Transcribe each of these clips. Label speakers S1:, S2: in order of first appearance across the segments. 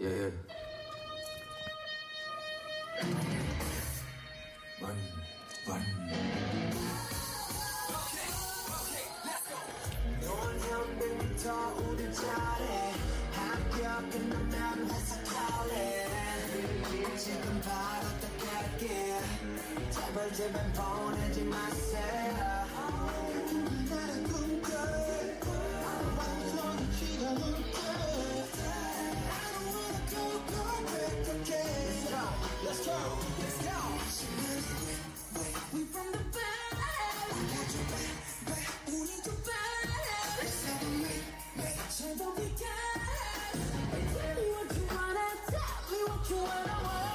S1: 예. 원, 원.
S2: 제발 제발 보내지 마세요 나를 꿈꿔 완전히 지나올게 I don't wanna go go back again Let's go, let's go She really went, went, we from the bottom I got your back, back, 우리 두 bottom Let's have a make, make 제발 we got Tell me what you wanna, tell me what you wanna want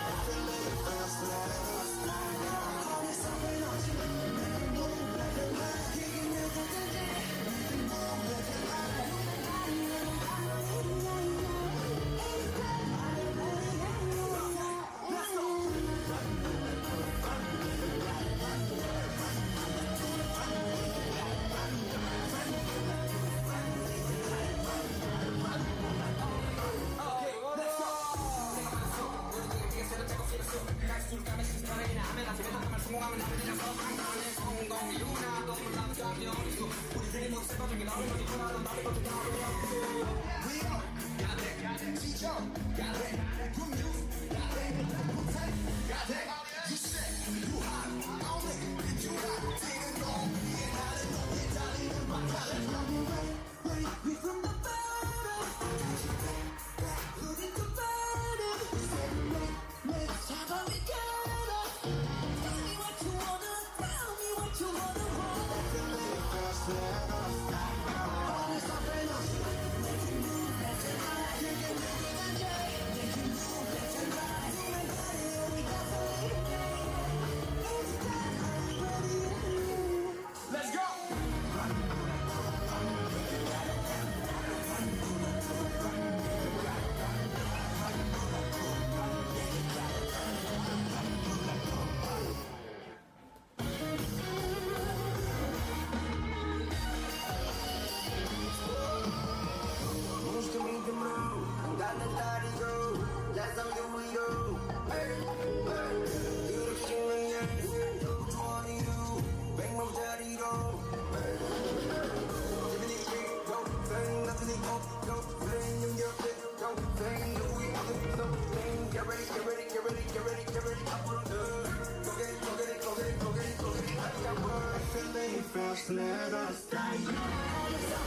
S3: Used to meet the moon, got the daddy go. That's how you we go. Hey, hey. 이렇게 죽는 게 좋아해요. 백몸 자리로. Hey, hey. 기분이 이게 동생, 나중에 동생, 연결돼 동생, 누구의 아들 동생. Get ready, get ready, get ready, get ready, get ready. 앞으로 더. 고개, 고개, 고개, 고개, 고개. I got words. Feeling fast, let us die.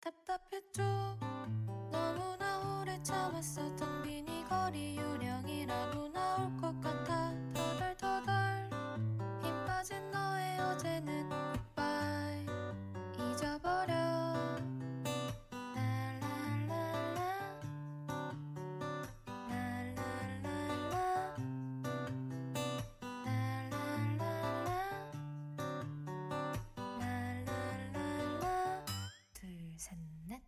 S4: 답답했죠 너무나 오래 참았었던 비니거리 유령이라고 나올 것 같아 더덜더덜 힘 빠진 너의 어제는 goodbye 잊어버려 랄랄랄라 랄랄랄라 랄랄랄라 랄랄랄라 둘, 셋, 넷.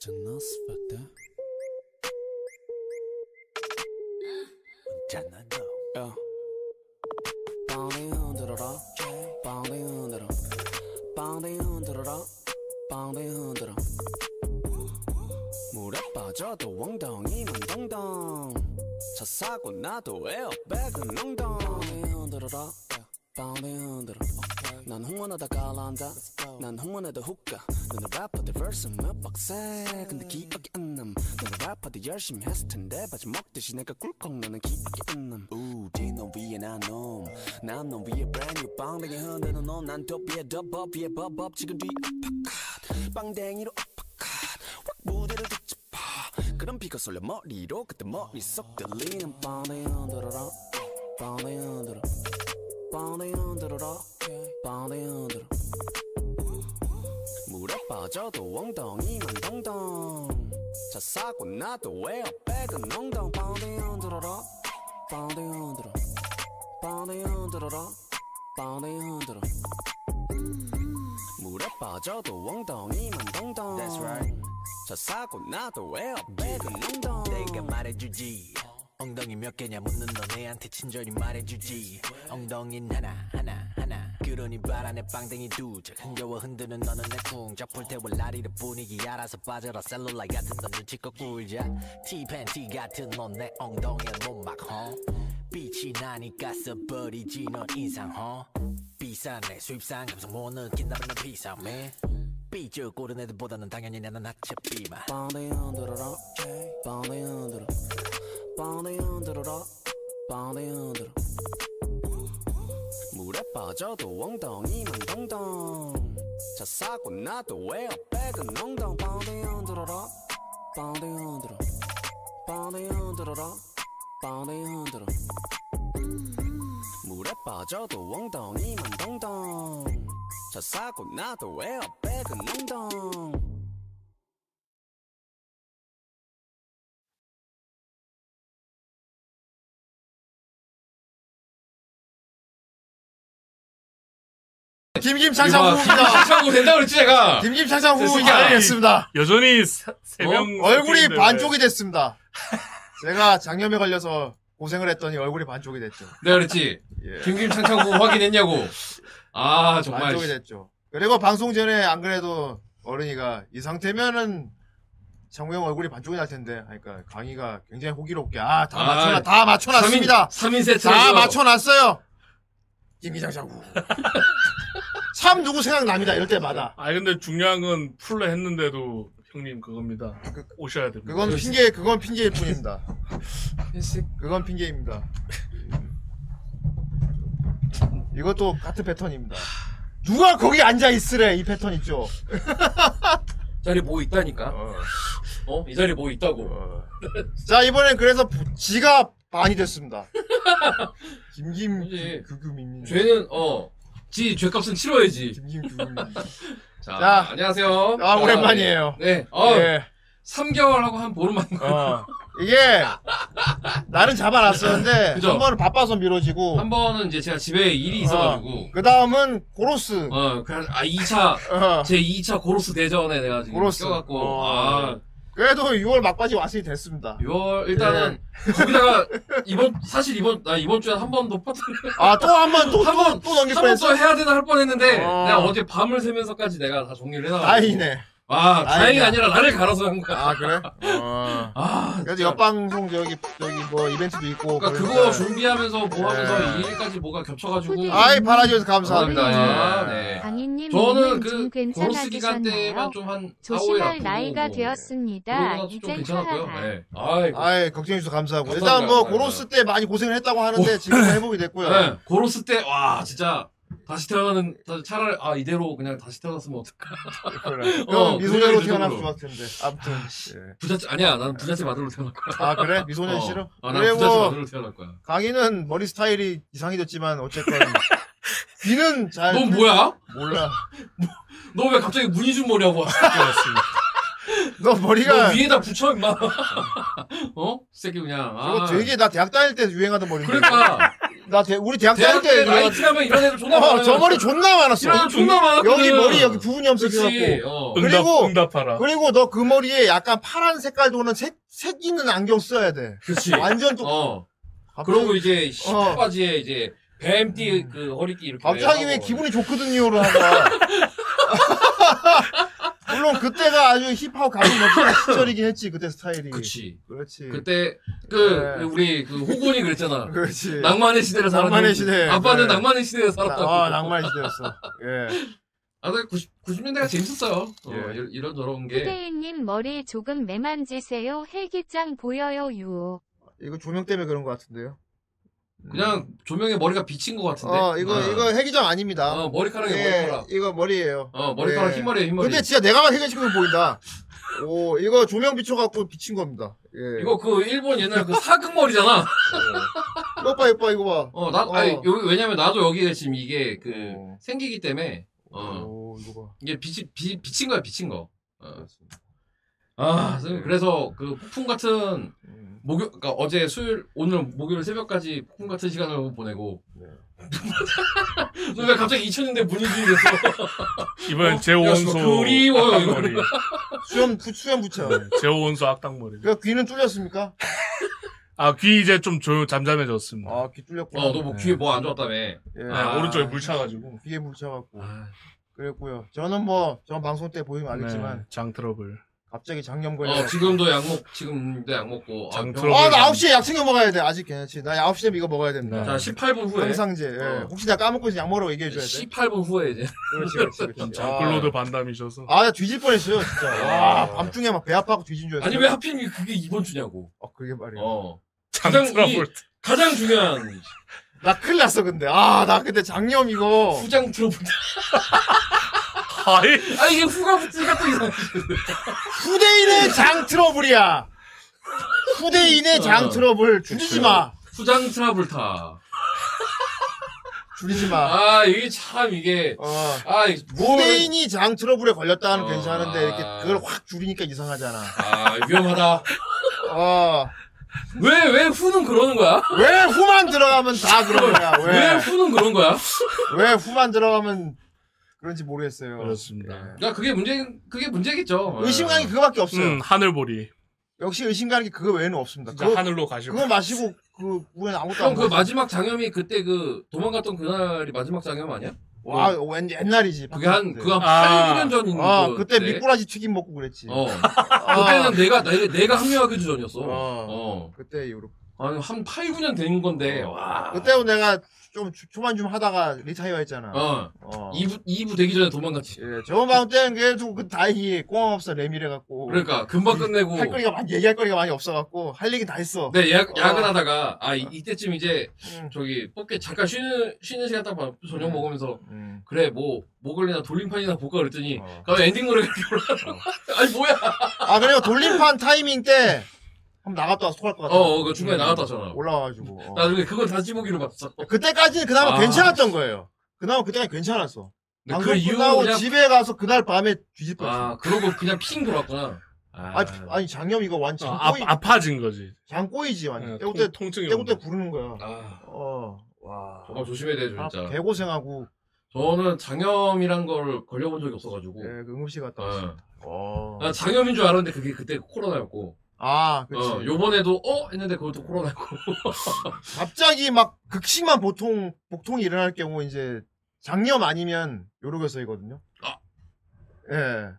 S5: Janas fucked up. Jana no.
S6: Yeah. 빵댕이 흔들어라 빵댕이 흔들어 빵댕이 흔들어라 빵댕이 흔들어 물에 빠져도 엉덩이만 동동 차 사고 나도 에어백은 엉덩 빵댕이 흔들어라 빵댕이 흔들어 난 흥원하다 갈란다 난 흥원해도 훅가 너는 래퍼들 verse 몇 박세 근데 기억이 안남 너는 래퍼들 열심히 했을 텐데 바지 먹듯이 내가 꿀꺽 너는 기억이 안남 우지 너네 위에 난놈난너 위에 brand new 빵댕이 흔드는 놈난더 위에 더법 위에 법법 지금 뒤 아파컷 빵댕이로 아파컷 확 무대를 뒤집어 그럼 비가 솔려 머리로 그때 머릿속 들리는 빵댕이 흔들어라 빵댕이 흔들어 빵댕이 흔들어라 빵댕이 흔들어 물에 빠져도 엉덩이만 동동 차 사고 나도 에어백은 엉덩 빵댕이 흔들어라 빵댕이 흔들어 빵댕이 흔들어라 빵댕이 흔들어 물에 빠져도 엉덩이만 동동
S3: That's right.
S6: 차 사고 나도 에어백은 엉덩
S5: 내가 말해주지 엉덩이 몇 개냐 묻는 너네한테 친절히 말해주지 엉덩인 하나 하나 하나 그러니 바란에 빵댕이 두적 흥겨워 흔드는 너는 내 쿵적 불태워 라리를 분위기 알아서 빠져라 셀룰라 같은 넌 눈치껏 굴자 티팬티 같은 넌 내 엉덩이에 못막 허 빛이 나니까 써버리지 넌 인상 허 비싼내 수입상 감성 못 느낀다면 넌 비상해 삐쭉 고른 애들보다는 당연히 나는 하체 비만
S6: 빵댕이 흔들어라 빵댕이 흔들어 빵댕이 흔들어라 빵댕이 흔들어 물에 빠져도 엉덩이만 동동 차 사고 나도 에어백은 엉덩 빵댕이 흔들어라 빵댕이 흔들어 빵댕이 흔들어라 빵댕이 흔들어 물에 빠져도 엉덩이만 동동 차 사고 나도 에어백은 엉덩
S7: 이거
S8: 김김창상 후입니다.
S7: 하고 된다 그랬지 제가.
S8: 김김창상 후
S7: 됐습니다. 예.
S8: 이야기했습니다.
S9: 여전히 세- 세
S8: 어?
S9: 명
S8: 얼굴이
S9: 선수인데
S8: 반쪽이 됐습니다. 제가 장염에 걸려서 고생을 했더니 얼굴이 반쪽이 됐죠.
S7: 내가 그랬지.
S8: 예.
S7: 김김창창구 확인했냐고. 아 정말.
S8: 반쪽이 됐죠. 그리고 방송 전에 안 그래도 어른이가 이 상태면은 창우 형 얼굴이 반쪽이 날 텐데 하니까 강희가 굉장히 호기롭게 아 다
S7: 아,
S8: 맞춰놔 다 맞춰놨습니다
S7: 3인 세트.
S8: 다 맞춰놨어요 김기장창우 참 누구 생각납니다 이럴 때마다
S9: 아 근데 중요한 건 풀로 했는데도 형님 그겁니다. 오셔야
S8: 아,
S9: 됩니다.
S8: 그건 핑계 그건 핑계일 뿐입니다 그건 핑계입니다 예. 이것도 같은 패턴입니다 누가 거기 앉아 있으래 이 패턴 있죠
S7: 자리 뭐 있다니까.
S8: 어.
S7: 어? 이 자리 뭐 있다고.
S8: 자 이번엔 그래서 부- 지가 반이 됐습니다. 김김
S7: 그지.
S8: 규금입니다.
S7: 죄는 어. 지 죄값은 치러야지.
S8: 김김 규금입니다.
S7: 자,
S8: 자.
S7: 안녕하세요.
S8: 아 오랜만이에요.
S7: 네. 어.
S8: 예.
S7: 3개월하고 한 보름만.
S8: 어. 이게 나는 잡아놨었는데
S7: 그죠?
S8: 한 번은 바빠서 미뤄지고
S7: 한 번은 이제 제가 집에 일이 있어가지고.
S8: 그 다음은 고로스.
S7: 어. 그래서 아 2차
S8: 어.
S7: 제 2차 고로스 대전에 내가 지금
S8: 고로스.
S7: 껴갖고
S8: 어.
S7: 아
S8: 그래도 6월 막바지 왔으니 됐습니다.
S7: 6월 일단은 거기다가 이번 사실 이번 나 이번 주에 한 번도 파트
S8: 아 또 한 번 또
S7: 한
S8: 또
S7: 번,
S8: 또 넘길
S7: 한번 또
S8: 뻔했어.
S7: 해야 되나 할 뻔했는데
S8: 어.
S7: 내가 어제 밤을 새면서까지 내가 다 정리를 해놔.
S8: 아이네.
S7: 아 다행이
S8: 다행이야.
S7: 아니라 나를 갈아서 한 거야.
S8: 아 그래? 어.
S7: 아
S8: 그래도 옆방송 저기 저기 뭐 이벤트도 있고.
S7: 그러니까
S8: 그러니까.
S7: 그거 준비하면서 뭐 하면서
S8: 네.
S7: 이 일까지 뭐가 겹쳐가지고.
S8: 아이 바라지에서 감사합니다.
S7: 아,
S8: 예.
S7: 네.
S10: 강희님
S7: 저는
S10: 몸은
S7: 그
S10: 좀
S7: 고로스 기간 때만
S10: 괜찮아지셨나요?
S7: 좀한 그
S10: 조심할 나이가 되었습니다.
S7: 좀
S10: 이젠
S7: 괜찮았고요.
S10: 하하.
S7: 네. 아이
S8: 아이 걱정해 주셔서 감사하고
S7: 감사합니다.
S8: 일단 뭐
S7: 네,
S8: 고로스 때 많이 고생을 했다고 하는데 지금 회복이 됐고요.
S7: 네, 고로스 때 와 진짜 다시 태어나는 다- 차라리 아 이대로 그냥 다시 태어났으면 어떡하
S8: 그래.
S7: 어,
S8: 그럼 미소녀로
S7: 그 정도로.
S8: 태어날 수 밖에 텐데. 아무튼 예.
S7: 부잣집 아니야 나는 부잣집 아들로 태어날 거야
S8: 아 그래 미소녀
S7: 어.
S8: 싫어?
S7: 아, 난 부잣집
S8: 그리고
S7: 아들로 태어날 거야
S8: 강희는 머리 스타일이 이상해졌지만 어쨌건 귀는 잘
S7: 넌 뭐야?
S8: 몰라.
S7: 너 왜 갑자기 문희준 머리하고 왔어?
S8: 너
S7: 너
S8: 머리가
S7: 위에다 붙여 임마 어? 새끼 그냥
S8: 그거
S7: 아.
S8: 되게 나 대학 다닐 때 유행하던 머리인데.
S7: 그러니까
S8: 나 대, 우리 대학 다닐 때 어,
S7: 나이 지나면 이런 애들 존나 많아요.
S8: 저 머리 존나 많았어.
S7: 이런 애들 존나 많았거든.
S8: 여기 머리 여기 부분이
S7: 그 그렇지,
S8: 염색해갖고.
S7: 어.
S8: 그리고
S9: 응답하라.
S8: 그리고 너 그 머리에 약간 파란 색깔 도는 색, 색 있는 안경 써야 돼.
S7: 그치.
S8: 완전 아, 또.
S7: 어.
S8: 갑자기-
S7: 그러고 이제
S8: 어.
S7: 시바지에 이제 뱀띠 그 허리띠 이렇게
S8: 갑자기 왜
S7: 하고.
S8: 기분이 좋거든요를 하다. 물론 그때가 아주 힙하고 감이 넘치는 시절이긴 했지 그때 스타일이.
S7: 그치.
S8: 그렇지.
S7: 그때 그
S8: 음. 네.
S7: 우리 그 호곤이 그랬잖아.
S8: 그렇지.
S7: 낭만의 시대를 살았
S8: 낭만의 시대.
S7: 아빠는
S8: 네.
S7: 낭만의 시대에 살았다고.
S8: 아, 낭만의 시대였어. 예.
S7: 아, 90, 90년대가 재밌었어요. 어,
S8: 예.
S7: 이- 이런 저런 게.
S10: 후대인님 머리 조금 매만지세요. 헬기짱 보여요 유.
S8: 이거 조명 때문에 그런 것 같은데요.
S7: 그냥 조명에 머리가 비친 것 같은데. 아.
S8: 어, 이거 이거 해기장 아닙니다.
S7: 어, 머리카락이
S8: 예,
S7: 머리카락.
S8: 이거 머리예요.
S7: 어, 머리카락
S8: 예.
S7: 흰머리에 흰머리.
S8: 근데 진짜 내가 막 해결시키면 보인다. 오, 이거 조명 비춰갖고 비친 겁니다. 예.
S7: 이거 그 일본 옛날 그 사극 머리잖아.
S8: 어. 이거 봐, 이거 봐, 이거 봐.
S7: 어, 나, 아니,
S8: 어.
S7: 여기, 왜냐면 나도 여기가 지금 이게 그
S8: 어.
S7: 생기기 때문에, 어,
S8: 오, 이거 봐.
S7: 이게 비치, 비, 비친 거야, 비친 거. 어. 아, 선생님, 그래서 그 폭풍 같은
S8: 음.
S7: 목요, 그러니까 어제 수요일, 오늘 목요일 새벽까지 폭풍 같은 시간을 보내고.
S8: 네.
S7: 너왜 갑자기 2000년대 분위기 됐어?
S9: 이번엔
S7: 어?
S9: 제오원소.
S7: 야, 그리워요,
S9: 악당머리.
S8: 수염 부- 수염 붙여.
S9: 네, 제오원소 악당머리.
S8: 그 귀는 뚫렸습니까?
S9: 아, 귀 이제 좀 조용, 잠잠해졌습니다.
S8: 아, 귀 뚫렸구나.
S7: 어, 너 뭐
S8: 네.
S7: 귀에 뭐 안 좋았다며.
S8: 예.
S9: 네,
S7: 아.
S9: 오른쪽에 물 차가지고.
S8: 귀에 물쳐갖고
S7: 아,
S8: 그랬고요. 저는 뭐, 전 방송 때 보이면 알겠지만
S9: 네, 장 트러블.
S8: 갑자기 장염 걸려.
S7: 어, 지금도 약 먹, 지금도 약 먹고. 아, 병-
S9: 장 트러블.
S8: 아, 나 9시에 약 챙겨 먹어야 돼. 아직 괜찮지. 나 9시에 이거 먹어야
S9: 네.
S8: 됩니다.
S7: 자, 18분 후에.
S8: 항상제. 예.
S7: 어.
S8: 혹시 나 까먹고 있으면 약 먹으라고 얘기해줘야 돼.
S7: 18분 후에 이제.
S8: 그렇지, 그렇지, 그렇지.
S9: 장글로드 반담이셔서.
S8: 아, 나 뒤질 뻔했어요, 진짜. 와, 밤중에 막 배 아파하고 뒤진 줄 알았어.
S7: 아니 왜 하필 그게 이번 주냐고.
S8: 아, 그게 말이야.
S7: 어.
S9: 장
S7: 가장 이-
S9: 트러블.
S7: 가장 중요한
S8: 나 큰일 났어, 근데. 아, 나 근데 장염 이거.
S7: 후장 트러블.
S9: 아이, 예.
S7: 아 이게 후가 붙으니까 또 이상.
S8: 후대인의 장 트러블이야. 후대인의 장
S7: 어.
S8: 트러블. 줄이지 마.
S7: 후장 트러블 타.
S8: 줄이지 마.
S7: 아 이게 참 이게
S8: 어.
S7: 아 이게 뭘.
S8: 후대인이 장 트러블에 걸렸다는
S7: 어.
S8: 괜찮은데, 이렇게 그걸 확 줄이니까 이상하잖아.
S7: 아 위험하다.
S8: 어.
S7: 왜 왜 후는 그러는 거야?
S8: 왜 후만 들어가면 다 그런 거야?
S7: 왜, 후는 그런 거야?
S8: 왜, 왜 후만 들어가면 그런지 모르겠어요. 네.
S9: 그렇습니다.
S7: 그러니까 그게 문제 그게 문제겠죠.
S8: 의심 가는 게 그거밖에 없어요.
S9: 음, 하늘보리.
S8: 역시 의심 가는 게 그거 외에는 없습니다.
S9: 진짜
S8: 아, 그거,
S9: 하늘로 가시고.
S8: 그거 마시고 그 우리는 아무것도 안
S7: 예. 형그
S8: 마시.
S7: 마지막 장염이 그때 그 도망갔던 그날이 마지막 장염 아니야?
S8: 와, 어, 웬 옛날이지.
S7: 그게 한 그거 한
S9: 아.
S7: 8, 9년 전인 거.
S8: 아, 그때 미꾸라지 튀김 먹고 그랬지.
S7: 어.
S8: 아,
S7: 그때는 내가 내, 내가 합류하기 전이었어.
S8: 어.
S7: 어.
S8: 그때 이후로.
S7: 아니 한 8, 9년 된
S8: 아.
S7: 건데 와.
S8: 그때는 내가 좀 초- 초반 좀 하다가 리타이어 했잖아.
S7: 어.
S8: 어.
S7: 2부 2부 되기 전에 도망갔지.
S8: 예, 저번 방송 때는 그래도 그 다행히 꼬마밥사 레미래 갖고
S7: 그러니까 금방 끝내고
S8: 할 거리가 많이 얘기할 거리가 많이 없어 갖고 할 얘기 다 했어.
S7: 네, 야,
S8: 어.
S7: 야근하다가 아 이, 이때쯤 이제
S8: 음.
S7: 저기 뽑게 잠깐 쉬는 쉬는 시간 딱 봐. 저녁
S8: 음.
S7: 먹으면서
S8: 음.
S7: 그래 뭐 목걸이나 돌림판이나 볼까 그랬더니
S8: 어.
S7: 그럼 엔딩 노래가 이렇게 올라가. 아니 뭐야?
S8: 아 그리고 돌림판 타이밍 때 한번 나갔다 와서 토할 것 같아.
S7: 어, 어, 그 중간에 나갔다잖아.
S8: 올라와가지고. 어.
S7: 나중에 그걸 다시 보기로 봤어.
S8: 그때까지는 그나마
S7: 아.
S8: 괜찮았던 거예요. 그나마 그때까지 괜찮았어.
S7: 근데
S8: 방송
S7: 그
S8: 끝나고
S7: 이후로 그냥
S8: 집에 가서 그날 밤에 뒤집혔어.
S7: 아 그러고 그냥 핑 돌았구나. 아,
S8: 아, 니 아니 장염 이거 완전
S9: 아,
S8: 장꼬이,
S9: 아, 파진 거지.
S8: 장꼬이지 완전.
S9: 네,
S8: 때부터
S9: 통, 통증이
S8: 때부터
S9: 오는
S8: 부르는 거야.
S7: 아,
S8: 어, 와.
S7: 정말 조심해야 돼
S8: 아,
S7: 진짜. 어.
S8: 개고생하고
S7: 저는 장염이란 걸 걸려본 적이 없어가지고.
S8: 예, 그 응급실 갔다
S7: 어.
S8: 왔어. 어.
S7: 나 장염인 줄 알았는데 그게 그때 코로나였고.
S8: 아, 그치.
S7: 어, 요번에도 어 했는데 그것도 코로나였고.
S8: 갑자기 막 극심한 보통 복통이 일어날 경우 이제 장염 아니면 요로게 써이거든요.
S7: 아.
S8: 예.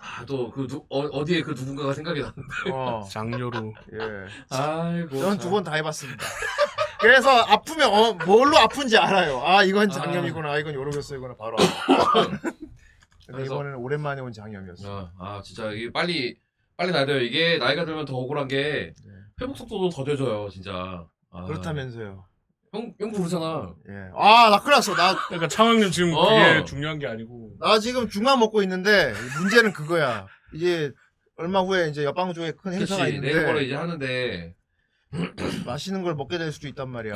S7: 아, 또그 어, 어디에 그 누군가가 생각이 나.
S8: 어.
S9: 장료로.
S8: 예.
S7: 아이고.
S8: 전 두 번 다 해봤습니다. 그래서 아프면 어, 뭘로 아픈지 알아요. 아 이건 장염이구나, 아, 이건 요로겠어이구나 바로. 알아요. 근데
S7: 그래서-
S8: 이번에는 오랜만에 온 장염이었어.
S7: 아, 아, 진짜 이게 빨리 빨리 나야 돼요. 이게 나이가 들면 더 억울한 게
S8: 네.
S7: 회복 속도도 더뎌져요, 진짜. 아.
S8: 그렇다면서요.
S7: 형, 형 부르잖아.
S8: 예. 아나 큰일 났어. 나,
S9: 그러니까 창영님 지금
S7: 어.
S9: 그게 중요한 게 아니고.
S8: 나 지금 중간 먹고 있는데 문제는 그거야. 이게 얼마 후에 이제 옆방조에 큰
S7: 그렇지.
S8: 행사가
S7: 내일 모레
S8: 있는데
S7: 이제 하는데.
S8: 맛있는 걸 먹게 될 수도 있단 말이야.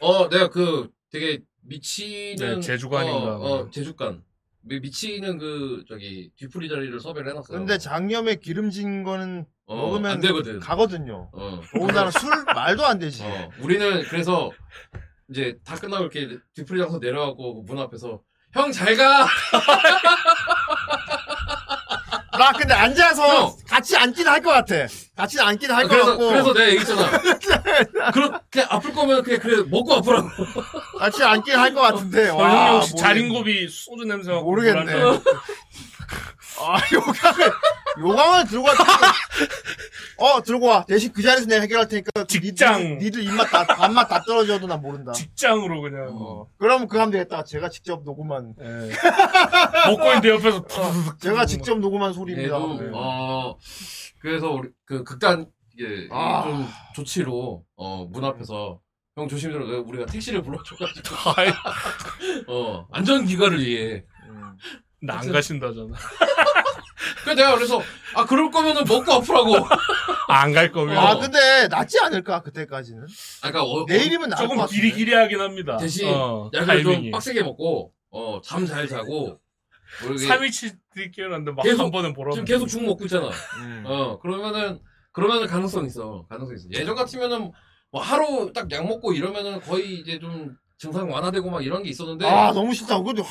S7: 어, 내가 그 되게
S9: 네,
S7: 미치는
S9: 재주관인가.
S7: 어, 어, 재주관. 미- 미치는 그 저기 뒤풀이 자리를 섭외를 해놨어요.
S8: 근데 장염에 기름진 거는
S7: 어,
S8: 먹으면
S7: 안 되거든.
S8: 가거든요.
S7: 어.
S8: 더군다나 술 말도 안 되지.
S7: 어, 우리는 그래서 이제 다 끝나고 이렇게 뒤풀이 장소 내려가고 문 앞에서 형 잘가
S8: 나 근데 앉아서
S7: 형.
S8: 같이 앉긴 할 것 같아. 같이 앉긴 할 것
S7: 그래서
S8: 같고.
S7: 그래서 내가 얘기했잖아 그럼 그냥 아플 거면 그냥 그래 먹고 아프라고
S8: 같이 앉긴 할 것 같은데.
S9: 어, 형님 혹시
S8: 아, 모르겠-
S9: 자린고비 소주 냄새 맡고
S8: 모르겠네.
S9: 불안해요.
S8: 아 요강을 요강을 들고 와. 어 들고 와. 대신 그 자리에서 내가 해결할 테니까
S9: 직장.
S8: 니들, 니들 입맛 다 밥맛 다 떨어져도 난 모른다.
S9: 직장으로 그냥 어.
S8: 그럼 그하면 되겠다. 제가 직접 녹음한
S9: 예. 먹고 있는데
S8: 어.
S9: 옆에서 푸드득
S8: 제가 직접 녹음한 소리입니다.
S7: 얘도
S9: 네.
S7: 어 그래서 우리 그 극단 예,
S8: 아.
S7: 좀 조치로 어 문 앞에서 형 조심스러워 내가 우리가 택시를 불러줘가지고
S9: 아이,
S7: 어 안전 기가를 위해
S8: 음.
S9: 나안 가신다잖아
S7: 그 내가 그래서 아 그럴 거면은 먹고 아프라고
S9: 안 갈 거면
S8: 아 근데 낫지 않을까 그때까지는.
S7: 아까 어, 어,
S8: 내일이면 나을 것
S9: 조금
S8: 같은데.
S9: 기리기리하긴 합니다
S7: 대신
S9: 어,
S7: 약을 좀
S9: 타이밍이
S7: 빡세게 먹고 어 잠 잘 자고 모르게
S9: 3일치 깨어났는데 막
S7: 계속-
S9: 한 번은 보라
S7: 지금 계속 죽 먹고 있잖아
S8: 음.
S7: 어 그러면은 그러면은 가능성 있어 가능성 있어 예전 같으면은 뭐 하루 딱 약 먹고 이러면은 거의 이제 좀 증상 완화되고 막 이런 게 있었는데
S8: 아
S7: 아,
S8: 너무 싫다. 근데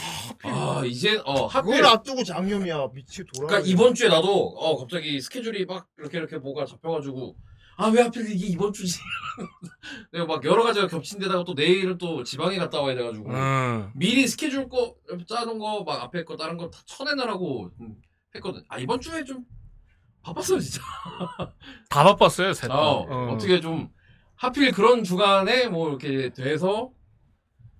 S8: 하,
S7: 이제 어 하필
S8: 그걸 앞두고 장염이야. 미치 돌아.
S7: 그러니까 이번 주에 나도 어 갑자기 스케줄이 막 이렇게 이렇게 뭐가 잡혀가지고 아 왜 하필 이게 이번 주지 내가 막 여러 가지가 겹친 데다가 또 내일은 또 지방에 갔다 와야 돼가지고
S9: 음.
S7: 미리 스케줄 거 짜는 거 막 앞에 거 다른 거 다 쳐내느라고 음, 했거든. 아 이번 주에 좀 바빴어요 진짜.
S9: 다 바빴어요 셋 다.
S7: 어,
S9: 어.
S7: 어떻게 좀 하필 그런 주간에 뭐 이렇게 돼서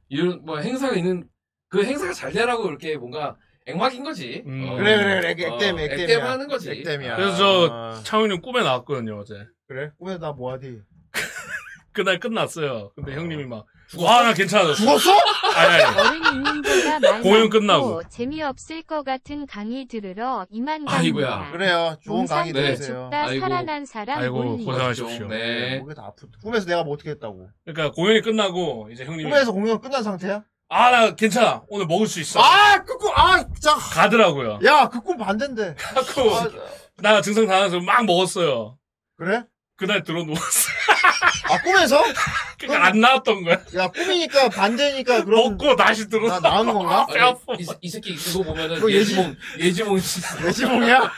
S7: 이런 뭐 행사가 있는 그 행사가 잘 되라고 이렇게 뭔가 액막인 거지.
S9: 음.
S7: 어.
S8: 그래 그래 그래 액땜
S7: 어,
S8: 액땜이야.
S7: 액땜 하는 거지.
S8: 액땜이야.
S9: 그래서 저- 창훈이 꿈에 나왔거든요 어제
S8: 그래 꿈에 나 뭐하디?
S9: 그날 끝났어요 근데 형님이
S7: 죽었어?
S9: 막와나 괜찮아졌어
S8: 죽었어?
S9: 아니, 아니.
S10: 어른있는데가 말
S9: 공연
S10: 많고
S9: 끝나고.
S10: 재미없을 것 같은 강의 들으러 이만
S7: 아이고야.
S10: 갑니다.
S8: 그래요. 좋은 강의
S7: 네.
S8: 들으세요.
S10: 죽다
S7: 아이고.
S10: 살아난 사람
S9: 아이고,
S10: 몰리.
S9: 고생- 고생하십시오.
S7: 네.
S8: 목이 다 아프. 꿈에서 내가 뭐 어떻게 했다고?
S9: 그러니까 공연이 끝나고 이제 형님이
S8: 꿈에서 공연 끝난 상태야?
S9: 아 나 괜찮아 오늘 먹을 수 있어
S8: 아, 그 꿈, 아, 진짜.
S9: 가더라고요
S8: 야, 그 꿈 반대인데.
S9: 하고
S8: 아,
S9: 나 증상 당해서 막 먹었어요
S8: 그래?
S9: 그날 들어 누웠어
S8: 아, 꿈에서?
S9: 그러니까 안 나왔던 거야
S8: 야, 꿈이니까 반대니까 그럼
S9: 먹고 다시
S8: 나
S9: 들어
S8: 나은 건가?
S7: 아니, 이, 새- 이 새끼 이거 보면은
S8: 그거 예지-
S7: 예지몽 예지몽 진짜.
S8: 내시봉이야?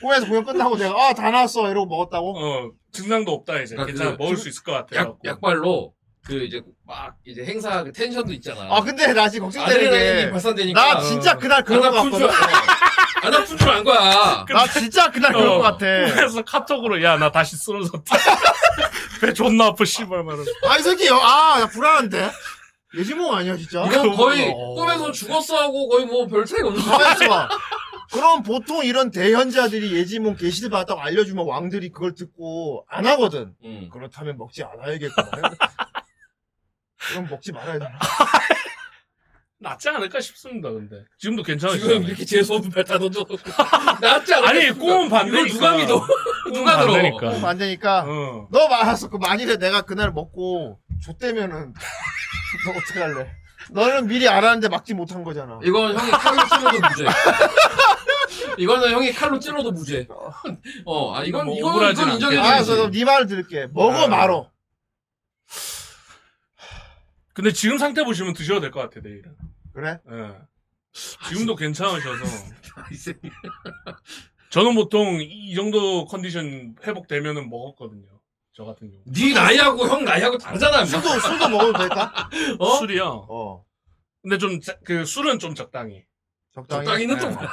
S8: 꿈에서 공연 끝나고 내가 아, 다 나왔어 이러고 먹었다고?
S9: 어 증상도 없다 이제
S7: 그러니까 그
S9: 괜찮아 먹을
S7: 중-
S9: 수 있을 것 같아
S7: 약, 약발로 그 이제 막 이제 행사 그 텐션도 있잖아.
S8: 아, 근데 나 지금
S7: 아드레날린이
S8: 걱정되는 게.
S7: 발산되니까.
S8: 나 진짜 그날 그런 거
S7: 아나푼줄
S8: 같거든.
S7: 아나푼줄 안 거야.
S8: 나 진짜 그날 그런
S9: 어.
S8: 거 같아.
S7: 네.
S9: 그래서 카톡으로 야 나 다시 쓰러졌다 배 존나 아프 씨발 말은
S8: 아, 이 새끼, 아, 나 불안한데? 예지몽 아니야, 진짜?
S7: 이건 거의
S8: 뭐.
S9: 어.
S7: 꿈에서 죽었어 하고 거의 뭐 별 차이가 없는 거야.
S8: 가만있어 봐. 그럼 보통 이런 대현자들이 예지몽 게시를 받았다고 알려주면 왕들이 그걸 듣고 안 하거든.
S7: 응.
S8: 그렇다면 먹지 않아야겠구만. 그럼 먹지 말아야 돼.
S9: 낫지 않을까 싶습니다 근데 지금도 괜찮으시잖아요
S7: 지금 이렇게 재수 없는 발다 던져. 낫지 않아?
S9: 아니 꿈은 반대니까
S7: 이걸 누가 믿어? 누가 들어?
S9: 아.
S8: 그럼 안 되니까.
S9: 어.
S8: 너 말았어. 그 만일에 내가 그날 먹고 줬대면은 너 어떻게 할래? 너는 미리 알았는데 막지 못한 거잖아.
S9: 예,
S7: 이건 형이 칼로 찔러도 무죄. 이거는 형이 칼로 찔러도 무죄. 어, 아 이건
S9: 뭐
S7: 이건
S9: 억울하진
S7: 이건 인정해
S9: 않겠지.
S8: 알았어.
S7: 줘야지.
S8: 그럼 네 말을 들을게. 먹어
S9: 아.
S8: 말어.
S9: 근데 지금 상태 보시면 드셔도 될 것 같아 내일은
S8: 그래?
S9: 예. 지금도 괜찮으셔서
S7: 아, 이 새끼.
S9: 저는 보통 이 정도 컨디션 회복되면은 먹었거든요 저 같은 경우
S7: 네 나이하고 형 나이하고 다르잖아. 인마.
S8: 술도 술도 먹어도 될까?
S7: 어?
S9: 술이요
S8: 어.
S9: 근데 좀 그 술은 좀 적당히
S8: 적당히.
S7: 적당히는 또
S9: 네.
S7: 뭐야.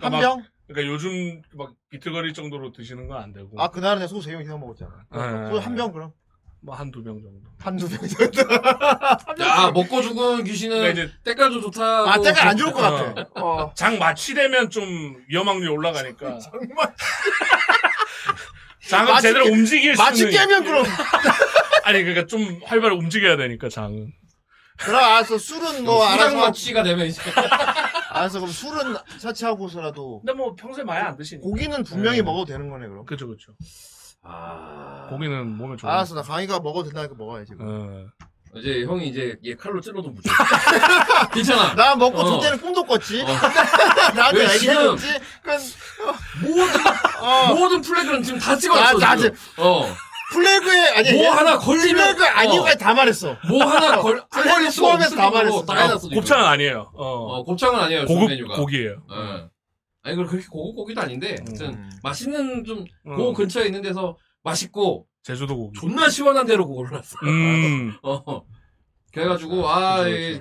S8: 한
S9: 막-
S8: 병?
S9: 그러니까 요즘 막 비틀거릴 정도로 드시는 건 안 되고
S8: 아 그날은 내가 소주 3병 이상 먹었잖아.
S9: 네.
S8: 소주 한 병 그럼?
S9: 뭐 한 두 병 정도
S8: 한두 병 정도.
S7: 야 먹고 죽은
S9: 그러니까
S7: 귀신은
S9: 이제
S7: 때깔도 좋다.
S8: 아, 때가 안 좋을 것 같아. 어.
S9: 장 마취되면 좀 위험확률이 올라가니까
S8: 정말.
S9: 장은
S8: 마취
S9: 제대로
S8: 깨-
S9: 움직일 수는
S8: 마치 깨면 그럼.
S9: 아니 그러니까 좀 활발히 움직여야 되니까 장은
S8: 그럼 알았어. 술은 뭐,
S7: 수량
S8: 알아서.
S7: 마취가 되면 이제
S8: 알았어. 그럼 술은 차치하고서라도.
S9: 근데 뭐 평소에 많이 안 드시니까
S8: 고기는 분명히
S9: 네.
S8: 먹어도 되는 거네, 그럼.
S9: 그죠 그죠
S7: 아...
S9: 고기는 몸에 좋은
S8: 알았어. 나 강의가 먹어도 된다니까 먹어야지. 그럼.
S9: 어.
S7: 이제 형이 이제 얘 칼로 찔러도 무죄. 괜찮아.
S8: 나 먹고
S7: 어.
S8: 저 때는 꿈도 꿨지.
S7: 어.
S8: 나한테
S7: 왜 지금-
S8: 얘기했지. 그,
S7: 모든
S8: 어.
S7: 모든 플래그는 지금 다
S8: 나,
S7: 찍어놨어.
S8: 나,
S7: 지금.
S8: 지금-
S7: 어.
S8: 플래그에 아니
S7: 뭐
S8: 얘-
S7: 하나 걸리면-
S8: 플래그 아니고에 다 말해서
S7: 뭐 하나 걸, 안
S8: 플래그
S7: 걸릴 수가
S8: 포함해서
S7: 없을
S8: 다
S7: 정도로
S8: 말했어.
S7: 다
S8: 아,
S7: 해놨어. 지금.
S9: 곱창은 아니에요. 어.
S7: 어, 곱창은 아니에요. 주
S9: 고급
S7: 메뉴가.
S9: 고기예요.
S7: 예. 아니 그 그렇게 고급 고기도 아닌데 하여튼
S8: 음.
S7: 맛있는
S9: 음.
S7: 좀고 그 근처에 있는 데서 맛있고
S9: 제주도 고기.
S7: 존나 시원한 데로 골랐어.
S9: 음.
S7: 어. 그래가지고
S9: 그렇죠,
S7: 아그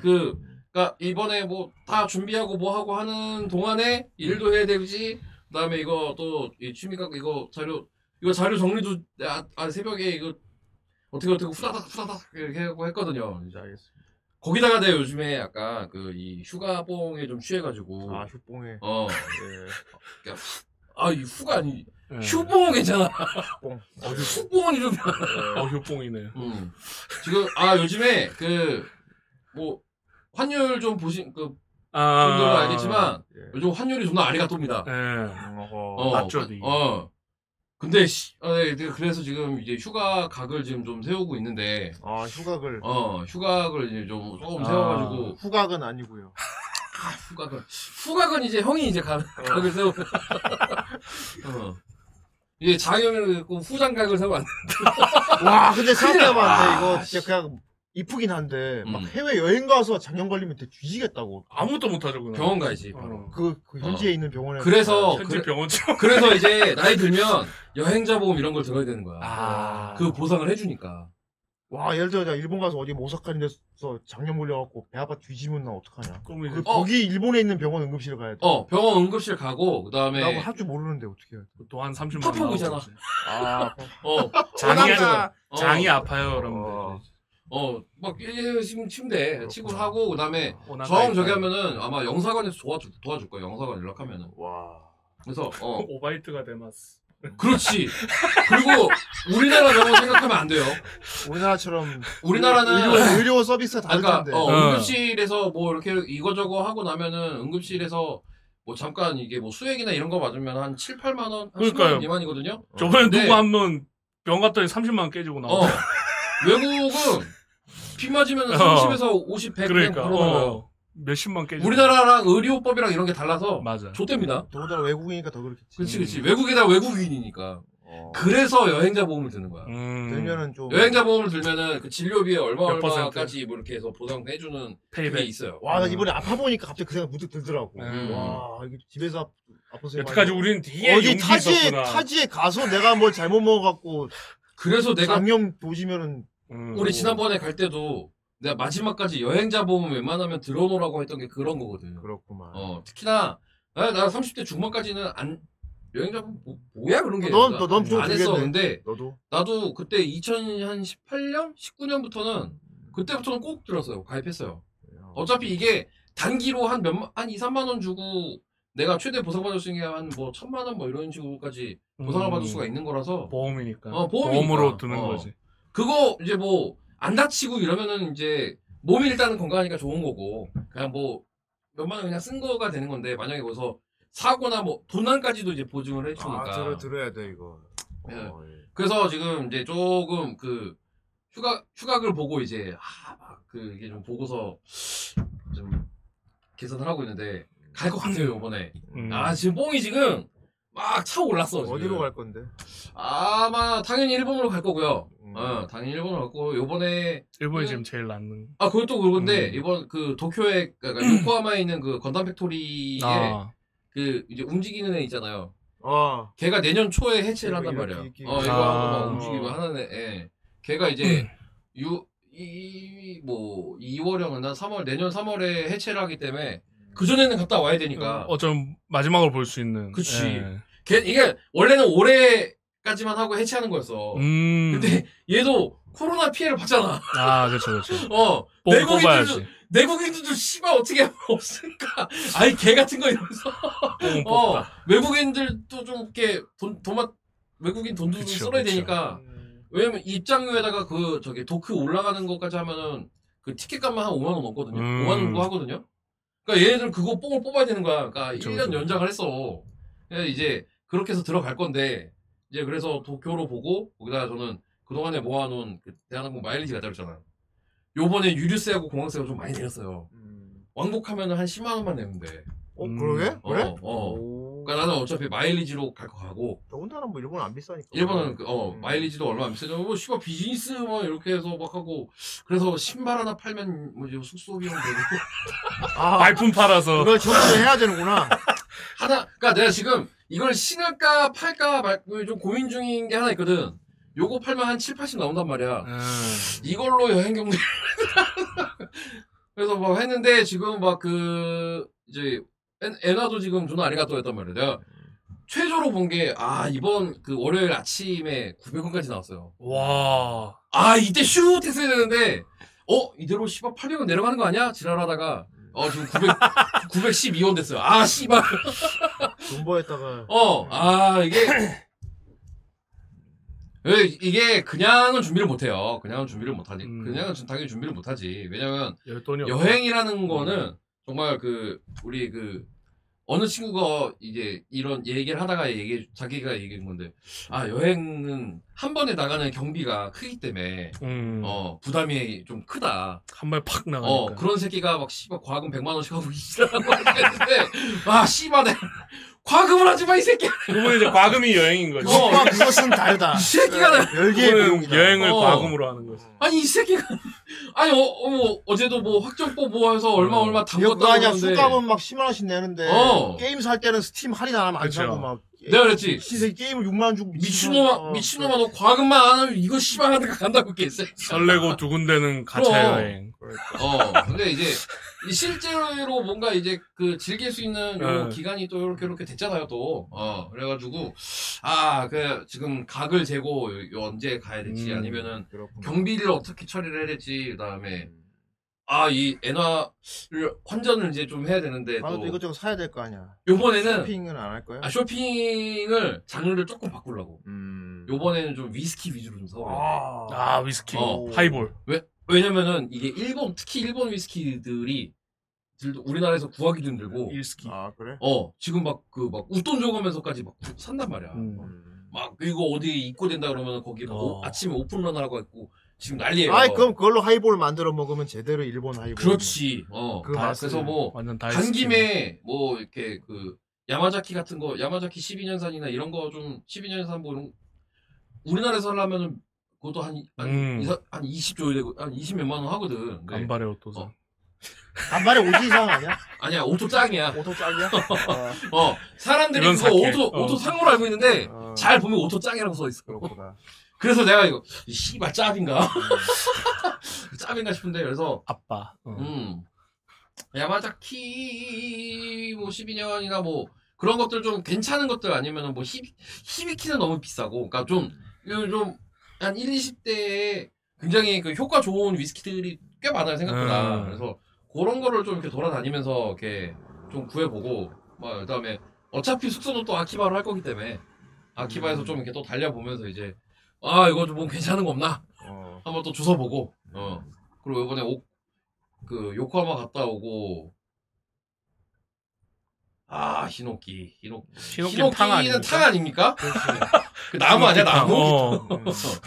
S7: 그러니까 이번에 뭐 다 준비하고 뭐 하고 하는 동안에 일도 해야 되지. 그다음에 이거 또이 취미각 이거 자료 이거 자료 정리도 아, 아, 새벽에 이거 어떻게 어떻게 후다닥 후다닥 이렇게 하고 했거든요. 이제 알겠습니다. 거기다가 내가 요즘에 약간 그 이 휴가뽕에 좀 취해가지고
S8: 아 휴뽕에
S7: 어.
S8: 예.
S7: 아, 이 후가 아니.
S9: 예.
S7: 휴봉은 괜찮아.
S8: 휴뽕
S7: 어디 휴봉은 좀.
S9: 어, 휴뽕이네요.
S7: 음. 지금, 아, 요즘에, 그, 뭐, 환율 좀 보신, 그,
S9: 아.
S7: 분들은 알겠지만,
S8: 예.
S7: 요즘 환율이 존나 아리가또입니다.
S9: 예.
S8: 어허.
S9: 낮죠, 되게.
S7: 어. 근데, 씨, 아, 예, 그- 그래서 지금 이제 휴가 각을 지금 좀 세우고 있는데,
S8: 아 휴각을
S7: 어, 휴각을 이제 좀 조금
S9: 아.
S7: 세워가지고,
S8: 후각은 아니고요
S7: 아, 후각은. 후각은 이제 형이 이제 각, 각을 세우 어. 이제 장염을 있고 후장각을 세우면 안
S8: 와 근데
S7: 아,
S8: 생각해봤는데 이거 진짜 그냥 이쁘긴 한데 막
S7: 음.
S8: 해외 여행 가서 장염 걸리면 되게 뒤지겠다고
S9: 아무것도 못하죠, 그날.
S7: 병원 가야지, 바로.
S9: 어.
S8: 그, 그 현지에 있는 병원에
S7: 그래서
S9: 현지
S7: 그래,
S9: 병원 좀.
S7: 그래서 이제 나이 들면 여행자 보험 이런 걸 들어야 되는 거야.
S9: 아.
S7: 그 보상을 해주니까.
S8: 와 예를 들어 내가 일본 가서 어디 뭐 오사카 이런 데서 장염 걸려갖고 배 아파 뒤지면 나 어떡하냐
S9: 그럼 이제
S8: 그 거기 일본에 있는 병원 응급실에 가야 돼
S7: 어 병원 응급실 가고
S8: 나뭐
S7: 그다음에
S8: 할 줄 모르는데 어떻게 해야 돼
S9: 또 한 30만 원.
S7: 파포구이잖아.
S9: 나오고.
S8: 아,
S7: 어
S9: 장이,
S8: 장이야.
S7: 어,
S9: 장이 아파요, 여러분.
S8: 어.
S7: 어막 지금 침대 치고 하고 그다음에
S9: 어, 오나가
S7: 저항
S9: 있다.
S7: 저기 하면은 아마 영사관에서 도와줄 도와줄 거야. 영사관 연락하면은.
S8: 와.
S7: 그래서 어
S9: 오바이트가 되마스.
S7: 그렇지. 그리고 우리나라 병원 생각하면 안 돼요.
S8: 우리나라처럼
S7: 우리나라는
S8: 의료, 의료 서비스가 다를
S7: 그러니까
S8: 텐데.
S7: 어,
S9: 어.
S7: 응급실에서 뭐 이렇게 이거저거 하고 나면은 응급실에서 뭐 잠깐 이게 뭐 수액이나 이런 거 맞으면 한 7, 8만 원, 한 10만
S9: 그러니까요.
S7: 원 미만이거든요.
S9: 저번에
S7: 어. 근데-
S9: 누구 한 번 병 갔더니 30만 원 깨지고
S7: 어.
S9: 나왔어.
S7: 외국은 피 맞으면
S9: 어.
S7: 30에서 50, 100
S9: 그러니까.
S7: 네, 그냥 걸어가요.
S9: 어. 몇십만 깨지고.
S7: 우리나라랑 의료법이랑 이런 게 달라서
S9: 맞아.
S7: 좆됩니다.
S8: 더군다나 외국이니까 더 그렇겠지.
S7: 그렇지, 그렇지. 외국에다 외국인이니까.
S8: 어.
S7: 그래서 여행자 보험을 드는 거야.
S9: 음.
S8: 들면은 좀.
S7: 여행자 보험을 들면은 그 진료비에 얼마
S9: 몇 퍼센트?
S7: 얼마까지 뭐 이렇게 해서 보상해주는 게
S9: 페이백.
S7: 있어요.
S8: 와, 나 이번에 아파 보니까 갑자기 그 생각 문득 들더라고.
S9: 음.
S8: 와, 이게 집에서 아- 아파서.
S9: 여태까지
S8: 많이-
S9: 우리는 뒤에
S8: 어디
S9: 용기
S8: 타지에
S9: 있었구나.
S8: 타지에 가서 내가 뭘 잘못 먹어갖고
S7: 그래서 내가
S8: 장염 도지면은
S9: 음.
S7: 우리 지난번에 갈 때도 내가 마지막까지 여행자 보험 웬만하면 들어놓으라고 했던 게 그런 거거든.
S8: 그렇구만.
S7: 어, 특히나 아, 나, 나 30대 중반까지는 안 여행자 보험 뭐, 뭐야 그런 게.
S8: 어, 넌- 넌
S7: 안 했어.
S8: 들겠네.
S7: 근데
S8: 너도
S7: 나도 그때 2018년, 19년부터는 그때부터는 꼭 들었어요. 가입했어요. 어차피 이게 단기로 한 몇만 한 2, 3만 원 주고 내가 최대 보상받을 수 있는 게 한 뭐 천만 원 뭐 이런 식으로까지 보상을
S9: 음.
S7: 받을 수가 있는 거라서
S9: 보험이니까.
S7: 어, 보험이니까.
S9: 보험으로 드는
S7: 어.
S9: 거지.
S7: 그거 이제 뭐 안 다치고 이러면은 이제 몸이 일단은 건강하니까 좋은 거고 그냥 뭐 몇만 원 그냥 쓴 거가 되는 건데 만약에 거기서 사고나 뭐 도난까지도 이제 보증을 해주니까
S8: 아, 들어야 돼 이거. 어,
S7: 예. 그래서 지금 이제 조금 그 휴가 휴각을 보고 이제 아막그 이게 좀 보고서 좀 계산을 하고 있는데 갈 것 같아요 이번에
S9: 음.
S7: 아 지금 뽕이 지금 막 차고 올랐어 지금.
S8: 어디로 갈 건데?
S7: 아마 당연히 일본으로 갈 거고요
S8: 음.
S7: 어 당연히 일본으로 갈 거고 요번에
S9: 일본이
S7: 그-
S9: 지금 제일 낫는.
S7: 아, 그것도 그런데
S9: 음.
S7: 이번 그 도쿄에 그러니까 요코하마에 있는 그 건담 팩토리에
S9: 아.
S7: 그 이제 움직이는 애 있잖아요.
S8: 아,
S7: 걔가 내년 초에 해체를
S8: 이거
S7: 한단
S8: 이렇게
S7: 말이야.
S8: 이렇게
S7: 어,
S8: 이렇게.
S7: 이거 하고 막
S9: 아. 음.
S7: 움직이고 하는 애. 예. 걔가 이제 유이뭐 2월형이나 3월 내년 3월에 해체를 하기 때문에 그 전에는 갔다 와야 되니까.
S9: 어쩜 마지막으로 볼 수 있는.
S7: 그러니까 그치.
S9: 예.
S7: 걔 이게 원래는 올해까지만 하고 해체하는 거였어.
S9: 음.
S7: 근데 얘도 코로나 피해를 봤잖아.
S9: 아, 그렇죠, 그렇죠.
S7: 어.
S9: 뽕
S7: 내국인들도
S9: 뽑아야지.
S7: 내국인들도 씨발 어떻게 하면 없을까? 아니 개 같은 거 이러면서
S9: 뽕
S7: 어,
S9: 뽑다.
S7: 외국인들도 좀 이렇게 돈 도마 외국인 돈도 좀
S9: 그쵸,
S7: 썰어야
S9: 그쵸.
S7: 되니까 왜냐면 입장료에다가 그 저기 도크 올라가는 것까지 하면은 그 티켓값만 한 5만 원 넘거든요.
S9: 음.
S7: 5만 원 정도 하거든요. 그러니까 얘네들은 그거 뽕을 뽑아야 되는 거야. 그러니까
S9: 그쵸,
S7: 1년
S9: 그쵸.
S7: 연장을 했어. 그래서 이제 그렇게 해서 들어갈 건데 이제 그래서 도쿄로 보고 거기다가 저는 그동안에 모아놓은 그 대한항공 마일리지가 들었잖아요. 요번에 유류세하고 공항세가 좀 많이 내렸어요.
S8: 음.
S7: 왕복하면 한 10만 원만 내면 돼.
S8: 어
S9: 음.
S8: 그러게? 그래?
S7: 어, 어.
S8: 오.
S7: 그러니까 나는 어차피 마일리지로 갈 거 가고
S8: 더군다나 뭐 일본 안 비싸니까.
S7: 일본은 그, 어
S8: 음.
S7: 마일리지도 얼마 안 비싸죠. 뭐 씨발 비즈니스 막 이렇게 해서 막 하고 그래서 신발 하나 팔면 뭐 이제 숙소 비용 되고
S8: 아
S9: 발품 팔아서
S8: 이걸 정리해야 되는구나.
S7: 하나, 그러니까 내가 지금 이걸 신을까 팔까 말고 좀 고민 중인 게 하나 있거든. 요거 팔면 한 7, 80 나온단 말이야. 이걸로 여행 경비. 그래서 막 했는데 지금 막 그 이제 애- 애나도 지금 누나 아리가또 했단 말이야. 내가 최저로 본 게 아 이번 그 월요일 아침에 900원까지 나왔어요.
S9: 와
S7: 아 이때 슛 했어야 되는데 어 이대로 씨발 800원 내려가는 거 아니야? 지랄하다가 어 지금 900 912원 됐어요. 아 씨발.
S8: 존버했다가
S7: 어, 아, 이게. 예, 이게 그냥은 준비를 못해요. 그냥은 준비를 못하니.
S9: 음.
S7: 그냥은 진- 당연히 준비를 못하지. 왜냐면
S9: 열돈이 없다.
S7: 여행이라는
S8: 음.
S7: 거는 정말 그 우리 그 어느 친구가 이제 이런 얘기를 하다가 얘기 자기가 얘기한 건데 아 여행은 한 번에 나가는 경비가 크기 때문에
S9: 음, 아,
S7: 어 부담이 좀 크다.
S9: 한 발 팍 나가니까
S7: 어, 그런 새끼가 막, 씨발, 과금 100만원씩 하고 있으라고 했는데, 아, 씨발, 내 과금을 하지 마, 이 새끼야.
S9: 그건 이제 과금이 여행인 거지
S7: 어,
S8: 그것과 그것은 다르다. 네.
S7: 이 새끼가.
S8: 별개의
S9: 그건
S8: 비용이다.
S9: 여행을
S7: 어.
S9: 과금으로 하는 거지
S7: 아니, 이 새끼가. 아니, 어, 어, 뭐, 어제도 뭐, 확정법 뭐 해서 얼마,
S9: 어.
S7: 얼마
S8: 이거
S7: 담궜다고.
S8: 아니야.
S7: 그러는데
S8: 수감은 막 10만 원씩 내는데
S7: 어.
S8: 게임 살 때는 스팀 할인 안 하면 안
S9: 그쵸.
S8: 사고 막
S7: 내가 그랬지.
S8: 시세 게임을 6만 원 주고 어.
S7: 미친놈아, 미친놈아, 너 과금만 안 하면 이거 씨발 하다가 간다고, 개새.
S9: 설레고 두근대는 가차
S7: 그럼.
S9: 여행
S7: 어, 근데 이제, 이 실제로 뭔가 이제 그 즐길 수 있는 요
S9: 네.
S7: 기간이 또 이렇게 이렇게 됐잖아요, 또. 어, 그래가지고, 아, 그, 지금 각을 재고 요- 요 언제 가야 될지
S9: 음.
S7: 아니면은
S8: 경비
S7: 경비를 어떻게 처리를 해야 될지, 그 다음에, 아, 이 엔화를 환전을 이제 좀 해야 되는데,
S8: 나도
S7: 또,
S8: 아, 이것저것 사야 될 거 아니야.
S7: 요번에는,
S8: 쇼핑은 안 할 거야.
S7: 아, 쇼핑을 장르를 조금 바꾸려고.
S8: 음.
S7: 요번에는 좀 위스키 위주로 좀 사오려고.
S9: 아 위스키
S7: 어.
S9: 하이볼
S7: 왜냐면은 이게 일본, 특히 일본 위스키들이 들도- 우리나라에서 구하기도 힘들고,
S9: 일스키
S8: 아 그래?
S7: 어, 지금 막 그 막 웃돈 줘가면서까지 막 구- 산단 말이야.
S8: 음.
S7: 막 이거 어디 입고된다 그러면 거기 막 오-
S9: 어.
S7: 아침에 오픈런 하라고 했고 지금 난리예요.
S8: 아이 그럼 그걸로 하이볼 만들어 먹으면 제대로 일본 하이볼.
S7: 어. 그렇지. 어.
S8: 그 맛을-
S7: 그래서 뭐
S9: 완전
S7: 간
S9: 다이스키 네.
S7: 김에 뭐 이렇게 그 야마자키 같은 거 야마자키 12년산이나 이런 거 좀 12년산 뭐 이런 우리나라에서 하려면은 그것도 한, 한,
S9: 음.
S7: 이사- 한 20조에 되고 한 20몇만 원 하거든. 근데
S9: 간발의 옷도사
S7: 어.
S8: 단발에 5지 이상 아니야?
S7: 아니야 5조 짱이야.
S8: 오토 짝이야? 어,
S7: 어 사람들이
S9: 이건
S7: 그거
S9: 사케.
S7: 5조
S9: 어.
S7: 5조 상으로 알고 있는데
S8: 어,
S7: 네. 잘 보면 5조 짱이라고 써 있어.
S8: 그렇구나.
S7: 그래서 내가 이거 이 씨발 짭인가 짭인가 싶은데 그래서
S9: 아빠 어.
S7: 음 야마자키 뭐 12년이나 뭐 그런 것들 좀 괜찮은 것들 아니면은 뭐 히비, 히비키는 너무 비싸고 그러니까 좀좀한 1, 20대에 굉장히 그 효과 좋은 위스키들이 꽤 많아요 생각보다
S9: 음.
S7: 그래서 그런 거를 좀 이렇게 돌아다니면서 이렇게 좀 구해보고 막 그다음에 어차피 숙소는 또 아키바로 할 거기 때문에 아키바에서 좀 이렇게 또 달려보면서 이제 아 이거 좀 뭐 괜찮은 거 없나
S8: 어.
S7: 한번 또 주워 보고 어 그리고 이번에 오, 그 요코하마 갔다 오고 아 히노키 히노
S9: 신호기 탕 아니야
S7: 히노키는 탕 아닙니까? 그 나무 아니야 나무?
S9: 어.
S7: 그래서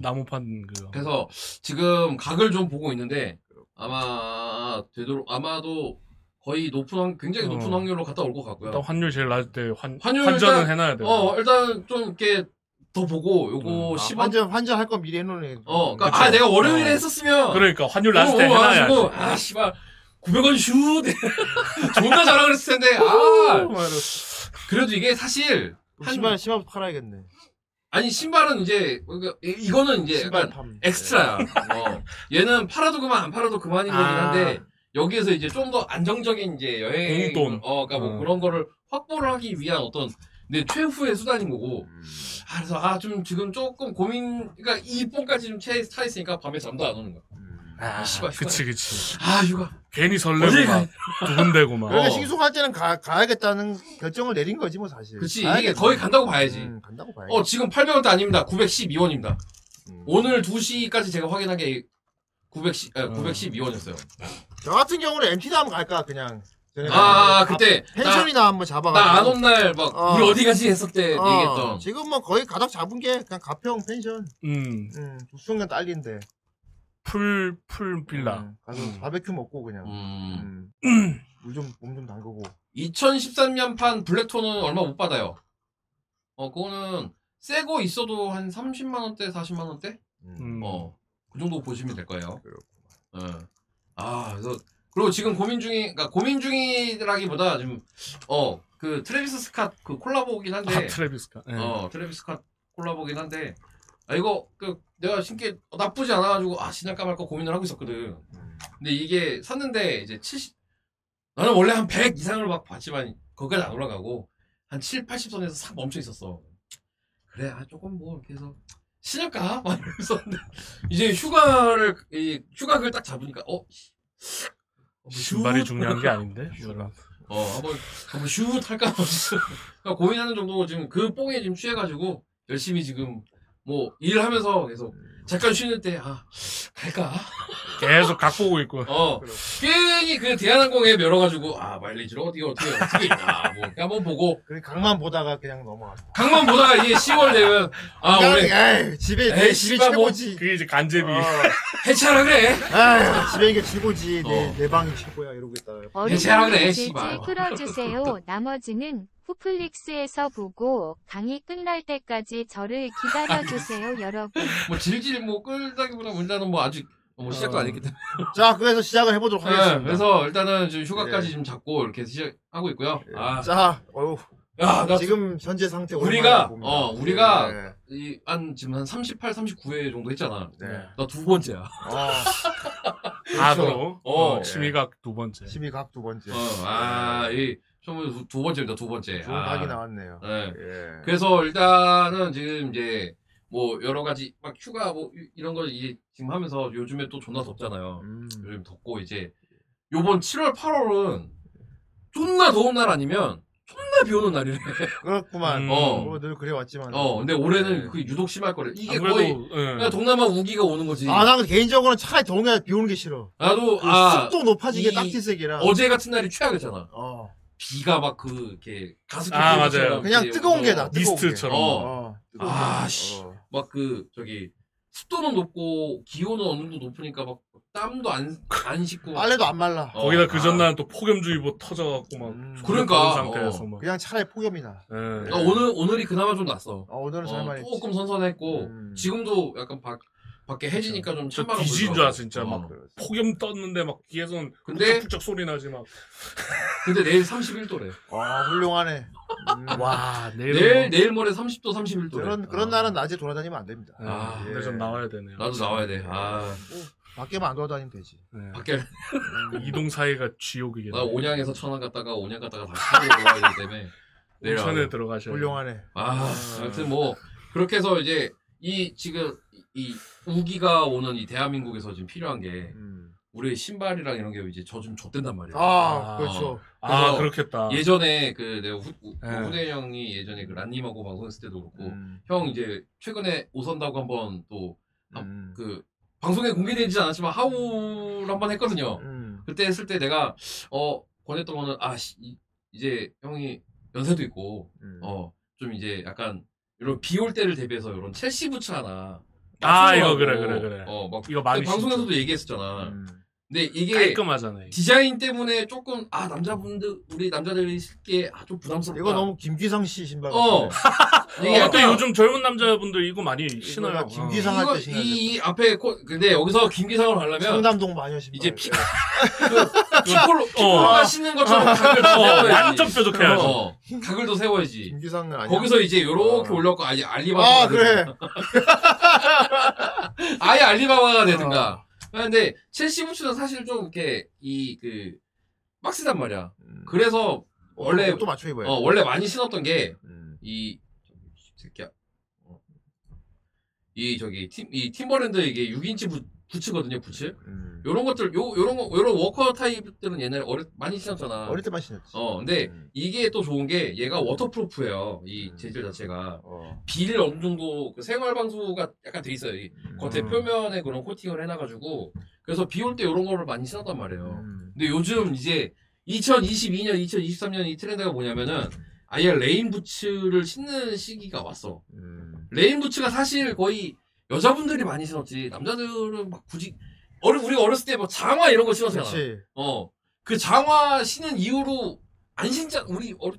S9: 나무판 그거
S7: 그래서 지금 각을 좀 보고 있는데 아마 되도록 아마도 거의 높은 확- 굉장히 높은
S9: 어.
S7: 확률로 갔다 올 것 같고요.
S9: 일단 환율 제일 낮을 때환
S7: 환율
S9: 환전은
S7: 일단-
S9: 해놔야 돼.
S7: 어 일단 좀 이렇게 더 보고 요거
S9: 음,
S8: 아,
S7: 10원
S8: 환전 환전 할거 미리 해놓네.
S7: 어 그러니까
S9: 그쵸.
S7: 아 내가 월요일에
S9: 어.
S7: 했었으면
S9: 그러니까 환율 낮을 때
S7: 오늘
S9: 해놔야
S7: 와가지고 아 씨발 900원 슛 존나 잘하고 그랬을 텐데
S8: 어,
S7: 아 그래도 이게 사실 한-
S8: 신발 신발 팔아야겠네.
S7: 아니 신발은 이제 그러니까 이- 이거는 이제
S8: 신발
S7: 약간
S8: 팜.
S7: 엑스트라야 어. 얘는 팔아도 그만 안 팔아도 그만인 거긴
S8: 아.
S7: 한데 여기에서 이제 좀 더 안정적인 이제 여행
S9: 공돈.
S7: 어 그러니까 뭐
S9: 어.
S7: 그런 거를 확보를 하기 위한 어떤 내 최후의 수단인 거고 아, 그래서 아 좀 지금 조금 고민 그러니까 이 뽕까지 좀 차 있으니까 밤에 잠도 안 오는 거야
S8: 음.
S9: 아,
S7: 씨발,
S9: 그치 그치.
S7: 아 휴가
S9: 괜히
S7: 어딜
S9: 설레고
S7: 가야
S9: 막 두근대고 막.
S8: 그러니까
S7: 어.
S8: 신속할 때는 가, 가야겠다는 결정을 내린 거지 뭐 사실.
S7: 그치 이게
S8: 가야겠네.
S7: 거의 간다고 봐야지
S8: 음, 간다고 봐야지.
S7: 어, 지금 800원대 아닙니다. 912원입니다.
S8: 음.
S7: 오늘 2시까지 제가 아, 확인한 게 910, 912원이었어요.
S8: 저 같은 경우는 MT 다음 갈까 그냥. 전에
S7: 아,
S8: 가면.
S7: 그때
S8: 펜션이나 한번 잡아가지고.
S7: 나 안 온 날 막,
S8: 어.
S7: 우리 어디 가지 했을 때
S8: 어,
S7: 얘기했던.
S8: 지금 뭐 거의 가닥 잡은 게 그냥 가평 펜션.
S9: 음.
S8: 음, 수영장 딸린데.
S9: 풀 풀 빌라.
S8: 음, 가서
S9: 음.
S8: 바베큐 먹고 그냥.
S7: 음,
S8: 음. 물좀몸 좀 담그고
S7: 2013년판 블랙톤은 얼마 못 받아요. 어, 그거는 새거 있어도 한 30만 원대, 40만 원대?
S8: 음.
S7: 어, 그 정도 보시면 될 거예요. 예. 아, 그래서 그리고 지금 고민 중이, 그러니까 고민 중이라기보다 지금 어, 그 트래비스 스캇 그 콜라보긴 한데,
S9: 아, 트래비스카. 예.
S7: 어, 트래비스 스캇 콜라보긴 한데, 아 이거 그 내가 신게 나쁘지 않아가지고 아 신을까 말까 고민을 하고 있었거든. 근데 이게 샀는데 이제 70 나는 원래 한 100 이상을 막 봤지만 거기까지 안 올라가고 한 7, 80선에서 싹 멈춰 있었어. 그래 아 조금 뭐 이렇게 해서 신을까 막 이러면서 이제 휴가를 이 휴가를 딱 잡으니까 어 씨. 어,
S9: 신발이
S7: 슛.
S9: 중요한 게 아닌데. 이거는.
S7: 어 한번 한번 슛 할까 하면서 그러니까 고민하는 정도고 지금 그 뽕에 지금 취해가지고 열심히 지금 뭐 일하면서 계속 잠깐 쉬는 때 아 갈까
S9: 계속 각보고 있고.
S7: 어 괜히 그 대한항공에 열어가지고 아 마일리지로 어디 어떻게 어떻게 있나 뭐 이렇게 한번 보고
S8: 그래 강만 보다가 그냥 넘어가.
S7: 강만 보다가 이게 10월 되면 아
S8: 그냥,
S7: 올해
S8: 에이, 집에 내
S7: 에이,
S8: 집이
S7: 씨발, 뭐.
S8: 최고지.
S9: 그게 이제 간제비.
S7: 아,
S8: 어,
S7: 해체하라 그래
S8: 에이, 집에 이게 최고지. 내
S7: 어.
S8: 내 방이 최고야 이러고 있다가.
S7: 괜찮아, 그래,
S10: 어린이 질질
S7: 씨발.
S10: 끌어주세요. 나머지는 후플릭스에서 보고 강의 끝날 때까지 저를 기다려주세요, 여러분.
S7: 뭐 질질 뭐 끌다기보다 문제는 뭐 아직 뭐 시작도 안 했기 때문에
S8: 자 그래서 시작을 해보도록 하겠습니다.
S7: 네, 그래서 일단은 지금 휴가까지
S8: 어, 예.
S7: 지금 잡고 이렇게 시작하고 있고요
S8: 자, 어우,
S7: 아. 아야나 지금
S8: 지금 현재 상태
S7: 우리가,
S8: 오랜만에 봅니다.
S7: 어, 우리가-
S8: 네,
S7: 이한 지금 한 38, 39회 정도 했잖아
S8: 네.
S7: 나 두 번째야
S8: 어,
S9: 바로.
S7: 어.
S9: 어, 취미각 두 번째.
S8: 심의각 두 번째.
S7: 어아이 처음에 두, 두 번째입니다 두 번째
S8: 네. 좋은
S7: 아.
S8: 각이 나왔네요.
S7: 네.
S8: 예.
S7: 그래서 일단은 지금 이제 뭐 여러 가지 막 휴가 뭐 이- 이런 걸 이제 지금 하면서 요즘에 또 존나 덥잖아요.
S8: 음.
S7: 요즘 덥고 이제 요번 7월 8월은 존나 더운 날 아니면 존나 비 오는 날이래.
S8: 그렇구만.
S9: 음.
S8: 어. 뭐늘 그래왔지만.
S7: 어 근데 올해는
S8: 네.
S7: 그 유독 심할 거래. 이게
S9: 아무래도
S7: 거의
S9: 예.
S7: 그냥 동남아 우기가 오는 거지.
S8: 아, 난 개인적으로는 차라리 더운 게 비오는 게 싫어.
S7: 나도
S8: 그
S7: 아
S8: 습도 높아지게
S7: 이-
S8: 딱지색이라.
S7: 어제 같은 날이 최악이잖아.
S8: 어.
S7: 비가 막 그 이렇게 가습기
S9: 아,
S7: 부는
S9: 맞아요.
S7: 것처럼
S8: 그냥
S7: 이렇게
S8: 뜨거운 게
S7: 오고.
S8: 나. 뜨거운 게.
S9: 미스트처럼.
S7: 어.
S8: 어, 뜨거운 게.
S7: 아, 씨.
S8: 어.
S7: 막 그 저기 습도는 높고 기온은 어느 정도 높으니까 막 땀도 안 안 씻고
S8: 빨래도 안 말라.
S7: 어,
S9: 거기다 그
S7: 아.
S9: 전날 또 폭염주의보 뭐 터져갖고 막.
S8: 음.
S7: 그러니까,
S9: 그런 상태에서
S7: 어.
S9: 막.
S8: 그냥 차라리 폭염이다.
S9: 예.
S7: 아, 오늘 오늘이 그나마 좀 낫어.
S8: 어, 오늘은
S7: 어,
S8: 살만했지.
S7: 조금 선선했고
S8: 음. 그렇죠.
S7: 지금도 약간 밖 밖에 해지니까 좀
S9: 저
S7: 찬바람
S9: 귀신
S7: 불더라고.
S9: 줄 알았어, 진짜 막.
S8: 그렇지.
S9: 폭염 떴는데 막 귀에선
S7: 근데-
S9: 푹쩍 소리 나지 막.
S7: 근데 내일 31도래.
S8: 와, 어, 훌륭하네. 음.
S9: 와
S7: 내일 내일 모레 30도 31도래.
S8: 뭐. 그런, 그런 날은 낮에 돌아다니면 안 됩니다.
S9: 아,
S7: 아,
S9: 근데
S8: 예.
S9: 전 나와야 되네요.
S7: 나도 나와야 돼. 아
S8: 밖에만 안 돌아다니면 되지.
S9: 예.
S7: 밖에
S9: 그 이동 사이가 지옥이겠네.
S7: 아, 나 아, 온양에서 천안 갔다가 온양 갔다가 다시 서울로 와야 되기 때문에 내일
S9: 온천에
S7: 와요.
S9: 들어가셔야
S8: 훌륭하네.
S7: 아, 아무튼 뭐 그렇게 해서 이제 이 지금 이 우기가 오는 이 대한민국에서 지금 필요한 게
S8: 음.
S7: 우리 신발이랑 이런 게 이제 저좀 좆된단 말이야.
S8: 아,
S9: 아.
S8: 그렇죠.
S9: 아
S7: 그래서
S9: 그렇겠다.
S7: 예전에 그 내가 후, 후,
S9: 예.
S7: 후대 형이 예전에 그 란님하고 방송했을 때도 그렇고
S8: 음.
S7: 형 이제 최근에 오선다고 한번
S8: 음.
S7: 또 그 방송에 공개되지 않았지만 하울 한번 했거든요.
S8: 음.
S7: 그때 했을 때 내가 어 권했던 거는 아 씨, 이- 이제 형이 연세도 있고
S8: 음.
S9: 네.
S7: 어 좀 이제 약간 이런 비 올 때를 대비해서 이런 첼시 부츠 하나
S9: 아, 이거
S7: 맞추려고,
S9: 그래, 그래, 그래.
S7: 어막
S9: 이거 많이
S7: 그때 방송에서도
S9: 신죠.
S7: 얘기했었잖아.
S8: 음.
S7: 근데 이게
S9: 깔끔하잖아요. 이게.
S7: 디자인 때문에 조금 아 남자분들 우리 남자들이 신기에 아좀 부담스럽다.
S8: 이거 너무 김기상 씨 신발
S7: 어.
S8: 같은데.
S7: 이게
S9: 어, 또
S7: 약간
S9: 요즘 젊은 남자분들 이거 많이 신어요.
S8: 나 김기상
S7: 이거
S8: 할때 신어야
S7: 이, 이 앞에 코, 근데 여기서 김기상을 하려면
S8: 청담동 마녀 신발.
S9: 어,
S7: 이제 피-
S8: 예.
S7: 피콜로 피콜로가 신는 것처럼 각을
S9: 어,
S7: 더 세워야지.
S9: 완전 뾰족해야지.
S7: 어, 각을 더 세워야지.
S8: 김기상은 아니야.
S7: 거기서 이제 요렇게
S8: 어.
S7: 올려갖고 아예 알리바바
S8: 아 그래.
S7: 아예 알리바바가 되든가 아, 근데 첼시 부츠는 사실 좀 이렇게 이 그 빡세단 말이야 음. 그래서 원래
S8: 또 맞춰 음. 입어야 돼.
S7: 어, 원래 많이 신었던
S8: 음.
S7: 게 이 새끼야 어. 이 저기 팀 이 팀버랜드 이게 6인치 부, 부츠거든요 부츠
S8: 음.
S7: 요런 것들 요 요런 거 요런 워커 타입들은 옛날에 어렸 많이 신었잖아
S8: 어릴 때만 신었지.
S7: 어 근데
S8: 음.
S7: 이게 또 좋은 게 얘가 워터프루프예요 이
S8: 음.
S7: 재질 자체가
S8: 어.
S7: 비를 어느 정도 그 생활 방수가 약간 돼 있어요. 이 겉에
S9: 음.
S7: 표면에 그런 코팅을 해놔가지고 그래서 비 올 때 이런 거를 많이 신었단 말이에요.
S8: 음.
S7: 근데 요즘 이제 2022년, 2023년 이 트렌드가 뭐냐면은 아예 레인 부츠를 신는 시기가 왔어.
S8: 음.
S7: 레인 부츠가 사실 거의 여자분들이 많이 신었지 남자들은 막 굳이 어리 우리가 어렸을 때 뭐 장화 이런 거 신었잖아.
S8: 그렇지.
S7: 어 그 장화 신은 이후로 안 신자 우리 어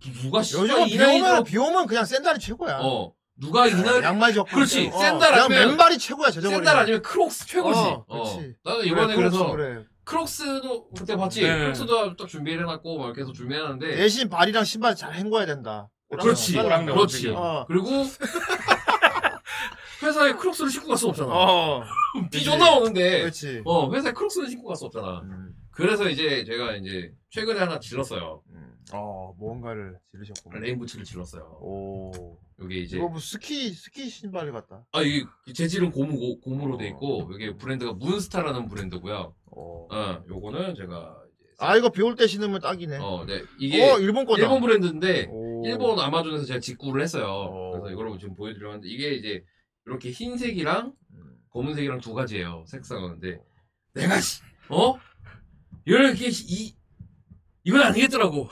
S7: 누가 씨발
S8: 요즘 뭐
S7: 이
S8: 비
S7: 나이
S8: 오면 아,
S7: 들어
S8: 비 오면 그냥 샌달이 최고야.
S7: 어 누가 이 나이
S8: 양말 접고
S7: 그렇지.
S8: 어,
S7: 샌들
S8: 그냥
S7: 아니면-
S8: 맨발이 최고야 저저번에.
S7: 샌들 아니면 크록스 최고지.
S8: 어,
S7: 어,
S8: 그렇지.
S7: 나는 이번에
S8: 그래,
S7: 그래,
S8: 그렇지,
S7: 서
S8: 그래.
S7: 크록스도 그때 봤지.
S9: 네.
S7: 크록스도 딱 준비를 해놨고 막 이렇게 해서 준비해놨는데
S8: 대신 발이랑 신발 잘 헹궈야 된다.
S7: 네. 그렇지.
S9: 오랑나
S7: 그렇지.
S9: 어떻게.
S8: 어.
S7: 그리고 회사에 크록스를 신고 갈 수 없잖아.
S8: 어.
S7: 비전 나오는데.
S8: 그렇지.
S7: 어 회사에 크록스를 신고 갈 수 없잖아.
S8: 음,
S7: 그래서 이제 제가 이제 최근에 하나 질렀어요.
S8: 음. 어 뭔가를 지르셨고.
S7: 레인부츠를 질렀어요.
S8: 오.
S7: 이게 이제
S8: 이거 뭐 스키 스키 신발 같다.
S7: 아 이게 재질은 고무 고무로 돼 있고 이게 브랜드가 문스타라는 브랜드고요.
S8: 어.
S7: 어 요거는 제가 이제
S8: 아 이거 비 올 때 신으면 딱이네. 어,
S7: 어, 네. 이게
S8: 일본 거다.
S7: 일본 브랜드인데
S8: 오.
S7: 일본 아마존에서 제가 직구를 했어요.
S8: 음. 어.
S7: 그래서 이걸 지금 보여드리려 하는데 이게 이제 이렇게 흰색이랑
S8: 음. 어.
S7: 검은색이랑 두 가지예요. 색상은 근데 내가 씨, 어? 이렇게 이 이건 아니겠더라고.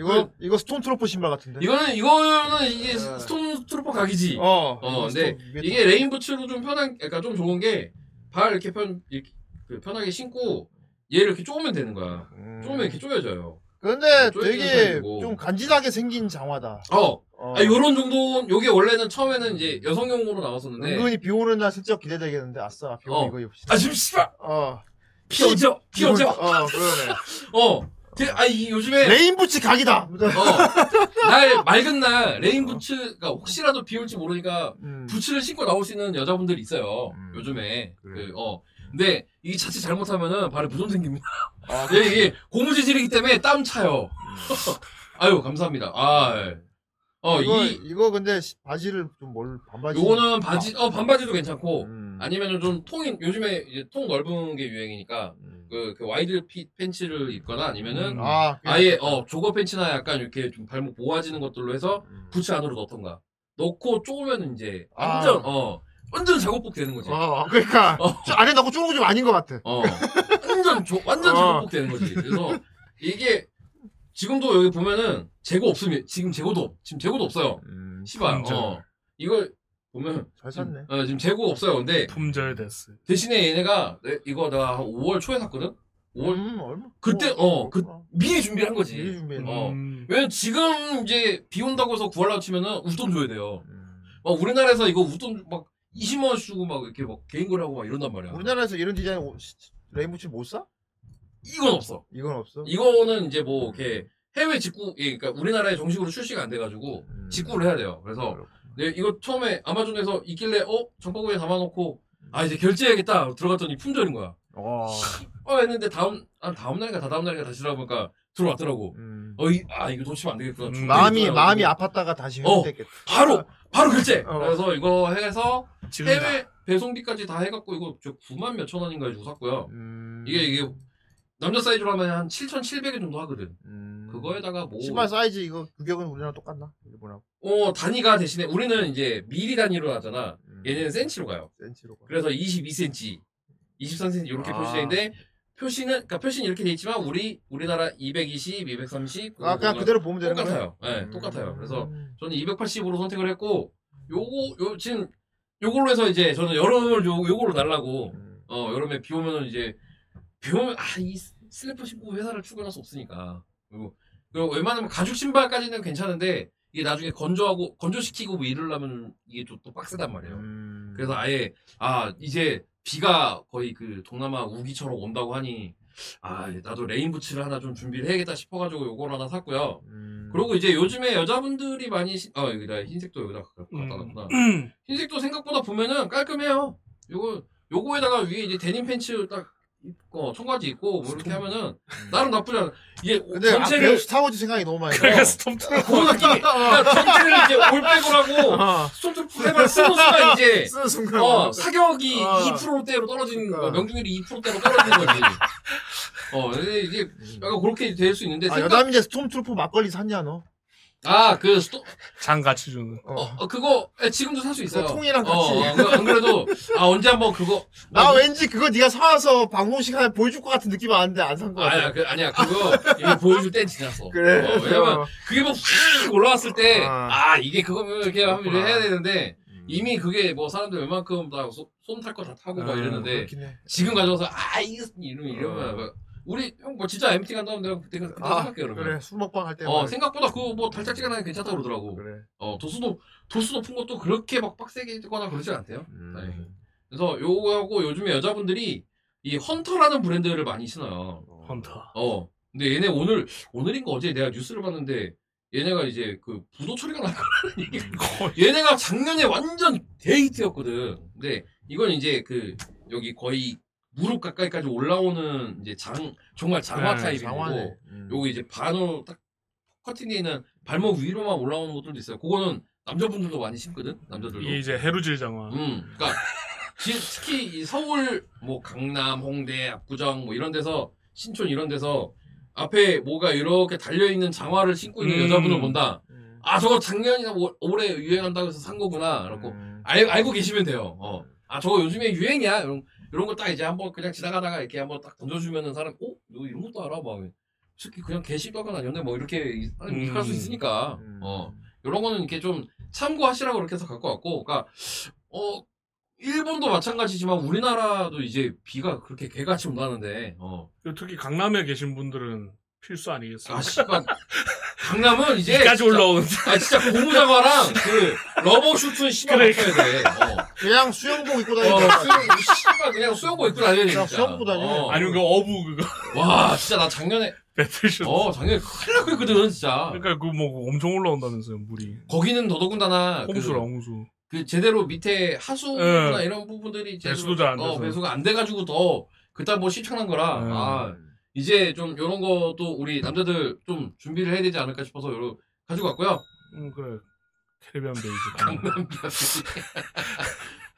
S8: 이거 이거 스톤 트로프 신발 같은데.
S7: 이거는 이거는 이게
S8: 네.
S7: 스톤 트루퍼 각이지.
S8: 어.
S7: 어,
S8: 이거
S7: 근데
S8: 스톤 위에
S7: 이게 레인부츠로 좀 편한, 그러니까 좀 좋은 게 발 이렇게 편 이렇게 그 편하게 신고 얘를 이렇게 쪼면 되는 거야.
S8: 음.
S7: 쪼면 이렇게 쪼여져요.
S8: 근데
S7: 쪼이는
S8: 되게
S7: 스타일이고.
S8: 좀 간지나게 생긴 장화다.
S7: 어,
S8: 어.
S7: 아, 요런 정도, 요게 원래는 처음에는 이제 여성용으로 나왔었는데.
S8: 은근히 비 오는 날 슬쩍 기대되겠는데 아싸 비 오면
S7: 네. 어.
S8: 이거 입시다.
S7: 아, 지금 씨발!
S8: 어.
S7: 피어져! 피어져!
S8: 어 그러네.
S7: 어! 되- 아, 이 요즘에.
S8: 레인부츠 각이다.
S7: 어. 날, 맑은 날, 레인부츠, 가 혹시라도 비 올지 모르니까
S8: 음.
S7: 부츠를 신고 나올 수 있는 여자분들이 있어요.
S8: 음.
S7: 요즘에.
S8: 그래.
S7: 그, 어. 근데 이게 자칫 잘못하면은 발에 부종 생깁니다.
S8: 아, 음.
S7: 예, 이게 고무 재질이기 때문에 땀 차요. 아유, 감사합니다. 아, 예. 어,
S8: 이거
S7: 이,
S8: 이거 근데 시- 바지를 좀 뭘 반바지.
S7: 요거는 바지, 어, 반바지도 괜찮고,
S8: 음.
S7: 아니면 좀 통인, 요즘에 이제 통 넓은 게 유행이니까,
S8: 음.
S7: 그, 그 와이드 핏 팬츠를 입거나 아니면은,
S9: 음.
S8: 아 그냥-
S7: 아예, 어, 조거 팬츠나 약간 이렇게 좀 발목 모아지는 것들로 해서
S8: 음.
S7: 부츠 안으로 넣던가. 넣고 쪼으면 이제,
S8: 아.
S7: 완전, 어, 완전 작업복 되는 거지.
S8: 어 그러니까
S7: 어.
S8: 저 안에 넣고 쪼는 거좀 아닌 것 같아.
S7: 어. 완전 조, 완전
S8: 어.
S7: 제곱복 되는 거지. 그래서 이게 지금도 여기 보면은 재고 없으면 지금 재고도 없- 지금 재고도 없어요. 시발. 어. 이걸 보면
S8: 음, 잘
S7: 지금,
S8: 샀네.
S7: 어, 지금 재고 없어요. 근데
S9: 품절됐어요.
S7: 대신에 얘네가 내- 이거 나 한 5월 초에 샀거든. 5월
S8: 음, 얼마?
S7: 그때
S8: 어,
S7: 어 그
S8: 그렇구나.
S7: 미리 준비한 거지.
S8: 미리 음, 준비해.
S7: 어.
S9: 음.
S7: 왜 지금 이제 비 온다고 해서 구하려고 치면은 웃돈 줘야 돼요.
S8: 음.
S7: 막 우리나라에서 이거 웃돈 막 20만 원 주고 막 이렇게 막 개인 거라고 막 이런단 말이야.
S8: 우리나라에서 이런 디자인 옷- 레인부츠 못 사?
S7: 이건 없어.
S8: 이건 없어.
S7: 이거는 이제 뭐 이렇게 해외 직구, 예, 그러니까 우리나라에 정식으로 출시가 안 돼가지고
S8: 음.
S7: 직구를 해야 돼요. 그래서 네, 이거 처음에 아마존에서 있길래 어 장바구니에 담아놓고 아 이제 결제해야겠다 들어갔더니 품절인 거야.
S8: 어.
S7: 어 했는데 다음 아, 다음 날인가 다다음 날인가 다시 들어보니까 들어왔더라고.
S8: 음.
S7: 어아 이거 놓치면 안 되겠구나.
S9: 음.
S7: 중국에
S8: 마음이
S7: 있구나.
S8: 마음이 아팠다가 다시
S7: 어.
S8: 회복됐겠다.
S7: 바로 바로 결제.
S8: 어.
S7: 그래서 이거 해서
S9: 지른다.
S8: 네.
S7: 해외 네, 배송비까지 다 해갖고 이거 저 9만 몇천 원인가 해주고 샀고요.
S8: 음.
S7: 이게 이게 남자 사이즈로 하면 한 7,700원 정도 하거든.
S8: 음.
S7: 그거에다가 뭐
S8: 신발 사이즈 이거 규격은 우리나라 똑같나? 일본하고.
S7: 어, 단위가 대신에 우리는 이제 미리 단위로 하잖아. 얘네는 센치로 가요.
S8: 음. 센치로. 가.
S7: 그래서 22cm, 23cm 이렇게
S8: 아.
S7: 표시되는데 표시는 그러니까 표시는 이렇게 돼 있지만 우리 우리나라 220, 230
S8: 아 그냥 그대로 보면 되는 거야.
S7: 똑같아요. 예,
S8: 음.
S7: 똑같아요. 그래서 저는 280으로 선택을 했고 요거 요 지금 요걸로 해서 이제 저는 여름을 요, 요걸로 날라고
S8: 음.
S7: 어, 여름에 비 오면은 이제 비 오면 아, 이 슬리퍼 신고 회사를 출근할 수 없으니까. 그리고, 그리고 웬만하면 가죽 신발까지는 괜찮은데 이게 나중에 건조하고 건조시키고 뭐 이러려면 이게 좀 또 빡세단 말이에요.
S8: 음.
S7: 그래서 아예 아, 이제 비가 거의 그 동남아 우기처럼 온다고 하니 아, 나도 레인부츠를 하나 좀 준비를 해야겠다 싶어 가지고 요걸 하나 샀고요.
S8: 음.
S7: 그리고 이제 요즘에 여자분들이 많이 신- 아, 여기다 흰색도 여기다 갖다
S9: 음.
S7: 놨구나.
S9: 음.
S7: 흰색도 생각보다 보면은 깔끔해요. 요거 요거에다가 위에 이제 데님 팬츠 딱 입고 청바지 입고 뭐 이렇게 하면은
S8: 음.
S7: 나름 나쁘지 않아. 이게
S8: 근데 아, 배우
S7: 전체를
S8: 스타워즈 생각이 너무 많이 나.
S9: 그러니까 스톰트럭
S7: 고운 느낌이 그러니까 전체를 이제 올백으로 하고
S8: 어.
S7: 스톰트루프 해발 쓰는 순간 이제
S8: 쓰는 순간.
S7: 어 사격이
S8: 어.
S7: 2%대로 떨어지는 거
S8: 그러니까.
S7: 명중률이 2%대로 떨어지는 거지. 어 근데 이게 약간 그렇게 될 수 있는데
S8: 음. 아,
S7: 생각
S8: 여담 이제 스톰트루프 막걸리 샀냐 너?
S7: 아그 스토
S9: 장 같이 주는.
S8: 어.
S7: 어, 그거 에, 지금도 살 수 있어요.
S8: 그거 통이랑 같이.
S7: 어, 어, 그거 안 그래도 아 언제 한번 그거
S8: 나 왠지 그거 네가 사와서 방송 시간에 보여줄 것 같은 느낌 아는데 안 산 거 같아.
S7: 아니야, 그, 아니야, 그거, 이거 보여줄 땐 지났어.
S8: 그래.
S7: 어, 왜냐면, 그게 막, 확 올라왔을 때,
S8: 아.
S7: 아, 이게 그거, 이렇게 하면 이렇게 해야 되는데,
S8: 음.
S7: 이미 그게 뭐, 사람들 웬만큼 다, 손탈 거 다 타고 막
S8: 아,
S7: 이러는데,
S8: 그렇긴 해.
S7: 지금 가져와서, 아, 이거, 이러면, 이러면, 막 우리 형 뭐 진짜 MT 간다면 내가 그때 그때
S8: 아,
S7: 생각해 그러면.
S8: 그래 술 먹방 할 때.
S7: 어 생각보다 그거 뭐 달짝지근한 게 괜찮다 그러더라고.
S8: 그래.
S7: 어 도수도 도수 높은 것도 그렇게 막 빡세게거나 그러지 않대요.
S8: 음.
S7: 다행히. 그래서 요거하고 요즘에 여자분들이 이 헌터라는 브랜드를 많이 신어요.
S9: 헌터.
S7: 어. 근데 얘네 오늘 오늘인가 어제 내가 뉴스를 봤는데 얘네가 이제 그 부도 처리가 날 거라는 얘기가 얘네가 작년에 완전 데이트였거든. 근데 이건 이제 그 여기 거의 무릎 가까이까지 올라오는 이제 장 정말 장화
S9: 네,
S7: 타입이고
S8: 장화네. 음.
S7: 요거 이제 반으로 딱 커팅돼 있는 발목 위로만 올라오는 것들도 있어요. 그거는 남자분들도 많이 신거든. 남자들도.
S9: 이 이제 해루질 장화.
S7: 음. 그러니까 지- 특히 이 서울 뭐 강남, 홍대, 압구정 뭐 이런 데서 신촌 이런 데서 앞에 뭐가 이렇게 달려 있는 장화를 신고 있는
S9: 음.
S7: 여자분을 본다.
S8: 음.
S7: 아 저거 작년이나 올- 올해 유행한다고 해서 산 거구나. 그렇고
S8: 음.
S7: 알, 알고 계시면 돼요. 어. 아, 저거 요즘에 유행이야. 이런, 이런 거 딱 이제 한번 그냥 지나가다가 이렇게 한번 딱 던져주면은 사람, 어? 너 이런 것도 알아? 막. 특히 그냥 개시도가 나였네. 뭐 이렇게
S9: 음.
S7: 할 수 있으니까.
S8: 음.
S7: 어. 이런 거는 이렇게 좀 참고하시라고 그렇게 해서 갖고 왔고. 그러니까, 어, 일본도 마찬가지지만 우리나라도 이제 비가 그렇게 개같이 온다는데, 어.
S9: 그리고 특히 강남에 계신 분들은 필수 아니겠습니까?
S7: 아, 씨발. 강남은 이제.
S9: 까지
S7: 진짜-
S9: 올라오는
S7: 아, 진짜 고무장화랑 그 러버 슈트는 씨발
S9: 그러니까.
S7: 맞춰야 돼. 어.
S8: 그냥 수영복 입고 다니는
S7: 어,
S8: 거야.
S7: 수영, 씨발 그냥 수영복 입고 다녀야
S8: 그러니까
S7: 돼.
S8: 그냥
S7: 진짜.
S8: 수영복 다녀.
S7: 어.
S9: 아니면 그 어부 그거
S7: 와, 진짜 나 작년에,
S9: 배틀슛.
S7: 어, 작년에 큰일 날 뻔했거든, 진짜.
S9: 그러니까 그 뭐 엄청 올라온다면서요 물이.
S7: 거기는 더더군다나,
S9: 홍수라
S7: 그,
S9: 홍수.
S7: 그 제대로 밑에 하수나
S9: 예.
S7: 이런 부분들이 제대로-
S9: 배수도 잘안
S7: 어,
S9: 돼서.
S7: 배수가 안 돼가지고 더, 그딴 뭐 시청한 거라,
S9: 예.
S7: 아, 이제 좀 요런 것도 우리 남자들 좀 준비를 해야 되지 않을까 싶어서 요런, 가지고 왔고요. 어,
S9: 음 그래. 캐리비안 베이지.
S7: 강남 비아비.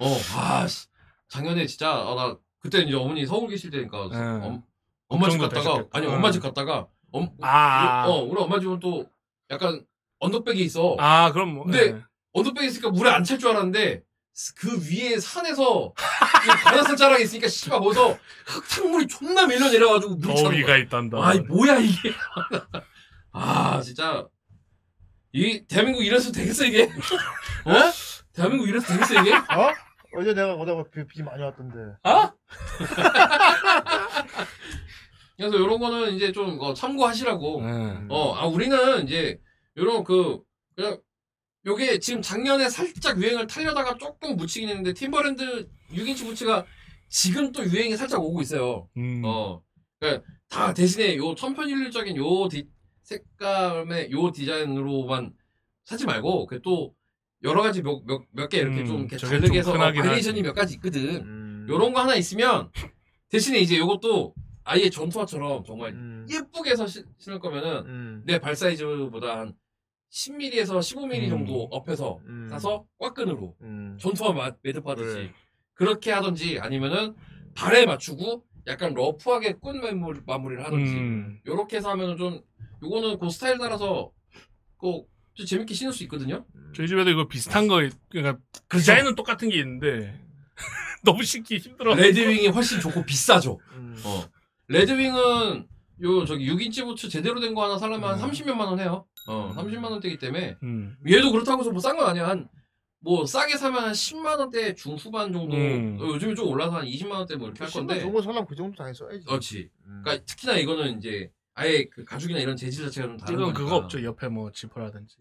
S7: 어, 아, 씨. 작년에 진짜, 아, 나, 그때 이제 어머니 서울 계실 때니까,
S9: 네.
S7: 엄, 엄마 집
S9: 걱정도
S7: 갔다가,
S9: 되셨겠다.
S7: 아니,
S9: 네.
S7: 엄마 집 갔다가, 엄,
S9: 아.
S7: 어, 우리 엄마 집은 또, 약간, 언덕백이 있어.
S9: 아 그럼 뭐.
S7: 근데
S9: 네.
S7: 언덕백이 있으니까 물에 안 찰 줄 알았는데, 스- 그 위에 산에서, 그 바닷산 자락이 있으니까, 씨발, 거기서, 흙탕물이 존나 밀려내려가지고, 물이 차는 거야.
S9: 더위가 있단다.
S7: 아이, 뭐야, 이게. 아, 진짜. 이, 대한민국 이래서 되겠어, 이게? 어? 대한민국 이래서 되겠어, 이게?
S8: 어? 어제 내가 거다가 비, 비 많이 왔던데.
S7: 그래서 이런 거는 이제 좀 어, 참고하시라고.
S9: 네.
S7: 어, 아, 우리는 이제, 요런 그, 그냥, 요게 지금 작년에 살짝 유행을 타려다가 조금 묻히긴 했는데, 팀버랜드 6인치 부츠가 지금 또 유행이 살짝 오고 있어요.
S9: 음.
S7: 어. 그니까, 다 대신에 요 천편일률적인 요 디, 색감의 요 디자인으로만 사지 말고, 그 또, 여러 가지 몇, 몇, 몇 개 이렇게
S9: 음,
S7: 좀 이렇게
S9: 저게
S7: 다르게
S9: 좀
S7: 해서
S9: 흔하긴
S7: 바리에이션이
S9: 하지.
S7: 몇 가지 있거든.
S8: 음.
S7: 요런 거 하나 있으면, 대신에 이제 요것도 아예 전투화처럼 정말
S8: 음.
S7: 예쁘게 해서 신- 신을 거면은
S8: 음.
S7: 내 발 사이즈보다 한 10mm에서 15mm
S9: 음. 네.
S7: 정도 업해서
S8: 음.
S7: 사서 꽉끈으로
S8: 음.
S7: 전투화 마- 매듭 하듯이
S8: 그래.
S7: 그렇게 하든지 아니면은 발에 맞추고 약간 러프하게 끈 마무리, 마무리를 하든지
S9: 음.
S7: 요렇게 해서 하면은 좀 요거는 그 스타일 따라서 그 꼭좀 재밌게 신을 수 있거든요.
S9: 저희 집에도 이거 비슷한 거 있- 그러니까
S7: 그렇죠.
S9: 디자인은 똑같은 게 있는데 너무 신기 힘들어.
S7: 레드윙이 훨씬 좋고 비싸죠.
S8: 음.
S7: 어. 레드윙은 요 저기 6인치 부츠 제대로 된 거 하나 살려면 한
S9: 음.
S7: 30몇만 원 해요. 어, 30만 원대이기 때문에
S9: 음.
S7: 얘도 그렇다고 해서 뭐 싼 건 아니야. 한, 뭐, 싸게 사면 한 10만원대 중후반 정도,
S9: 음.
S7: 어, 요즘에 좀 올라서 한 20만원대 뭐 이렇게 할
S8: 신발
S7: 건데.
S8: 좋은 거 살라면 그 정도 당연히 써야지.
S7: 그렇지.
S8: 음.
S7: 그러니까 특히나 이거는 이제, 아예 그 가죽이나 이런 재질 자체가 좀 다른
S9: 이건
S7: 거니까.
S9: 그거 없죠. 옆에 뭐 지퍼라든지.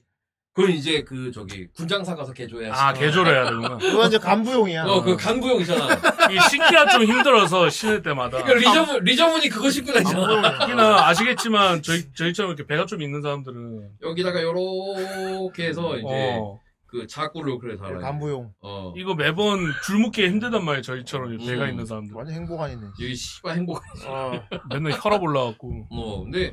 S7: 그건 이제 그, 저기, 군장사 가서 개조해야
S9: 아
S7: 신어.
S9: 개조를 해야 되구나.
S8: 그건 이제 간부용이야.
S7: 어, 그 간부용이잖아.
S9: 이 신기가 좀 힘들어서 신을 때마다.
S7: 그러니까 리저분, 리저분이 그거 신고
S9: 뭐.
S7: 다니잖아.
S9: 특히나 아시겠지만 저희 저희처럼 이렇게 배가 좀 있는 사람들은
S7: 여기다가 요렇게 해서 이제,
S9: 어,
S7: 그 자꾸를 그래 달아요.
S8: 네, 간부용.
S7: 어.
S9: 이거 매번 줄묶기 힘들단 말이에요. 저희처럼 이렇게 배가
S7: 음.
S9: 있는 사람들
S8: 완전 행복한이네.
S7: 여기 씨발 행복. 어.
S9: 맨날 혈압 올라갖고
S7: 뭐, 근데,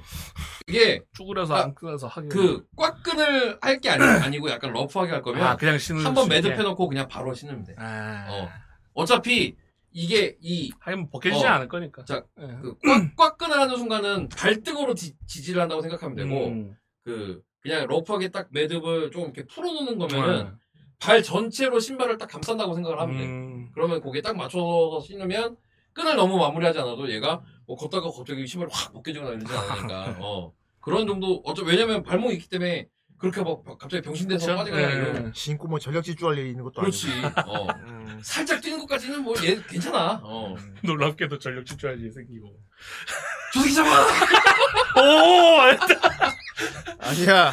S7: 이게,
S9: 쭈그려서
S7: 아,
S9: 안 끌어서 하게.
S7: 그, 꽉 끈을 할 게 아니, 아니고 약간 러프하게 할 거면,
S9: 아 그냥 신을
S7: 한 번
S9: 수 있게.
S7: 매듭해놓고 그냥 바로 신으면 돼.
S9: 아.
S7: 어. 어차피 이게 이
S9: 하긴 뭐 벗겨지지
S7: 어.
S9: 않을 거니까.
S7: 자,
S9: 예.
S7: 그 꽉, 꽉 끈하는 순간은 발등으로 지, 지를 한다고 생각하면 되고
S9: 음.
S7: 그 그냥 러프하게 딱 매듭을 좀 이렇게 풀어놓는 거면은
S9: 음.
S7: 발 전체로 신발을 딱 감싼다고 생각을 하면 돼. 그러면 거기에 딱 맞춰서 신으면 끈을 너무 마무리하지 않아도 얘가 뭐 걷다가 갑자기 신발이 확 벗겨지거나 이러지 않으니까 어 그런 정도 어차 왜냐면 발목이 있기 때문에 그렇게 막 갑자기 병신돼서
S9: 그쵸?
S7: 빠지거나
S9: 예.
S7: 이런
S8: 신고 뭐 전력 질주할 일이 있는 것도
S7: 그렇지
S8: 아니고.
S7: 어
S8: 음.
S7: 살짝 뛰는 것까지는 뭐 얘 괜찮아 어
S9: 놀랍게도 전력 질주할 일이 생기고.
S7: 저 새끼 잡아!
S9: 오!
S8: 아니야.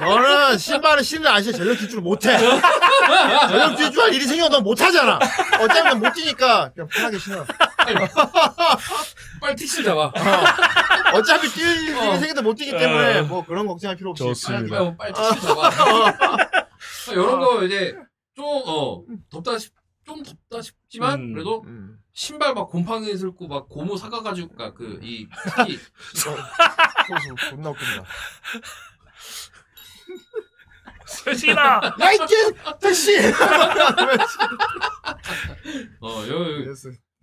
S8: 너는 신발을 신을 안신 전력 질주를 못해. 전력 질주할 일이 생겨도 넌 못하잖아. 어차피 넌못 뛰니까 그냥 편하게 신어.
S7: 빨리 택시를 잡아.
S8: 어차피 뛸 일이 생겨도 못 뛰기 때문에
S9: 어.
S8: 뭐 그런 걱정할 필요 없이.
S9: 좋습니다.
S8: 편하게.
S7: 빨리, 빨리 택시를 잡아. 이런 거 이제 좀, 어, 덥다 싶, 좀 덥다 싶지만,
S9: 음.
S7: 그래도
S8: 음.
S7: 신발 막 곰팡이 슬고 막 고무 사가가지고, 그니까 그, 이, 스키.
S8: 이거 소스 존나 웃긴다.
S9: 수진아!
S8: 야, 이게! 택시!
S7: 어, 요, 요,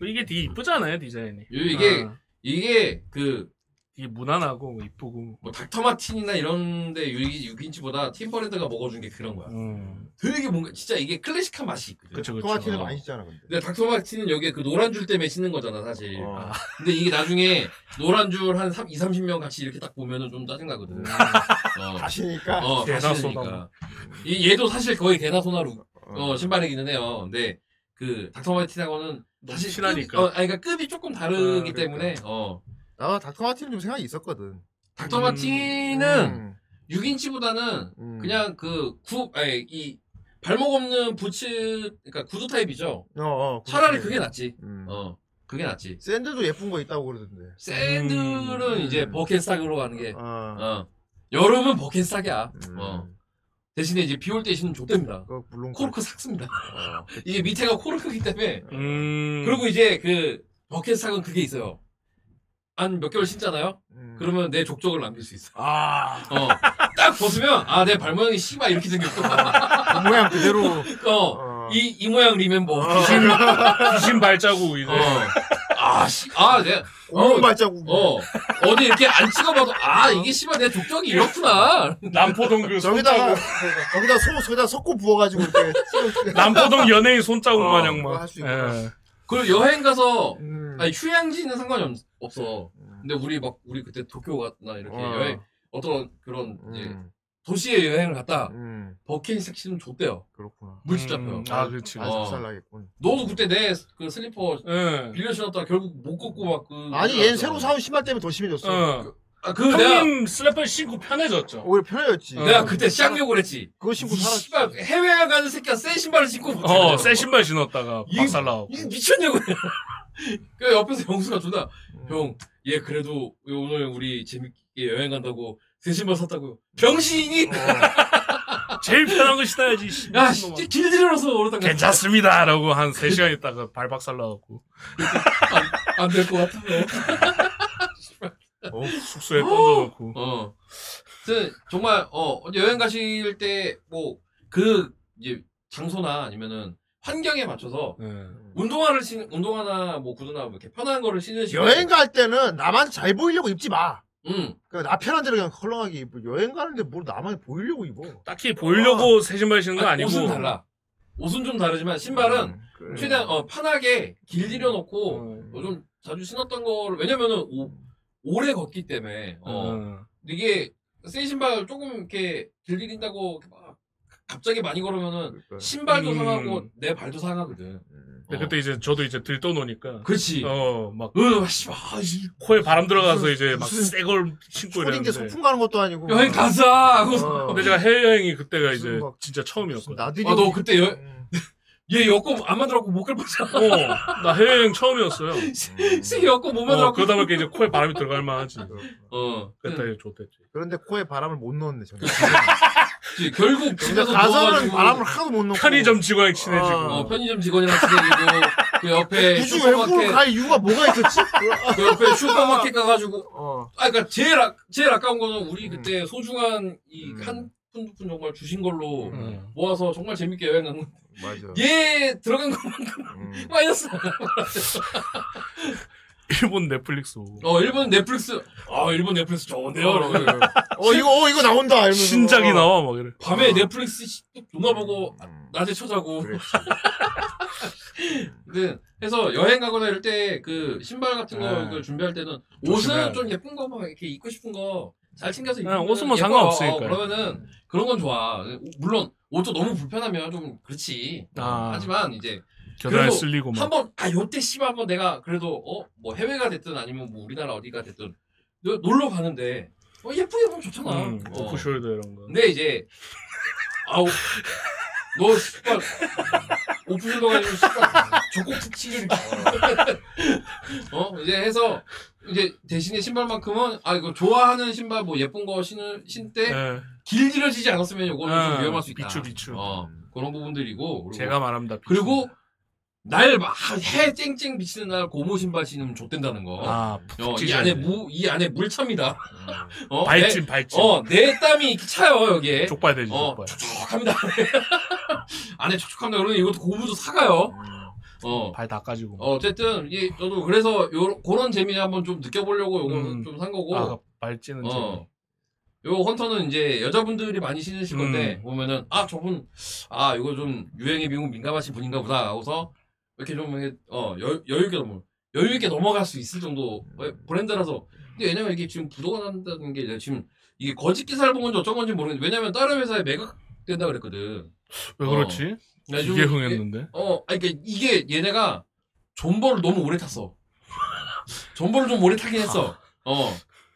S9: 이게 되게 이쁘잖아요, 디자인이.
S7: 이게-
S9: 아,
S7: 이게 그,
S9: 되게 무난하고 이쁘고.
S7: 뭐 닥터 마틴이나 이런데 6인치보다 팀버랜드가 먹어준 게 그런 거야.
S9: 음.
S7: 되게 뭔가 진짜 이게 클래식한 맛이 있거든.
S9: 그쵸, 음. 그쵸.
S8: 토마티는
S7: 어.
S8: 많이 씻잖아, 근데.
S7: 근데 닥터 마틴은 여기에 그 노란 줄 때문에 씻는 네. 거잖아 사실.
S8: 어.
S9: 아.
S7: 근데 이게 나중에 노란 줄 한 2, 30명 같이 이렇게 딱 보면은 좀 짜증나거든. 어,
S8: 다시니까.
S7: 어
S9: 음. 대나소나.
S7: 다시니까. 이 얘도 사실 거의 대나소나루 어, 신발이기는 해요. 근데 그 닥터 마틴하고는 다시
S9: 친하니까.
S7: 급이, 어, 아니 그러니까 급이 조금 다르기
S9: 아, 그러니까.
S7: 때문에 어.
S8: 나 닥터마티는 좀 생각이 있었거든.
S7: 닥터
S9: 음.
S7: 마틴은 6인치보다는
S8: 음.
S7: 그냥 그 구, 아니, 이 발목 없는 부츠, 그러니까 구두 타입이죠.
S8: 어, 어,
S7: 차라리 그게 낫지.
S8: 음.
S7: 어, 그게
S9: 음.
S7: 낫지.
S8: 샌드도 예쁜 거 있다고 그러던데.
S7: 샌들은
S8: 음.
S7: 이제 버켄스탁으로 가는 게,
S8: 어.
S7: 어, 여름은 버켄스탁이야.
S8: 음.
S7: 어, 대신에 이제 비 올 때 신으면 좋답니다.
S8: 그거 물론
S7: 코르크 삭습니다.
S8: 어.
S7: 이게 밑에가 코르크이기 때문에.
S9: 음.
S7: 그리고 이제 그 버켄스탁은 그게 있어요. 한 몇 개월 신잖아요?
S8: 음.
S7: 그러면 내 족적을 남길 수 있어.
S9: 아.
S7: 어, 딱 벗으면, 아, 내 발모양이 씨발 이렇게 생겼구나.
S8: 그 모양 그대로.
S7: 어,
S8: 어.
S7: 이, 이 모양 뭐 리멤버.
S9: 귀신, 귀신 발자국 이제.
S7: 어. 아, 씨. 아, 내가,
S8: 고무 발자국.
S7: 어. 어디 이렇게 안 찍어봐도, 아, 이게 씨발 내 족적이 이렇구나.
S9: 남포동 그
S8: 저기다가
S9: 손자국.
S8: 저기다 소 저기다 석고 부어가지고 이렇게. 찍어-
S9: 남포동 연예인 손자국
S8: 어,
S9: 마냥
S8: 그거
S9: 막.
S8: 할수 있구나.
S9: 예.
S7: 그리고 여행가서,
S8: 음.
S7: 아니, 휴양지는 상관이 없, 없어.
S8: 음.
S7: 근데 우리 막, 우리 그때 도쿄 갔나, 이렇게
S8: 어.
S7: 여행, 예. 어떤 그런, 이제,
S8: 음.
S7: 도시에 여행을 갔다.
S8: 음.
S7: 버킷 섹시는 줬대요.
S8: 그렇구나.
S7: 물집 잡혀요.
S9: 음, 아, 그렇지.
S8: 아,
S7: 어.
S8: 작살나겠군.
S7: 너도 그때 내 그 슬리퍼
S9: 예.
S7: 빌려 신었다가 결국 못 걷고 막 그.
S8: 아니 얘는 새로 사온 신발 때문에 더 심해졌어.
S9: 어.
S7: 아, 그 내가,
S9: 형님 슬래퍼 신고 편해졌죠.
S8: 오히려 편해졌지.
S9: 어.
S7: 내가 그때 쌍욕을 했지.
S8: 그거 신고
S7: 이
S8: 살았지.
S7: 씨발 해외 가는 새끼가 새 신발을 신고
S9: 어, 새 신발 신었다가
S7: 이-
S9: 박살나고.
S7: 이 미쳤냐고 그 옆에서 영수가 존나 형얘 그래도 오늘 우리 재밌게 여행 간다고 새 신발 샀다고요 병신이
S9: 제일 편한 거 신어야지. 씨.
S7: 야 씨, 길들여서 오르다가
S9: 괜찮습니다. 라고 한 3시간 있다가 발박살 나갖고
S7: 안될 것 같아서
S9: 어, 숙소에 던져놓고.
S7: 어 하여튼 정말 어 여행 가실 때 뭐 그 이제 장소나 아니면은 환경에 맞춰서
S9: 예.
S7: 운동화를 신 운동화나 뭐 구두나 뭐 이렇게 편한 거를 신으시고
S8: 여행 갈 때는 나만 잘 보이려고 입지 마.
S7: 응
S8: 그러니까 나 편한 대로 그냥 헐렁하게 입어. 여행 가는데 뭘 나만 보이려고 입어.
S9: 딱히 보이려고 새 신발 신는 거
S7: 아니,
S9: 아니고.
S7: 옷은 달라. 옷은 좀 다르지만 신발은
S8: 음, 그래. 음.
S7: 최대한 어, 편하게 길들여 놓고
S9: 어.
S7: 어, 좀 자주 신었던 걸 왜냐면은 오, 오래 걷기 때문에 어,
S8: 음.
S9: 어.
S7: 이게 새 신발 조금 이렇게 길들인다고 이렇게 막 갑자기 많이 걸으면은
S8: 그러니까.
S7: 신발도
S9: 음.
S7: 상하고 내 발도 상하거든.
S8: 음.
S9: 근데
S7: 어.
S9: 그때 이제 저도 이제 들떠놓으니까.
S7: 그렇지. 어,
S9: 어, 막
S7: 씨발. 아, 씨.
S9: 코에 바람 들어가서
S8: 무슨-
S9: 이제 막
S8: 무슨
S9: 새 걸 신고
S8: 소인데
S9: 이랬는데.
S8: 소풍 가는 것도 아니고.
S7: 음. 여행 가자. 하고
S8: 어.
S9: 근데 제가 해외여행이 그때가
S8: 무슨
S9: 이제
S8: 막-
S9: 진짜 처음이었거든.
S8: 나들이.
S7: 아, 너 그때 여-
S8: 음.
S7: 얘 여권 안 만들었고 못 갈 뻔했잖아.
S9: 어, 나 해외여행 처음이었어요.
S7: 새 여권 못
S9: 어,
S7: 만들었고.
S9: 그러다 보니까 이제 코에 바람이 들어갈 만하지.
S7: 어.
S9: 그때
S7: 그,
S9: 좋댔지.
S8: 그런데 코에 바람을 못 넣었네. 저는.
S7: 결국
S8: 근데
S7: 집에서
S8: 가서는
S7: 누워가지고
S8: 바람을 하나도 못 넣고.
S9: 편의점 직원이 친해지고.
S7: 어,
S8: 어.
S7: 편의점 직원이랑 친해지고 그 옆에
S8: 굳이 외국을
S7: 슈퍼마켓
S8: 갈 이유가 뭐가 있었지?
S7: 그 옆에 슈퍼마켓 가가지고
S8: 어.
S7: 아 그러니까 제일 아, 제일 아까운 거는 우리
S8: 음.
S7: 그때 소중한
S8: 음.
S7: 이한푼 두 푼 정말 주신 걸로
S9: 음.
S7: 모아서 정말 재밌게 여행 간 거.
S8: 맞아.
S7: 얘 들어간 거
S8: 음.
S7: 마이너스.
S9: 일본 넷플릭스 보고.
S7: 어 일본 넷플릭스. 아 일본 넷플릭스 좋은데요. 이러면서.
S9: 네.
S8: 어 이거 어 이거 나온다. 이러면서. 어.
S9: 신작이 나와 막 이래.
S7: 밤에 넷플릭스 씨, 누나 보고
S8: 음.
S7: 낮에 쳐자고.
S8: 그래.
S7: 근데 해서 여행 가거나 이럴 때 그 신발 같은 거
S9: 네.
S7: 이걸 준비할 때는
S9: 조심해야
S7: 옷은 좀 예쁜 거 막 이렇게 입고 싶은 거 잘 챙겨서 입고
S9: 네, 옷은 뭐 상관없으니까.
S7: 그러면은 그런 건 좋아. 물론 옷도 너무 불편하면 좀 그렇지.
S9: 아.
S7: 하지만 이제
S9: 겨드랑이
S7: 그래도
S9: 쓸리고 막.
S7: 한번 아 요때 씨발 한번 내가 그래도 어 뭐 해외가 됐든 아니면 뭐 우리나라 어디가 됐든 너- 놀러 가는데 어, 예쁘게 보면 좋잖아.
S9: 음,
S7: 어.
S9: 오프숄더 이런 거.
S7: 근데 이제 아우 너 씨발 오프숄더 가지고 씨발 조곡 치를 어 이제 해서 이제 대신에 신발만큼은 아 이거 좋아하는 신발 뭐 예쁜 거 신을 신때
S9: 네.
S7: 길들여지지 않았으면 요거는
S9: 아,
S7: 좀 위험할 수 있다.
S9: 비추, 비추.
S7: 어 그런 부분들이고 그리고
S9: 제가 말합니다. 비추.
S7: 그리고 날 막 해 쨍쨍 비치는 날 고무 신발 신으면 좆된다는 거.
S9: 아,
S7: 어, 이
S9: 찢어야
S7: 안에
S9: 돼.
S7: 무, 이 안에 물참이다. 어,
S9: 발진 발진.
S7: 내, 어, 내 땀이 이렇게 차요, 여기에.
S9: 족발 되지
S7: 어,
S9: 족발.
S7: 촉촉합니다. 안에 촉촉합니다. 그러면 이것도 고무도 사가요.
S9: 음.
S7: 어.
S9: 발 다 까지고.
S7: 어, 어쨌든, 이, 저도 그래서, 요, 그런 재미 한번 좀 느껴보려고 요거는
S9: 음.
S7: 좀 산 거고.
S9: 아, 발찌는
S7: 어. 요 헌터는 이제 여자분들이 많이 신으실 건데 보면은 아 저분 아 이거 좀 유행에 미국 민감하신 분인가 보다 하고서 이렇게 좀 이렇게 어 여, 여유 있게 넘어 여유 있게 넘어갈 수 있을 정도 브랜드라서 근데 왜냐면 이게 지금 부도가 난다는 게 이제 지금 이게 거짓 기사를 본 건지 어쩐 건지 모르겠는데 왜냐면 다른 회사에 매각된다 그랬거든
S9: 왜 그렇지?
S7: 그러니까 좀
S9: 이게 흥했는데.
S7: 어, 아니, 그러니까 이게 얘네가 존버를 너무 오래 탔어. 존버를 좀 오래 타긴 했어. 어.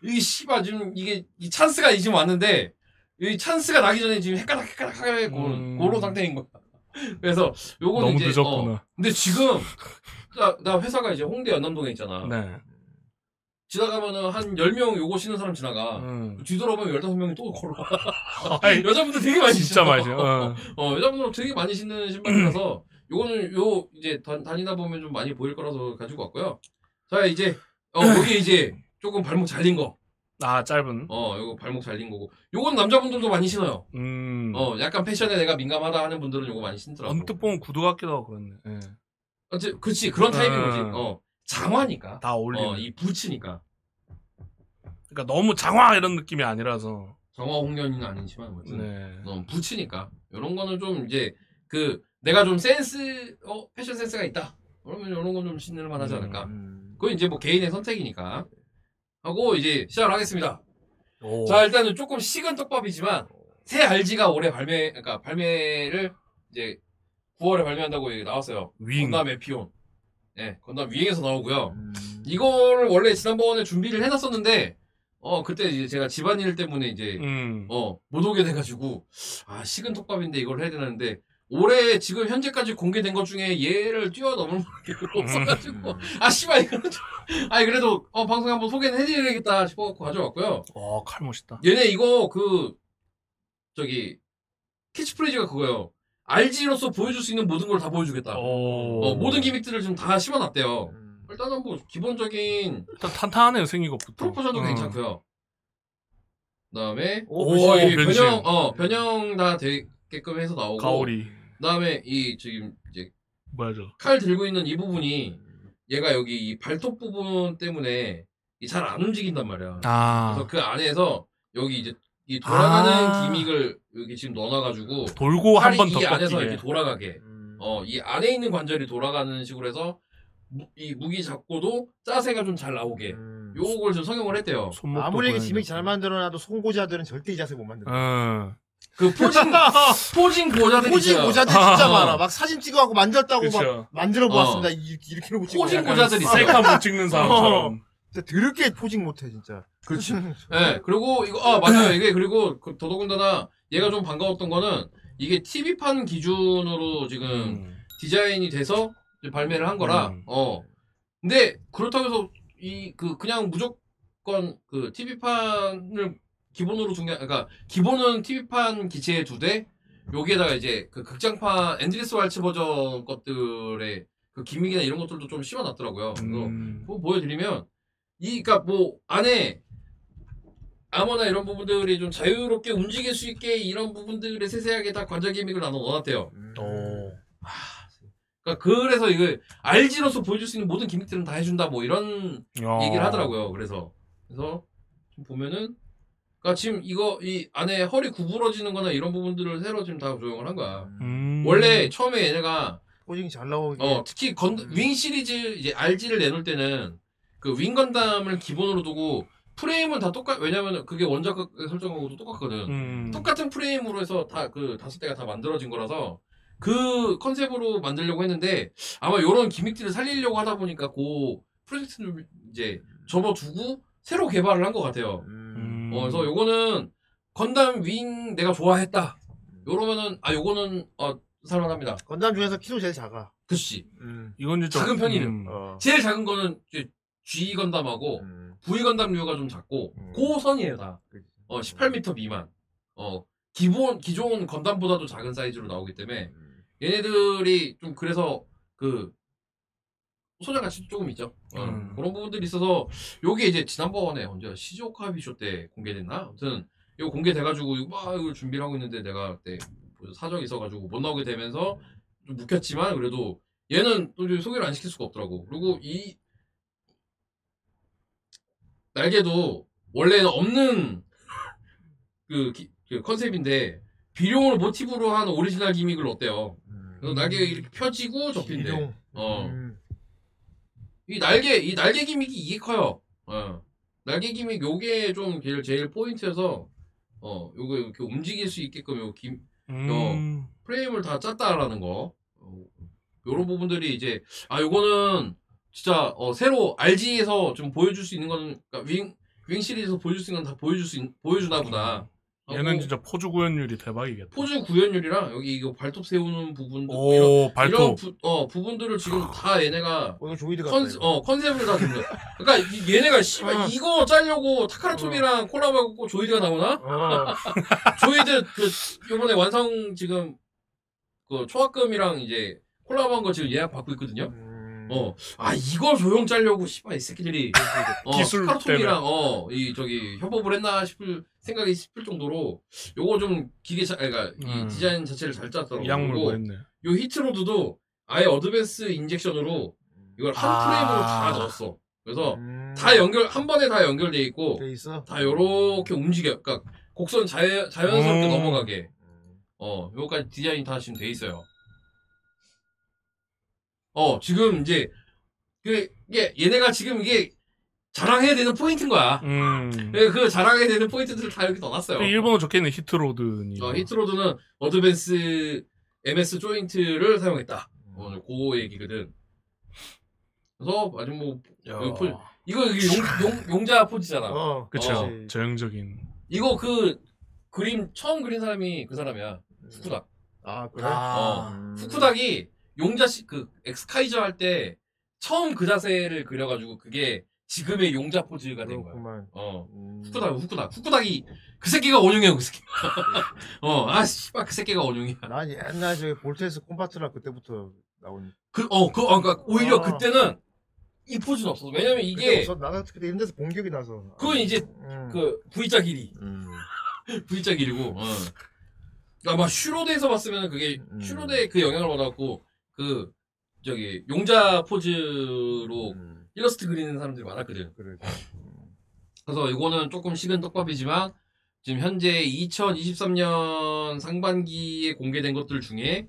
S7: 이 씨발 지금 이게 이 찬스가 지금 왔는데 이 찬스가 나기 전에 지금 헷가닥 헷가닥 하게 고
S9: 음.
S7: 그런 상태인 거야. 그래서 요거는
S9: 너무
S7: 이제 어,
S9: 늦었구나.
S7: 근데 지금 나, 나 회사가 이제 홍대 연남동에 있잖아.
S9: 네.
S7: 지나가면은 한 10명 요거 신는 사람 지나가.
S9: 음.
S7: 뒤돌아보면 15명이 또 어. 걸어가.
S9: 아이,
S7: 여자분들 되게 많이 신어.
S9: 진짜 맛이. 어.
S7: 어, 여자분들 되게 많이 신는 신발이라서 요거는 요 이제 다, 다니다 보면 좀 많이 보일 거라서 가지고 왔고요. 자 이제 어
S9: 네.
S7: 여기 이제 조금 발목 잘린 거.
S9: 아 짧은.
S7: 어, 요거 발목 잘린 거고. 요건 남자분들도 많이 신어요.
S9: 음.
S7: 어, 약간 패션에 내가 민감하다 하는 분들은 요거 많이 신더라고.
S9: 언뜻 보면 구두 같기도 하고 그렇네. 예.
S7: 어째- 그치 그런 타입인 거지.
S9: 음.
S7: 어, 장화니까.
S9: 다 어울리네.
S7: 어, 이 부츠니까.
S9: 그러니까 너무 장화 이런 느낌이 아니라서.
S7: 장화 홍련이는 아니지만 아무튼.
S9: 네.
S7: 어, 부츠니까 이런 거는 좀 이제 그 내가 좀 센스 어 패션 센스가 있다 그러면 이런 건 좀 신을
S9: 음.
S7: 만하지 않을까 그건 이제 뭐 개인의 선택이니까 하고 이제 시작을 하겠습니다
S9: 오.
S7: 자 일단은 조금 식은 떡밥이지만 새 알지가 올해 발매 그러니까 발매를 이제 9월에 발매한다고 얘기 나왔어요
S9: 윙.
S7: 건담 에피온 네 건담 위에서 나오고요
S9: 음.
S7: 이거를 원래 지난번에 준비를 해놨었는데 어 그때 이제 제가 집안일 때문에 이제
S9: 음.
S7: 어, 못 오게 돼가지고, 아, 식은 톱밥인데 이걸 해야 되는데, 올해 지금 현재까지 공개된 것 중에 얘를 뛰어넘을 게 없어가지고, 아, 씨발, 이거는 좀, 아니, 그래도, 어, 방송에 한번 소개는 해드려야겠다 싶어갖고 가져왔고요.
S9: 와, 칼 멋있다.
S7: 얘네 이거, 그, 저기, 캐치프레이즈가 그거예요. RG로서 보여줄 수 있는 모든 걸 다 보여주겠다.
S9: 오.
S7: 어, 모든 기믹들을 지금 다 심어놨대요.
S8: 음.
S7: 일단은 뭐, 기본적인
S9: 일단 탄탄하네요, 생긴 것부터.
S7: 프로포션도
S9: 음.
S7: 괜찮고요. 그다음에
S9: 오,
S7: 어, 이
S9: 변신.
S7: 변형 어 변형 다 되게끔 해서 나오고
S9: 가오리.
S7: 그다음에 이 지금 이제
S9: 뭐야, 저.
S7: 칼 들고 있는 이 부분이 얘가 여기 이 발톱 부분 때문에 잘 안 움직인단 말이야.
S9: 아.
S7: 그래서 그 안에서 여기 이제 이 돌아가는
S9: 아.
S7: 기믹을 여기 지금 넣어놔가지고
S9: 돌고 한
S7: 팔이
S9: 번더
S7: 이 안에서 이렇게
S9: 꺾이게.
S7: 돌아가게
S8: 음.
S7: 어 이 안에 있는 관절이 돌아가는 식으로 해서 무, 이 무기 잡고도 짜세가 좀 잘 나오게 예. 요걸 좀 성형을 했대요.
S8: 음.
S9: 손목도
S8: 아무리
S9: 고양이
S8: 기믹 잘
S9: 같고.
S8: 만들어놔도 송고자들은 절대 이 자세 못 만든다.
S9: 응.
S7: 그 포징 포징 고자들
S8: 꼬지
S7: 있어요.
S8: 모자들 진짜
S7: 어.
S8: 많아. 막 사진 찍어갖고 만졌다고
S9: 그쵸.
S8: 막 만들어 보았습니다. 이- 이렇게로 붙이고.
S7: 꼬진
S8: 약간
S7: 모자들이 있어요. 어.
S9: 셀카 못 찍는 사람처럼.
S8: 진짜 더럽게 포징 못해 진짜. 음.
S7: 그렇지. 네, 그리고 이거 아 맞아요. 이게 그리고 그 더더군다나 얘가 좀 반가웠던 거는 이게 TV판 기준으로 지금
S9: 음.
S7: 디자인이 돼서 이제 발매를 한 거라.
S9: 음.
S7: 어. 근데 그렇다고 해서 이 그 그냥 무조건 그 TV판을 기본으로 중요 그러니까 기본은 TV판 기체에 두 대. 여기에다가 이제 그 극장판 앤드리스 왈츠 버전 것들의 그 기믹이나 이런 것들도 좀 심어 놨더라고요. 그래서
S9: 음.
S7: 뭐 보여드리면 이 그러니까 뭐 안에 아머나 이런 부분들이 좀 자유롭게 움직일 수 있게 이런 부분들에 세세하게 다 관절 기믹을 나눠 넣어놨대요.
S9: 오.
S7: 그러니까 그래서 이거 RG로서 보여줄 수 있는 모든 기믹들은 다 해준다 뭐 이런
S9: 야.
S7: 얘기를 하더라고요. 그래서 그래서 좀 보면은 그러니까 지금 이거 이 안에 허리 구부러지는거나 이런 부분들을 새로 지금 다 조형을 한 거야.
S9: 음.
S7: 원래 처음에 얘네가
S8: 포징이 잘 나오게.
S7: 어, 특히 건, 윙 시리즈 이제 RG를 내놓을 때는 그 윙 건담을 기본으로 두고 프레임은 다 똑같 왜냐면 그게 원작 설정하고도 똑같거든.
S9: 음.
S7: 똑같은 프레임으로 해서 다 그 다섯 대가 다 만들어진 거라서 그 컨셉으로 만들려고 했는데 아마 이런 기믹들을 살리려고 하다 보니까 그 프로젝트를 이제 접어두고 새로 개발을 한 것 같아요.
S9: 음.
S7: 어, 그래서 요거는 건담 윙 내가 좋아했다. 요러면은 아 요거는 어 살만합니다.
S8: 건담 중에서 키도 제일 작아. 음.
S7: 그치.
S9: 이건 음. 이제
S7: 작은 편이네요.
S8: 어.
S7: 제일 작은 거는 이제 G 건담하고
S8: 음.
S7: V 건담류가 좀 작고
S8: 음.
S7: 고선이에요 다. 어 18m 미만. 어 기본 기존 건담보다도 작은 사이즈로 나오기 때문에
S8: 음.
S7: 얘네들이 좀 그래서 그 소장 가치 조금 있죠. 어,
S9: 음.
S7: 그런 부분들이 있어서 요게 이제 지난번에 언제 시즈오카 비쇼 때 공개됐나? 아무튼 이거 공개돼가지고 이거 막 이걸 준비를 하고 있는데 내가 그때 뭐 사정이 있어가지고 못 나오게 되면서 좀 묵혔지만 그래도 얘는 또 이제 소개를 안 시킬 수가 없더라고. 그리고 이 날개도 원래는 없는 그, 기- 그 컨셉인데 비룡을 모티브로 한 오리지널 기믹을 어때요? 그래서
S9: 음.
S7: 날개가 이렇게 펴지고 접힌대.
S8: 비룡.
S7: 어.
S8: 음.
S7: 이 날개, 이 날개 기믹이 이게 커요. 어. 날개 기믹 요게 좀 제일, 제일 포인트여서, 어, 요거 이렇게 움직일 수 있게끔 요 기, 어.
S9: 음.
S7: 프레임을 다 짰다라는 거. 어, 요런 부분들이 이제, 아, 요거는 진짜, 어, 새로 RG에서 좀 보여줄 수 있는 건, 그러니까 윙, 윙 시리즈에서 보여줄 수 있는 건 다 보여줄 수, 있, 보여주나 보다.
S9: 얘는
S7: 하고
S9: 진짜 포즈 구현율이 대박이겠다.
S7: 포즈 구현율이랑 여기 이거 발톱 세우는 부분도, 뭐 이런,
S9: 오
S7: 이런
S9: 발톱.
S7: 부, 어, 부분들을 지금 다 얘네가
S8: 오늘 조이드 같다.
S7: 컨셉,
S8: 이거.
S7: 어, 컨셉을 다 돌려. 그러니까 이- 얘네가
S9: 어.
S7: 씨발 아, 이거 짜려고 타카라툼이랑 콜라보하고 조이드가 나오나?
S8: 어.
S7: 조이드 그 요번에 완성 지금 그 초합금이랑 이제 콜라보한 거 지금 예약 받고 있거든요.
S8: 음.
S7: 어, 아 이거 조용 짜려고 씨발 이 새끼들이 어,
S9: 기술 때문에.
S7: 타카라툼이랑 어, 이 저기 협업을 했나 싶을 생각이 싶을 정도로 요거 좀 기계 자, 그러니까 이
S9: 음.
S7: 디자인 자체를 잘 짰더라고.
S9: 약물 뭐 했네.
S7: 요 히트로드도 아예 어드밴스 인젝션으로 이걸 한
S9: 아.
S7: 프레임으로 다 넣었어. 그래서
S8: 음.
S7: 다 연결 한 번에 다 연결돼 있고
S9: 네.
S8: 돼 있어.
S7: 다 요렇게 움직여. 그러니까 곡선 자연 자연스럽게
S9: 음.
S7: 넘어가게. 어, 요까지 디자인 다 지금 돼 있어요. 어, 지금 이제 그 이게 얘네가 지금 이게 자랑해야 되는 포인트인 거야.
S9: 음.
S7: 예, 그 자랑해야 되는 포인트들을 다 여기 넣어놨어요.
S9: 근데 그 일본어 적혀 있는 히트로드니.
S8: 음.
S7: 어, 히트로드는 어드밴스 MS 조인트를 사용했다.
S8: 음.
S7: 오늘 그 얘기거든. 그래서 아주 뭐
S9: 야.
S7: 그 포- 이거 이게 용, 용, 용자 포즈잖아.
S8: 어.
S9: 그쵸.
S8: 어.
S9: 저형적인.
S7: 이거 그 그림 처음 그린 사람이 그 사람이야. 후쿠닥.
S8: 음. 아 그래.
S7: 어.
S9: 아.
S8: 음.
S7: 후쿠닥이 용자 씨그 엑스카이저 할 때 처음 그 자세를 그려가지고 그게 지금의 용자 포즈가 된 거야.
S8: 그렇구만.
S7: 어.
S8: 음.
S7: 후쿠닥, 후쿠닥, 후쿠닥이 그 새끼가 원흉이야 그 새끼. 어, 아 씨발 그 새끼가 원흉이야.
S8: 난 옛날 저기 볼테스 콤파트라 그때부터 나온.
S7: 그, 어, 그, 어, 그러니까 오히려
S8: 아.
S7: 그때는 이 포즈는 없어. 왜냐면 이게
S8: 그때 나가 그때 이런 데서 본 기억이 나서.
S7: 그건 이제
S8: 음.
S7: 그 V자 길이.
S8: 음.
S7: V자 길이고. 어. 아마 슈로드에서 봤으면 그게
S8: 음.
S7: 슈로드의 그 영향을 받았고 그 저기 용자 포즈로
S8: 음.
S7: 일러스트 그리는 사람들이 많았거든.
S8: 그래.
S7: 그래서 이거는 조금 식은 떡밥이지만 지금 현재 2023년 상반기에 공개된 것들 중에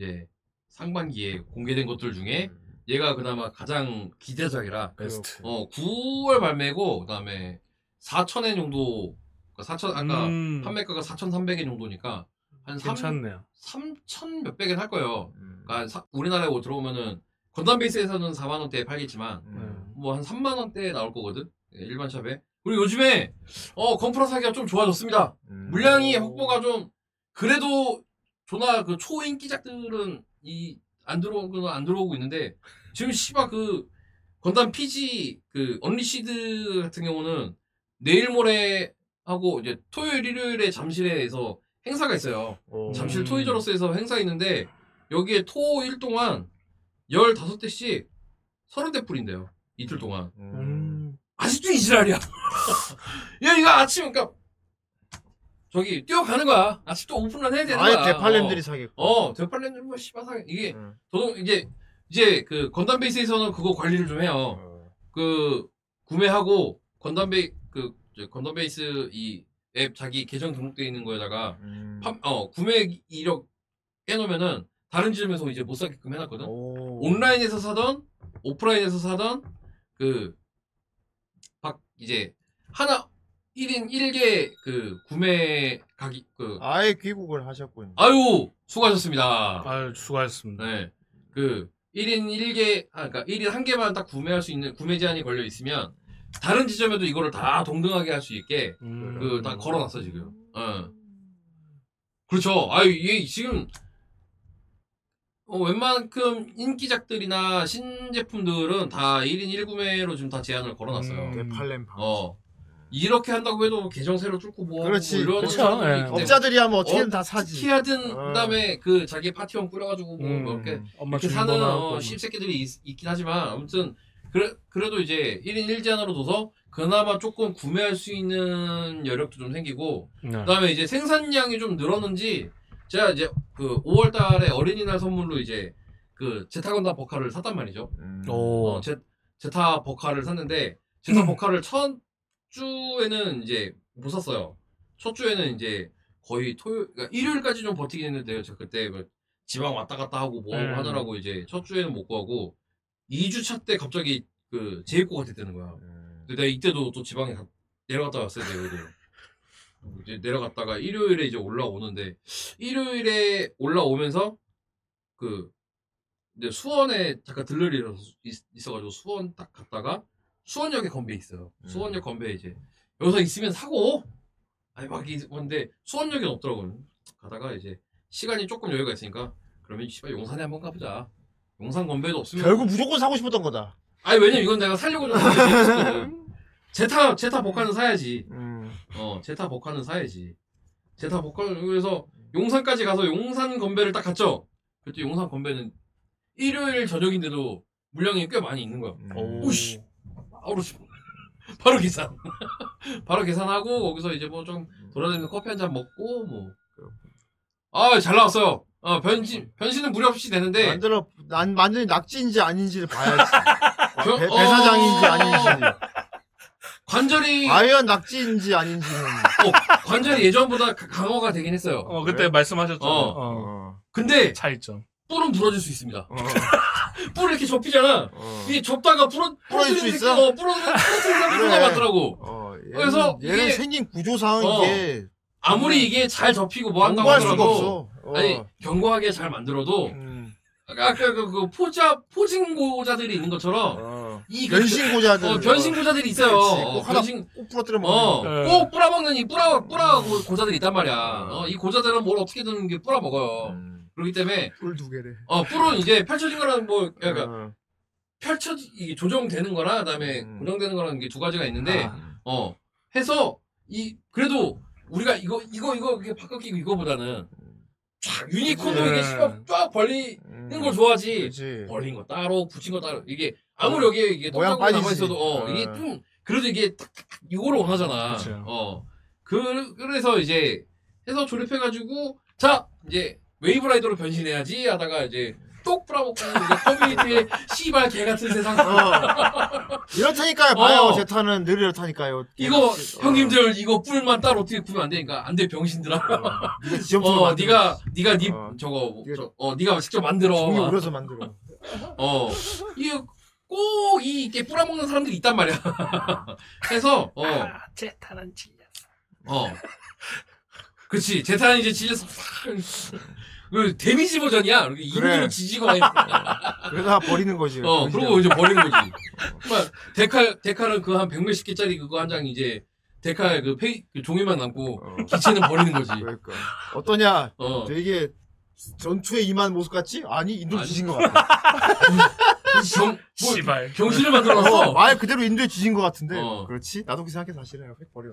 S7: 예 상반기에 공개된 것들 중에
S8: 음.
S7: 얘가 그나마 가장 기대작이라
S8: 베스트.
S7: 어 9월 발매고 그다음에 4천엔 정도 그러니까 4천 아까
S9: 음,
S7: 판매가가 4,300엔 정도니까 한 3,
S9: 괜찮네요.
S7: 3천 몇백엔 할 거예요. 그러니까 사- 우리나라에 들어오면은 건담 베이스에서는 4만 원대에
S8: 음.
S7: 팔겠지만 뭐 한 3만 원대에 나올 거거든 예, 일반 샵에. 그리고 요즘에 어 건프라 사기가 좀 좋아졌습니다. 음. 물량이
S8: 음.
S7: 확보가 좀 그래도 존나 그 초인기작들은 이 안 들어오고 안 들어오고 있는데 지금 씨바 그 건담 PG 그 언리시드 같은 경우는 내일 모레 하고 이제 토요일 일요일에 잠실에서 행사가 있어요. 잠실
S9: 음.
S7: 토이저러스에서 행사 있는데 여기에 토 일 동안 15대씩 30대 뿔인데요. 이틀 동안.
S9: 음.
S7: 아직도 이지랄이야. 얘 이거 아침 그러니까 저기 뛰어가는 거야. 아직도 오픈런 해야 되는
S8: 아예
S7: 거야.
S8: 대팔렘들이 사겠고.
S7: 어, 어 대팔렘들이 뭐 씨발 상 이게
S8: 음.
S7: 저도 이제 이제 그 건담 베이스에서는 그거 관리를 좀 해요.
S8: 어.
S7: 그 구매하고 건담 베이 그저 건담 베이스 이 앱 자기 계정 등록돼 있는 거에다가
S8: 음.
S7: 판- 어 구매 이력 해놓으면은 다른 지점에서 이제 못 사게끔 해놨거든.
S8: 오.
S7: 온라인에서 사던 오프라인에서 사던 그 박 이제 하나 1인 1개 그 구매 가기 그
S8: 아예 귀국을 하셨군요.
S7: 아유 수고하셨습니다.
S9: 아유 수고하셨습니다.
S7: 네. 그 1인 1개 아 그러니까 1인 한 개만 딱 구매할 수 있는 구매 제한이 걸려 있으면 다른 지점에도 이거를 다 동등하게 할 수 있게
S9: 음.
S7: 그 다 걸어놨어 지금. 어. 그렇죠. 아유 이게 지금 어, 웬만큼 인기작들이나 신제품들은 다 1인 1구매로 지금 다 제한을 걸어놨어요.
S9: 음.
S8: 대팔렘 방.
S7: 어. 이렇게 한다고 해도 계정세로 뚫고 뭐
S8: 그렇지.
S7: 이런
S9: 그렇죠.
S7: 사람들이
S9: 예.
S7: 있기 때문에
S8: 업자들이 하면 어떻게든
S7: 어,
S8: 다 사지.
S7: 특히하든
S8: 어.
S7: 그다음에 그 자기 파티원 꾸려가지고 뭐
S9: 음.
S7: 이렇게
S9: 엄마
S7: 이렇게
S9: 주는
S7: 사는
S9: 거나
S7: 어,
S9: 뭐.
S7: 씹새끼들이 있, 긴 하지만 아무튼 그래, 그래도 이제 1인 1제한으로 둬서 그나마 조금 구매할 수 있는 여력도 좀 생기고
S9: 네.
S7: 그다음에 이제 생산량이 좀 늘었는지 제가 이제 그 5월달에 어린이날 선물로 이제 그 제타건담 버카를 샀단 말이죠.
S8: 음.
S9: 오.
S7: 어, 제, 제타 버카를 샀는데 제타 버카를 첫 주에는 이제 못 샀어요. 첫 주에는 이제 거의 토요일, 그러니까 일요일까지 좀 버티긴 했는데요. 제가 그때 뭐 지방 왔다 갔다 하고 뭐 하고
S9: 음.
S7: 하느라고 이제 첫 주에는 못 구하고 2주차 때 갑자기 그 재입고가 됐다는 거야.
S8: 음.
S7: 근데 내가 이때도 또 지방에 가- 내려갔다 왔어야 되거든. 어, 이제 내려갔다가 일요일에 이제 올라오는데 일요일에 올라오면서 그 이제 수원에 잠깐 들를 일이 있- 있어가지고 수원 딱 갔다가 수원역에 건배 있어요.
S8: 음.
S7: 수원역 건배 이제 여기서 있으면 사고 아니 막 이건데 수원역엔 없더라고요. 가다가 이제 시간이 조금 여유가 있으니까 그러면 씨발 용산에 한번 가보자. 용산 건배도 없으면
S8: 결국 무조건 사고 싶었던 거다.
S7: 아니 왜냐면 이건 내가 살려고 좀 했거든. 제타 제타 복화는 사야지.
S8: 음.
S7: 어 제타 복화는 사야지. 제타 복화는 그래서 용산까지 가서 용산 건배를 딱 갔죠. 그때 용산 건배는 일요일 저녁인데도 물량이 꽤 많이 있는
S8: 음.
S7: 거야.
S9: 오.
S7: 오씨. 아우르 씨. 바로 계산. 바로 계산하고 거기서 이제 뭐 좀 돌아다니면서 커피 한 잔 먹고 뭐. 아 잘 나왔어요. 어 변신 변신은 무리 없이 되는데
S8: 만들어 난 완전히 낙지인지 아닌지를 봐야지.
S7: 저-
S8: 아, 배, 사장인지
S7: 어.
S8: 아닌지. 아,
S7: 관절이
S8: 과연 낙지인지 아닌지는.
S7: 어, 관절이 예전보다 가- 강화가 되긴 했어요.
S9: 어 그때 말씀하셨죠.
S7: 어.
S9: 어.
S7: 근데
S9: 차이점.
S7: 뿔은 부러질 수 있습니다.
S8: 어.
S7: 뿔을 이렇게 접히잖아.
S8: 어.
S7: 이게 접다가 부러
S8: 부러질 수
S7: 부러지는
S8: 있어?
S7: 새끼가 부러지는 새끼가
S8: 그래.
S7: 많더라고.
S8: 어, 얘는,
S7: 그래서
S8: 얘는
S7: 이게-
S8: 생긴 구조상
S7: 어.
S8: 이게
S7: 아무리 이게 잘 접히고 뭐 한다고
S8: 연구할 수가
S7: 하더라도
S8: 없어. 어.
S7: 아니 견고하게 잘 만들어도
S8: 음.
S7: 아까 그, 그 포자 포진고자들이 있는 것처럼
S8: 어.
S7: 이 그-
S8: 변신고자들.
S7: 어, 변신고자들이 있어요.
S8: 그렇지.
S7: 어,
S8: 꼭 하나
S7: 변신
S8: 꼭 부러뜨려 먹는 거.
S9: 네.
S7: 어꼭 뿌라먹는 이 뿌라 뿌라고 고자들이 있단 말이야. 어, 이 고자들은 뭘 어떻게든 이게 뿌라먹어요.
S8: 음.
S7: 그렇기 때문에
S8: 뿔두 개래.
S7: 어 뿔은 이제 펼쳐진 거랑 뭐 그러니까
S8: 어.
S7: 펼쳐 이게 조정되는 거나 그다음에
S8: 음.
S7: 고정되는 거랑 이게 두 가지가 있는데
S8: 아.
S7: 어 해서 이 그래도 우리가 이거 이거 이거 이렇게 바꿔 끼고 이거보다는 쫙 유니콘으로 이게
S9: 네.
S7: 씹어 쫙 벌리는
S8: 음.
S7: 걸 좋아하지
S8: 그렇지.
S7: 벌린 거 따로 붙인 거 따로 이게 아무리 여기에 이게
S8: 네. 모양
S7: 동작으로 남아
S8: 빠지지.
S7: 있어도 어 이게
S8: 네.
S7: 좀 그래도 이게 탁탁탁 이거를 원하잖아
S8: 그렇죠.
S7: 어.
S9: 그쵸.
S7: 어그 그래서 이제 해서 조립해 가지고 자 이제 웨이브라이더로 변신해야지 하다가 이제 똑 뿌라먹고 이제 커뮤니티에 씨발 개 같은 세상
S8: 어. 이렇다니까요. 봐요.
S7: 어.
S8: 제타는 늘 이렇다니까요.
S7: 이거
S8: 어.
S7: 형님들 이거 뿔만 따로 어떻게 구면 안 되니까 안 돼 병신들아.
S8: 어. 네가 지점처럼
S7: 어
S8: 만들어.
S7: 네가 네가 니
S8: 어.
S7: 저거
S8: 이게-
S7: 저- 어 네가 직접 만들어.
S8: 종이
S7: 막.
S8: 우려서 만들어.
S7: 어 이게 꼭 이게 뿌라먹는 사람들이 있단 말이야. 해서 어.
S9: 제타는 아, 질렸어.
S7: 어. 그치 제타는 이제 질려서 싹. 그 데미지 버전이야. 이렇게
S8: 그래.
S7: 인으로 지지고 막.
S8: 그래서 다 버리는 거지.
S7: 어 그러고 이제 버리는 거지. 막 데칼 데칼은 그 한 백몇십 개짜리 그거 한 장 이제 데칼 그 페이 그 종이만 남고
S8: 어,
S7: 기체는 버리는 거지.
S8: 그러니까 어떠냐?
S7: 어.
S8: 되게 전투에 임한 모습 같지? 아니 인도 지진 것 같아.
S7: 정, 뭐,
S9: 씨발.
S7: 정신을 만들어서
S8: 말 그대로 인도에 지진 것 같은데.
S7: 어.
S8: 그렇지? 나도 그 생각해 사실은 획 버려.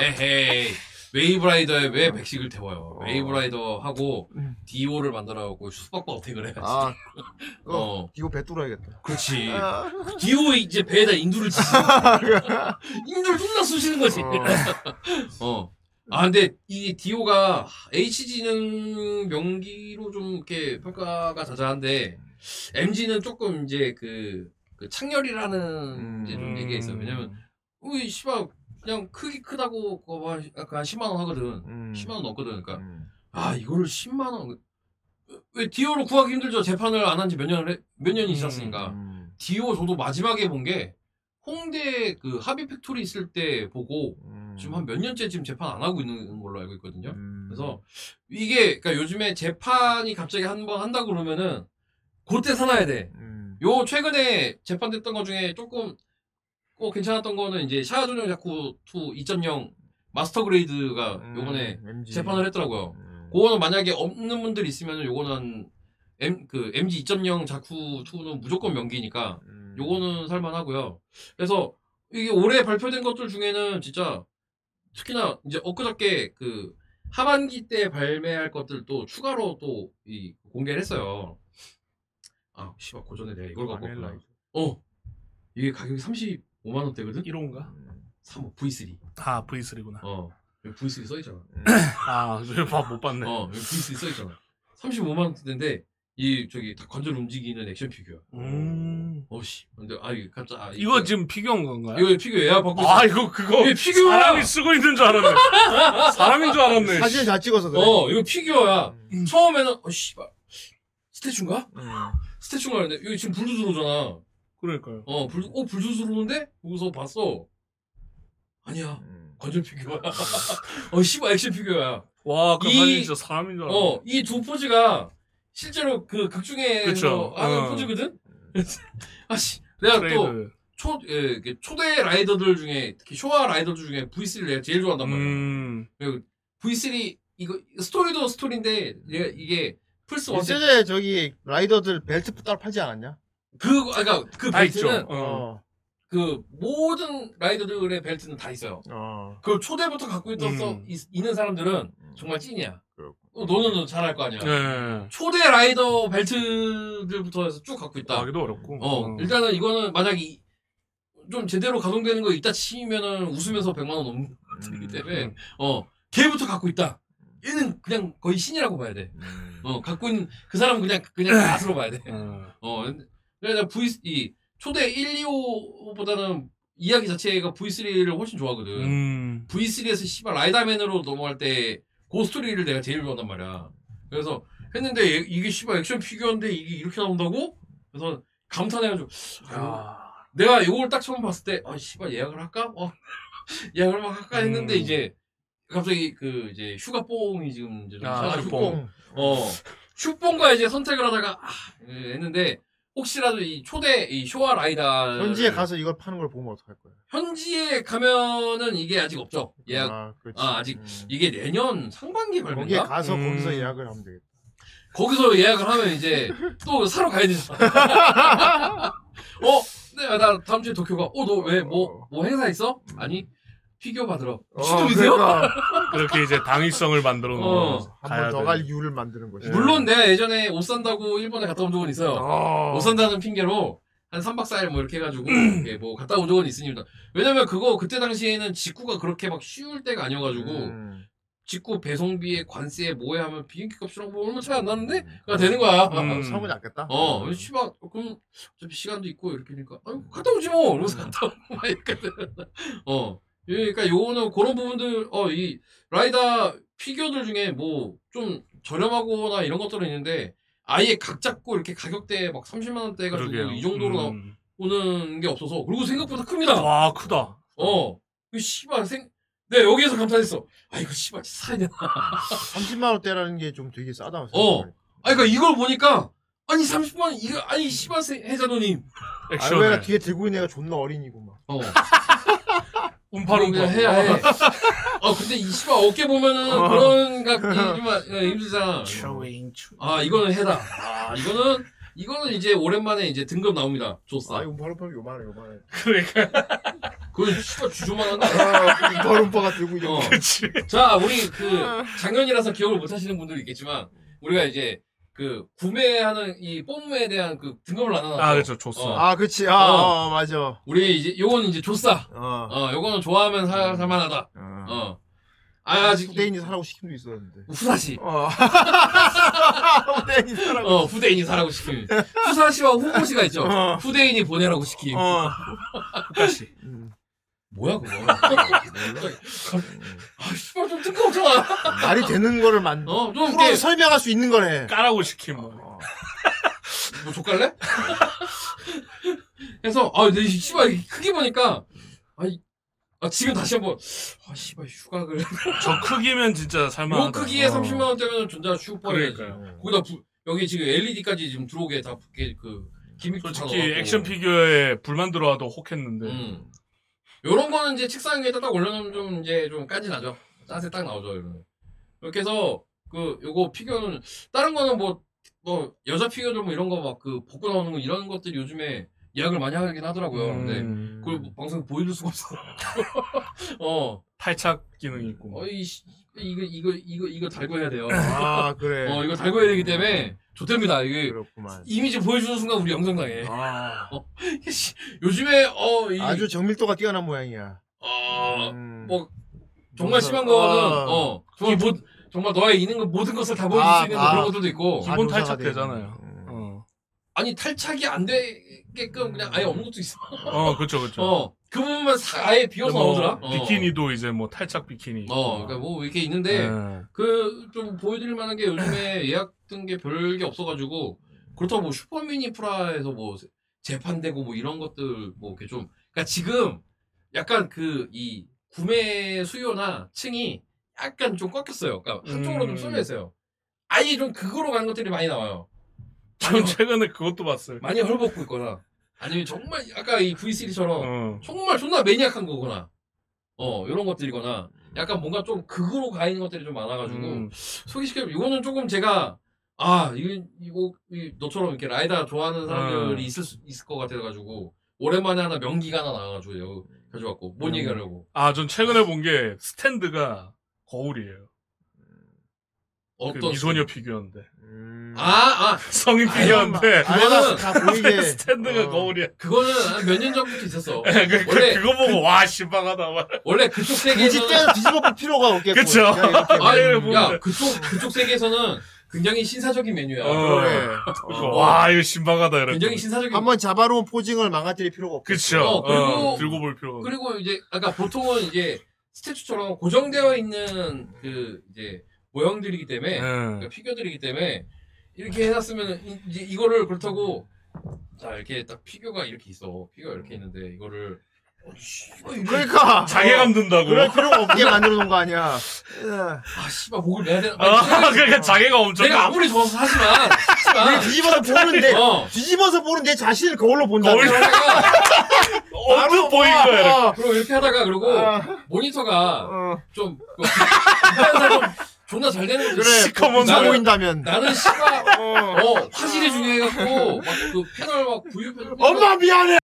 S7: 에헤이 웨이브라이더에 왜 백식을 태워요
S8: 어.
S7: 웨이브라이더 하고
S8: 음.
S7: 디오를 만들어갖고 수박과 어택을 해야지
S8: 아, 어.
S7: 어
S8: 이거 배 뚫어야겠다.
S7: 그렇지
S8: 아.
S7: 디오에 이제 배에다 인두를 치지 인두를 존나 쑤시는 거지 어. 아, 근데 이 디오가 HG는 명기로 좀 이렇게 평가가 자자한데 MG는 조금 이제 그, 그 창렬이라는 이제 좀
S9: 음.
S7: 얘기가 있어요. 왜냐면 우리 씨발 그냥 크기 크다고 그거 한 약간 한 10만 원 하거든.
S8: 음.
S7: 10만 원 넘거든. 그러니까
S8: 음.
S7: 아, 이거를 10만 원. 왜 디오로 아. 구하기 힘들죠. 재판을 안 한 지 몇 년을 해- 몇 년이 지났으니까.
S8: 음.
S7: 디오 저도 마지막에 본 게 홍대 그 하비 팩토리 있을 때 보고
S8: 음.
S7: 지금 한 몇 년째 지금 재판 안 하고 있는 걸로 알고 있거든요.
S8: 음.
S7: 그래서 이게 그러니까 요즘에 재판이 갑자기 한 번 한다고 그러면은 그때 사놔야 돼.
S8: 음.
S7: 요 최근에 재판됐던 것 중에 조금 꼭 괜찮았던 거는 이제 샤야 조정 자쿠 2 2.0 마스터 그레이드가 요번에
S8: 음, MG.
S7: 재판을 했더라고요.
S8: 음.
S7: 그거는 만약에 없는 분들 있으면 요거는 M 그 MG 2.0 자쿠 2는 무조건 명기니까
S8: 음.
S7: 요거는 살만하고요. 그래서 이게 올해 발표된 것들 중에는 진짜 특히나 이제 엊그저께 그 하반기 때 발매할 것들 또 추가로 또 이 공개를 했어요. 아, 씨발 고전에 내가 이걸 갖고 왔구나.
S9: 바닐라이트.
S7: 어. 이게 가격이 35만 원대거든.
S9: 1호인가?
S7: 3 V3.
S9: 아 V3구나.
S7: 어. 여기 V3 써 있잖아.
S9: 아, 저밥못 봤네.
S7: 어, 여기 V3 써 있잖아. 35만 원대인데 이 저기 다 관절 움직이는 액션 피규어.
S9: 음.
S7: 어씨. 근데 아 이게 갑자기 아,
S9: 이거 지금 피규어인 건가요?
S7: 이거 피규어 예약 받고
S9: 아, 이거 그거
S7: 이게 피규어야.
S9: 사람이 쓰고 있는 줄 알았네. 사람인 줄 알았네.
S8: 사진을 잘 찍어서 그래.
S7: 어, 이거 피규어야.
S8: 음.
S7: 처음에는, 어, 씨발. 스태츄인가?
S8: 음.
S7: 스태츄인가 했는데, 여기 지금 불도 들어오잖아.
S9: 그러니까요.
S7: 어, 불, 어, 불도 들어오는데? 여기서 봤어. 아니야.
S8: 음.
S7: 관절 피규어야. 어, 씨발, 액션 피규어야.
S9: 와, 그
S7: 이-
S9: 사진 진짜 사람인 줄 알았네.
S7: 어, 이 두 포즈가 실제로 그 극중에서
S9: 그쵸.
S7: 하는
S9: 어.
S7: 포즈거든? 아씨. 내가 또,
S9: 트레이드.
S7: 초, 예, 이렇게 초대 라이더들 중에, 특히 쇼와 라이더 중에 V3를 내가 제일 좋아한단 말이야.
S9: 음.
S7: V3, 이거, 스토리도 스토리인데, 내가 이게, 플스 원 때-
S8: 일세대 저기 라이더들 벨트 따로 팔지 않았냐?
S7: 그, 아까그
S9: 다 있죠.
S7: 벨트는,
S9: 어.
S7: 그, 모든 라이더들의 벨트는 다 있어요.
S8: 어.
S7: 그걸 초대부터 갖고 있던, 서-
S9: 음.
S7: 있- 있는 사람들은 정말 찐이야. 어, 너는 너 잘할 거 아니야.
S9: 네.
S7: 초대 라이더 벨트들부터 해서 쭉 갖고 있다.
S9: 나기도 어렵고.
S7: 어, 일단은 이거는 만약 이, 좀 제대로 가동되는 거 있다 치면은 웃으면서 100만원 넘는 것들이기 때문에,
S9: 음.
S7: 어, 걔부터 갖고 있다. 얘는 그냥 거의 신이라고 봐야 돼.
S9: 음.
S7: 어, 갖고 있는, 그 사람은 그냥, 그냥 가수로 봐야 돼.
S9: 어.
S7: 어, 근데 내가 V 이 초대 1, 2호보다는 이야기 자체가 V3를 훨씬 좋아하거든.
S9: 음.
S7: V3에서 씨발 라이다맨으로 넘어갈 때그 고스토리를 내가 제일 좋아한단 말이야. 그래서 했는데 얘- 이게 씨발 액션 피규어인데 이게 이렇게 나온다고? 그래서 감탄해가지고 아,
S9: 야.
S7: 내가 이걸 딱 처음 봤을 때 아, 씨발 예약을 할까? 어, 예약을 막 할까 했는데
S9: 음.
S7: 이제 갑자기 그 이제 휴가뽕이 지금 이제 좀
S9: 아,
S7: 찾아주고
S9: 휴가뽕.
S7: 어, 슈폰과 이제 선택을 하다가, 아, 예, 했는데, 혹시라도 이 초대, 이 쇼와 라이다.
S8: 현지에 가서 이걸 파는 걸 보면 어떡할 거야?
S7: 현지에 가면은 이게 아직 없죠. 예약.
S8: 아, 그렇지.
S7: 아, 아직
S8: 음.
S7: 이게 내년 상반기
S8: 거기에
S7: 발매인가?
S8: 가서
S9: 음.
S8: 거기서 예약을 하면 되겠다.
S7: 거기서 예약을 하면 이제 또 사러 가야 되잖아. 어, 네, 나 다음 주에 도쿄가. 어, 너 왜 뭐, 뭐 행사 있어? 아니, 피규어 그러니까. 받으러. 주도이세요?
S9: 그렇게 이제 당위성을 만들어 놓은
S7: 어.
S9: 가야
S8: 그러니까 한번 더
S9: 돼.
S8: 갈 이유를 만드는 거지.
S7: 네. 물론 내가 예전에 옷 산다고 일본에 갔다 온 적은 있어요.
S8: 어.
S7: 못 산다는 핑계로 한 3박 4일 뭐 이렇게 해가지고 이렇게 뭐 갔다 온 적은 있습니다. 왜냐면 그거 그때 당시에는 직구가 그렇게 막 쉬울 때가 아니어가지고
S8: 음.
S7: 직구 배송비에 관세에 뭐에 하면 비행기 값이랑 뭐 얼마 차이 안 나는데 그가 되는 거야.
S9: 음.
S8: 아, 사무지 않겠다.
S7: 어, 씨발, 그럼, 어차피 시간도 있고, 이렇게 되니까, 아유, 갔다 오지 뭐! 이러면서 갔다 오고, 막 이랬거든. 어. 그러니까 요거는 그런 부분들, 어, 이, 라이다 피규어들 중에 뭐, 좀 저렴하거나 이런 것들은 있는데, 아예 각 잡고 이렇게 가격대 막 30만원대 해가지고 이 정도로 나
S9: 음. 아.
S7: 오는 게 없어서, 그리고 생각보다 큽니다.
S9: 와 크다.
S7: 어. 이 씨발, 생, 네, 여기에서 감탄했어. 아, 이거 씨발, 사야 되나.
S8: 30만 원대라는 게 좀 되게 싸다.
S7: 어. 아, 그러니까 이걸 보니까, 아니, 30만, 이거, 아니, 씨발, 해자노님.
S9: 액션을
S8: 알베가 뒤에 들고 있는 애가 존나 어린이구만.
S7: 어.
S9: 운파로
S7: 그냥 해야 해. 어 근데 이 씨발 어깨 보면은
S9: 어.
S7: 그런 각이 힘들잖아. 아 이거는 해다. 아 이거는 이거는 이제 오랜만에 이제 등급 나옵니다. 조사.
S8: 아, 이거 바로바로 요만해, 요만해.
S9: 그러니까
S7: 그건 씨발 주조만한데.
S8: 아, 바로바가 들고 있는
S7: 어.
S8: 거.
S9: 그치.
S7: 자 우리 그 작년이라서 기억을 못 하시는 분들 있겠지만 우리가 이제 그 구매하는 이 뽐에 대한 그 등급을 나눠놨어.
S9: 아 그렇죠 좋소.
S7: 어.
S8: 아, 그치. 아,
S7: 어.
S8: 어, 맞아.
S7: 우리 이제 요건 이제 조사.
S8: 어.
S7: 어 요거는 좋아하면 살 살만하다.
S8: 어.
S7: 어. 아, 아직
S8: 후대인이 사라고 시킴도 있었는데.
S7: 후사시.
S8: 어. 후대인이 사라고.
S7: 어, 후대인이 사라고 시킴. 후사시와 호보시가 있죠.
S8: 어.
S7: 후대인이 보내라고 시킴.
S8: 어.
S9: 똑같이.
S8: 음.
S7: 뭐야, 그거. 아, 씨발, 좀 뜬금없잖아.
S8: 말이 되는 거를 만. 어?
S7: 어, 좀
S8: 풀어서
S7: 이렇게,
S8: 설명할 수 있는 거래.
S9: 까라고 시킴. 뭐.
S8: 어.
S7: 뭐, 족갈래? 해서 아, 근데 이 씨발 이게 크게 보니까 아이 아, 지금 다시 한번 아 씨발 휴각을
S9: 저 크기면 진짜 살만하다.
S7: 요 크기에
S9: 어.
S7: 30만 원대면 존자 슈퍼예요
S9: 그러니까요.
S7: 거기다 부- 여기 지금 LED까지 지금 들어오게 다 붙게 그 기믹
S9: 솔직히 그렇죠. 액션 피규어에 불만 들어와도
S8: 네.
S9: 혹했는데
S7: 음. 요런 거는 이제 책상 위에다 딱 올려놓으면 좀 이제 좀 깐지 나죠. 짠새 딱 나오죠, 이런. 이렇게 해서, 그, 요거 피규어는, 다른 거는 뭐, 뭐, 여자 피규어들 뭐 이런 거 막 그, 벗고 나오는 거 이런 것들이 요즘에 예약을 많이 하긴 하더라고요. 근데,
S9: 음.
S7: 그걸 뭐 방송에 보여줄 수가 없어. 어,
S9: 탈착 기능이 있고. 뭐.
S7: 어, 이, 씨, 이거, 이거, 이거, 이거 달고 해야 돼요.
S8: 아 그래.
S7: 어, 이거 달고 해야 되기 때문에, 좋답니다. 이게,
S8: 그렇구만.
S7: 이미지 보여주는 순간 우리 영상 당해.
S8: 아,
S7: 요즘에, 어, 이,
S8: 아주 정밀도가 뛰어난 모양이야.
S7: 어,
S8: 음.
S7: 뭐, 정말 심한
S9: 아,
S7: 거는 어 정말 모, 정말 너의 있는 거 모든 것을 다 보여줄
S8: 아,
S7: 수 있는
S8: 아.
S7: 그런 것들도 있고
S9: 기본
S8: 다 묘사가
S9: 탈착
S8: 돼 있는.
S9: 되잖아요.
S8: 음.
S9: 어,
S7: 아니 탈착이 안 되게끔 그냥 아예 없는 것도 있어
S9: 어 그렇죠 그렇죠.
S7: 어 그 부분만 사, 아예 비워서
S9: 뭐
S7: 나오더라 어.
S9: 비키니도 이제 뭐 탈착 비키니.
S7: 어 그러니까 뭐 이렇게 있는데
S9: 예.
S7: 그 좀 보여드릴 만한 게 요즘에 예약된 게 별게 없어가지고 그렇다고 뭐 슈퍼미니 프라에서 뭐 재판되고 뭐 이런 것들 뭐 이렇게 좀 그러니까 지금 약간 그 이 구매 수요나 층이 약간 좀 꺾였어요. 그러니까 한쪽으로 좀
S9: 음.
S7: 쏠려 있어요. 아예 좀 그거로 가는 것들이 많이 나와요.
S9: 전 최근에 그것도 봤어요.
S7: 많이 헐벗고 있거나 아니면 정말 아까 이 V3처럼
S9: 어.
S7: 정말 존나 매니악한 거거나 어 이런 것들이거나 약간 뭔가 좀 극으로 가 있는 것들이 좀 많아가지고
S9: 음.
S7: 소개시켜 이거는 조금 제가 아 이거 이거 이- 너처럼 이렇게 라이다 좋아하는 사람들이
S9: 음.
S7: 있을 수 있을 것 같아가지고 오랜만에 하나 명기가 하나 나와가지고 여기 가져왔고 뭔
S9: 음.
S7: 얘기하려고
S9: 아, 전 최근에 본 게 스탠드가 거울이에요. 그
S7: 어떤
S9: 미소녀 피규어인데.
S8: 음.
S7: 아아
S9: 성인
S7: 아,
S9: 피규어인데
S8: 안에다 다 보이게.
S9: 스탠드가
S8: 어.
S9: 거울이야.
S7: 그거는 몇 년 전부터 있었어
S9: 그, 그,
S7: 원래- 아,
S9: 그거 보고 와 씨방하다 막.
S7: 원래 그쪽
S8: 굳이
S7: 세계에서는
S8: 떼서 뒤집어 볼 필요가 없겠고.
S9: 그쵸.
S8: 그냥 이렇게
S7: 아니,
S9: 음.
S7: 야 그쪽 그쪽 세계에서는 굉장히 신사적인 메뉴야
S9: 어. 그렇죠. 그래서 와 이거 신방하다 이렇게.
S7: 굉장히 신사적인
S8: 한번 잡아놓은 포징을 망가뜨릴 필요가 없고.
S9: 그쵸.
S7: 어, 그리고-
S9: 어, 들고 볼 필요가 없
S7: 그리고 이제 아까 보통은 이제 스태츄처럼 고정되어 있는 그 이제 모형들이기 때문에
S9: 네. 예.
S7: 그러니까 피규어들이기 때문에 이렇게 해놨으면 이- 이제 이거를 그렇다고 자 이렇게 딱 피규어가 이렇게 있어 피규어 이렇게 있는데 이거를 어, 씨발, 이래.
S8: 그러니까.
S7: 어.
S9: 자괴감 든다고.
S8: 그럴 필요가 없게 만들어 놓은 거 아니야.
S7: 아 씨발 목을 매야 되나 아니,
S9: 아, 그러니까 자괴가 엄청.
S7: 내가 아무리 좋아서 하지만
S9: 아,
S8: 왜
S7: 하지만
S8: 뒤집어서 보는데,
S7: 어
S8: 뒤집어서 보는 내 자신을 거울로 본다.
S9: 거울.
S7: 그러다가
S9: 엄청 보인 거야. 이렇게.
S7: 그리고 이렇게 하다가 그리고
S8: 아. 어.
S7: 모니터가 좀 그, 좀 존나 잘 되는 거
S8: 그래.
S9: 시커먼
S8: 나
S7: 나는-
S8: 보인다면.
S7: 나는 씨발
S8: 어.
S7: 어, 화질이 중요해갖고, 막 그 패널 막 부유 패널.
S8: 엄마 미안해.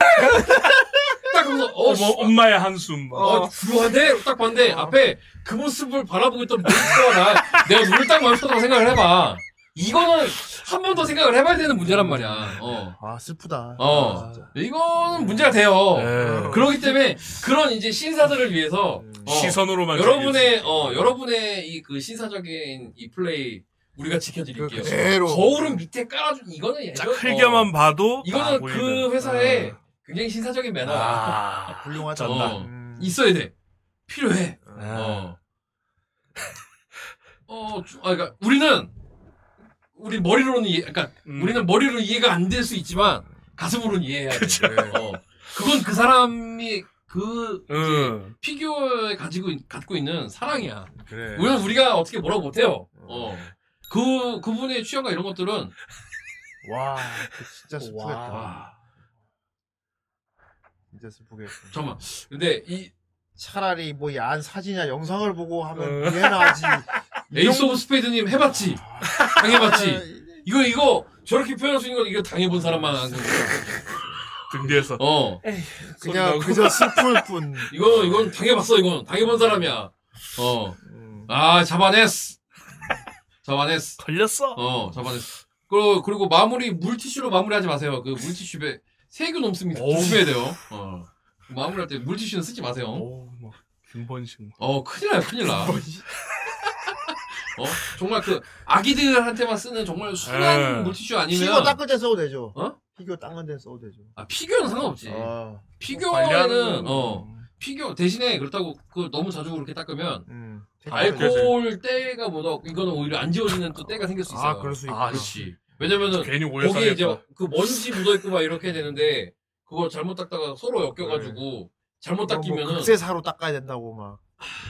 S7: 딱 하면서, 어,
S9: 어머,
S7: 씨.
S9: 뭐 엄마의 한숨. 막.
S7: 어, 불우한데? 딱 봤는데,
S9: 어.
S7: 앞에 그 모습을 바라보고 있던 모니터가 나, 내가 눈을 딱 마주쳤다고 생각을 해봐. 이거는 한 번 더 생각을 해봐야 되는 문제란 말이야. 어.
S8: 아, 슬프다.
S7: 어.
S8: 아, 진짜.
S7: 이거는 문제가 돼요.
S9: 예.
S7: 그렇기 때문에, 그런 이제 신사들을 위해서,
S8: 음,
S7: 어,
S9: 시선으로만.
S7: 여러분의, 어, 여러분의 이 그 신사적인 이 플레이, 우리가 지켜드릴게요.
S8: 그대로.
S7: 거울은 밑에 깔아준, 이거는 예전-
S9: 딱 흘겨만 봐도 다
S7: 이거는
S9: 보이는.
S7: 그 회사의 굉장히 신사적인 매너야.
S9: 아.
S8: 훌륭하다.
S7: 어.
S8: 음.
S7: 있어야 돼. 필요해.
S9: 아.
S7: 어. 아. 어, 주- 아, 그러니까 우리는 우리 머리로는 이해, 그러니까
S9: 음.
S7: 우리는 머리로 이해가 안 될 수 있지만 가슴으로는 이해해야 돼. 어. 그건 그 사람이 그
S9: 응.
S7: 피규어에 가지고 있- 갖고 있는 사랑이야.
S8: 그래.
S7: 우리는 우리가 어떻게 뭐라고 못해요. 네. 어. 그 그분의 취향과 이런 것들은
S8: 와, 그 진짜
S7: 아.
S8: 슬프겠다.
S7: 와.
S8: 진짜 슬프겠다.
S7: 잠깐만. 근데 이
S8: 차라리 뭐 야한 사진이나 영상을 보고
S9: 어.
S8: 하면 이해나지.
S7: 에이스 아. 오브 스페이드님 해봤지, 당해봤지. 이거 이거 저렇게 표현할 수 있는 건 이거 당해본 사람만 아는 거야.
S9: 등 뒤에서.
S7: 어
S8: 그냥
S9: 소리 나고.
S8: 그저 슬플 뿐.
S7: 이거 이건 당해봤어 이건 당해본 사람이야. 어. 어아 잡아냈어 잡아냈어
S9: 걸렸어.
S7: 어 잡아냈어. 그리고 그리고 마무리 물티슈로 마무리하지 마세요. 그 물티슈에 세균 없습니다.
S9: 어우.
S7: 조심해야 돼요. 어 마무리할 때 물티슈는 쓰지 마세요.
S9: 오, 막 어, 뭐, 김번식. 막.
S7: 어 큰일 나요 큰일 나. 어 정말 그 아기들한테만 쓰는 정말 순한
S9: 에.
S7: 물티슈 아니면
S8: 피규어 닦을 때 써도 되죠.
S7: 어?
S8: 피규어 닦는 데 써도 되죠.
S7: 아 피규어는 상관없지.
S8: 아,
S7: 피규어는
S9: 관리하는 음.
S7: 어
S9: 거.
S7: 피규어 대신에 그렇다고 그 너무 자주 그렇게 닦으면
S8: 음.
S9: 아, 그
S7: 알코올 때가 뭐다 이거는 오히려 안 지워지는 또 때가 생길 수 있어요.
S8: 아, 그럴 수 있구나.
S7: 그렇지. 왜냐면은
S9: 괜히 오해
S7: 음. 거기에 이제 어.
S9: 사겠다.
S7: 그 먼지 묻어 있고 막 이렇게 되는데 그거 잘못 닦다가 서로 엮여가지고 잘못
S8: 네. 뭐
S7: 닦이면은
S8: 극세사로 닦아야 된다고 막.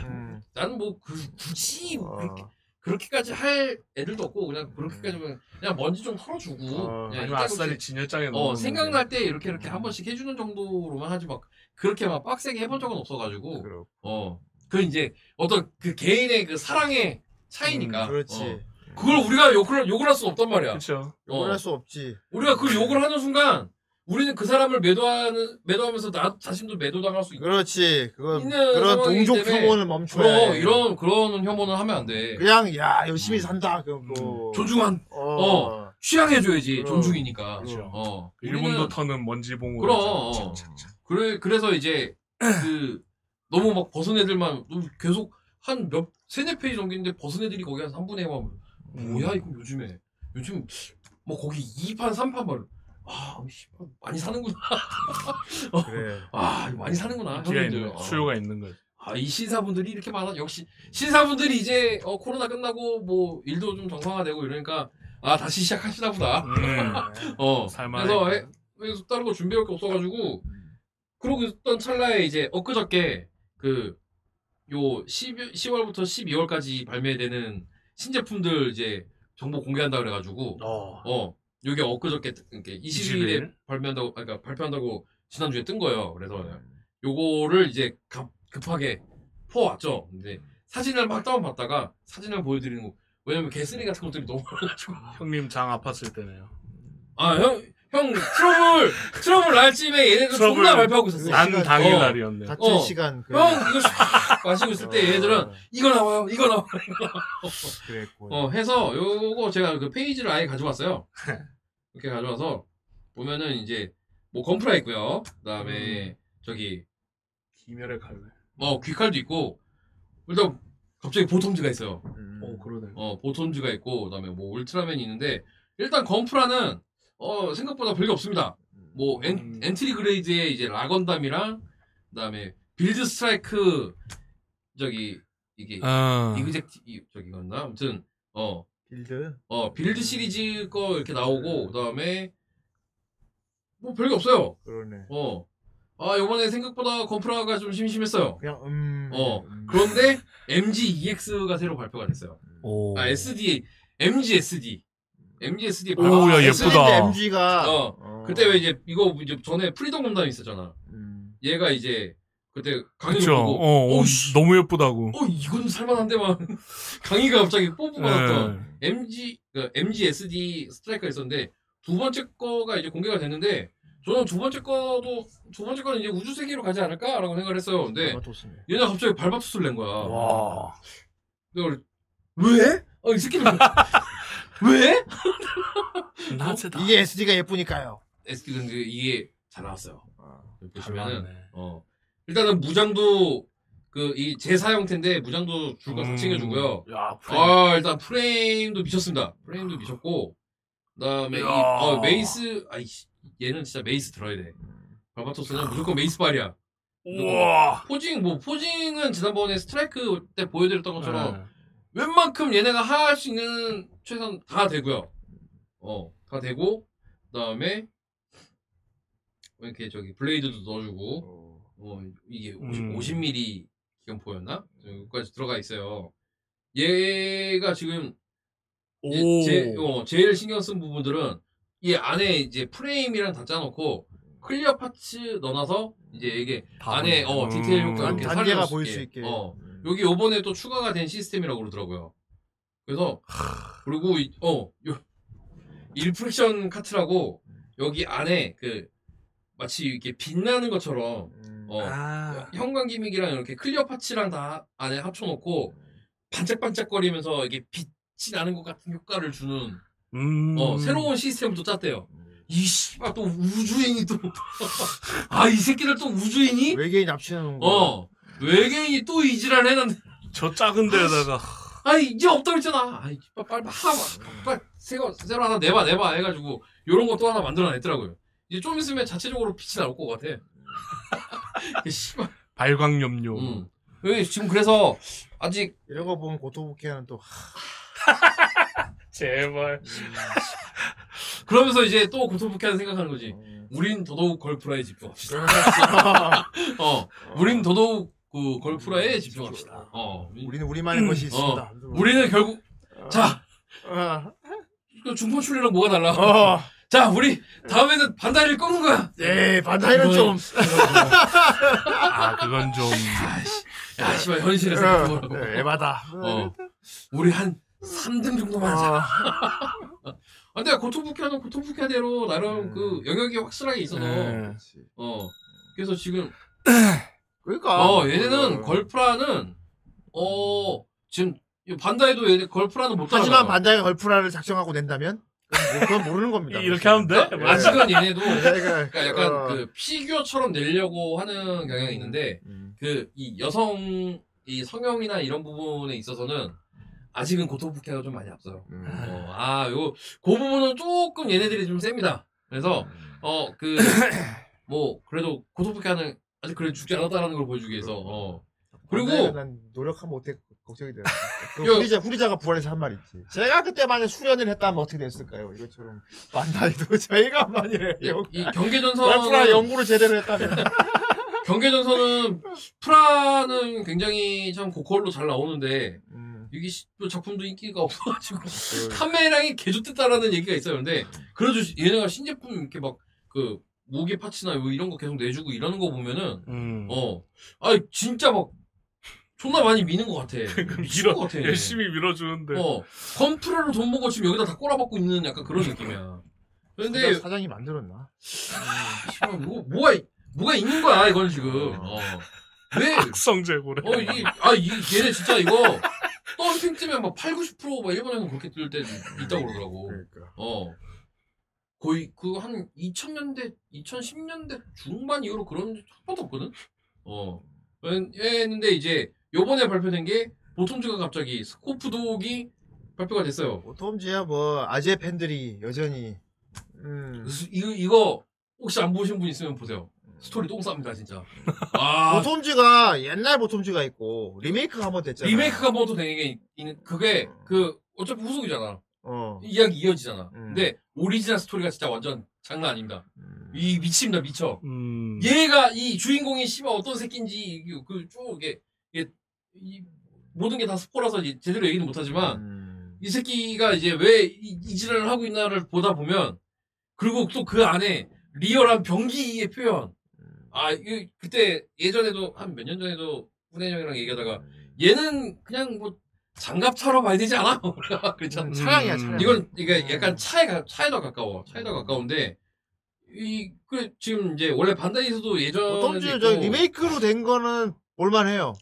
S8: 음.
S7: 나는 뭐 그, 굳이
S8: 어.
S7: 그렇게 그렇게까지 할 애들도 없고
S8: 음.
S7: 그냥 그렇게까지 그냥, 그냥 먼지 좀 털어주고
S8: 어,
S7: 그냥
S9: 아니면
S7: 이따
S9: 아싸리
S7: 그렇게-
S9: 진열장에 넣어.
S7: 어 생각날 때
S8: 음.
S7: 이렇게 이렇게 한 번씩 해주는 정도로만 하지 막 그렇게 막 빡세게 해본 적은 없어가지고
S8: 그렇고.
S7: 어 그 이제 어떤 그 개인의 그 사랑의 차이니까
S8: 음, 그렇지.
S7: 어. 그걸 우리가 욕을 욕을 할 수 없단 말이야
S9: 그렇죠.
S8: 욕을
S7: 어.
S8: 할 수 없지.
S7: 우리가 그 욕을 하는 순간 우리는 그 사람을 매도하는 매도하면서 나 자신도 매도당할 수 있고
S8: 그렇지. 그건
S7: 있는
S8: 그런
S7: 상황이기
S8: 동족
S7: 때문에
S8: 혐오는 멈춰야
S7: 그럼
S8: 해.
S7: 이런 그런 혐오는 하면 안돼
S8: 그냥 야 열심히 산다. 그럼 뭐.
S7: 존중한
S8: 어.
S7: 음. 어. 취향해줘야지
S8: 그럼.
S7: 존중이니까
S8: 그렇죠.
S7: 어
S9: 일본도
S7: 우리는
S9: 터는 먼지봉으로.
S7: 그럼,
S9: 이제
S7: 어.
S9: 착착착.
S7: 그래 그래서 이제 그 너무 막 벗은 애들만 너무 계속 한 몇 세네 페이지 넘기는데 벗은 애들이 거기 한 3분의 1만 뭐야 이거 요즘에 요즘 뭐 거기 2판 3판 말아 많이 사는구나
S8: 그래.
S7: 아 이거 많이 사는구나
S9: 기가
S7: 형님들.
S9: 있는
S7: 어.
S9: 수요가 있는 거지.
S7: 아, 이 신사분들이 이렇게 많아. 역시, 신사분들이 이제, 어, 코로나 끝나고, 뭐, 일도 좀 정상화되고 이러니까, 아, 다시 시작하시나 보다.
S9: 음.
S7: 어.
S9: 살만해.
S7: 그래서, 해- 그래서 다른 거 준비할 게 없어가지고, 그러고 있던 찰나에 이제, 엊그저께, 그, 요, 10, 10월부터 12월까지 발매되는 신제품들 이제, 정보 공개한다 그래가지고,
S8: 어.
S7: 어, 요게 엊그저께, 이렇게 20일에
S9: 20일.
S7: 발매한다고, 아, 그러니까 발표한다고 지난주에 뜬 거예요. 그래서 요거를 이제 급, 급하게 퍼왔죠. 근데 사진을 막 다운받다가 사진을 보여드리는 거. 왜냐면 개쓰레기 같은 것들이 너무 많아가지고.
S9: 형님 장 아팠을 때네요.
S7: 아, 형, 형, 트러블, 트러블 날 쯤에 얘네들
S9: 트러블.
S7: 존나 발표하고 있었어.
S9: 난
S8: 시간-
S9: 당일
S7: 어.
S9: 날이었네요.
S8: 같은
S7: 어.
S8: 시간. 그 어,
S7: 형, 이거 샥 마시고 있을 때
S9: 어.
S7: 얘네들은 이거 나와요, 이거 나와요.
S8: 그랬고.
S7: 어, 해서 요거 제가 그 페이지를 아예 가져왔어요. 이렇게 가져와서 보면은 이제 뭐 건프라 있고요. 그다음에 저기
S9: 기멸의 칼날.
S7: 뭐 귀칼도 있고 일단 갑자기 보톰즈가 있어요.
S8: 음.
S9: 어 그러네.
S7: 어, 보톤즈가 있고, 그 다음에 뭐, 울트라맨이 있는데, 일단 건프라는, 어, 생각보다 별게 없습니다. 뭐, 엔,
S9: 음.
S7: 엔트리 그레이드의 이제 라건담이랑, 그 다음에 빌드 스트라이크, 저기, 이게,
S9: 아.
S7: 이그젝트, 이- 저기 건나? 아무튼, 어,
S8: 빌드.
S7: 어, 빌드 시리즈 거 이렇게 나오고, 그 다음에, 뭐, 별게 없어요.
S8: 그러네.
S7: 어. 아, 요번에 생각보다 건프라가 좀 심심했어요.
S8: 그냥 음.
S7: 어,
S8: 음.
S7: 그런데, MGEX가 새로 발표가 됐어요.
S9: 오.
S7: 아, SD, MGSD. MGSD.
S9: 오, 야,
S7: SD.
S9: 예쁘다.
S8: 아, MG가.
S7: 어, 그때 왜 이제, 이거 이제 전에 프리덤 공담 있었잖아.
S8: 음.
S7: 얘가 이제, 그때 강의
S9: 그쵸.
S7: 보고,
S9: 어, 어,
S7: 오, 씨,
S9: 너무 예쁘다고.
S7: 어, 이건 살만한데만. 강의가 갑자기 뽀뽀가 났던
S9: 예.
S7: MG, 그, MGSD 스트라이크가 있었는데, 두 번째 거가 이제 공개가 됐는데, 저는 두 번째 거도, 두 번째 거는 이제 우주세계로 가지 않을까라고 생각을 했어요. 근데, 아.
S8: 아마 좋습니다.
S7: 얘네가 갑자기 발바투스를 낸 거야.
S9: 와.
S7: 내가 그래, 왜? 어, 이 새끼들. 왜?
S9: 낮에다.
S8: 이게 SD가 예쁘니까요.
S7: SD 근데 이게 잘 나왔어요. 보시면은
S9: 닮았네.
S7: 어 일단은 무장도 그 이 제사 형태인데 무장도 줄거 다
S9: 음.
S7: 챙겨주고요.
S9: 야, 프레임.
S7: 아 일단 프레임도 미쳤습니다. 프레임도 미쳤고 그다음에 이,
S9: 야.
S7: 어, 메이스 아이 얘는 진짜 메이스 들어야 돼. 발바토스는 무조건 메이스 발이야.
S9: 우와.
S7: 포징 뭐 포징은 지난번에 스트라이크 때 보여드렸던 것처럼 웬만큼 얘네가 할 수 있는 최선 다 되고요. 어, 다 되고 그다음에 이렇게 저기 블레이드도 넣어주고 어 이게 50,
S9: 음.
S7: 50mm 기관포였나? 여기까지 들어가 있어요. 얘가 지금 제,
S9: 오.
S7: 제- 어, 제일 신경 쓴 부분들은 이 안에 이제 프레임이랑 다 짜놓고 클리어 파츠 넣어놔서 이제 이게 안에 어 디테일 효과
S9: 네. 음.
S7: 이렇게
S8: 단계가
S7: 살려줄 수
S8: 보일 수 있게.
S7: 어,
S8: 음.
S7: 여기 요번에 또 추가가 된 시스템이라고 그러더라고요. 그래서 그리고 이- 어, 요 일프렉션 카트라고 여기 안에 그 마치 이렇게 빛나는 것처럼
S8: 음.
S7: 어,
S9: 아.
S7: 형광 기믹이랑 이렇게 클리어 파츠랑 다 안에 합쳐 놓고 반짝반짝거리면서 이게 빛이 나는 것 같은 효과를 주는
S9: 음.
S7: 어, 새로운 시스템을 또 짰대요.
S8: 음.
S7: 이 씨발 또 우주인이 또 아, 이 새끼들 또 우주인이
S8: 외계인 납치하는 거.
S7: 어. 외계인이 또 이 지랄 해놨네.
S9: 저 작은 데에다가
S7: 아니 이제 없다 그랬잖아. 아이 빨리 빨리 하마 빨리 새거 새로 하나 내봐 내봐 해가지고 요런 거 또 하나 만들어냈더라고요. 이제 좀 있으면 자체적으로 빛이 나올 것 같아. 이 씨발.
S9: 발광 염료.
S7: 음. 여기 지금 그래서 아직
S8: 이런 거 보면 고토부키는 또 하,
S9: 제발.
S7: 그러면서 이제 또 고토부캐한 생각하는 거지.
S8: 음.
S7: 우린 더더욱 걸프라에 집중합시다. 어, 우린 더더욱 그 걸프라에 집중합시다. 어, 우리-
S8: 우리는 우리만의 것이 있습니다.
S7: 어. 우리는 결국 자
S8: 어.
S7: 이거 중포 출리랑 뭐가 달라?
S8: 어.
S7: 자, 우리 다음에는 반다리를 꺾는 거야.
S8: 예, 반다이는 좀.
S7: 이거는- 이거는-
S9: 아 그건 좀
S7: 아이씨, 야, 씨발 현실에서
S8: 어,
S7: 그거라고.
S8: 네, 에바다.
S7: 어, 우리 한 3등 정도만 하자.
S8: 어.
S7: 아, 근데 고통부캐는 고통부캐대로 나름
S8: 음.
S7: 그 영역이 확실하게 있어서
S8: 네.
S7: 어 그래서 지금
S8: 그러니까.
S7: 어 얘네는 걸프라는 어 지금 이 반다이도 얘네 걸프라는 못
S8: 하지만
S7: 따라가.
S8: 반다이가 걸프라를 작정하고 낸다면 그건, 뭐- 그건 모르는 겁니다.
S9: 이렇게 하면 돼?
S8: 예.
S7: 아직은 얘네도
S8: 그러니까
S7: 그러니까 약간 그 피규어처럼 내려고 하는 경향이 있는데
S8: 음,
S7: 그 이 여성 이 성형이나 이런 부분에 있어서는 아직은 고통부캐가 좀 많이 앞서요.
S8: 음.
S7: 어, 아, 요, 그 부분은 조금 얘네들이 좀 셉니다. 그래서, 어, 그, 뭐, 그래도 고소부캐는 아직 그래 죽지 않았다라는 걸 보여주기 위해서, 어. 그리고,
S8: 난 노력하면 어떻게 걱정이 돼요. 그
S7: 요-
S8: 후리자 후리자가 부활해서 한 말 있지. 제가 그때 만약 수련을 했다면 어떻게 됐을까요? 이것처럼 반다이도 저희가 만약에
S7: 이-
S8: 영-
S7: 이
S8: 걸프라
S7: 경계전선은,
S8: 연구를 제대로 했다면
S7: 경계전선은, 프라는 굉장히 참 고퀄로 잘 나오는데, 이게 시- 또 작품도 인기가 없어가지고,
S9: 네.
S7: 판매량이 개조됐다라는 얘기가 있어요. 근데, 그래도 얘네가 신제품 이렇게 막, 그, 무게 파츠나 요 이런 거 계속 내주고 이러는 거 보면은,
S9: 음.
S7: 어. 아 진짜 막 존나 많이 미는 것 같아. 미친 것
S9: 밀어
S7: 같아.
S9: 열심히 밀어주는데
S7: 어. 건프라로 돈 먹고 지금 여기다 다 꼬라박고 있는 약간 그런 느낌이야.
S8: 근데
S7: 그런데
S8: 사장이 만들었나?
S7: 씨발, 뭐, 뭐가 이- 뭐가 있는 거야 이건 지금. 어. 왜?
S9: 성재고래
S7: 어, 이, 아, 이, 얘네 진짜 이거, 덤핑 뜨면 막 8, 90%막 일본에서는 그렇게 뜰 때 있다고 그러더라고.
S8: 그러니까.
S7: 어. 거의 그 한 2000년대, 2010년대 중반 이후로 그런 적한 번도 없거든? 어. 했는데 이제 요번에 발표된 게 보통즈가 갑자기 스코프 독이 발표가 됐어요.
S8: 보톰지야 뭐 아재 팬들이 여전히 음.
S7: 스- 이거, 이거 혹시 안 보신 분 있으면 보세요. 스토리 똥 쌉니다, 진짜. 아,
S8: 그 보톰지가 옛날 보톰지가 있고 리메이크가 한번 됐잖아.
S7: 리메이크가 뭐또 되는 게 있는, 그게 그 어차피 후속이잖아.
S8: 어.
S7: 이야기 이어지잖아.
S8: 음.
S7: 근데 오리지널 스토리가 진짜 완전 장난 아닙니다. 이 미칩니다, 미쳐.
S9: 음.
S7: 얘가 이 주인공이 씨발 어떤 새끼인지 그쭉 이게 이게 이 모든 게 다 스포라서 이제 제대로 얘기는 못하지만
S8: 음.
S7: 이 새끼가 이제 왜 이 지랄을 하고 있나를 보다 보면 그리고 또 그 안에 리얼한 병기의 표현
S8: 음.
S7: 아 이거 그때 예전에도 한 몇 년 전에도 훈혜 형이랑 얘기하다가
S8: 음.
S7: 얘는 그냥 뭐 장갑 차로 봐야 되지 않아? 그렇잖아.
S8: 음. 차량이야, 차량.
S7: 이건
S8: 아.
S7: 이게 약간 차에 가, 차에 더 가까워. 차에 더 가까운데 이 그 지금 이제 원래 반다이에서도 예전에
S8: 보톰지 어, 저 리메이크로 된 거는 볼만해요.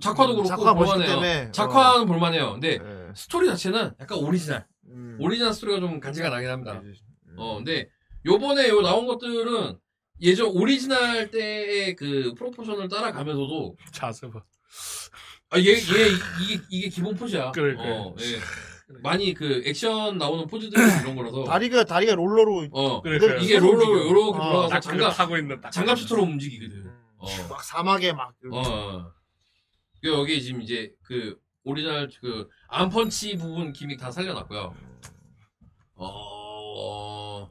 S7: 작화도 그렇고
S8: 작화 멋있기
S7: 볼만해요.
S8: 때문에, 어.
S7: 작화는 볼만해요. 근데
S8: 예.
S7: 스토리 자체는 약간 오리지널.
S8: 음.
S7: 오리지널 스토리가 좀 간지가 나긴 합니다.
S8: 음.
S7: 어 근데 요번에 요 나온 것들은 예전 오리지널 때의 그 프로포션을 따라가면서도
S9: 자세 봐
S7: 아얘얘 이게 이게 기본 포즈야.
S9: 그래, 그래.
S7: 어, 예.
S8: 아,
S7: 많이 그 액션 나오는 포즈들 이런 거라서
S8: 다리가 다리가 롤러로
S7: 어
S9: 그래
S8: 근데
S9: 그래
S7: 이게 롤러 로 이렇게
S8: 어,
S7: 돌아가서
S9: 딱 그거
S7: 장갑
S9: 타고 있는 딱
S7: 장갑수처럼 움직이거든. 어.
S8: 음. 막 사막에 막 이렇게.
S7: 어. 그 여기 지금 이제 그 오리지널 그 암펀치 부분 기믹 다 살려놨고요. 어.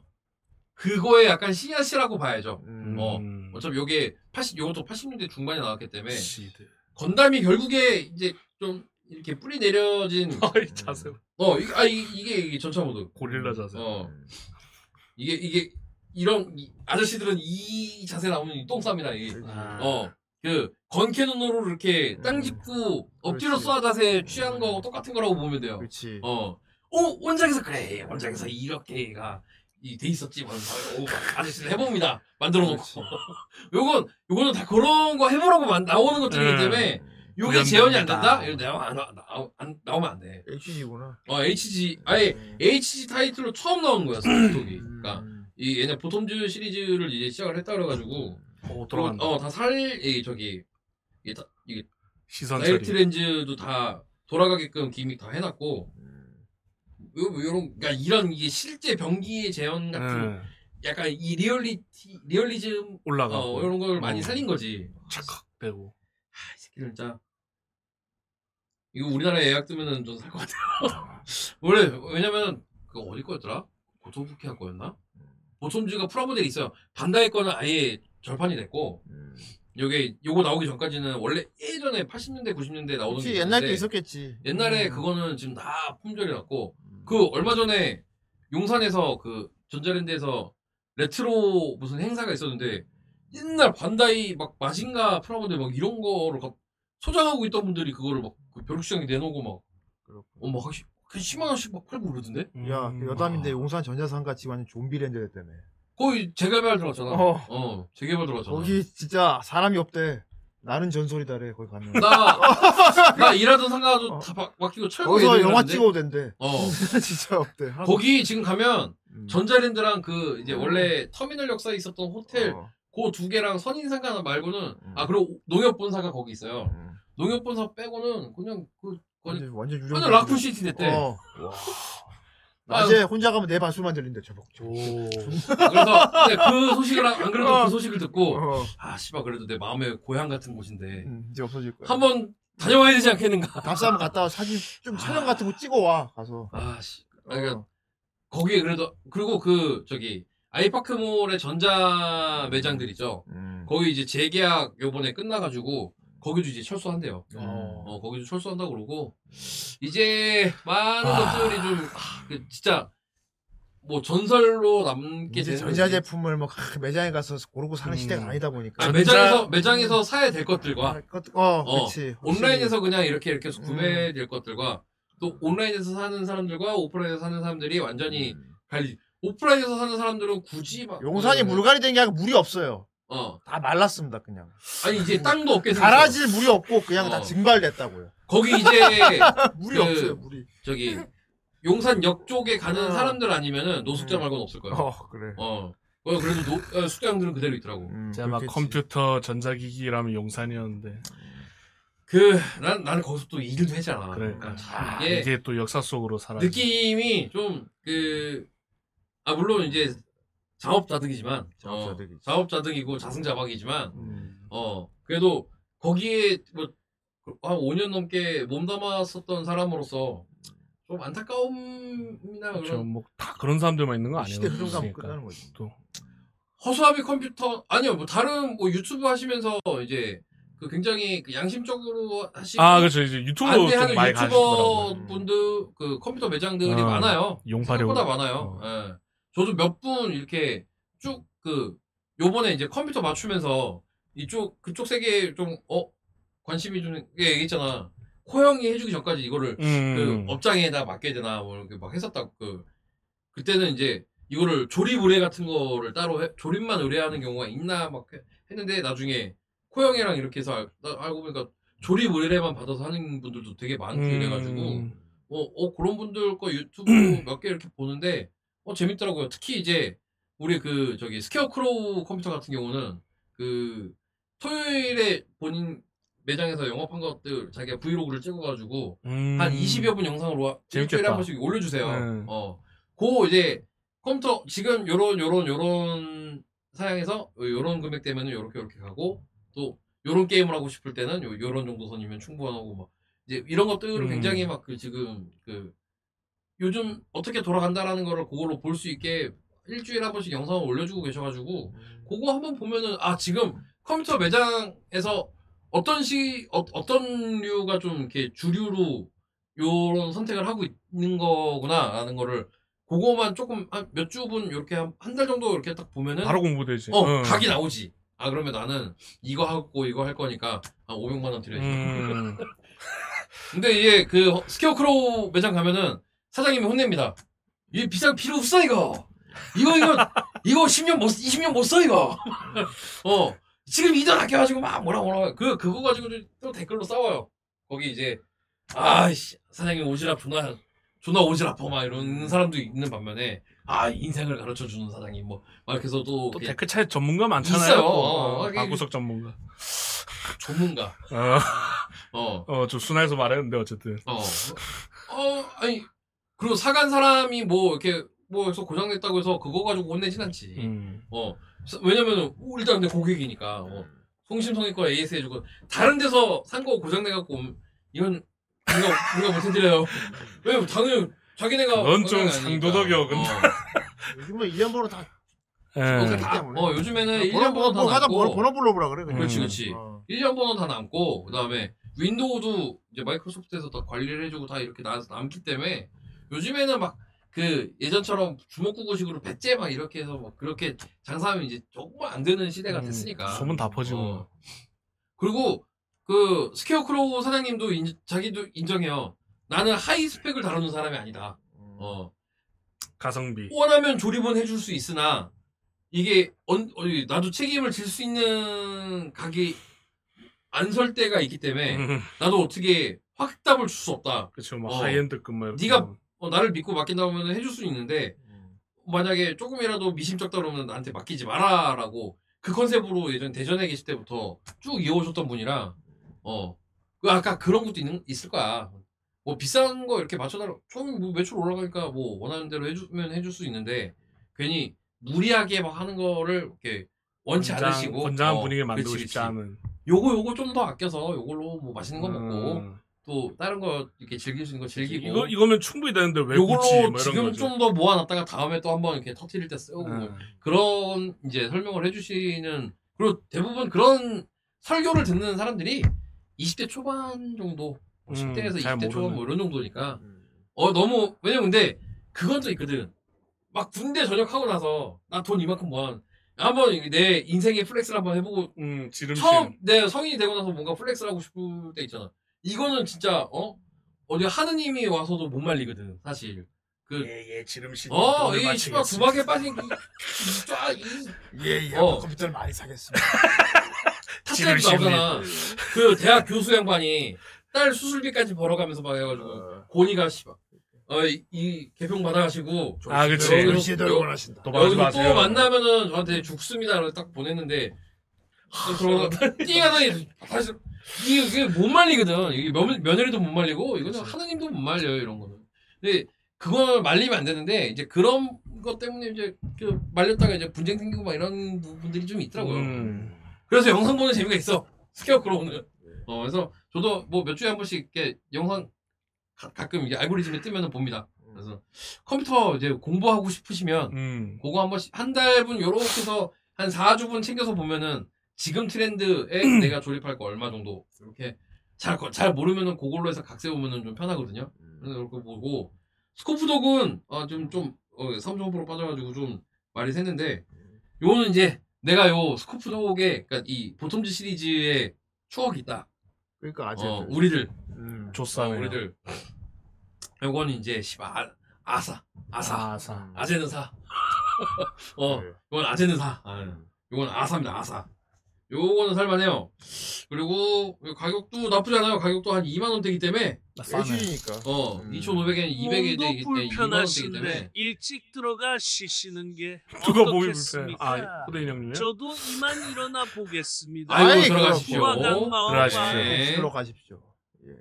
S7: 그거에 약간 씨앗이라고 봐야죠.
S8: 음.
S7: 어. 어차피 요게 80 요것도 80년대 중반에 나왔기 때문에
S9: 시드
S7: 건담이 결국에 이제 좀 이렇게 뿌리 내려진
S9: 아이 자세 봐
S7: 어, 이, 아, 이, 이게, 이게 전차 모드.
S9: 고릴라 자세
S7: 어. 이게, 이게, 이런, 이- 아저씨들은 이 자세 나오면 똥 쌉니다, 이게. 어. 그, 건캐 눈으로 이렇게 땅 짚고 엎드려
S8: 음, 그렇지. 음.
S7: 쏘아 자세 취한 거하고 똑같은 거라고 보면 돼요.
S8: 그렇지.
S7: 어. 오, 원작에서 그래. 원작에서 이렇게가 이 돼 있었지. 뭐, 뭐, 오, 아저씨들 해봅니다. 만들어 놓고. 요건, 요거는 다 그런 거 해보라고 만- 나오는 것들이기
S9: 음.
S7: 때문에 요게
S9: 그건
S7: 재현이 안
S9: 됩니다.
S7: 된다? 이거 나오면 안, 나- 안- 나오면 안 돼.
S8: HG구나. 음.
S7: 어, HG, 아예 HG 타이틀로 처음 나온 거였어, 독이. 그러니까 이 얘네 보톰즈 시리즈를 이제 시작을 했다 그래가지고
S9: 어 돌아간다
S7: 어, 다살 이 저기 이게 다, 이게
S9: 시선
S7: 다이렉트
S9: 처리
S7: 렌즈도 다 돌아가게끔 기믹 다 해놨고
S9: 음.
S7: 요, 요런 그러니까 이런 이게 실제 병기의
S9: 네.
S7: 재현 같은
S9: 응.
S7: 약간 이 리얼리티 리얼리즘
S9: 올라가고
S7: 어, 이런 걸 많이
S9: 아, 어.
S7: 살린 거지.
S9: 착각 빼고
S7: 아, 이 새끼들 진짜. 이거 우리나라에 예약 뜨면은 좀 살 것
S9: 아. 음.
S7: 같아요. 원래, 왜냐면, 그 어디 거였더라? 고토부키 할 거였나? 보톰즈가 프라 모델이 있어요. 반다이 거는 아예 절판이 됐고
S11: 음.
S7: 요게 요거 나오기 전까지는 원래 예전에 80년대 90년대 나오던
S8: 혹시
S7: 게
S8: 옛날 게
S7: 있었는데
S8: 있었겠지. 음.
S7: 옛날에 그거는 지금 다 품절이 났고 그 얼마 전에 용산에서 그 전자랜드에서 레트로 무슨 행사가 있었는데 옛날 반다이 막 마징가 프라모델 막 이런 거를 막 소장하고 있던 분들이 그거를 막그 벼룩시장에 내놓고 막 어머 막 시- 그 10만 원씩 막 팔고 그러던데
S8: 야, 그 여담인데
S7: 아.
S8: 용산 전자상가 지금 완전 좀비랜드 됐다며.
S7: 거의 재개발 들어갔잖아
S8: 어.
S7: 어, 재개발 들어갔잖아
S8: 거기 진짜 사람이 없대. 나는 전설이다래, 거기 가면.
S7: 나나 일하던 상가도 다 바, 맡기고 철거
S8: 어. 거기서
S7: 예정이라는데.
S8: 영화 찍어도 된대.
S7: 어
S8: 진짜 없대. 어. 하나도
S7: 거기 지금 가면
S11: 음.
S7: 전자랜드랑 그 이제
S11: 음.
S7: 원래 터미널 역사에 있었던 호텔
S11: 어.
S7: 그 두 개랑 선인상가 하나 말고는
S11: 음.
S7: 아 그리고 농협본사가 거기 있어요.
S11: 음.
S7: 농협본사 빼고는 그냥 그 거기
S8: 완전 완전 유령.
S7: 완전 락풀시티 됐대.
S8: 어.
S11: 와.
S8: 낮에 혼자 가면 내 반수만 들린대, 저거.
S7: 그래서 근데 그 소식을 안 그래도
S8: 어.
S7: 그 소식을 듣고
S8: 어.
S7: 아 씨발 그래도 내 마음의 고향 같은 곳인데
S8: 음, 어. 이제 없어질 거야.
S7: 한번 다녀와야 되지 않겠는가?
S8: 박사 한번 갔다 와 사진 좀 촬영 같은 거 찍어 와 가서.
S7: 아씨 그러니까
S8: 어.
S7: 거기에 그래도 그리고 그 저기 아이파크몰의 전자 매장들이죠.
S11: 음.
S7: 거기 이제 재계약 요번에 끝나가지고 거기도 이제 철수한대요.
S11: 음.
S7: 어, 거기도 철수한다고 그러고 이제 많은 것들이 좀 아, 그 진짜 뭐 전설로 남게
S8: 이제
S7: 되는 거지.
S8: 전자제품을 막 하, 매장에 가서 고르고 사는
S9: 음.
S8: 시대가 아니다 보니까.
S7: 아, 매장에서 매장에서 사야 될 것들과
S8: 아, 그것- 어,
S7: 어,
S8: 그렇지.
S7: 온라인에서 그냥 이렇게 이렇게 해서
S8: 음.
S7: 구매될 것들과 또 온라인에서 사는 사람들과 오프라인에서 사는 사람들이
S8: 음.
S7: 음. 완전히 갈리. 오프라인에서 사는 사람들은 굳이 막
S8: 용산이 물갈이 된 게 아니라 물이 없어요.
S7: 어
S8: 다 말랐습니다, 그냥.
S7: 아니 이제 땅도 없게 생겼어요.
S8: 가라질 물이 없고 그냥 다
S7: 어.
S8: 증발됐다고요.
S7: 거기 이제
S8: 물이
S7: 그-
S8: 없어요, 물이.
S7: 저기 용산역 쪽에 가는
S8: 어.
S7: 사람들 아니면은 노숙자 말고는 없을 거야.
S8: 어, 그래.
S7: 어. 어, 그래도 노, 어, 숙장들은 그대로 있더라고.
S8: 음,
S9: 제가 막
S8: 그렇겠지.
S9: 컴퓨터 전자기기라면 용산이었는데
S7: 그, 난, 나는 거기서 또 일도 했잖아.
S9: 그러니까
S7: 참
S9: 이게,
S7: 이게
S9: 또 역사 속으로 살아.
S7: 느낌이 좀, 그, 아, 물론 이제 자업자득이지만,
S8: 자업자득이지.
S7: 어, 자업자득이고 자승자박이지만,
S8: 음.
S7: 어, 그래도 거기에 뭐, 한 5년 넘게 몸담았었던 사람으로서 좀 안타까움이나 그런
S9: 그렇죠. 뭐다 그런 사람들만 있는 거 아니에요?
S8: 시대 흐름감
S9: 그러니까.
S8: 끝나는 거지.
S9: 또
S7: 허수아비 컴퓨터 아니요 뭐 다른 뭐 유튜브 하시면서 이제 그 굉장히 그 양심적으로 하시고
S9: 아 그렇죠 이제 유튜브로 좀
S7: 안내하는
S9: 많이 가시더라고요.
S7: 유튜버 분들 그 컴퓨터 매장들이
S9: 아,
S7: 많아요
S9: 용팔이 어.
S7: 생각보다
S9: 올-
S7: 많아요 예. 저도 몇 분 이렇게 쭉 그 요번에 이제 컴퓨터 맞추면서 이쪽 그쪽 세계에 좀 어 관심이 좀 이게 얘기했잖아 코형이 해주기 전까지 이거를 그
S9: 음.
S7: 업장에다 맡게 되나 뭐 이렇게 막 했었다고 그 그때는 이제 이거를 조립 의뢰 같은 거를 따로 해- 조립만 의뢰하는 경우가 있나 막 해- 했는데 나중에 코영이랑 이렇게 해서 알, 고 보니까 조립 의뢰만 받아서 하는 분들도 되게 많고 이래가지고
S9: 음.
S7: 어, 어, 그런 분들 거 유튜브 몇 개 이렇게 보는데 어 재밌더라고요 특히 이제 우리 그 저기 스퀘어 크로우 컴퓨터 같은 경우는 그 토요일에 본인 매장에서 영업한 것들 자기가 브이로그를 찍어가지고
S9: 음.
S7: 한 20여 분 영상으로 와-
S9: 재밌겠다.
S7: 일주일에 한 번씩 올려주세요.
S9: 네.
S7: 어, 그 이제 컴퓨터 지금 요런 요런 요런 사양에서 요런 금액 되면은 요렇게 요렇게 가고 또 요런 게임을 하고 싶을 때는 요 요런 정도 선이면 충분하고 막 이제 이런 것들을
S9: 음.
S7: 굉장히 막 그 지금 그 요즘 어떻게 돌아간다라는 거를 그걸로 볼 수 있게 일주일에 한 번씩 영상을 올려주고 계셔가지고
S9: 음.
S7: 그거 한번 보면은 아 지금 컴퓨터 매장에서 어떤 시 어, 어떤 류가 좀 이렇게 주류로 요런 선택을 하고 있는 거구나라는 거를 그거만 조금 몇 주분 이렇게 한 달 정도 이렇게 딱 보면은
S9: 바로 음. 공부되지.
S7: 어 각이 나오지. 아 그러면 나는 이거 하고 이거 할 거니까 한 500만 원 드려야지.
S9: 음.
S7: 근데 이게 그 스퀘어 크로우 매장 가면은 사장님이 혼냅니다. 이 비싼 거 필요 없어 이거. 이거 이거 이거 10년 못 20년 못 써 이거. 어 지금 이전 아껴가지고 막 뭐라 뭐라 그 그거 가지고 또 댓글로 싸워요. 거기 이제 아씨 사장님 오지랖 존나 존나 오지랖퍼 막 이런 사람도 있는 반면에 아 인생을 가르쳐 주는 사장님 뭐막 이렇게 해서 또,
S9: 또
S7: 이렇게
S9: 댓글 차에 전문가 많잖아요.
S7: 있어요.
S9: 또.
S7: 어, 이게-
S9: 방구석 전문가.
S7: 전문가
S9: 어,
S7: 어
S9: 어, 좀 순화해서 말했는데 어쨌든.
S7: 어. 어, 아니, 그리고 사간 사람이 뭐, 이렇게, 뭐, 해서 고장냈다고 해서 그거 가지고 혼내진 않지.
S9: 음.
S7: 어. 사- 왜냐면은, 우- 일단 내 고객이니까, 어. 송심성의껏 AS 해주고, 다른 데서 산 거 고장내갖고, 오면 이건, 우리가, 우리가 못해드려요. 왜냐면 당연히, 자기네가.
S9: 그건 좀
S7: 고장이 아니니까.
S9: 상도덕이요, 근데.
S7: 어.
S8: 요즘은 1년 번호 다
S9: 예.
S8: 그렇기 때문에.
S7: 어, 요즘에는 1년
S8: 번호 번호
S7: 번호 다
S8: 번호 하자 번호
S7: 남고
S8: 번호 뭐 불러보라 그래. 그냥.
S7: 그렇지, 그렇지.
S8: 어.
S7: 1년 번호 다 남고 그다음에 윈도우도 이제 마이크로소프트에서 다 관리를 해주고 다 이렇게 나, 남기 때문에 요즘에는 막 그 예전처럼 주먹구구식으로 배째 막 이렇게 해서 막 그렇게 장사하면 이제 정말 안 되는 시대가
S9: 음,
S7: 됐으니까
S9: 소문 다 퍼지고.
S7: 어. 그리고 그 스퀘어 크로우 사장님도 인- 자기도 인정해요. 나는 하이 스펙을 다루는 사람이 아니다. 어.
S9: 가성비.
S7: 원하면 조립은 해줄 수 있으나 이게 언, 어이, 나도 책임을 질 수 있는 각이 안 설 때가 있기 때문에
S9: 음,
S7: 나도 어떻게 확답을 줄 수 없다.
S9: 그쵸, 뭐,
S7: 어.
S9: 하이엔드급 뭐. 이렇게.
S7: 네가- 어, 나를 믿고 맡긴다면 해줄 수 있는데
S8: 음.
S7: 만약에 조금이라도 미심쩍다 그러면 나한테 맡기지 마라라고 그 컨셉으로 예전 대전에 계실 때부터 쭉 이어오셨던 분이라 어 그 아까 그런 것도 있는 있을 거야 뭐 비싼 거 이렇게 맞춰달라 처음 뭐 매출 올라가니까 뭐 원하는 대로 해주면 해줄 수 있는데 괜히 무리하게 막 하는 거를 이렇게 원치
S9: 권장-
S7: 않으시고
S9: 권장한
S7: 어,
S9: 분위기 만들고
S7: 그치,
S9: 싶지
S7: 그치.
S9: 않은.
S7: 요거 요거 좀 더 아껴서 요걸로 뭐 맛있는 거 먹고
S9: 음.
S7: 또 다른 거 이렇게 즐길 수 있는 거 즐기고
S9: 이거, 이거면 충분히 되는데 왜 굳이? 뭐
S7: 요걸로
S9: 이런
S7: 지금
S9: 거죠.
S7: 좀 더 모아놨다가 다음에 또 한번 이렇게 터트릴 때 쓰고 뭐
S9: 음.
S7: 그런 이제 설명을 해주시는 그리고 대부분 그런 설교를 듣는 사람들이 20대 초반 정도 뭐
S9: 음,
S7: 10대에서
S9: 잘
S7: 20대 초반
S9: 모르는.
S7: 뭐 이런 정도니까 어 너무 왜냐면 근데 그건 또 있거든 막 군대 전역하고 나서 나 돈 이만큼 모아 한번 내 인생의 플렉스를 한번 해보고
S9: 음, 지름신.
S7: 처음 내 성인이 되고 나서 뭔가 플렉스를 하고 싶을 때 있잖아. 이거는 진짜 어 어디 하느님이 와서도 못 말리거든 사실. 그
S9: 예, 예, 지름신.
S7: 어,
S9: 돈을
S7: 이 씨발
S9: 마치겠습니다.
S7: 구박에 빠진 이쫙이
S1: 예, 예.
S7: 어.
S1: 컴퓨터를 많이 사겠습니다.
S7: 탓까지
S9: 지름신이.
S7: 나오잖아. 그 대학 교수 양반이 딸 수술비까지 벌어가면서 막 해가지고 고니가 씨발 어이 이 개평 받아가시고 어,
S9: 아, 그치.
S7: 여기서-
S1: 시도 응원하신다.
S9: 도망하지
S7: 여기서
S9: 마세요.
S7: 또 만나면은 저한테 죽습니다를 딱 보냈는데 아, 그러고 띵하더니 사실 이게, 이게 못 말리거든 이게 며, 며느리도 못 말리고 이거는
S9: 그렇죠.
S7: 하느님도 못 말려요 이런 거는 근데 그걸 말리면 안 되는데 이제 그런 것 때문에 이제 그 말렸다가 이제 분쟁 생기고 막 이런 부분들이 좀 있더라고요
S9: 음.
S7: 그래서 영상 보는 재미가 있어 스퀘어 크로우는
S9: 네.
S7: 어, 그래서 저도 뭐 몇 주에 한 번씩 이렇게 영상 가, 끔 이게 알고리즘에 뜨면은 봅니다 그래서 컴퓨터 이제 공부하고 싶으시면
S9: 음.
S7: 그거 한 번씩 한 달분 요렇게 해서 한 4주분 챙겨서 보면은 지금
S8: 음.
S7: 트렌드에 내가 조립할 거 얼마 정도 이렇게 잘, 거- 잘 모르면은 그걸로 해서 각 세우면은 좀 편하거든요. 그래서 이렇게 보고 스코프독은 아, 좀, 좀 어, 삼성프로 빠져가지고 좀 말이 샜는데 요거는 이제 내가 요 스코프독의 그러니까 이 보텀즈 시리즈의 추억이 있다.
S8: 그러니까 아재.
S7: 어, 우리들
S8: 음.
S7: 어,
S9: 조싸네.
S7: 우리들 요건 이제 씨발 아, 아사
S8: 음.
S7: 아사
S9: 아, 사.
S7: 아재는 사. 어
S8: 네.
S7: 이건 아재는 음. 사.
S9: 네.
S7: 요건 아사입니다, 아사. 요거는 살만해요. 그리고 요 가격도 나쁘지 않아요. 가격도 한 2만 원대이기 때문에
S8: 애쉬니까.
S7: 어,
S8: 음.
S7: 2,500엔
S2: 몸도
S7: 200에 되기 때문에 2만 원대이기 때문에
S2: 불편하신데 일찍 들어가 쉬시는 게
S9: 누가 몸이 불편해.
S2: 어떻겠습니까?
S9: 아, 후대인 형님이요?
S2: 저도 이만 일어나 보겠습니다.
S7: 아이고
S8: 아이,
S7: 들어가십시오.
S2: 소화강 마음과
S9: 들어가십시오.
S7: 네.
S8: 들어 가십시오. 예.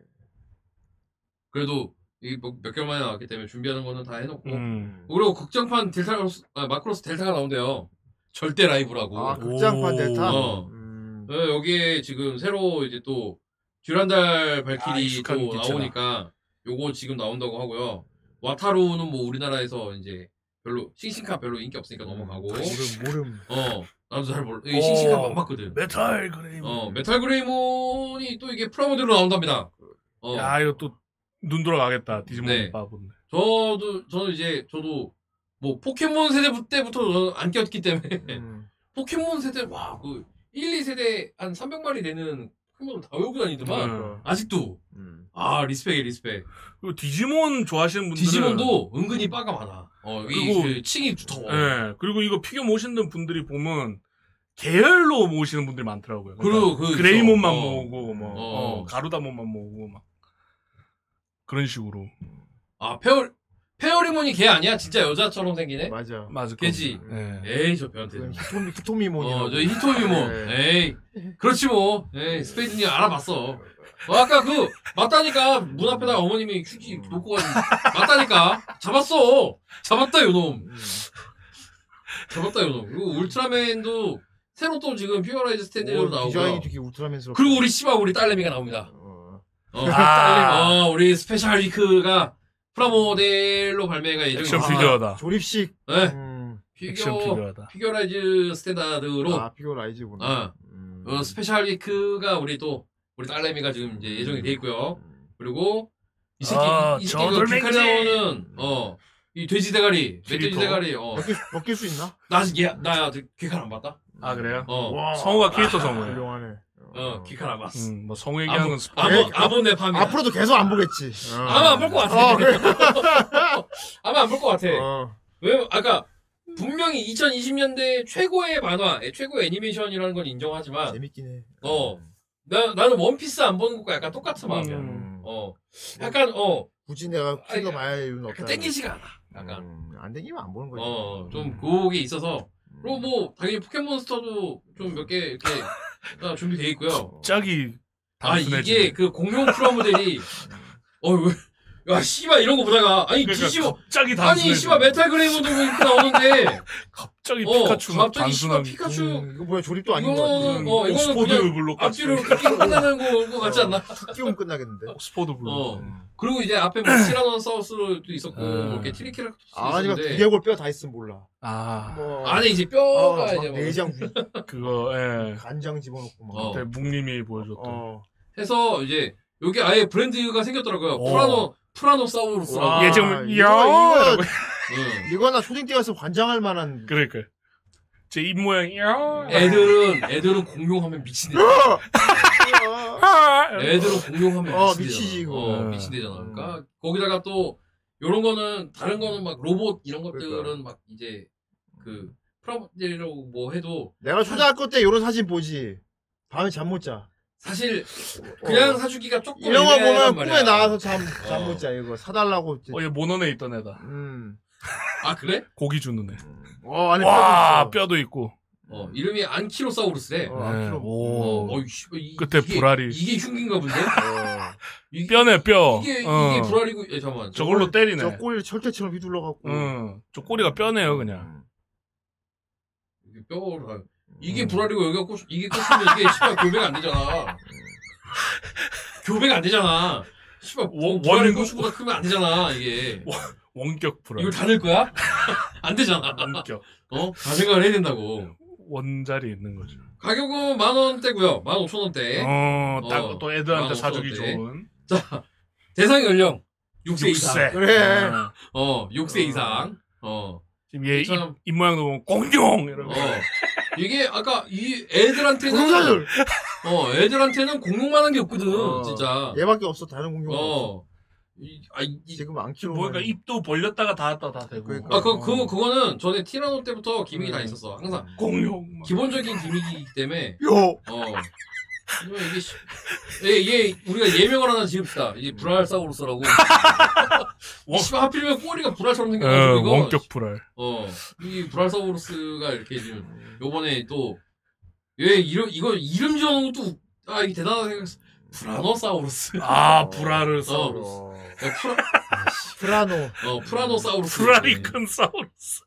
S7: 그래도 이몇 개월 만에 나왔기 때문에 준비하는 거는 다 해놓고
S9: 음.
S7: 그리고 극장판 델타로스 아, 마크로스 델타가 나온대요. 절대 라이브라고.
S8: 아 극장판
S9: 오.
S8: 대타.
S7: 어.
S8: 음.
S7: 어, 여기에 지금 새로 이제 또 듀란달
S9: 아,
S7: 발키리
S9: 익숙한
S7: 또
S9: 기체다.
S7: 나오니까 요거 지금 나온다고 하고요. 와타루는 뭐 우리나라에서 이제 별로 싱싱카 별로 인기 없으니까
S9: 음,
S7: 그러니까 넘어가고
S8: 모름 모름.
S7: 어 나도 잘 몰라
S9: 오.
S7: 이 싱싱카 못 봤거든.
S9: 메탈 그레이브.
S7: 어 메탈 그레이몬이 또 이게 프라모델로 나온답니다. 어
S9: 야, 이거 또 눈 돌아가겠다. 디지몬
S7: 네.
S9: 바본데.
S7: 저도 저는 이제 저도 뭐 포켓몬 세대 때부터 저는 안 꼈기 때문에
S8: 음.
S7: 포켓몬 세대 와 그 1, 2 세대 한 300마리 되는 포켓몬 다 외우고 다니더만
S9: 음.
S7: 아직도
S8: 음.
S7: 아 리스펙이 리스펙
S9: 그리고 디지몬 좋아하시는 분들은
S7: 디지몬도 은근히 빠가 많아 어,
S9: 그리고-
S7: 이, 그 층이 두터워
S9: 예. 그리고 이거 피규어 모시는 분들이 보면 계열로 모으시는 분들이 많더라고요.
S7: 그리고 그
S9: 그러니까 그레이몬만
S7: 저, 어.
S9: 모으고 뭐
S7: 어.
S9: 어, 가루다몬만 모으고 막 그런 식으로.
S7: 아 페어 페어리몬이 걔 아니야? 진짜 여자처럼 생기네?
S8: 맞아. 음. 그
S9: 맞아.
S7: 걔지?
S9: 예.
S7: 에이 저 변태
S8: 히토미 히토미몬이라고. 네.
S7: 어저 히토미몬 에이 그렇지 뭐 에이 스페이드님 알아봤어 어, 아까 그 맞다니까 문 앞에다 어머님이 휴지 놓고 가지 맞다니까 잡았어 잡았다 요놈
S8: 음.
S7: 잡았다 요놈 그리고 울트라맨도 새로 또 지금 피어라이즈 스탠드로
S8: 오, 디자인이
S7: 나오고요
S8: 되게 울트라맨스럽고.
S7: 그리고 우리 씨발 우리 딸내미가 나옵니다
S8: 어.
S7: 어,
S9: 아.
S7: 어, 우리 스페셜 위크가 프라모델로 발매가 예정입니다.
S9: 액션 피규어다.
S8: 조립식.
S7: 네,
S8: 음.
S7: 아, 피규어
S9: 액션 피규어다.
S7: 피규어라이즈 스탠다드로
S8: 아 피규어라이즈구나. 음.
S7: 어. 어, 스페셜 위크가 우리 또 우리 딸내미가 지금 이제 예정이 돼 있고요.
S8: 음.
S7: 그리고 이 새끼
S9: 아,
S7: 이
S9: 저
S7: 새끼가 그
S9: 돌멩이! 음.
S7: 귀칼 나오는 어이 돼지 대가리 멧돼지
S9: 길이터.
S7: 대가리 어
S8: 벗길, 수- 벗길 수 있나? 음.
S7: 나얘나 귀칼 안 봤다.
S9: 아 그래요?
S7: 어어
S8: 와. 아,
S9: 성우가 캐릭터 성우예요.
S8: 훌륭하네.
S7: 귀칼 안 봤어.
S9: 음, 뭐 성우 얘기하는 건 스포.
S7: 아무 아무 내 밤이
S8: 앞으로도 계속 안 보겠지. 어.
S7: 아마 안 볼 것 같아.
S8: 어, 그래.
S7: 아마 안 볼 것 같아.
S8: 어.
S7: 왜 아까 분명히 2020년대 최고의 만화, 에, 최고의 애니메이션이라는 건 인정하지만
S8: 재밌긴 해.
S7: 아. 어. 나 나는 원피스 안 보는 것과 약간 똑같은 마음이야.
S8: 음.
S7: 어 약간 어
S8: 굳이 내가
S7: 아니,
S8: 킬러 봐야 이유는 없다.
S7: 약간 땡기지가 않아. 약간
S8: 음, 안 땡기면 안 보는 거지. 음.
S7: 어좀 그게 있어서 그리고 뭐 당연히 포켓몬스터도 좀 몇 개 이렇게 다 준비돼 있고요.
S9: 갑자기
S7: 아 이게
S9: 단순해지네.
S7: 그 공룡 프라모델이 어, 어야 씨발 이런 거 보다가 아니
S9: 그러니까
S7: 뒤집어
S9: 갑자기 단순해.
S7: 아니 씨발 메탈 그레이버도 뭐 이렇게 나오는데
S9: 갑자기
S7: 어,
S9: 피카츄가
S7: 갑자기 씨발
S9: 단순한
S7: 피카츄
S8: 음, 이거 뭐야 조립도 아닌 음, 거
S7: 이거는
S8: 같아.
S7: 어 이거는
S9: 옥스포드
S7: 그냥
S9: 블록까지.
S7: 앞뒤로 이렇게 끼고 끝나는 거, 거 같지 않나?
S8: 툭 끼우면 끝나겠는데. 음.
S9: 옥스포드 블록.
S7: 어 그리고 이제 앞에 뭐 티라노사우스도 있었고
S9: 음.
S7: 뭐 이렇게 트리케라톱스도
S8: 아, 아니면
S7: 있었는데
S8: 두개골 뼈 다 있으면 몰라.
S9: 아
S8: 뭐,
S7: 안에 이제
S8: 어,
S7: 뼈가
S8: 막
S7: 이제 뭐
S8: 내장 위,
S9: 그거 예.
S8: 간장 집어넣고 막.
S7: 어.
S9: 그때 묵님이 보여줬던.
S8: 어.
S7: 해서 이제 여기 아예 브랜드가 생겼더라고요
S9: 오.
S7: 프라노 프라노사우루스라고
S8: 어. 와,
S9: 예정은
S8: 이거-
S9: 이야.
S8: 이거-
S7: 응.
S8: 이거나 초딩 때 가서 관장할 만한.
S9: 그러니까 제 입 모양이 야.
S7: 애들은 애들은 공룡하면 미친애
S9: 아. 예.
S7: 애들은 공룡하면
S8: 어, 음.
S7: 미친애잖아.
S8: 미치지, 이거.
S7: 어, 미친애잖아 그러니까 거기다가 또 요런 거는 다른 거는 막 로봇 이런 것들은
S8: 그러니까.
S7: 막 이제 그 프라모델이라고 뭐 해도
S8: 내가 초등학교 때 이런 사진 보지. 밤에 잠 못 자.
S7: 사실 그냥 사주기가 조금
S8: 어. 이런 거
S7: 애매하단
S8: 보면
S7: 어, 말이야.
S8: 꿈에 나와서 잠
S7: 어.
S8: 잠 못 자. 이거 사달라고. 이제.
S9: 어얘 모넌에 있던 애다.
S8: 음.
S7: 아 그래?
S9: 고기 주는 애.
S8: 어 안에
S9: 와
S8: 뼈.
S9: 뼈도 있고.
S7: 어 이름이 안키로사우루스래.
S8: 어,
S7: 어,
S9: 네.
S8: 앞으로.
S9: 오.
S7: 어이 씨발, 이-
S9: 끝에
S7: 이게-
S9: 불알이.
S7: 이게 흉기인가 본데?
S8: 어.
S7: 이게-
S9: 뼈네 뼈.
S7: 이게
S9: 어.
S7: 이게 불알이고 예, 잠깐만.
S9: 저걸로 때리네.
S8: 어, 저 꼬리를 철퇴처럼 휘둘러 갖고.
S9: 응. 저 꼬리가 뼈네요 그냥.
S7: 이게 뼈가
S8: 음.
S7: 이게 불알이고 여기가 꼬 이게 꼬시면 이게 씨발 교배가 안 되잖아. 교배가 안 되잖아. 씨발
S9: 원-
S7: 불알이
S9: 원-
S7: 꼬시보다 크면 안 되잖아 이게.
S9: 원격 불알.
S7: 이걸 다 넣을 거야? 안 되잖아.
S9: 원격.
S7: 어? 다 생각을 해야 된다고.
S9: 원자리 있는 거죠.
S7: 가격은 만 원대고요. 만 오천 원대.
S9: 어, 딱
S7: 예? 어.
S9: 또 애들한테
S7: 아,
S9: 사주기
S7: 어때?
S9: 좋은.
S7: 자, 대상 연령 6세, 이상.
S8: 그래.
S9: 어.
S7: 어, 6세 이상. 어.
S9: 지금 얘 입
S7: 참.
S9: 모양도 보면 공룡
S7: 어.
S9: 이러고.
S7: 이게 아까 이 애들한테는
S8: 공룡사들
S7: 어, 애들한테는 공룡만한 게 없거든.
S8: 어.
S7: 진짜.
S8: 얘밖에 없어 다른 공룡 어.
S7: 아. 어. 이, 아, 이, 이-
S8: 지금 안 키로.
S9: 뭐 그러니까 입도 벌렸다가 닫았다 다 되고.
S8: 그러니까.
S7: 아, 그, 그, 그거는 전에 티라노 때부터 기믹이 다 있었어. 항상.
S9: 공룡. 막.
S7: 기본적인 기믹이기 때문에,
S8: 요.
S7: 어. 이거 이게, 시- 예, 이게, 우리가 예명을 하나 지읍시다. 이게 브랄사우루스라고.
S9: 원-
S7: 이 씨발 하필이면 꼬리가 불알처럼 생겨가지고,
S9: 어,
S7: 이거.
S9: 원격 불알.
S7: 어, 이 브랄사우루스가 이렇게 지금 요번에 또, 왜 이름, 이거 이름 지어놓은 것도, 웃- 아, 이게 대단하다 생각했어. 브라노사우루스.
S9: 아 불알을 써.
S7: 어, 야, 프라,
S8: 프라노.
S7: 어, 프라노사우루스.
S9: 불알이 큰 사우루스.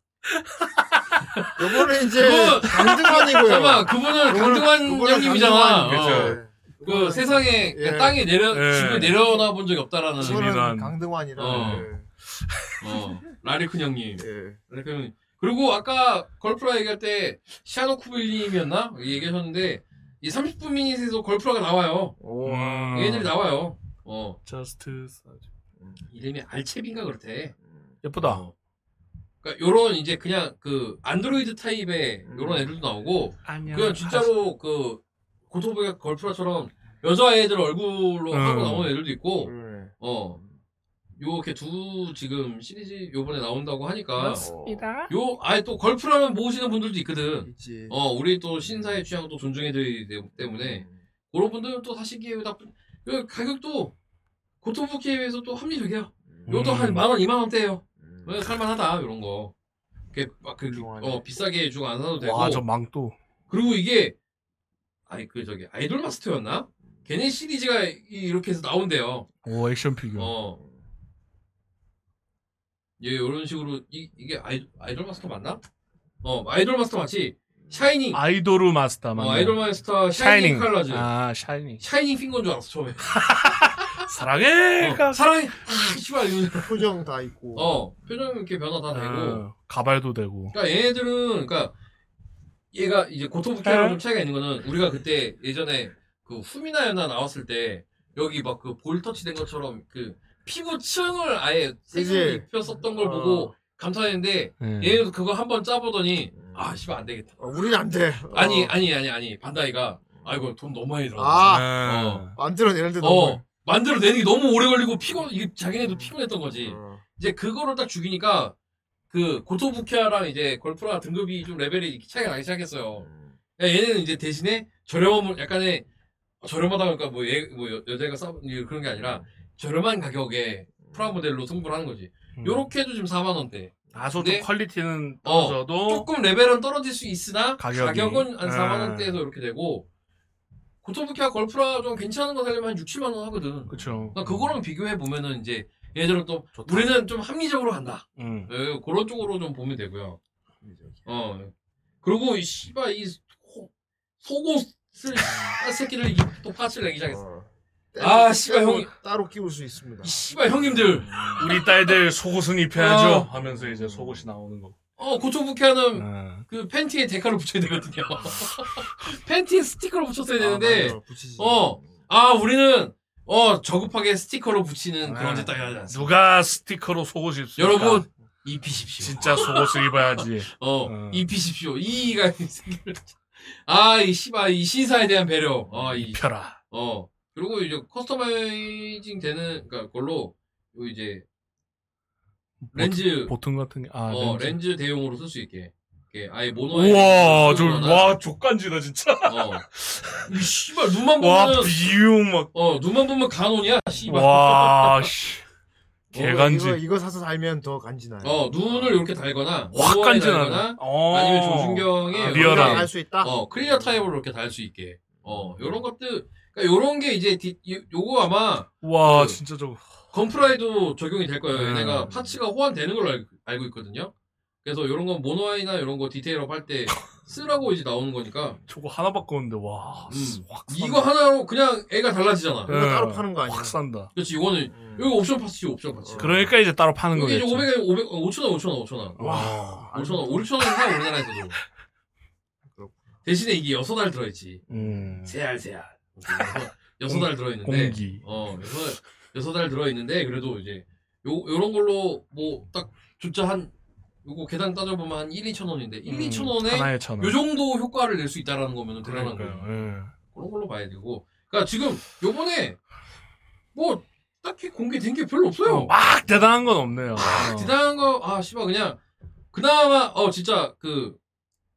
S8: 요거는 이제
S7: 그거-
S8: 강등환이고요.
S7: 잠깐만, 그분은 강등환 형님이잖아. 어, 그 세상에,
S8: 예.
S7: 땅에 내려,
S9: 예.
S7: 지구 내려나 본 적이 없다라는.
S9: 지금-
S8: 그거는
S9: 지민환.
S8: 강등환이라.
S7: 어. 어, 라리큰 형님.
S8: 예. 예.
S7: 라리큰 형님. 그리고 아까 걸프라 얘기할 때, 시아노쿠빌님이었나? 얘기하셨는데, 이 30분 미닛에서 걸프라가 나와요.
S8: 오.
S7: 얘네들이 나와요. 어.
S9: 저스트.
S7: 이름이 알체빈가 그렇대.
S9: 예쁘다.
S7: 어. 그러니까 요런 이제 그냥 그 안드로이드 타입의
S9: 음.
S7: 요런 애들도 나오고
S9: 안녕.
S7: 그냥 진짜로 그 고토부의 걸프라처럼 여자애들 얼굴로
S9: 음.
S7: 하고 나오는 애들도 있고
S8: 그러네.
S7: 어 요렇게 두 지금 시리즈 요번에 나온다고 하니까 어.
S8: 맞습니다.
S7: 요 아예 또 걸프라면 모으시는 분들도 있거든
S8: 예. 있지.
S7: 어 우리 또 신사의 취향을 또 존중해드리기 때- 때문에
S8: 음.
S7: 그런 분들은 또 사시기에 나쁜 요 가격도 고토부키에 비해서 또 합리적이야 요것도
S9: 음.
S7: 한 만원 이만원대예요
S8: 음.
S7: 왜 살만하다 이런 거. 이렇게 막그
S8: 좋아하네.
S7: 어, 비싸게 주고 안 사도 되고.
S9: 와저 망토.
S7: 그리고 이게 아니 그 저기 아이돌 마스터였나? 걔네 시리즈가 이- 이렇게 해서 나온대요.
S9: 오 액션 피규어.
S7: 어. 예, 이런 식으로 이, 이게 아이, 아이돌 마스터 맞나? 어, 아이돌 마스터 맞지? 샤이닝.
S9: 아이돌 마스터
S7: 어,
S9: 맞나?
S7: 아이돌 마스터 샤이닝, 칼라즈.
S9: 아 샤이닝.
S7: 샤이닝 핑거인 줄 알았어 처음에.
S11: 사랑해.
S7: 어, 사랑해. 아, 씨발. 이러면서.
S8: 표정 다 있고.
S7: 어, 표정 이렇게 변화 다 되고.
S11: 어, 가발도 되고.
S7: 그러니까 얘네들은 그러니까 얘가 이제 고토부키랑 좀 차이가 있는 거는 우리가 그때 예전에 그 후미나 연나 나왔을 때 여기 막 그 볼터치 된 것처럼 그 피부층을 아예 색을
S8: 그지.
S7: 입혔었던 걸
S8: 어.
S7: 보고 감탄했는데
S11: 음.
S7: 얘네도 그거 한번 짜보더니 아 씨발 안 되겠다.
S8: 어, 우리는 안 돼. 음. 어.
S7: 아니 아니 아니 아니 반다이가 아 이거 돈 너무 많이 들어.
S8: 아, 만들어내는데 너무.
S7: 어 만들어내는 게 너무 오래 걸리고 피곤 이게 자기네도 피곤했던 거지.
S8: 어.
S7: 이제 그거를 딱 죽이니까 그 고토부키아랑 이제 골프라 등급이 좀 레벨이 차이가 나기 시작했어요.
S11: 음.
S7: 야, 얘네는 이제 대신에 저렴함을 약간의 저렴하다 그러니까 뭐, 얘, 뭐 여, 여자가 싸 그런 게 아니라 저렴한 가격에 프라모델로 승부를 하는 거지.
S11: 음.
S7: 요렇게 해도 지금 4만 원대.
S11: 아, 다소
S7: 근데-
S11: 좀 퀄리티는
S7: 어,
S11: 떨어져도
S7: 조금 레벨은 떨어질 수 있으나
S11: 가격이.
S7: 가격은 한 4만 원대에서
S11: 아.
S7: 이렇게 되고 고토부키아 골프라 좀 괜찮은 거 살려면 한 6, 7만 원 하거든.
S11: 그렇죠.
S7: 그러니까 그거랑 비교해 보면은 이제 예를 들어 또 우리는 좀 합리적으로 간다.
S11: 음.
S7: 예, 그런 쪽으로 좀 보면 되고요.
S11: 네,
S7: 어 그리고 이 씨발 이 소- 속옷을 아, 새끼를 이- 또 파츠를 내기 시작했어. 아 씨발 형
S8: 따로 끼울 수 있습니다.
S7: 씨발 형님들
S11: 우리 딸들 속옷은 입혀야죠.
S7: 아. 어.
S11: 하면서 이제 속옷이 나오는 거.
S7: 어 고초부캐는
S11: 음.
S7: 그 팬티에 데카를 붙여야 되거든요. 팬티에 스티커를 붙였어야 되는데
S11: 맞아요.
S7: 어 아 우리는 어 저급하게 스티커로 붙이는
S11: 아.
S7: 그런 짓 따위가 하지
S11: 누가 스티커로 속옷 입습니까?
S7: 여러분 입히십시오.
S11: 진짜 속옷을 입어야지.
S7: 어, 입히십시오. 이가 이 새끼를. 아, 이 씨발 이 신사에 대한 배려. 아, 이
S11: 입혀라.
S7: 어. 그리고 이제 커스터마이징 되는 그러니까 걸로 요 이제 렌즈
S11: 보통 같은 게 아,
S7: 어,
S11: 렌즈.
S7: 렌즈 대용으로 쓸 수 있게. 이게 아예 모노
S11: 우와, 저, 와, 족간지다, 진짜.
S7: 어. 이 씨발 눈만
S11: 와,
S7: 보면은
S11: 비용 막.
S7: 어, 눈만 보면 간혼이야. 씨발.
S11: 와, 씨.
S7: 뭐,
S11: 개간지.
S8: 이거, 이거 사서 살면 더 간지나요.
S7: 어, 눈을 이렇게 달거나
S11: 확
S7: 모노아이
S11: 간지나네.
S7: 달거나
S11: 어.
S7: 아니면 조준경에
S11: 아, 리얼하게.
S8: 알수 있다. 음.
S7: 어, 클리어 타입으로 이렇게 달 수 있게. 어, 요런 것들. 그러니까 요런 게 이제 디- 요- 요거 아마
S11: 와,
S7: 그-
S11: 진짜 저거.
S7: 건프라에도 적용이 될 거예요.
S11: 음.
S7: 얘네가 파츠가 호환되는 걸로 알- 알고 있거든요. 그래서 요런 건 모노아이나 요런 거 디테일업 할때 쓰라고 이제 나오는 거니까.
S11: 저거 하나 바꿨는데, 와.
S7: 음.
S11: 확
S7: 이거 하나로 그냥 애가 달라지잖아.
S11: 음.
S8: 이거 따로 파는 거 아니야? 음.
S11: 확 산다.
S7: 그렇지, 이거는 여기 옵션 파츠지, 옵션 파츠.
S11: 그러니까 이제 따로 파는
S7: 여기 이제
S11: 거겠지.
S7: 500, 500, 5,000원, 5,000원, 5,000원.
S11: 어, 와.
S7: 5,000원, 5,000원 사, 우리나라에서도. 대신에 이게 6알 들어있지.
S11: 음.
S7: 세알 세알 여섯
S11: 공-
S7: 알 들어있는데
S11: 공기.
S7: 어 여섯 여섯 알 들어있는데 그래도 이제 요 요런 걸로 뭐 딱 주자 한 요거 계단 따져보면 한 1, 2천 원인데 1, 2천 원에
S11: 음. 하나에 천 원.
S7: 요 정도 효과를 낼 수 있다라는 거면은 대단한 거예요
S11: 그러니까요. 예.
S7: 그런 걸로 봐야 되고 그러니까 지금 요번에 뭐 딱히 공개된 게 별로 없어요
S11: 어, 막 대단한 건 없네요. 어.
S7: 대단한 거, 아, 씨발, 그냥, 그나마, 어, 진짜, 그,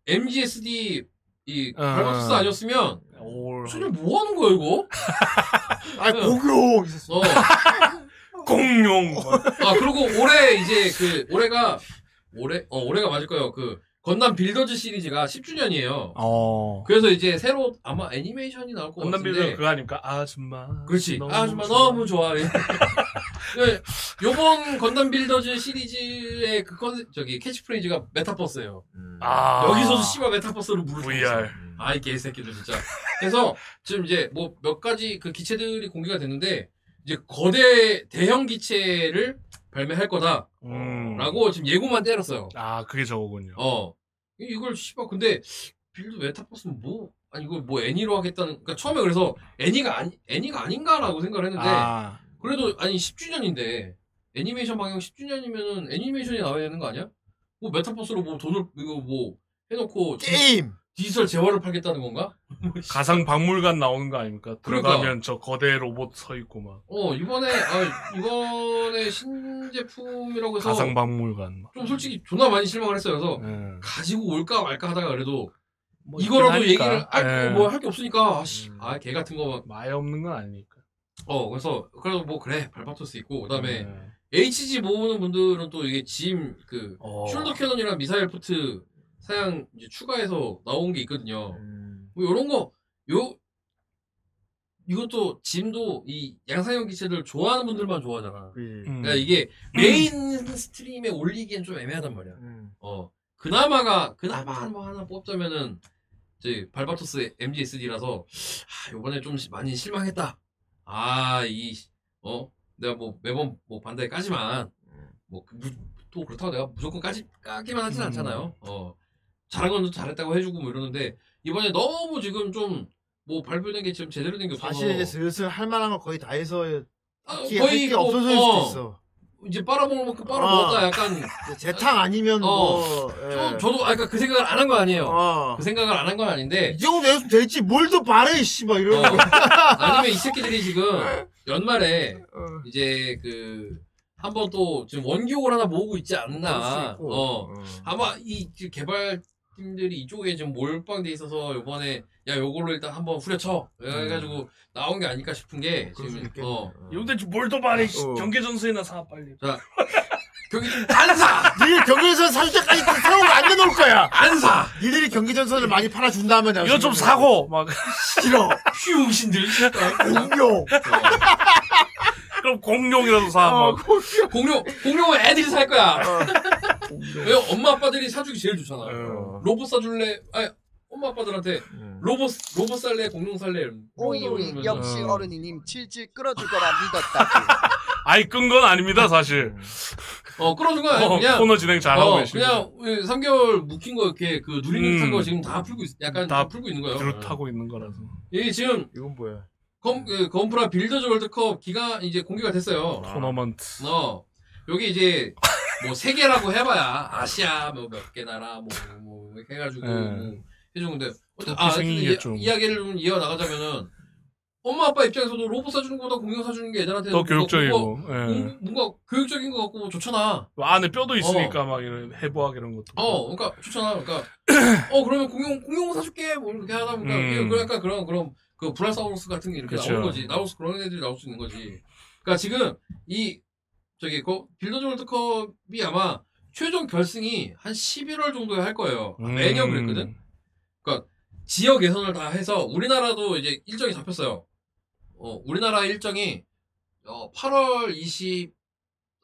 S7: MGSD, 이,
S11: 어.
S7: 발바투스 아니었으면,
S11: 올.
S7: 수준 뭐 하는 거야, 이거?
S8: 아,
S7: 음.
S8: 고교 있었어.
S7: 어.
S11: 공룡.
S7: 아, 그리고 올해, 이제, 그, 올해가, 올해, 어, 올해가 맞을 거예요. 그, 건담 빌더즈 시리즈가 10주년이에요.
S11: 어.
S7: 그래서 이제 새로, 아마 애니메이션이 나올 것
S11: 건담 빌드
S7: 같은데.
S11: 그거 아닙니까? 아줌마.
S7: 어, 그렇지.
S11: 너무
S7: 아, 정말
S11: 좋아.
S7: 너무 좋아. 예. 예, 요번 건담 빌더즈 시리즈의 그 컨, 저기, 캐치프레이즈가 메타버스예요
S11: 아.
S7: 여기서도 씨발 메타버스를 물을 수 있어.
S11: VR.
S7: 아이 개새끼들 진짜. 그래서 지금 이제 뭐 몇 가지 그 기체들이 공개가 됐는데 이제 거대 대형 기체를 발매할 거다라고
S11: 음.
S7: 지금 예고만 때렸어요.
S11: 아, 그게 저거군요.
S7: 어 이- 이걸 씨발 근데 빌드 메타버스는 뭐 아니 이거 뭐 애니로 하겠다는 그러니까 처음에 그래서 애니가 아니 애니가 아닌가라고 생각을 했는데
S11: 아.
S7: 그래도 아니 10주년인데 애니메이션 방영 10주년이면은 애니메이션이 나와야 되는 거 아니야? 뭐 메타버스로 뭐 돈을 이거 뭐 해놓고 지-
S8: 게임!
S7: 디지털 재화를 팔겠다는 건가?
S11: 가상 박물관 나오는 거 아닙니까?
S7: 그러니까.
S11: 들어가면 저 거대 로봇 서 있고 막
S7: 어 이번에 아 이번에 신제품이라고 해서
S11: 가상 박물관 막.
S7: 좀 솔직히 존나 많이 실망을 했어요. 그래서
S11: 예.
S7: 가지고 올까 말까 하다가 그래도
S11: 뭐
S7: 이거라도
S11: 있긴
S7: 얘기를 아,
S11: 하니까. 예.
S7: 할뭐할 게 없으니까 아씨아개 같은
S11: 마에 없는 건 아니니까.
S7: 거어 그래서 그래도 뭐 그래 발바토스 있고 그다음에
S11: 예.
S7: HG 모으는 분들은 또 이게 짐 그
S11: 어.
S7: 숄더 캐논이랑 미사일 포트 사양 이제 추가해서 나온 게 있거든요.
S11: 음.
S7: 뭐 요런 거, 요, 이것도 짐도 이 양산형 기체들 좋아하는 분들만 좋아하잖아.
S11: 음.
S7: 그러니까 이게 메인 스트림에 올리기엔 좀 애매하단 말이야.
S8: 음.
S7: 어. 그나마가, 그나마 뭐 하나 뽑자면은, 이제 발바토스 MGSD라서, 아, 요번에 좀 시- 많이 실망했다. 아, 이, 어 내가 뭐 매번 뭐 반대에 까지만
S8: 음.
S7: 뭐 또 그렇다고 내가 무조건 까지 까기만 하진
S11: 음.
S7: 않잖아요. 어 잘한 건 잘했다고 해주고 뭐 이러는데 이번에 너무 지금 좀 뭐 발표된 게 지금 제대로 된 게 없어서
S8: 사실 이제 슬슬 할 만한 거 거의 다 해서
S7: 아,
S8: 기회
S7: 거의
S8: 할게
S7: 뭐,
S8: 없어서
S7: 어.
S8: 수도 있어.
S7: 이제 빨아먹을 만큼 빨아먹었다
S8: 어.
S7: 약간
S8: 재탕 아니면 뭐. 예.
S7: 어. 좀 저도 아까 그 생각을 안 한 건 아니에요.
S8: 어.
S7: 그 생각을 안 한 건 아닌데
S8: 이 정도 내줬으면 되지. 뭘 더 바래, 씨발. 이런
S7: 어.
S8: 거.
S7: 아니면 이 새끼들이 지금 연말에
S8: 어.
S7: 이제 그 한번 또 지금 원기옥을 하나 모으고 있지
S8: 그럴 수
S7: 않나.
S8: 있고.
S7: 어.
S8: 어.
S7: 아마 이 지금 개발팀들이 이쪽에 지금 몰빵돼 있어서 요번에 야 요걸로 일단 한번 후려쳐 해가지고
S8: 음.
S7: 나온 게 아닐까 싶은 게 지금 어.
S9: 이분들 뭘더 말해 씨.
S7: 어.
S9: 경계 전선이나 사 빨리
S7: 자 경기 안사
S8: 니들 경기전선 사주자까지 세우고 안 내놓을 거야.
S7: 안사
S8: 니들이 경기전선을 많이 팔아준 다음에 내가
S9: 이거 좀
S8: 생각해.
S9: 사고 막
S8: 싫어.
S7: 휴신들
S8: 공룡.
S9: 그럼 공룡이라도 사
S8: 어,
S9: 막.
S7: 공룡 공룡은 애들이 살 거야. 왜 엄마 아빠들이 사주기 제일 좋잖아.
S9: 어. 음.
S7: 로봇 사줄래? 아니 엄마 아빠들한테 로봇 로봇 살래 공룡 살래. 이러면서.
S12: 오이오이 역시
S7: 어.
S12: 어른이님 질질 끌어줄 거라 믿었다.
S9: 아이 끈 건 아닙니다 사실.
S7: 어 끌어준 건 아니고 그냥
S9: 코너 진행 잘하고
S7: 어,
S9: 계시고
S7: 그냥 3개월 묵힌 거 이렇게 그 누리는 탄거
S9: 음.
S7: 지금 다 풀고 있, 약간 다 풀고 있는 거예요.
S11: 그렇다고 있는 거라서.
S7: 이게 지금
S8: 이건 뭐야?
S7: 검, 그, 건프라 빌더즈 월드컵 기간 이제 공개가 됐어요.
S11: 토너먼트.
S7: 어 여기 이제 뭐 세계라고 해봐야 아시아 뭐 몇 개 나라 뭐, 뭐 이렇게 해가지고
S11: 예.
S7: 뭐 해주는데 어쨌든
S11: 도피
S7: 아
S11: 생긴 게
S7: 이,
S11: 좀.
S7: 이야기를 좀 이어 나가자면은 엄마 아빠 입장에서도 로봇 사주는 것보다 공룡 사주는 게 애들한테
S11: 더 교육적이고.
S7: 뭔가,
S11: 예. 뭐
S7: 뭔가 교육적인 것 같고 좋잖아.
S11: 안에 뼈도 있으니까 막 이런 해부학 이런 것도.
S7: 어, 그러니까 좋잖아. 그러니까 어 그러면 공룡 공룡 사줄게 뭐 이렇게 하다 보니까
S11: 음.
S7: 이게 그러니까 그런 그런 그 브라사우루스 같은 게 이렇게
S11: 그쵸.
S7: 나오는 거지. 나올 수 그런 애들이 나올 수 있는 거지. 그러니까 지금 이 저기 그 빌더즈 월드컵이 아마 최종 결승이 한 11월 정도에 할 거예요.
S11: 음.
S7: 매년 그랬거든. 그러니까 지역 예선을 다 해서 우리나라도 이제 일정이 잡혔어요. 어, 우리나라 일정이 어, 8월 20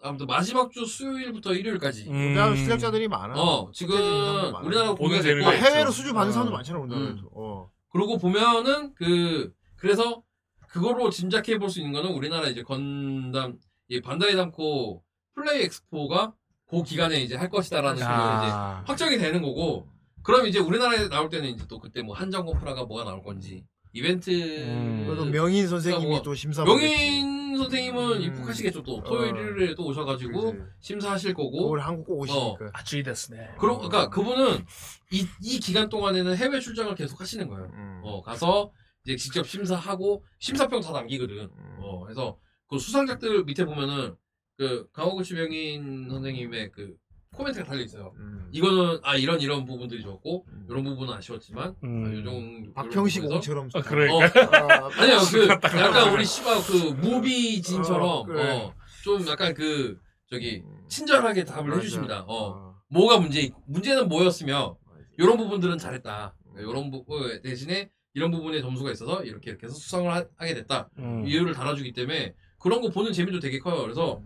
S7: 아무튼 마지막 주 수요일부터 일요일까지.
S9: 음.
S11: 음.
S8: 우리나라 실력자들이 많아.
S7: 어, 지금
S8: 국제적인 사람도 많아.
S7: 우리나라 공개가 됐고
S8: 아, 해외로 수주 받는 사람도 많잖아, 우리나라에서. 어.
S7: 그러고 보면은 그 그래서 그거로 짐작해 볼 수 있는 거는 우리나라 이제 건담 이 반다이 담코 플레이 엑스포가 그 기간에 이제 할 것이다라는 게
S11: 아.
S7: 이제 확정이 되는 거고 그럼 이제 우리나라에 나올 때는 이제 또 그때 뭐 한정 건프라가 뭐가 나올 건지 이벤트
S8: 음. 그래도 명인 선생님이
S7: 음. 그러니까 뭐가-
S8: 또 심사
S7: 명인
S8: 음.
S7: 선생님은 입국하시겠죠
S8: 어.
S7: 또 토요일에 또 오셔가지고 심사하실 거고
S8: 오늘 한국 꼭 오시니까.
S11: 아주 이됐네.
S7: 그러, 그러니까 그분은 이, 이 기간 동안에는 해외 출장을 계속 하시는 거예요.
S8: 음.
S7: 어, 가서 이제 직접 심사하고 심사평 다 남기거든.
S8: 음.
S7: 어, 그래서 그 수상작들 밑에 보면은 그 강호구치 병인 선생님의 그 코멘트가 달려 있어요.
S8: 음.
S7: 이거는 아 이런 이런 부분들이 좋았고 이런 부분은 아쉬웠지만
S8: 음.
S7: 아, 요정
S8: 박형식 옹처럼.
S7: 아,
S8: 그러니까. 아,
S7: 아니요 그
S8: 딱
S7: 약간
S8: 그러네.
S7: 우리 씨발 그 무비진처럼
S8: 어,
S7: 어,
S8: 그래. 음.
S7: 좀 약간 그 저기 친절하게 답을 해주십니다. 어.
S8: 어.
S7: 뭐가 문제 문제는 뭐였으며 이런 부분들은 잘했다. 이런 부 어, 대신에 이런 부분에 점수가 있어서 이렇게 이렇게 해서 수상을 하, 게 됐다.
S11: 음.
S7: 이유를 달아주기 때문에 그런 거 보는 재미도 되게 커요. 그래서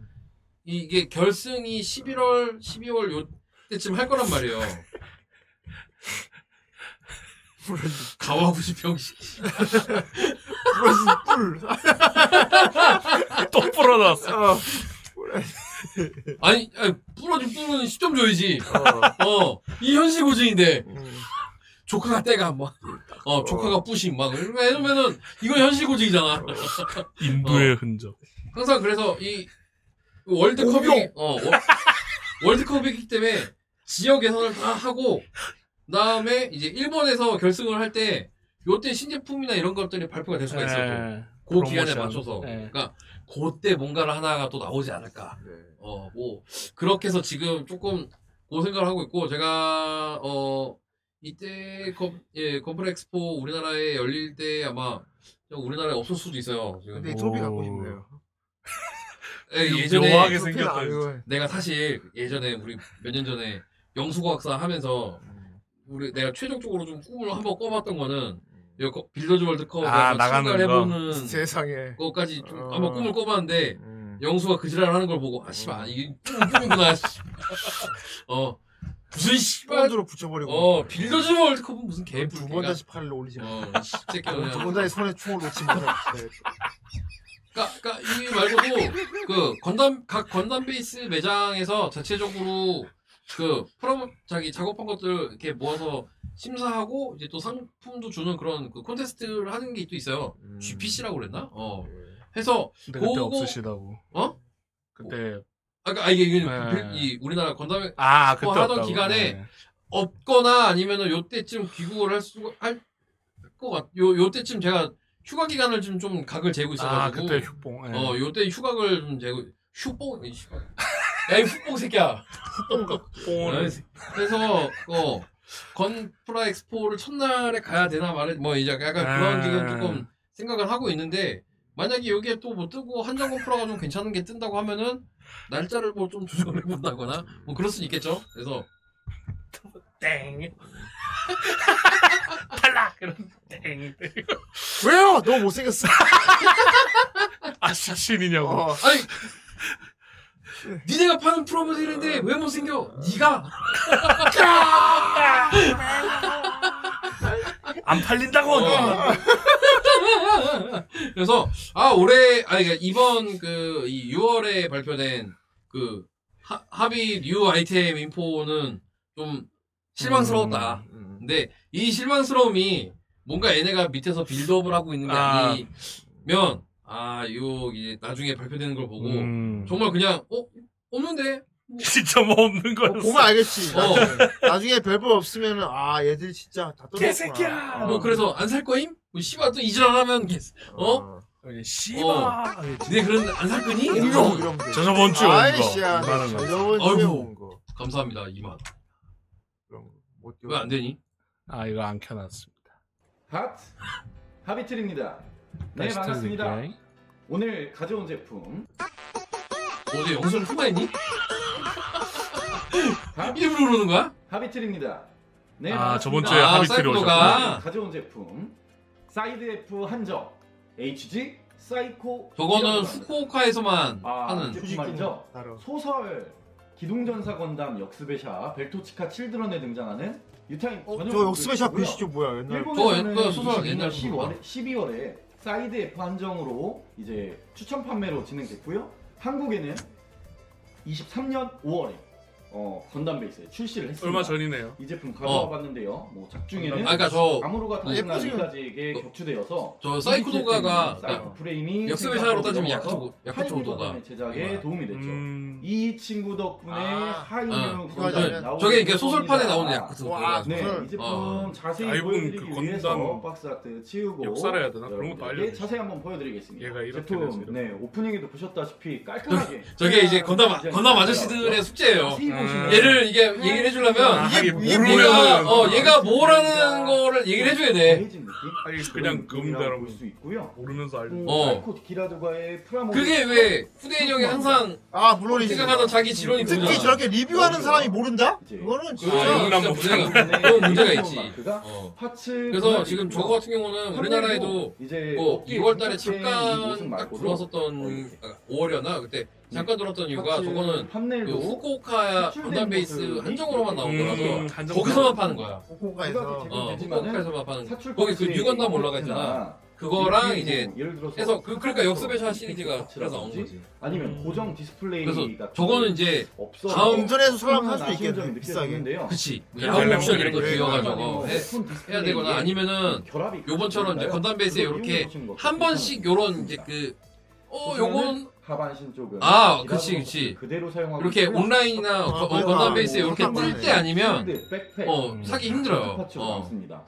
S7: 이게 결승이 11월 12월 요 때쯤 할 거란 말이에요. 가와구시 병식.
S8: 뿔.
S7: 어.
S11: 또 불어났어.
S7: 아니, 아니 부러진 부분은 10점 줘야지. 어. 이 현실 고증인데. 조카가 때가 막, 어, 조카가 뿌신 막, 왜냐면은, 이건 현실 고증이잖아. 어.
S11: 인도의 흔적.
S7: 항상 그래서 이 월드컵이,
S11: 공룡.
S7: 어, 월- 월드컵이기 때문에 지역 예선을 다 하고, 그 다음에 이제 일본에서 결승을 할 때, 요때 신제품이나 이런 것들이 발표가 될 수가 있어요.
S11: 예.
S7: 그 기간에
S11: 프로모션.
S7: 맞춰서.
S11: 예.
S7: 그러니까, 그때 뭔가를 하나가 또 나오지 않을까.
S11: 네.
S7: 어, 뭐, 그렇게 해서 지금 조금, 고 생각을 하고 있고, 제가, 어, 이때, 검, 예, 건프렉스포 우리나라에 열릴 때 아마, 그냥 우리나라에 없을 수도 있어요. 지금.
S8: 근데 이 트로피 갖고 싶네요.
S7: 예,
S11: 그
S8: 묘-
S7: 예전에
S8: 묘하게 생겼다, 이거.
S7: 내가 사실 예전에 우리 몇 년 전에 영수과학사 하면서 우리 내가 최종적으로 좀 꿈을 한번 꿔봤던 거는 이거 거- 빌더즈
S8: 음.
S7: 월드컵에
S8: 아,
S7: 한번
S8: 나가는
S7: 참가를
S8: 거.
S7: 해보는
S8: 세상에.
S7: 거까지 좀
S8: 어.
S7: 한번 꿈을 꿔봤는데 영수가 그 지랄을 하는 걸 보고 아 씨발 이게 꿈은 꿈이구나 씨. 어 무슨 씨발
S8: 폰으로 붙여버리고.
S7: 어 빌더즈 월드컵은 무슨 어, 개뿔
S8: 두번 다시 팔을 올리지 마.
S7: 어, 이 새끼야, 그냥.
S8: 두번 다시 손에 총을 놓치면.
S7: 그러니까 이 말고도 그 건담 각 건담 베이스 매장에서 자체적으로 그 프로 자기 작업한 것들 이렇게 모아서 심사하고 이제 또 상품도 주는 그런 그 콘테스트를 하는 게 또 있어요. GPC라고 그랬나? 어. 해서
S11: 근데 그때
S7: 그거-
S11: 없으시다고.
S7: 어?
S11: 그때
S7: 아, 그- 아 이게 이게
S11: 네.
S7: 그- 이 우리나라 건담에
S11: 아,
S7: 그거
S11: 그때
S7: 하던
S11: 없다고.
S7: 기간에
S11: 네.
S7: 없거나 아니면은 요때쯤 귀국을 할 수가 할것 같. 요 요때쯤 제가 휴가 기간을 좀 좀 각을 재고 있어가지고.
S11: 아, 그때 휴봉,
S9: 네.
S11: 예.
S7: 어 요때 휴각을 좀 재고 휴봉 이 휴각. 야이 휴봉 새끼야. 어, 네.
S11: 뽕을.
S7: 그래서 어 건프라 엑스포를 첫날에 가야 되나 말해 뭐 이제 약간 그런
S11: 아.
S7: 지금 조금 생각을 하고 있는데 만약에 여기에 또 뭐 뜨고 한장 건프라가 좀 괜찮은 게 뜬다고 하면은 날짜를 뭐 좀 조정해 본다거나 뭐 그럴 수 있겠죠. 그래서
S11: 땡. 탈락. 이런 땡.
S8: 왜요? 너무 못생겼어.
S7: 음.
S8: 어.
S11: 아사신이냐고.
S7: 아니 니네가 파는 프로모델인데 왜 못생겨? 니가
S11: 안 팔린다고.
S7: 어. 그래서 아 올해 아니 그러니까 이번 그 이 6월에 발표된 그 하- 합의 뉴 아이템 인포는 좀 실망스러웠다.
S11: 음,
S7: 근데 이 실망스러움이 뭔가 얘네가 밑에서 빌드업을 하고 있는 게
S11: 아.
S7: 아. 니면 아, 요 이제 나중에 발표되는 걸 보고
S11: 음.
S7: 정말 그냥 어 없는데
S11: 진짜 뭐 없는 거였어.
S8: 보면 알겠지.
S7: 어.
S8: 나중에, 나중에 별거 없으면 아 얘들 진짜 다 떨어졌구나.
S7: 개새끼야. 뭐 그래서 안 살 거임? 뭐 씨발 또 이질하면 어?
S11: 예,
S7: 씨발. 네 그런 안 살 거니?
S8: 공룡
S11: 음.
S8: 이런 거.
S7: 저 저번 주에 온 거.
S8: 아이씨야.
S7: 많은 거.
S8: 저번 주에
S7: 아이고.
S8: 온 거.
S7: 감사합니다 2만. 왜 안 되니?
S11: 아, 이거 안 켜놨습니다.
S13: 핫 하비틀입니다. 네
S11: 다시
S13: 반갑습니다.
S11: 들을게.
S13: 오늘 가져온 제품
S7: 어제 영수를 통화했니? 아, 일부러 그러는 거야?
S13: 하비틀입니다. 네
S11: 아,
S13: 반갑습니다.
S11: 저번 주에 아, 하비틀이 사이코노가. 오셨구나.
S13: 오늘 가져온 제품 사이드 F 한정 HG 사이코
S7: 저거는
S13: 기억납니다.
S7: 후쿠오카에서만
S13: 아,
S7: 하는
S13: 제품 말이죠. 소설 기동전사 건담 역스베샤 벨토치카 칠드런에 등장하는 유타인 전용
S8: 어, 저 역습의 샵
S13: 모델이고요.
S8: 글씨 좀 뭐야 옛날.
S13: 일본에서는
S7: 저 옛날 소설
S13: 22년
S7: 옛날
S13: 12월에, 12월에 사이드 F 한정으로 이제 추천 판매로 진행됐고요. 한국에는 23년 5월에 어, 건담 베이스에 출시를 했습니다.
S11: 얼마 전이네요.
S13: 이 제품 가져와
S11: 어.
S13: 봤는데요. 뭐
S7: 네.
S13: 작중에는
S11: 아, 그러니까 저-
S13: 아무로가
S7: 뭐
S11: 예쁘지.
S13: 당신까지에게 격추되어서
S7: 저뭐그 음, 사이코도가가 어,
S13: 사이코 프레임이
S7: 역습의사로 따지면
S13: 생각보다
S7: 약초 약초도가 음.
S13: 하이브리드의 제작에 도움이 됐죠.
S11: 음.
S13: 이 친구 덕분에
S7: 어.
S13: 하이뉴
S7: 맞아요. 저게 이게 소설판에 나오는 약초도
S13: 와,
S7: 그래가지고.
S13: 네,
S7: 어.
S13: 이 제품 자세히
S11: 얇은
S13: 보여드리기
S11: 그 건담
S13: 위해서 박스 아트 치우고
S11: 역사를 해야 되나? 그런 것도
S13: 여러분들에게 예,
S11: 알려주시죠.
S13: 자세히 한번 보여드리겠습니다.
S11: 얘가 이렇게 돼서
S13: 제품 네 오프닝에도 보셨다시피 깔끔하게
S7: 저게 이제 건담 아-
S13: 디자인이
S7: 건담 아저씨들의
S13: 되어있고요. 자세히
S7: 숙제예요. 음.
S13: 보시면 아,
S7: 얘를 이게 얘기를 해주려면
S11: 이게
S7: 얘가
S11: 모르면은-
S7: 어 얘가 뭐라는 거를 얘기를 해줘야 돼.
S11: 아니, 그냥 금다라고
S13: 볼수 있고요.
S11: 모르면서 알고.
S7: 어.
S13: 코 기라도가의 프라모
S7: 그게 왜 후대인 형이 항상
S8: 아 물론이지.
S7: 생각하던 자기 지론이
S8: 특히
S7: 그거잖아.
S8: 저렇게 리뷰하는 사람이 모른다? 그거는 진짜.
S7: 아, 그런 그렇죠? 문제가 있지. 어. 그래서
S13: 문화가
S7: 지금
S13: 있고요.
S7: 저거 같은 경우는
S13: 판매도
S7: 우리나라에도
S13: 이제
S7: 뭐
S13: 업계에
S7: 6월달에
S13: 부탁된 네, 이 모습
S7: 잠깐 딱
S13: 말고도 네.
S7: 들어왔었던 5월이었나 그때 잠깐 들어왔던 이유가
S13: 파츠,
S7: 저거는 그
S13: 판넬도
S7: 후쿠오카
S13: 수출된
S7: 건담 베이스
S13: 모습이
S11: 음,
S7: 한정으로만 나오더라고.
S11: 한정판.
S7: 어, 거기서만 파는 거야.
S8: 후쿠오카에서.
S7: 어,
S13: 제품이지만은
S7: 후쿠오카에서만 파는.
S13: 사출
S7: 거기 그
S13: 파츠의
S7: 유건담 올라가
S13: 형태나
S7: 있잖아. 그거랑
S13: 일종의
S7: 이제
S13: 뭐 예를 들어서
S7: 해서 그 그러니까 역습의 샷
S13: 파츠라든지
S7: 시리즈가 그래서 나온 거지.
S13: 아니면 고정 디스플레이
S7: 그래서
S13: 같은
S7: 저거는 이제
S13: 없어서
S7: 다음
S8: 음. 인터넷에서 사람 할수
S13: 아쉬운
S8: 있겠네,
S13: 점이
S8: 비싸게.
S13: 느껴지는데요.
S7: 그치.
S13: 그래서
S7: 야구
S13: 뭐
S7: 옵션 이런 거
S13: 이렇게
S7: 들여가지고
S13: 해가지고
S7: 해,
S13: 뭐 폰
S7: 해야
S13: 디스플레이에
S7: 되거나 아니면은
S13: 결합이
S7: 요번처럼 이제
S13: 가능할까요?
S7: 건담 베이스에
S13: 그걸
S7: 이렇게
S13: 이용해보시는 것도
S7: 한 번씩 요런 이제 그 어, 요건
S13: 하반신 쪽은
S7: 아,
S13: 기라도
S7: 그치, 그치.
S13: 그대로 사용하고
S7: 이렇게
S13: 있고요. 아,
S7: 온라인이나 거- 어,
S13: 그래서
S7: 건담 베이스에
S13: 뭐
S7: 이렇게 뜰
S13: 상관없네.
S7: 때 아니면
S13: 쉴드, 백팩,
S7: 어, 사기 힘들어요.
S13: 파츠가
S7: 어.
S13: 많습니다.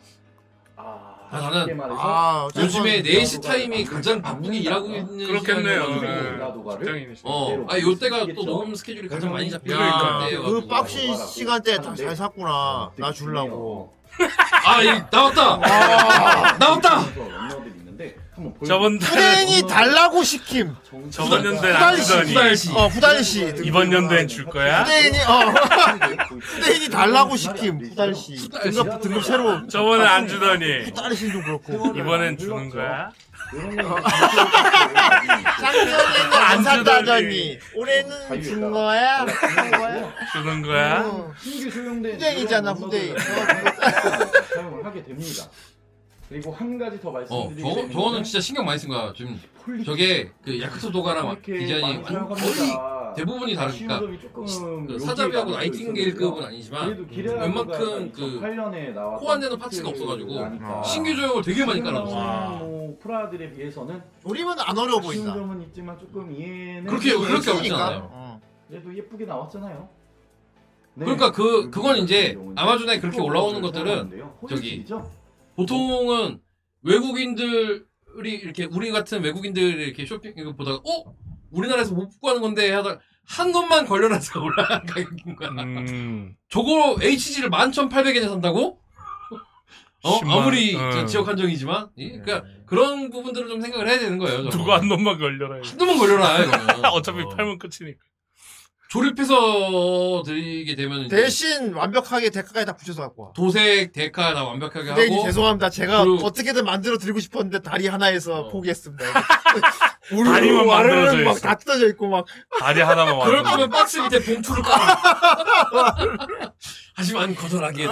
S13: 아,
S7: 아,
S13: 쉽게
S7: 나는
S13: 말해서
S7: 아, 요즘에
S13: 이라도가
S7: 4시 타임이
S13: 안
S7: 가장
S13: 된다.
S7: 바쁘게 일하고 있는
S13: 그렇겠네요.
S7: 시간이어가지고.
S13: 네. 이라도가를 직장인이시죠.
S7: 어, 아 요때가 또 녹음 스케줄이 가장 많이 잡히는 때여가지고.
S8: 그 빡신 시간대 다 잘
S13: 아,
S8: 샀구나. 나 주려고.
S7: 아, 이, 나왔다. 나왔다.
S13: 언어들이 있는데 한번 보여.
S7: 네.
S8: 저번 후대인이 달라고 시킴.
S11: 저번
S8: 후달-
S11: 연도엔 안
S8: 후달씨.
S11: 주더니.
S7: 아,
S8: 후달씨. 어,
S7: 네.
S8: 후달씨.
S11: 이번 연도엔 줄 거야?
S8: 후대인이 어. 후대인이 달라고 시킴. 후달씨. 등급 등급 새로.
S11: 저번에
S13: 아,
S11: 안 주더니.
S8: 후달씨 좀 그렇고.
S11: 이번엔 주는 거야?
S13: 아.
S8: 작년에는 안 샀다더니
S13: 자유에
S8: 올해는 준
S13: 아.
S8: 거야. 준 거야.
S11: 주는 거야?
S13: 신규 소용된
S8: 어. 후대인이잖아,
S13: 이런 언어들을
S8: 후대인.
S13: 사용을 하게 됩니다. 그리고 한 가지 더
S7: 어,
S13: 말씀드리면
S7: 저거, 저거는 진짜 신경 많이 쓴 거야. 지금 저게 그 야쿠소 도가랑
S13: 이렇게
S7: 디자인이
S13: 많이
S7: 완- 거의
S13: 사용합니다.
S7: 대부분이 다르니까
S13: 아쉬운 점이 조금
S7: 그
S13: 여기에
S7: 사자비하고
S13: 남겨져
S7: 나이팅게일급은
S13: 있었는데요.
S7: 아니지만
S13: 그래도 기레아도가
S7: 웬만큼 그
S13: 2008년에 나왔던
S7: 호환되는 파츠가
S13: 그
S7: 없어가지고
S13: 나니까.
S7: 신규 조형을 되게 많이
S13: 지금
S7: 깔아놨어.
S13: 나오는 뭐 프라들에 비해서는
S8: 우리는 안 어려워 보인다.
S13: 아쉬운 점은 있지만 조금 이해는
S7: 그렇게- 그렇게 어렵지 않아요.
S8: 어.
S13: 그래도 예쁘게 나왔잖아요. 네.
S7: 그러니까 그 그건 이제 아마존에 그렇게 올라오는 것들은 저기 보통은 외국인들이 이렇게 우리 같은 외국인들이 이렇게 쇼핑 이거 보다가 어 우리나라에서 못 구하는 건데 하다가 한 것만 걸려놔서 올라간 가격인 거야.
S11: 음.
S7: 저거 HG를 11,800엔에 산다고? 어
S11: 10만,
S7: 아무리
S11: 어. 네.
S7: 저 지역 한정이지만 예? 그러니까 그런 부분들을 좀 생각을 해야 되는 거예요.
S11: 누가 한
S7: 놈만 걸려라. 한 놈만 걸려라 이거는.
S11: 아, 어차피 팔면 끝이니까.
S7: 조립해서 드리게 되면 이제
S8: 대신 완벽하게 데카까지 다 붙여서 갖고 와.
S7: 도색 데카 다 완벽하게
S8: 근데 이제
S7: 하고
S8: 죄송합니다. 제가
S7: 그리고
S8: 어떻게든 만들어 드리고 싶었는데 다리 하나에서 포기했습니다.
S11: 다리만 만들어져 있어.
S8: 어. 막다 뜯어져 있고 막.
S11: 다리 하나만 와.
S7: 그럴 거면 박스 밑에 봉투를 깔아. 아. 하지만 거절하기에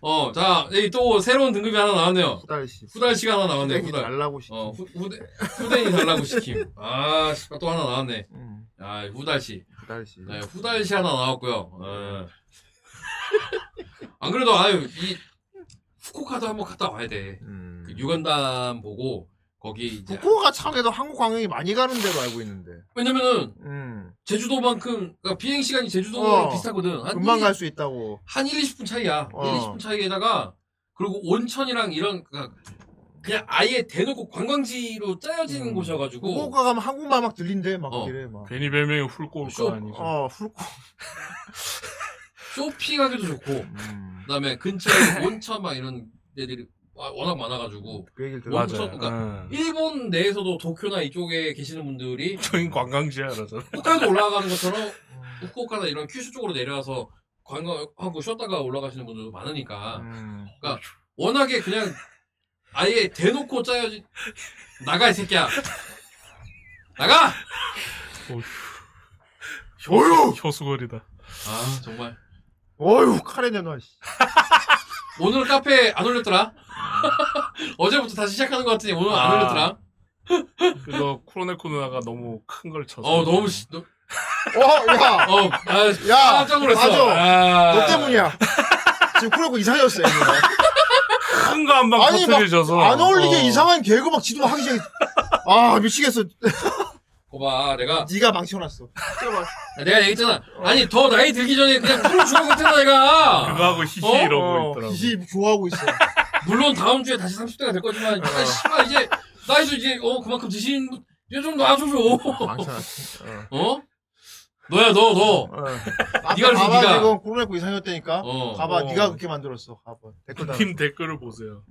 S7: 어, 자, 여기 또 새로운 등급이 하나 나왔네요.
S8: 후달씨.
S7: 후달씨가 하나 나왔네요.
S8: 후대기
S7: 후달.
S8: 달라고 시킴.
S7: 어, 후, 후대, 후대인 달라고 시킴. 아, 씨, 또 하나 나왔네.
S8: 음,
S7: 아, 후달씨.
S8: 후달씨.
S7: 네, 후달씨 하나 나왔고요. 예. 안 그래도, 아유, 이, 후쿠오카도 한번 갔다 와야 돼.
S8: 음.
S7: 그 유간담 보고, 거기 이제.
S8: 후쿠오카 참에도 한국 관광이 많이 가는 데로 알고 있는데.
S7: 왜냐면은,
S8: 음.
S7: 제주도만큼 그러니까 비행 시간이 제주도랑
S8: 어,
S7: 비슷하거든. 한
S8: 금방
S7: 이-
S8: 갈 수 있다고.
S7: 한 1, 20분 차이야.
S8: 어.
S7: 1, 20분 차이에다가 그리고 온천이랑 이런 그러니까 그냥 아예 대놓고 관광지로
S8: 음.
S7: 짜여진 곳이어가지고
S8: 후쿠오카 가면 한국말 막 들린대 막 길에 막.
S11: 괜히 별명이 훑고 올 거 아니죠.
S8: 어 훌고.
S7: 쇼핑하기도 좋고 그다음에 근처에 온천 막 이런 데들이 와- 워낙 많아가지고
S8: 그 얘기를 들어.
S7: 온천 그러니까
S8: 음.
S7: 일본 내에서도 도쿄나 이쪽에 계시는 분들이
S11: 저희 관광지야 그래서.
S7: 홋카이도 올라가는 것처럼
S8: 음.
S7: 후쿠오카나 이런 큐슈 쪽으로 내려와서 관광하고 쉬었다가 올라가시는 분들도
S8: 음.
S7: 많으니까 그러니까 워낙에 그냥 아예 대놓고 짜여진 나가 이 새끼야 나가
S8: 효유!
S11: 효수거리다.
S7: 아 정말
S8: 어휴 카레 내놔. 씨.
S7: 오늘 카페 안 올렸더라 어제부터 다시 시작하는 것 같으니 오늘 안
S11: 아.
S7: 올렸더라
S11: 그거 쿠로네코 누나가 너무 큰 걸 쳐서.
S7: 어 너무 시, 너,
S8: 어, 야.
S7: 어, 아,
S8: 야,
S7: 깜짝 놀랐어.
S8: 맞아.
S7: 아.
S8: 너 때문이야. 지금 그러고 이상해졌어.
S11: 큰거 한방
S8: 아니
S11: 터뜨리셔서.
S8: 막안 어울리게
S11: 어.
S8: 이상한 개그 막 지도 막 하기 시작해. 아 미치겠어.
S7: 거봐 내가
S8: 네가 망쳐놨어.
S7: 내가 얘기했잖아 아니 더 나이 들기 전에 그냥 풀을 주고 있잖아 얘가
S11: 그거 하고 어? 히히 이러고 있더라고.
S8: 히히 어, 좋아하고 있어.
S7: 물론 다음 주에 다시 30대가 될 거지만
S8: 어.
S7: 아, 씨발 이제 나이도 이제 어 그만큼 드신 분- 이제 좀 놔줘줘 어? 너야 너 너.
S11: 어.
S8: 아까
S7: 네가 그래서
S8: 어. 가봐
S7: 네가.
S8: 지금 코로나19 이상이었다니까.
S7: 어.
S8: 가봐
S7: 어.
S8: 네가 그렇게 만들었어. 가봐 댓글 달아. 음.
S11: 팀 댓글을 보세요.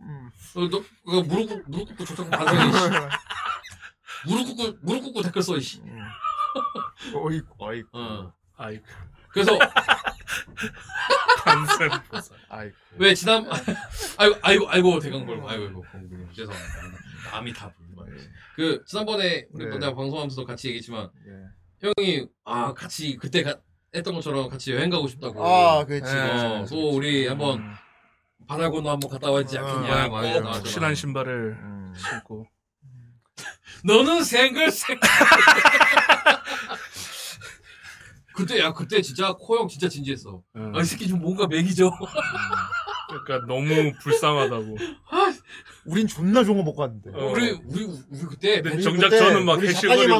S7: 어, 너, 그거 무릎 꿇- 무릎 꿇고 저쪽 반성해 씨. 무릎 꿇고 무릎 꿇고 댓글 써 씨.
S8: 음. 어이구 어이구.
S11: 아이고.
S7: 그래서
S11: 반성.
S8: 아이고.
S7: 왜 지난 아이고 아이고 아이고 대강 걸고 아이고 아이고 공부 죄송합니다. 남이 다 불만. 그 지난번에 우리
S11: 네.
S7: 내가 방송하면서도 같이 얘기했지만 형이 아 같이 그때 가- 했던 것처럼 같이 여행 가고 싶다고.
S8: 아, 그랬지,
S7: 어,
S11: 네,
S8: 그랬지, 그랬지.
S7: 또 우리 한번
S11: 음.
S7: 바다 건너 한번 갔다 와야지
S11: 어,
S7: 않겠냐. 막 이러고
S11: 꼭
S7: 나왔잖아.
S11: 혹신한 신발을 신고.
S7: 너는 생글 생. 그때 야 그때 진짜 코형 진짜 진지했어. 아, 이 새끼 좀 뭔가 맥이죠.
S11: 그러니까 너무 불쌍하다고.
S8: 우린 존나 좋은 거 먹고 왔는데. 어.
S7: 우리 우리 우리 그때
S11: 어. 근데
S8: 우리
S11: 네, 정작
S8: 그때
S11: 저는 막
S8: 우리 작가님
S11: 해시거리고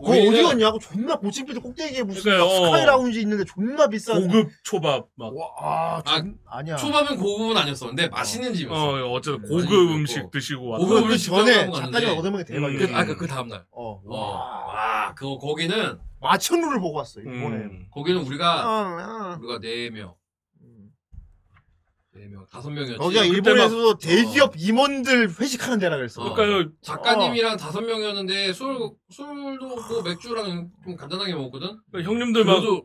S11: 막-
S8: 그거
S11: 우리는-
S8: 어디 갔냐고 존나 고층필드 꼭대기에 무슨
S11: 그러니까요.
S8: 막 스카이 라운지 있는데 존나 비싼
S11: 고급 초밥
S9: 어,
S11: 막.
S8: 와,
S7: 아,
S8: 아니야.
S7: 초밥은 고급은 아니었어. 근데 맛있는 집이었어.
S11: 어, 어쨌든 고급 음식 드시고 왔다.
S7: 고급
S8: 그
S7: 음식
S8: 전에
S7: 먹으러 갔는데
S8: 작가님 얻어먹은 게 대박이야.
S7: 그, 아, 그, 그 다음날.
S8: 어.
S7: 와. 와, 그거, 거기는.
S8: 마천루를 보고 왔어, 이번에.
S7: 거기는 우리가,
S8: 어, 어.
S7: 우리가 4명. 4명, 5명이었지.
S8: 거기가 일본에서도 대기업 임원들 회식하는 데라 어. 그랬어.
S7: 그러니까요. 작가님이랑 다섯 명이었는데 술 술도 뭐 맥주랑 좀 간단하게 먹었거든.
S11: 형님들
S7: 막 그래도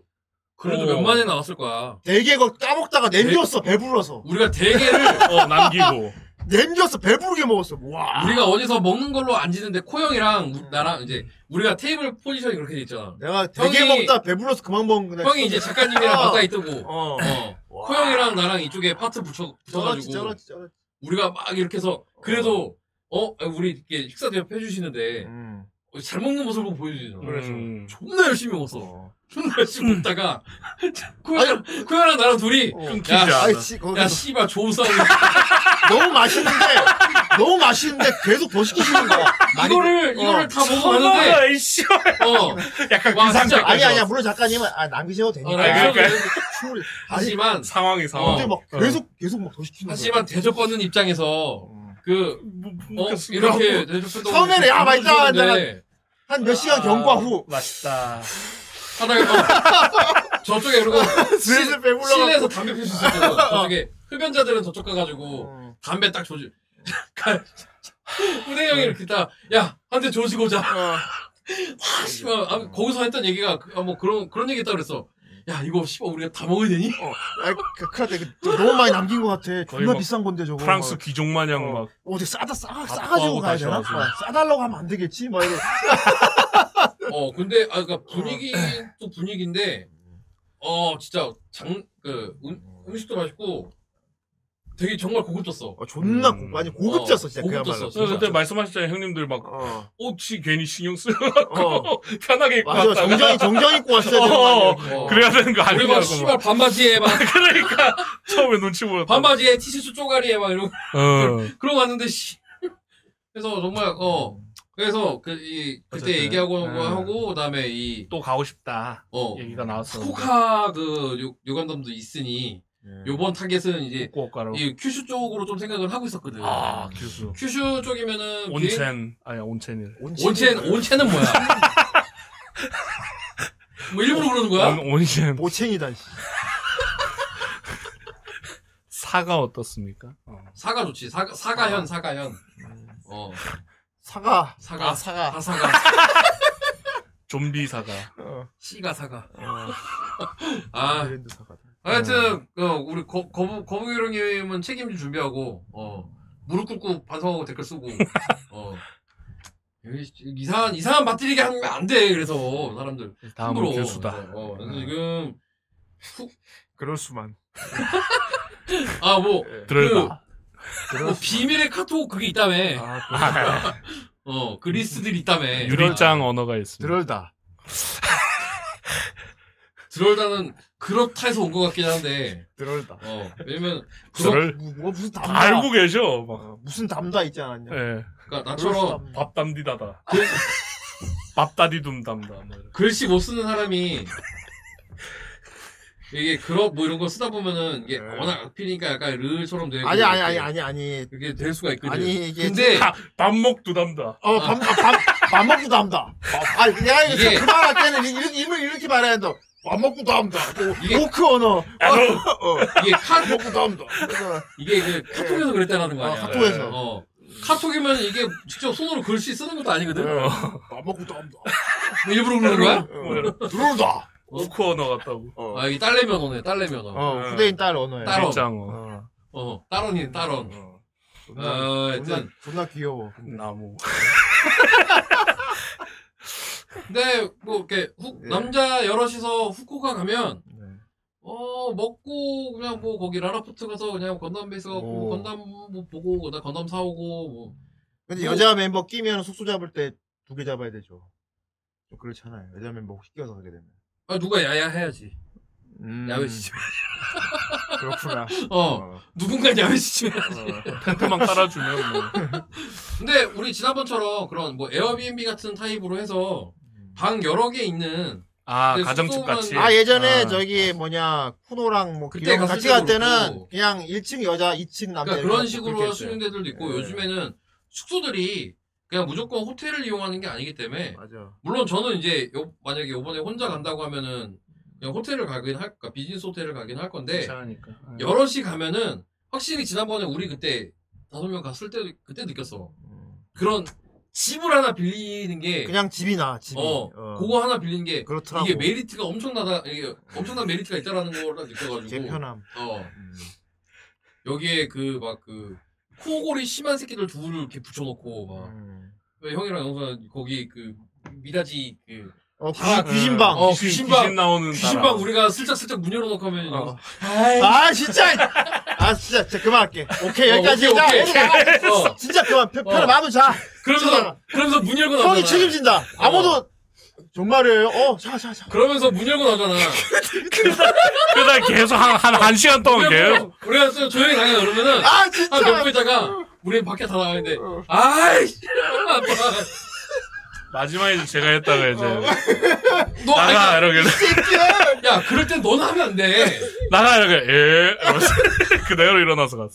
S7: 그래도
S8: 어.
S7: 몇 만에 나왔을 거야. 네
S8: 대게 거 까먹다가 내밀었어, 배불러서.
S7: 우리가 대게를
S11: 어, 남기고.
S8: 남겼어 배부르게 먹었어 와
S7: 우리가 어디서 먹는 걸로 앉는데 코 형이랑
S8: 음.
S7: 우- 나랑 이제 우리가 테이블 포지션이 그렇게 돼 있잖아.
S8: 내가 되게
S7: 형이-
S8: 먹다 배불러서 네, 그만 먹는 거야.
S7: 형이 이제 작가님이랑 가까이 뜨고
S8: 그렇죠. 어. 그렇죠,
S7: 어. 코 형이랑 나랑 이쪽에 파트 붙여 붙여가지고
S8: 쩔었지 쩔었지 쩔었지
S7: 우리가 막 이렇게 해서 그래도 어 우리 이렇게 식사 대접 해주시는데
S8: 음.
S7: 어, 잘 먹는 모습을 보고 보여주잖아.
S9: 그래서.
S7: 존나 열심히 먹었어. 존나 열심히 먹다가 쿠야랑 쿠야랑 나랑 둘이
S8: 어, 끊기지 않아. 아이, 씨, 거기서.
S7: 야 씨발 좋은 싸움
S8: 너무 맛있는데 너무 맛있는데 계속 더 시키시는 거야
S7: 이거를
S8: 많이-
S7: 이거를 다
S8: 어.
S7: 먹어봤는데 어 약간
S8: 와, 진짜. 아니 아니야 물론 작가님은 아, 남기셔도 되니까 그러니까. 충분히.
S7: 하지만 상황이
S8: 아니,
S9: 어.
S8: 근데 막 계속 계속 막 더 시키는 거야
S7: 하지만 대접받는 입장에서 그
S8: 뭐,
S7: 어, 이렇게 네. 대접받는
S8: 처음에는 야 맛있다
S7: 데
S8: 한 몇 시간 경과 후
S9: 맛있다
S7: 하다가 어, 저쪽에 그리고
S8: 슬슬 배불러갖고.
S7: 실내에서 담배 피울 수 있어요. 저쪽에 흡연자들은 저쪽 가가지고
S8: 어.
S7: 담배 딱 조지. 후대 형이 이렇게 딱야한 대 조지고 오자.
S8: 어.
S7: 와, 씨발 아, 거기서 했던 얘기가 그- 아, 뭐 그런 그런 얘기 했다 그랬어. 야 이거 씨발 우리가 다 먹어야 되니?
S8: 아이, 그- 큰일 났다. 너무 많이 남긴 것 같아.
S9: 거의
S8: 존나
S9: 막
S8: 비싼 건데 저거.
S9: 프랑스
S8: 막.
S9: 귀족 마냥 막
S8: 어, 떻게 싸다 싸
S9: 아빠하고
S8: 싸가지고 가야
S9: 다시
S8: 되나?
S9: 와서.
S8: 막 싸달라고 하면 안 되겠지. 막 이러.
S7: 어, 근데, 아, 그니까 분위기, 또 분위기인데, 어, 진짜, 장, 그, 음, 음식도 맛있고, 되게 정말 고급졌어.
S8: 존나 고, 아니 음. 고급졌어
S7: 어,
S8: 진짜
S7: 고급졌어,
S8: 그야말로.
S7: 진짜. 어.
S9: 그때 말씀하셨잖아요 형님들 막 옷이 괜히 신경 쓰고
S8: 어.
S9: 편하게 입고
S8: 맞아,
S9: 왔다가
S8: 정장- 정장 입고 왔어야 되는 거 아니에요?
S9: 어, 그래야 되는
S7: 그리고
S9: 거
S7: 막
S9: 아니냐고
S7: 씨발 반바지에 막.
S9: 그러니까, 처음에 눈치 보였다
S7: 반바지에 티셔츠 쪼가리에 막 이러고.
S9: 어.
S7: 그러고 왔는데, 씨. 그래서 정말, 어. 그래서, 그, 이, 그때
S9: 어쨌든,
S7: 얘기하고
S9: 음.
S7: 하고, 그 다음에 이.
S9: 또 가고 싶다.
S7: 어.
S9: 얘기가 나왔어
S7: 후쿠오카 그 요- 요관담도 있으니
S9: 예.
S7: 요번 타겟은 이제 이 큐슈 쪽으로 좀 생각을 하고 있었거든.
S9: 아, 큐슈.
S7: 큐슈 쪽이면은 비행-
S9: 온첸 아니 온첸이래
S7: 온첸 온첸은 뭐야? 뭐 일부러 그러는 거야?
S9: 온- 온첸
S8: 보첸이다
S9: 사과 어떻습니까?
S7: 사과 좋지. 사과 사과현 사과현. 어.
S8: 사과.
S7: 사과.
S8: 아, 사과.
S7: 다 사과.
S9: 좀비 사과
S7: 씨가 사과.
S8: 어.
S7: 아.
S8: 브랜드 사과다.
S7: 하여튼 어, 우리 거, 거북 거북이령님은 책임질 준비하고 어 무릎 꿇고 반성하고 댓글 쓰고 어 여기 이상한 이상한 맛들이게 하면 안 돼 그래서 사람들
S9: 다음은
S7: 힘들어.
S9: 교수다. 아.
S7: 어, 어, 그래서 지금
S1: 그럴 수만.
S7: 아뭐
S1: 예.
S9: 들어봐.
S7: 뭐 비밀의 카톡 아, 그게 있다며. 어, 그리스들 있다며.
S9: 음, 유리짱 언어가 있습니다
S8: 들얼다
S7: 드롤다는 그렇다 해서 온 것 같긴 한데.
S8: 들얼다.
S7: 어, 왜냐면.
S9: 저를
S8: 뭐, 뭐 무슨
S7: 음.
S8: 담다.
S9: 알고 계셔 막.
S8: 무슨 담다 있지 않았냐? 아,
S9: 예.
S7: 그러니까 나처럼
S9: 밥담디다다.
S7: 그
S9: 밥다디둠 담다. 뭐 이런.
S7: 글씨 못 쓰는 사람이. 이게 그런 뭐 이런 거 쓰다 보면은 이게 워낙 악필이니까 약간 르처럼 되고
S8: 네. 아니 아니 아니 아니 아니.
S7: 그게 될 수가 있거든.
S8: 아니 이게
S7: 근데 어?
S9: 밥먹도 담다.
S7: 아.
S8: 어, 어밥밥밥 먹고도 합니다. 밥- 아니 내가
S7: 이게-
S8: 이게 그만할 때는 이렇게 이렇게, 이렇게 말해야 한다. 밥 먹고도 합니다.
S7: 이게- 아,
S8: 오크 언어.
S7: 이게
S8: 밥
S7: 카톡
S8: 먹고도 합니다. 그래서
S7: 이게 그 카톡에서 그랬다라는 거 아니야?
S8: 아, 네. 카톡에서.
S7: 어. 카톡이면 이게 직접 손으로 글씨 쓰는 것도
S8: 네.
S7: 아니거든.
S8: 밥 먹고도 합니다. 어.
S7: 뭐 일부러 그러는 거야?
S8: 들어온다.
S9: 오크 언어 같다고.
S7: 아, 이게 딸내미 언어네, 딸내미 언어.
S8: 어, 후대인 딸 언어야.
S7: 딸 언어.
S9: 유리짱 언어.
S8: 어.
S7: 어, 딸언이 딸언. 어,
S8: 존나,
S7: 하여튼.
S8: 존나 귀여워.
S7: 음.
S9: 나무.
S7: 근데, 뭐, 이렇게, 후-
S8: 예. 네.
S7: 남자 여럿이서 후쿠오카 가면, 어, 먹고, 그냥 뭐, 거기 라라포트 가서 그냥 건담 베이스 가고,
S8: 오.
S7: 건담 뭐 보고, 그다음 건담 사오고, 뭐.
S8: 근데
S7: 뭐,
S8: 여자 멤버 끼면 숙소 잡을 때 두 개 잡아야 되죠. 좀 그렇잖아요. 여자 멤버 혹시 끼워서 하게 되면.
S7: 아, 누가 야야 해야지.
S8: 음.
S7: 야외 시청.
S8: 그렇구나.
S7: 어, 누군가 야외 시청 해야지.
S9: 만 깔아주면 뭐.
S7: 근데 우리 지난번처럼 그런 뭐 에어비앤비 같은 타입으로 해서
S8: 음.
S7: 방 여러 개 있는
S9: 아
S7: 근데
S9: 가정집
S7: 그 숙소만-
S9: 같이.
S8: 아 예전에
S9: 아.
S8: 저기 뭐냐 쿠노랑 뭐
S7: 그때
S8: 기령
S7: 갔을
S8: 같이 갈
S7: 때도
S8: 때는
S7: 그렇고.
S8: 그냥 1층 여자, 2층 남자
S7: 그러니까
S8: 이렇게
S7: 그런
S8: 해서
S7: 식으로
S8: 아, 네, 그렇게
S7: 쓰는
S8: 했어요.
S7: 데들도 있고
S8: 예.
S7: 요즘에는 숙소들이 그냥 무조건 호텔을 이용하는 게 아니기 때문에
S8: 맞아.
S7: 물론 저는 이제 요- 만약에 요번에 혼자 간다고 하면은 그냥 호텔을 가긴 할까 비즈니스 호텔을 가긴 할 건데
S9: 괜찮으니까. 예.
S7: 여럿이 가면은 확실히 지난번에 우리 그때 다섯 명 갔을 때 그때 느꼈어 그런 집을 하나 빌리는 게
S8: 그냥 집이 나 집이.
S7: 어,
S8: 어.
S7: 그거 하나 빌린 게
S8: 그렇더라고.
S7: 이게 메리트가 엄청나다 이게 엄청난 메리트가
S8: 음.
S7: 있다라는 걸 느껴가지고
S8: 개편함.
S7: 어 여기에 어. 그 막 그 코골이 심한 새끼들 둘을 이렇게 붙여놓고 막
S8: 음.
S7: 왜 형이랑 영선 거기 그 미다지 그
S8: 어,
S9: 아,
S7: 방-
S8: 귀- 귀신방.
S7: 어,
S8: 귀신-
S7: 귀신방
S8: 귀신 나오는
S7: 귀신방
S8: 나라.
S7: 우리가 슬쩍슬쩍 문 열어놓고 하면 어.
S8: 아 진짜 아 진짜 진짜 그만할게 오케이
S7: 어,
S8: 여기까지
S7: 오케이,
S8: 자,
S7: 오케이.
S8: 여기서 나가.
S7: 어.
S8: 진짜 그만 편-
S7: 어. 어.
S8: 편을 마음 자
S7: 그러면서 그러면서 문 열고 나잖아
S8: 형이 책임진다 아무도 정말이에요 어자자자
S7: 그러면서 문 열고 나잖아
S9: 그날 계속 한, 한, 한 시간 동안 계속.
S7: 우리가 좀 조용히 가요 그러면은
S9: 아, 진짜.
S7: 한몇분 있다가 우리 밖에 다 나가는데
S8: 어.
S7: 아이씨 아빠.
S9: 마지막에 제가 했다가 이제.
S7: 너
S9: 나가,
S7: 어. 아니야.
S9: 이러길래.
S7: 야 그럴 땐 너는 하면 안돼
S9: 나가, 이러길래, 예. 이러면서 그대로 일어나서 갔어.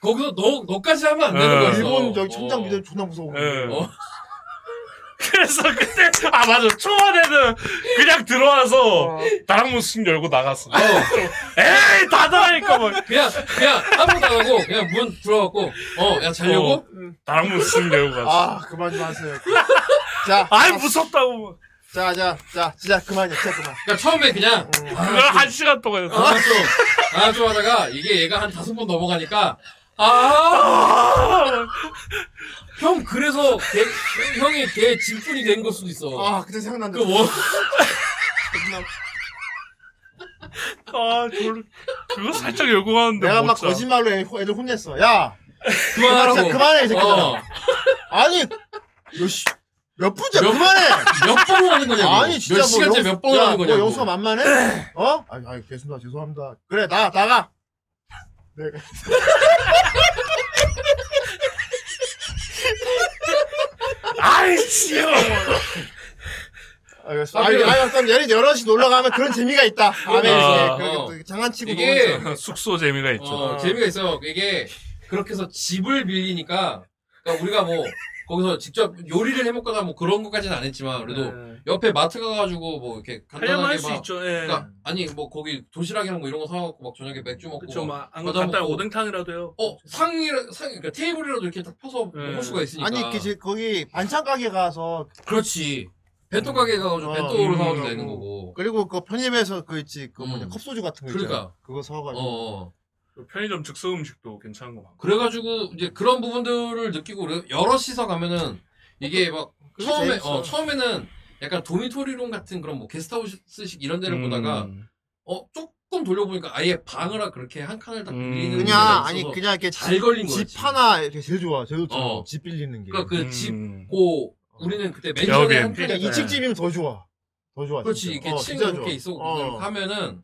S7: 거기서 너 너까지 하면 안 되는
S9: 어.
S7: 거야
S9: 일본
S8: 저기 천장 미대 존나 무서워
S7: 어.
S9: 예. 그래서 그때, 아, 맞아. 초반에는 그냥 들어와서 다른 문씩 열고 나갔어. 에이, 다들 하니까 뭐. 막.
S7: 그냥, 그냥, 아무것도 안 하고, 그냥 문 들어갔고, 어, 야, 자려고?
S9: 어, 다른 문씩 열고 갔어.
S8: 아 그만 좀 하세요 자
S9: 아이, 무섭다고
S8: 자자자 진짜 그만이야 진짜 그만
S7: 그러니까 처음에
S8: 어.
S7: 그냥
S9: 그걸 한 시간 동안 했어.
S7: 아, 좀, 아, 좀 하다가 이게 얘가 한 다섯 번 넘어가니까 아, 형 그래서 걔- 형이 걔 진분이 된 걸 수도 있어.
S8: 아 그때 생각난다
S7: 그 뭐?
S9: 아, 그걸, 그거 살짝 열고 가는데.
S8: 내가 막
S9: 자.
S8: 거짓말로 애, 애들 혼냈어 야
S9: 그만하라고.
S8: 진짜 그만해 이 새끼들
S9: 어.
S8: 아니 몇시 몇 분째
S7: 몇-
S8: 그만해
S7: 몇 번을 하는 거냐고.
S8: 아니 진짜 뭐
S7: 몇 시간째
S8: 영-
S7: 몇 번을
S8: 야,
S7: 하는 거냐고.
S8: 뭐 영수가 만만해 어? 아니 아니 죄송합니다 죄송합니다 그래 나 나가 내가
S9: 아이씨.
S8: 알겠어. 아니, 아니, 어떤 예를 여럿이 놀러 가면 그런 재미가 있다. 밤에
S9: 아,
S8: 이렇게
S7: 어.
S8: 그렇게 또 장난치고
S7: 이게
S8: 노는
S9: 숙소 재미가 있죠.
S7: 어, 재미가 있어요. 이게 그렇게 해서 집을 빌리니까 그러니까 우리가 뭐 거기서 직접 요리를 해먹거나 뭐 그런 것까지는 안 했지만 그래도 옆에 마트 가가지고 뭐 이렇게
S9: 네. 하려면
S7: 간단하게
S9: 할수
S7: 막
S9: 있죠, 예.
S7: 그러니까 아니 뭐 거기 도시락이랑 뭐 이런 거 사갖고 막 저녁에 맥주 먹고
S9: 그쵸, 막, 안
S7: 과자
S9: 간단한
S7: 먹고
S9: 오뎅탕이라도요.
S7: 어 상이라 상 그러니까 테이블이라도 이렇게 딱 펴서
S9: 네.
S7: 먹을 수가 있으니까
S8: 아니, 이렇게 지금 거기 반찬 가게 가서
S7: 그렇지弁当가게
S8: 로
S7: 가가지고 벤또로 사와도 되는 거고
S8: 그리고 그 편의점에서 그 있지 그 뭐냐 컵 소주 같은 거 있잖아.
S9: 그러니까.
S8: 그거 사와가지고.
S7: 음. 어.
S9: 편의점 즉석 음식도 괜찮은 거 많고.
S7: 그래가지고 이제 그런 부분들을 느끼고 그래- 여럿이서 가면은 이게 막
S9: 그게
S7: 처음에
S9: 재밌어.
S7: 어, 처음에는 약간 도미토리룸 같은 그런 뭐 게스트하우스식 이런 데를
S9: 음.
S7: 보다가 어 조금 돌려보니까 아예 방을 하- 그렇게 한 칸을 딱 빌리는
S8: 그냥
S7: 데가
S8: 아니
S7: 있어서
S8: 그냥 이렇게
S7: 음, 네. 잘 걸린 거지.
S8: 집 하나 이렇게 제일 좋아. 제일 좋아.
S7: 어.
S8: 집 빌리는 게.
S7: 그러니까
S9: 음, 뭐
S7: 그집고 우리는 그때 맨션에 한
S8: 그러니까
S7: 칸에
S8: 이층 집이면 더 좋아. 더 좋아.
S7: 그렇지
S8: 진짜.
S7: 이게
S8: 어,
S7: 층이
S8: 진짜
S7: 이렇게
S8: 좋아.
S7: 있어
S8: 어.
S7: 그렇게 하면은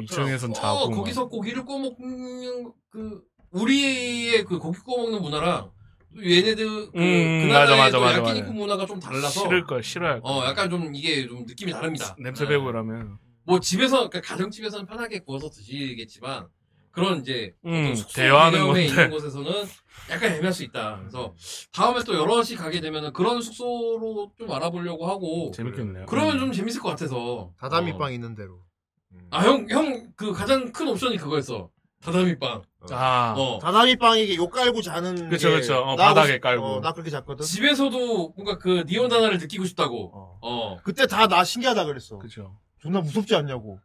S9: 이 층에선
S7: 좋더라.
S9: 자고
S7: 어,
S9: 막.
S7: 거기서 고기를 구워 먹는 그 우리의 그 고기 구워 먹는 문화랑 또 얘네들 그,
S9: 음,
S7: 그
S9: 맞아,
S7: 나라의
S9: 맞아,
S7: 또
S9: 맞아,
S7: 야끼니쿠
S9: 맞아.
S7: 문화가 좀 달라서
S9: 싫을 걸, 싫어할 걸.
S7: 어 약간 좀 이게 좀 느낌이 다릅니다.
S9: 냄새
S7: 네.
S9: 배고 라면.
S7: 뭐 집에서 그러니까 가정집에서는 편하게 구워서 드시겠지만 그런 이제
S9: 음,
S7: 네. 어떤 숙소
S9: 대화하는
S7: 개념에
S9: 건데.
S7: 있는 곳에서는 약간 애매할 수 있다. 그래서 다음에 또 여럿이 가게 되면은 그런 숙소로 좀 알아보려고 하고
S9: 재밌겠네요. 음.
S7: 그러면 좀 재밌을 것 같아서
S8: 다다미
S7: 어.
S8: 빵 있는 대로. 음.
S7: 아 형 형 그 가장 큰 옵션이 그거였어 다다미 빵. 어.
S9: 아.
S8: 다다미 빵이 이게 욕 깔고 자는.
S7: 그쵸,
S8: 게
S7: 그쵸.
S8: 나하고
S7: 어, 바닥에
S8: 싶-
S7: 깔고.
S8: 어, 나 그렇게 잤거든.
S7: 집에서도 뭔가 그 니온 단화를 느끼고 싶다고. 어.
S8: 그때 다 나 신기하다 그랬어.
S9: 그죠.
S8: 존나 무섭지 않냐고.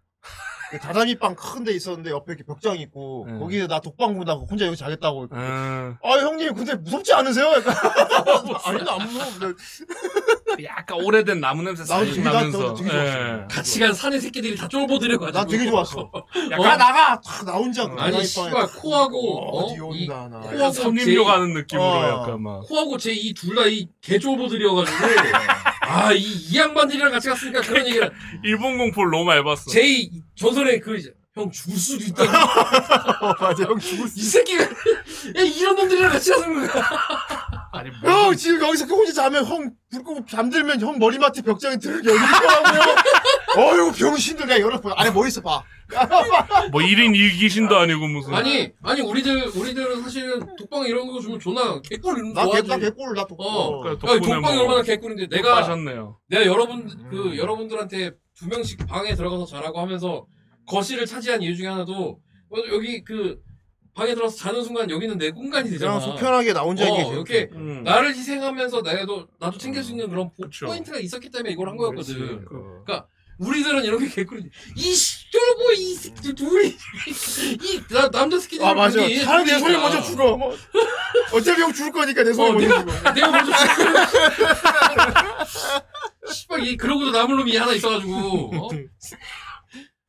S8: 그 다다미 빵 큰 데 있었는데 옆에 이렇게 벽장 있고
S7: 음.
S8: 거기에 나 독방 군다고 혼자 여기 자겠다고. 아 형님 근데 무섭지 않으세요? 아니도 안 무서워.
S9: 음. 약간 오래된 나무 냄새
S8: 나도
S9: 살짝
S8: 되게 나-
S9: 나면서. 예.
S8: 나도 되게 좋았어.
S7: 같이 간 사내 새끼들이 다 쫄보들이고
S8: 나 되게 좋았어.
S9: 약간-
S8: 나 나가 탁, 나 혼자. 그
S7: 아니
S8: 다다미
S7: 씨발
S8: 빵에
S7: 코하고 어?
S8: 어디 온다 나.
S7: 코하고 제-
S9: 섬림료 가는 느낌으로
S7: 어.
S9: 약간 막.
S7: 코하고 제 이 둘 다 이 개쫄보들이어가지고 아이 이 양반들이랑 같이 갔으니까 그런 얘기를
S9: 일본 공포를 너무 알봤어.
S7: 제이 전설의 그형 죽을 수도 있다고 어,
S8: 맞아 형 죽을 수이
S7: 새끼가 야 이런 놈들이랑 같이 가는 거야
S8: 형 지금 여기서 혼자 자면 형불 끄고 잠들면 형 머리맡에 벽장에 들을 열릴 거라고. 어이구 병신들 내가 열어봐. 안에 뭐 있어 봐.
S9: 뭐 1인 1귀신도 아니고 무슨.
S7: 아니 아니 우리들 우리들은 사실은 독방 이런 거 주면 존나 개꿀
S8: 나
S7: 좋아하지.
S8: 개- 나 개꿀, 나 독-
S7: 어.
S9: 그러니까
S7: 야,
S9: 덕분에
S7: 독방이
S9: 뭐
S7: 얼마나 개꿀인데
S9: 또
S7: 내가
S9: 빠셨네요. 음.
S7: 내가 여러분 그 여러분들한테 두 명씩 방에 들어가서 자라고 하면서 거실을 차지한 이유 중에 하나도 어, 여기 그 방에 들어서 자는 순간 여기는 내 공간이 되잖아.
S8: 그냥 속편하게 나 혼자
S7: 어,
S8: 이게
S7: 이렇게
S9: 음.
S7: 나를 희생하면서 나도 나도 챙길 수 있는 그런 포- 포인트가 있었기 때문에 이걸 한 거였거든. 그러니까 우리들은 이렇게 개꿀이지. 이씨 쫄보 이 새끼들 둘이 이 나- 남자 새끼들
S8: 아 맞아.
S7: 둘이 그러니까.
S8: 차라리 내 손에
S7: 둘이니까.
S8: 먼저 죽어. 뭐. 어차피 형 죽을 거니까 내 손에
S7: 어,
S8: 먼저
S7: 내가
S8: 죽어.
S7: 내가 먼저 죽어. 씨발 이 그러고도 남을 놈이 하나 있어가지고. 어?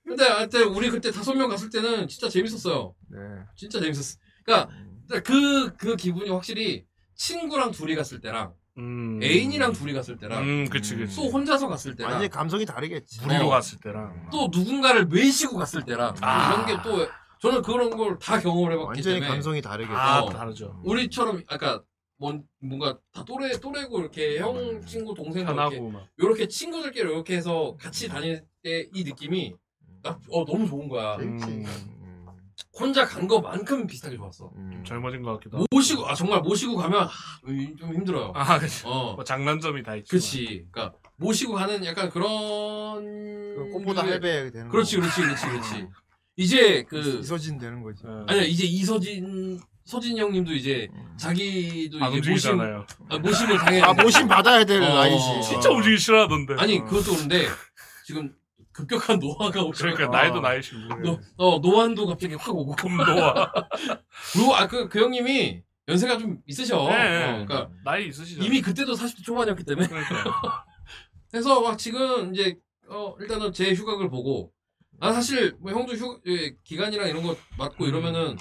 S7: 근데 하여튼 우리 그때 다섯 명 갔을 때는 진짜 재밌었어요.
S1: 네.
S7: 진짜 재밌었어. 그러니까 그그 그 기분이 확실히 친구랑 둘이 갔을 때랑 음. 애인이랑 둘이 갔을 때랑
S9: 음, 그치, 그치.
S7: 또 혼자서 갔을 때랑
S9: 완전히
S8: 감성이 다르겠지.
S9: 무리로
S7: 어.
S9: 갔을 때랑.
S7: 또 누군가를 외시고 갔을 때랑
S9: 아.
S7: 이런 게 또 저는 그런 걸 다 경험을 해봤기
S8: 완전히
S7: 때문에
S8: 감성이 다르겠죠.
S9: 아,
S7: 어.
S9: 다르죠.
S7: 우리처럼 아까 뭔 뭔가 다 또래 또래고 이렇게 형 친구 동생 이렇게
S9: 편하고 막.
S7: 이렇게 친구들끼리 이렇게 해서 같이 다닐 때 이 느낌이 나, 어 너무 좋은 거야.
S8: 음,
S7: 혼자 간 거만큼 비슷하게 좋았어.
S8: 음.
S9: 젊어진 것 같기도 하고.
S7: 모시고 아 정말 모시고 가면 하, 좀 힘들어요.
S9: 아, 그치.
S7: 어.
S9: 뭐 장단점이 다 있지.
S7: 그치. 그러니까 모시고 가는 약간 그런
S8: 꽃보다
S7: 류의-
S8: 할배 되는
S7: 그렇지,
S8: 거.
S7: 그렇지, 그렇지, 그렇지. 이제 그
S8: 이서진 되는 거지.
S9: 어.
S7: 아니야 이제 이서진 서진 형님도 이제 자기도
S9: 안
S7: 이제 모심
S9: 움직이잖아요.
S7: 아, 모심을 당해
S8: 아, 모심 받아야 될 나이지. 진짜 움직이기
S9: 싫어하던데.
S7: 아니 그것도 그런데 지금 급격한 노화가 오고
S9: 그러니까 나이도 나이신
S7: 노, 어 노안도 갑자기 확 오고
S9: 노화.
S7: 그리고 아그 그 형님이 연세가 좀 있으셔.
S9: 네.
S7: 어, 그러니까
S9: 나이 음. 있으시죠.
S7: 이미 그때도 40대 초반이었기 때문에. 그래서 막 지금 이제 어 일단은 제 휴각을 보고 난 사실 뭐 형도 휴 예, 기간이랑 이런 거
S9: 음.
S7: 맞고 이러면은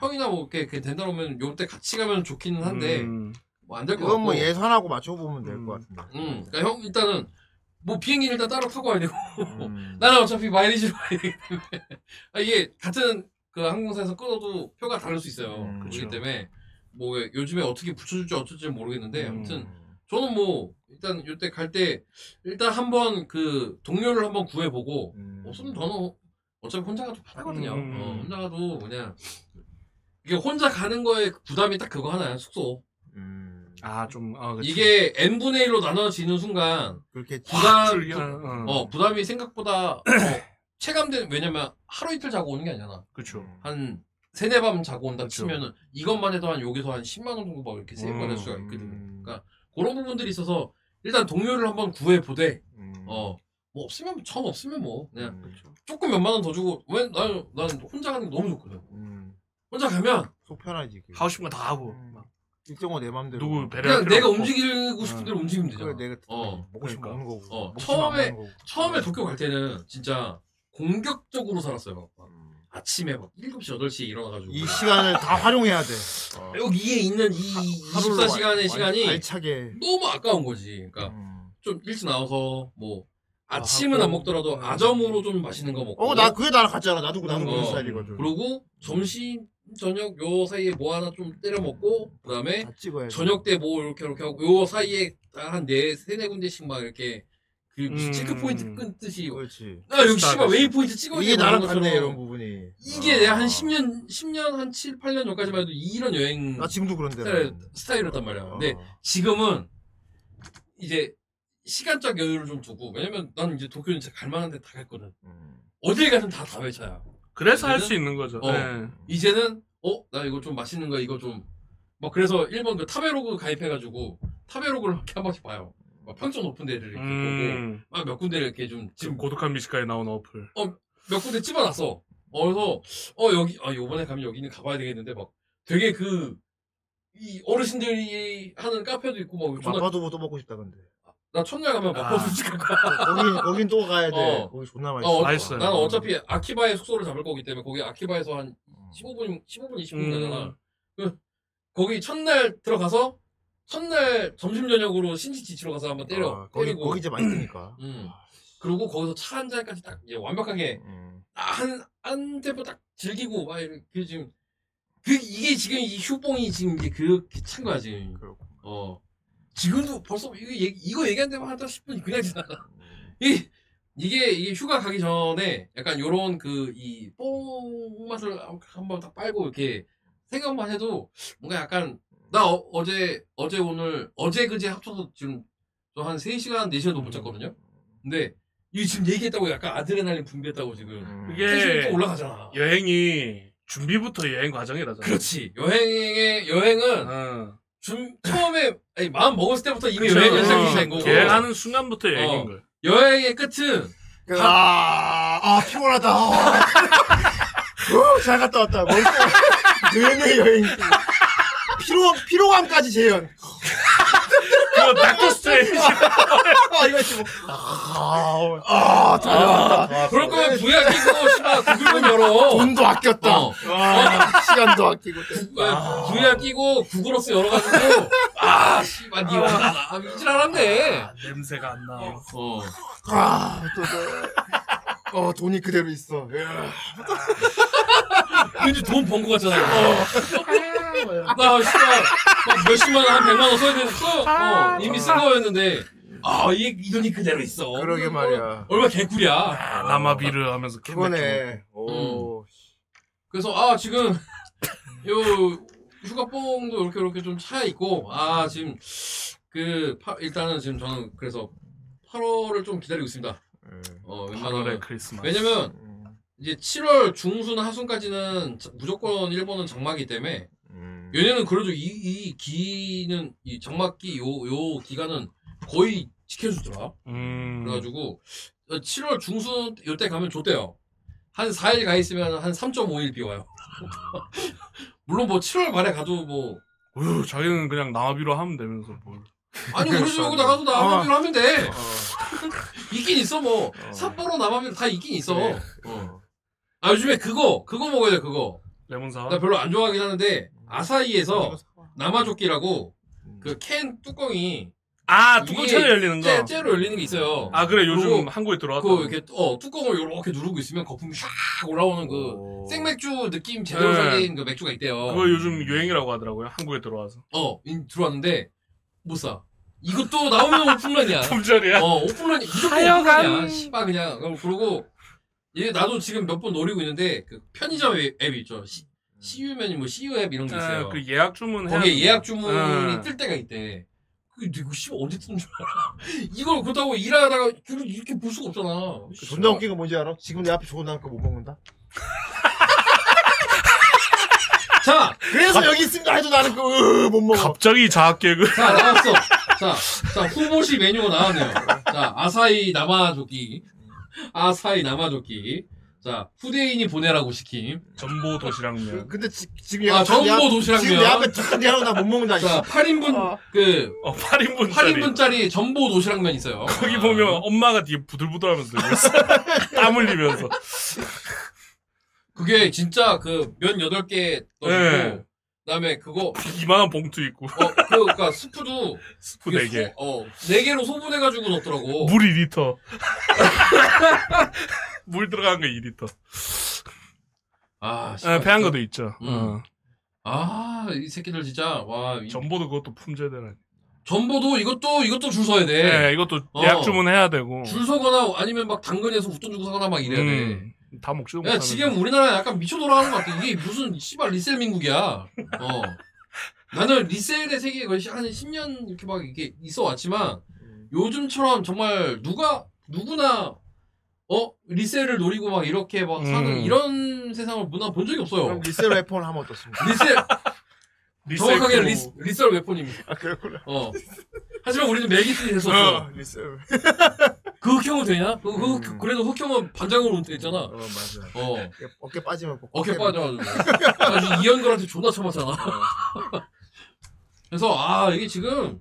S7: 형이나 뭐 이렇게, 이렇게 된다 그러면 요때 같이 가면 좋기는 한데
S9: 음.
S7: 뭐 안 될 것 같고.
S8: 그건 뭐 예산하고 맞춰보면 될 것 같은데.
S7: 음, 그러니까 형 일단은 뭐 비행기 는 일단 따로 타고 와야 되고
S8: 어. 음.
S7: 나는 어차피 마일리지로 가야 되기 때문에 아, 이게 같은 그 항공사에서 끊어도 표가 다를 수 있어요. 그렇기
S9: 음, 그쵸.
S7: 때문에 뭐 요즘에 어떻게 붙여줄지 어쩔지 모르겠는데
S9: 음.
S7: 네, 아무튼 저는 뭐 일단 요때 갈 때 일단 한번 그 동료를 한번 구해보고
S8: 음.
S7: 없으면 저는 어차피 혼자 가도 편하거든요.
S9: 음.
S7: 어, 혼자 가도 그냥 이게 혼자 가는 거에 부담이 딱 그거 하나야 숙소.
S8: 음.
S9: 아, 좀, 어, 그치.
S7: 이게 n분의 1로 나눠지는 순간
S8: 그렇게 음.
S9: 확
S7: 부담
S9: 줄기는, 어.
S7: 어, 부담이 생각보다 어, 체감되는 왜냐면 하루 이틀 자고 오는 게 아니잖아
S9: 그쵸.
S8: 음.
S7: 한 세네 밤 자고 온다 치면은 이것만 해도 한 여기서 한 10만 원 정도 막 이렇게 세이브 받을
S9: 음.
S7: 수가 있거든 그러니까 그런 부분들이 있어서 일단 동료를 한번 구해 보되
S8: 음.
S7: 어 뭐 없으면 뭐, 처음 없으면 뭐 그냥 조금 몇만 원 더 주고 왜 나는 난 혼자 가는 게 너무 좋거든 혼자 가면
S8: 음. 속 편하지. 음.
S9: 하고 싶은 거 다 하고. 막.
S8: 일정호 내 맘대로.
S9: 누구
S7: 그냥
S9: 배려할 필요
S7: 내가
S9: 없고.
S7: 움직이고 싶은 대로 움직이면 되잖아.
S8: 어. 그래, 내가 음, 어.
S7: 어.
S8: 먹고 싶은 거 먹는 거고.
S7: 어,
S8: 먹고 싶은 거
S7: 처음에
S8: 먹는 거고.
S7: 처음에 도쿄 갈 때는 진짜 공격적으로 살았어요. 막 아침에 막 7시 8시 에 일어나 가지고
S8: 이 시간을 다 활용해야 돼.
S7: 여기에 있는 이 24시간의 시간이
S8: 알차게. 음.
S7: 너무 아까운 거지. 그러니까 좀 일찍 나와서 뭐 아침은
S8: 하고.
S7: 안 먹더라도 아점으로 좀 맛있는 거 먹고
S8: 음. 어, 나 그게 나랑 같잖아. 나도 그- 나도 그런
S7: 어,
S8: 스타일이거든.
S7: 그리고 점심 저녁 요 사이에 뭐 하나 좀 때려 먹고 그다음에 저녁 때 뭐 이렇게 이렇게 하고 요 사이에 한네 세네 군데씩 막 이렇게 그 무슨
S8: 음.
S7: 체크 포인트 끊 듯이
S8: 그렇지.
S7: 나 여기 씨발 웨이 포인트 찍어야
S8: 이게
S7: 돼,
S8: 나랑 아.
S7: 뭐 이런
S8: 같네
S7: 것처럼.
S8: 이런 부분이.
S7: 이게 내가 한 10년 10년 한 7, 8년 전까지만 해도 이런 여행
S8: 나 지금도 그런데. 어.
S7: 스타일, 스타일이었단 말이야. 근데 지금은 이제 시간적 여유를 좀 두고 왜냐면 난 이제 도쿄는 진짜 갈 만한 데 다 갔거든.
S8: 음.
S7: 어딜 가든 다 다회차야.
S9: 그래서 할수 있는 거죠.
S7: 어,
S9: 네.
S7: 이제는 어 나 이거 좀 맛있는 거 이거 좀 막 그래서 일본 그 타베로그 가입해가지고 타베로그를 이렇게 한 번씩 봐요. 막 평점 높은 데를 이렇게
S9: 음.
S7: 보고 막 몇 군데를 이렇게 좀
S9: 지금 고독한 미식가에 나온 어플.
S7: 몇 군데 집어놨어. 어, 그래서, 어, 여기, 아, 요번에 가면 여기는 가봐야 되겠는데, 막, 되게 그, 이 어르신들이 하는 카페도 있고, 막, 존나-
S8: 마파도 뭐또 먹고 싶다 근데.
S7: 나 첫날 가면 막,
S8: 아.
S7: 버스 찍을 거야.
S8: 거긴 거긴 또 가야 돼.
S7: 어.
S8: 거기 존나
S7: 어,
S8: 맛있어. 음.
S7: 어, 난 어차피 아키바에 숙소를 잡을 거기 때문에, 거기 아키바에서 한 15분, 15분,
S9: 음.
S7: 20분 가잖아. 그, 거기 첫날 들어가서, 첫날 점심 저녁으로 신지치치로 가서 한번 때려.
S8: 아, 거기-
S7: 때리고.
S8: 거기 이제 맛있으니까.
S7: 음. 그리고 거기서 차 한 잔까지 딱 이제 완벽하게
S8: 음.
S7: 아, 한, 한 대포 딱 즐기고, 막 이렇게 지금, 그, 이게 지금 이 휴봉이 지금 이제 그렇게 찬 거야, 지금. 어. 지금도 벌써 이거 얘기, 이거 얘기한 데만 하다 10분 그냥 지나가. 이, 이게, 이게 휴가 가기 전에 약간 요런 그, 이, 뽕 맛을 한번 딱 빨고 이렇게 생각만 해도 뭔가 약간, 나 어, 제 어제 오늘, 어제 그제 합쳐서 지금 저 한 3시간, 4시간도 못 잤거든요? 근데, 이 지금 얘기했다고 약간 아드레날린 분비했다고 지금.
S9: 그게
S7: 텐션이 또 올라가잖아.
S9: 여행이 준비부터 여행 과정이라잖아.
S7: 예.
S9: 어.
S7: 그렇지. 여행의 여행은
S9: 아.
S7: 준- 처음에 아니,
S9: 그렇죠. 어. 예.
S7: 마음 먹었을 때부터 이미 여행 연습이 된 거고
S9: 계획하는 순간부터 여행인
S7: 어,
S9: 거예요.
S7: 여행의 끝은
S8: 그, 아, 아, 피곤하다. 아. 어, 잘 갔다 왔다. 멀쩡 내내 여행. 피로, 피로감까지 재현.
S11: 그거 닥터 스트레인지.
S8: 아, 이거 지금. 아, 아, 잘 왔다.
S7: 그럴 거면 부야 끼고 씨발 구글 좀 열어.
S8: 돈도 아꼈다.
S7: 어.
S8: 아, 시간도 아끼고.
S7: 아. 부야 끼고 구글어스 열어가지고 아 씨발 니가 아, 이질 않았네.
S11: 냄새가 안 나.
S7: 어.
S8: 아, 또, 또. 어, 돈이 그대로 있어. 예.
S7: 왠지 돈 번 거 같잖아. 어. 나 씨발 막 몇십만 원, 한 백만 원 써야 되는데 어, 이미 쓴 거였는데 아, 이, 이 돈이 그대로 있어.
S8: 그러게 말이야.
S7: 얼마 개꿀이야.
S9: 아,
S11: 라마비르 하면서
S8: 그거네. 오.
S7: 그래서 아 지금 요 휴가뽕도 이렇게 이렇게 좀 차 있고 아 지금 그 파- 일단은 지금 저는 그래서 8월을 좀 기다리고 있습니다. 어, 웬만하면
S11: 8월의 크리스마스.
S7: 왜냐면
S8: 음,
S7: 이제 7월 중순 하순까지는 자- 무조건 일본은 장마기 때문에
S8: 음,
S7: 얘네는 그래도 이, 이 기는 이 장마기 요 요 기간은 거의 지켜주더라.
S11: 음.
S7: 음. 그래가지고 7월 중순 요때 가면 좋대요. 한 4일 가 있으면 한 3.5일 비 와요. 물론 뭐 7월 말에 가도 뭐
S11: 어휴, 자기는 그냥 나비로 하면 되면서 뭘.
S7: 아니 우리 집 여기 나가도 남아비로 하면 돼. 있긴 있어 뭐 삿포로 남아비로 다 있긴 있어.
S11: 그래.
S7: 어. 아 요즘에 그거 그거 먹어야 돼 그거.
S11: 레몬사.
S7: 나 별로 안 좋아하긴 하는데 아사히에서 남아조끼라고 그 캔 뚜껑이
S11: 아,
S7: 이게
S11: 뚜껑째로 열리는 거?
S7: 째- 째로 열리는 게 있어요.
S11: 아, 그래, 요즘
S7: 그리고
S11: 한국에 들어왔다.
S7: 그 이렇게 어 뚜껑을 이렇게 누르고 있으면 거품이 샥 올라오는 그 생맥주 느낌 제대로
S11: 뭐. 네.
S7: 살린 그 맥주가 있대요.
S11: 그거 요즘 유행이라고 하더라고요. 한국에 들어와서.
S7: 어, 인- 들어왔는데 못 사. 이것도 나오면 오픈런이야.
S11: 품절이야? 아,
S7: 어, 오픈런이 무조건
S11: 하여간.
S7: 오픈런이야. 씨발 그냥 어, 그럼 그러고 얘 나도 지금 몇 번 노리고 있는데 그 편의점 앱, 앱 있죠. 시, CU면이 뭐 CU 앱 이런 게
S11: 아,
S7: 있어요.
S11: 그 예약 주문 해야
S7: 거기에
S11: 돼.
S7: 예약 주문이
S11: 아.
S7: 뜰 때가 있대. 그 이거 씨발 언제 뜨는 줄 알아? 이걸 그렇다고 일하다가 줄을 이렇게 볼 수가 없잖아.
S8: 존나 웃긴 거 뭔지 알아? 지금 내 앞에 좋은 한거 못 먹는다.
S7: 자,
S8: 그래서 여기 있습니다 해도 나는 그, 으, 못 먹어.
S11: 갑자기 자학 개그.
S7: 자, 나왔어. 자, 자, 후보시 메뉴가 나왔네요. 자, 아사히 남아조끼. 아사히 남아조끼. 자, 후대인이 보내라고 시킴.
S11: 전보
S7: 그
S11: 도시락면.
S8: 그, 근데 지, 지금
S7: 아, 전보 도시락면.
S8: 지금 내 앞에 잠깐 내하고 나못 먹는다.
S7: 자, 8인분, 그,
S11: 어, 8인분짜리.
S7: 8인분짜리 전보 도시락면 있어요.
S11: 거기 보면 엄마가 뒤에 부들부들 하면서 들고 있어. 땀 흘리면서.
S7: 그게 진짜 그 면 8개 넣고,
S11: 네.
S7: 그다음에 그거
S11: 이만한 봉투 있고.
S7: 어, 그, 그니까 스프도
S11: 스프
S7: 이게 뭐, 어.
S11: 네 개.
S7: 소- 어, 네 개로 소분해가지고 넣더라고.
S11: 물 2리터. 물 들어간 거 2리터.
S7: 아,
S11: 아, 배한 것도 있죠.
S7: 음.
S11: 어.
S7: 아, 이 새끼들 진짜 와.
S11: 전보도 그것도 품절되라니.
S7: 전보도 이것도 이것도 줄 서야 돼.
S11: 네, 이것도
S7: 어.
S11: 예약 주문해야 되고.
S8: 어.
S7: 줄 서거나 아니면 막 당근에서 웃돈 주고 사거나 막 이래야 돼.
S11: 음, 다 먹지도
S7: 예, 야,
S11: 못하는.
S7: 지금 우리나라 약간 미쳐 돌아가는 것 같아. 이게 무슨 씨발 리셀 민국이야. 어. 나는 리셀의 세계에 거의 한 10년 이렇게 막 이렇게 있어 왔지만 요즘처럼 정말 누가 누구나 어 리셀을 노리고 막 이렇게 막 사는
S8: 음.
S7: 이런 세상을 문화 본 적이 없어요.
S8: 그럼 리셀 웨폰 하면 어떻습니까?
S7: 리셀
S8: 리셀
S7: 정확하게
S8: 크루.
S7: 리, 리셀 웨폰입니다.
S8: 아, 그렇구나.
S7: 어. 하지만 우리는 맥이트에 했었어.
S8: 어, 리셀.
S7: 그 흑형은 되냐? 그, 그,
S8: 음.
S7: 그- 그래도 흑형은 반장으로 됐잖아. 어,
S8: 맞아.
S7: 어.
S8: 어깨 빠지면 뭐
S7: 어깨 빠져가지고. 아주 이현걸한테 존나 쳐맞잖아. 그래서, 아, 이게 지금,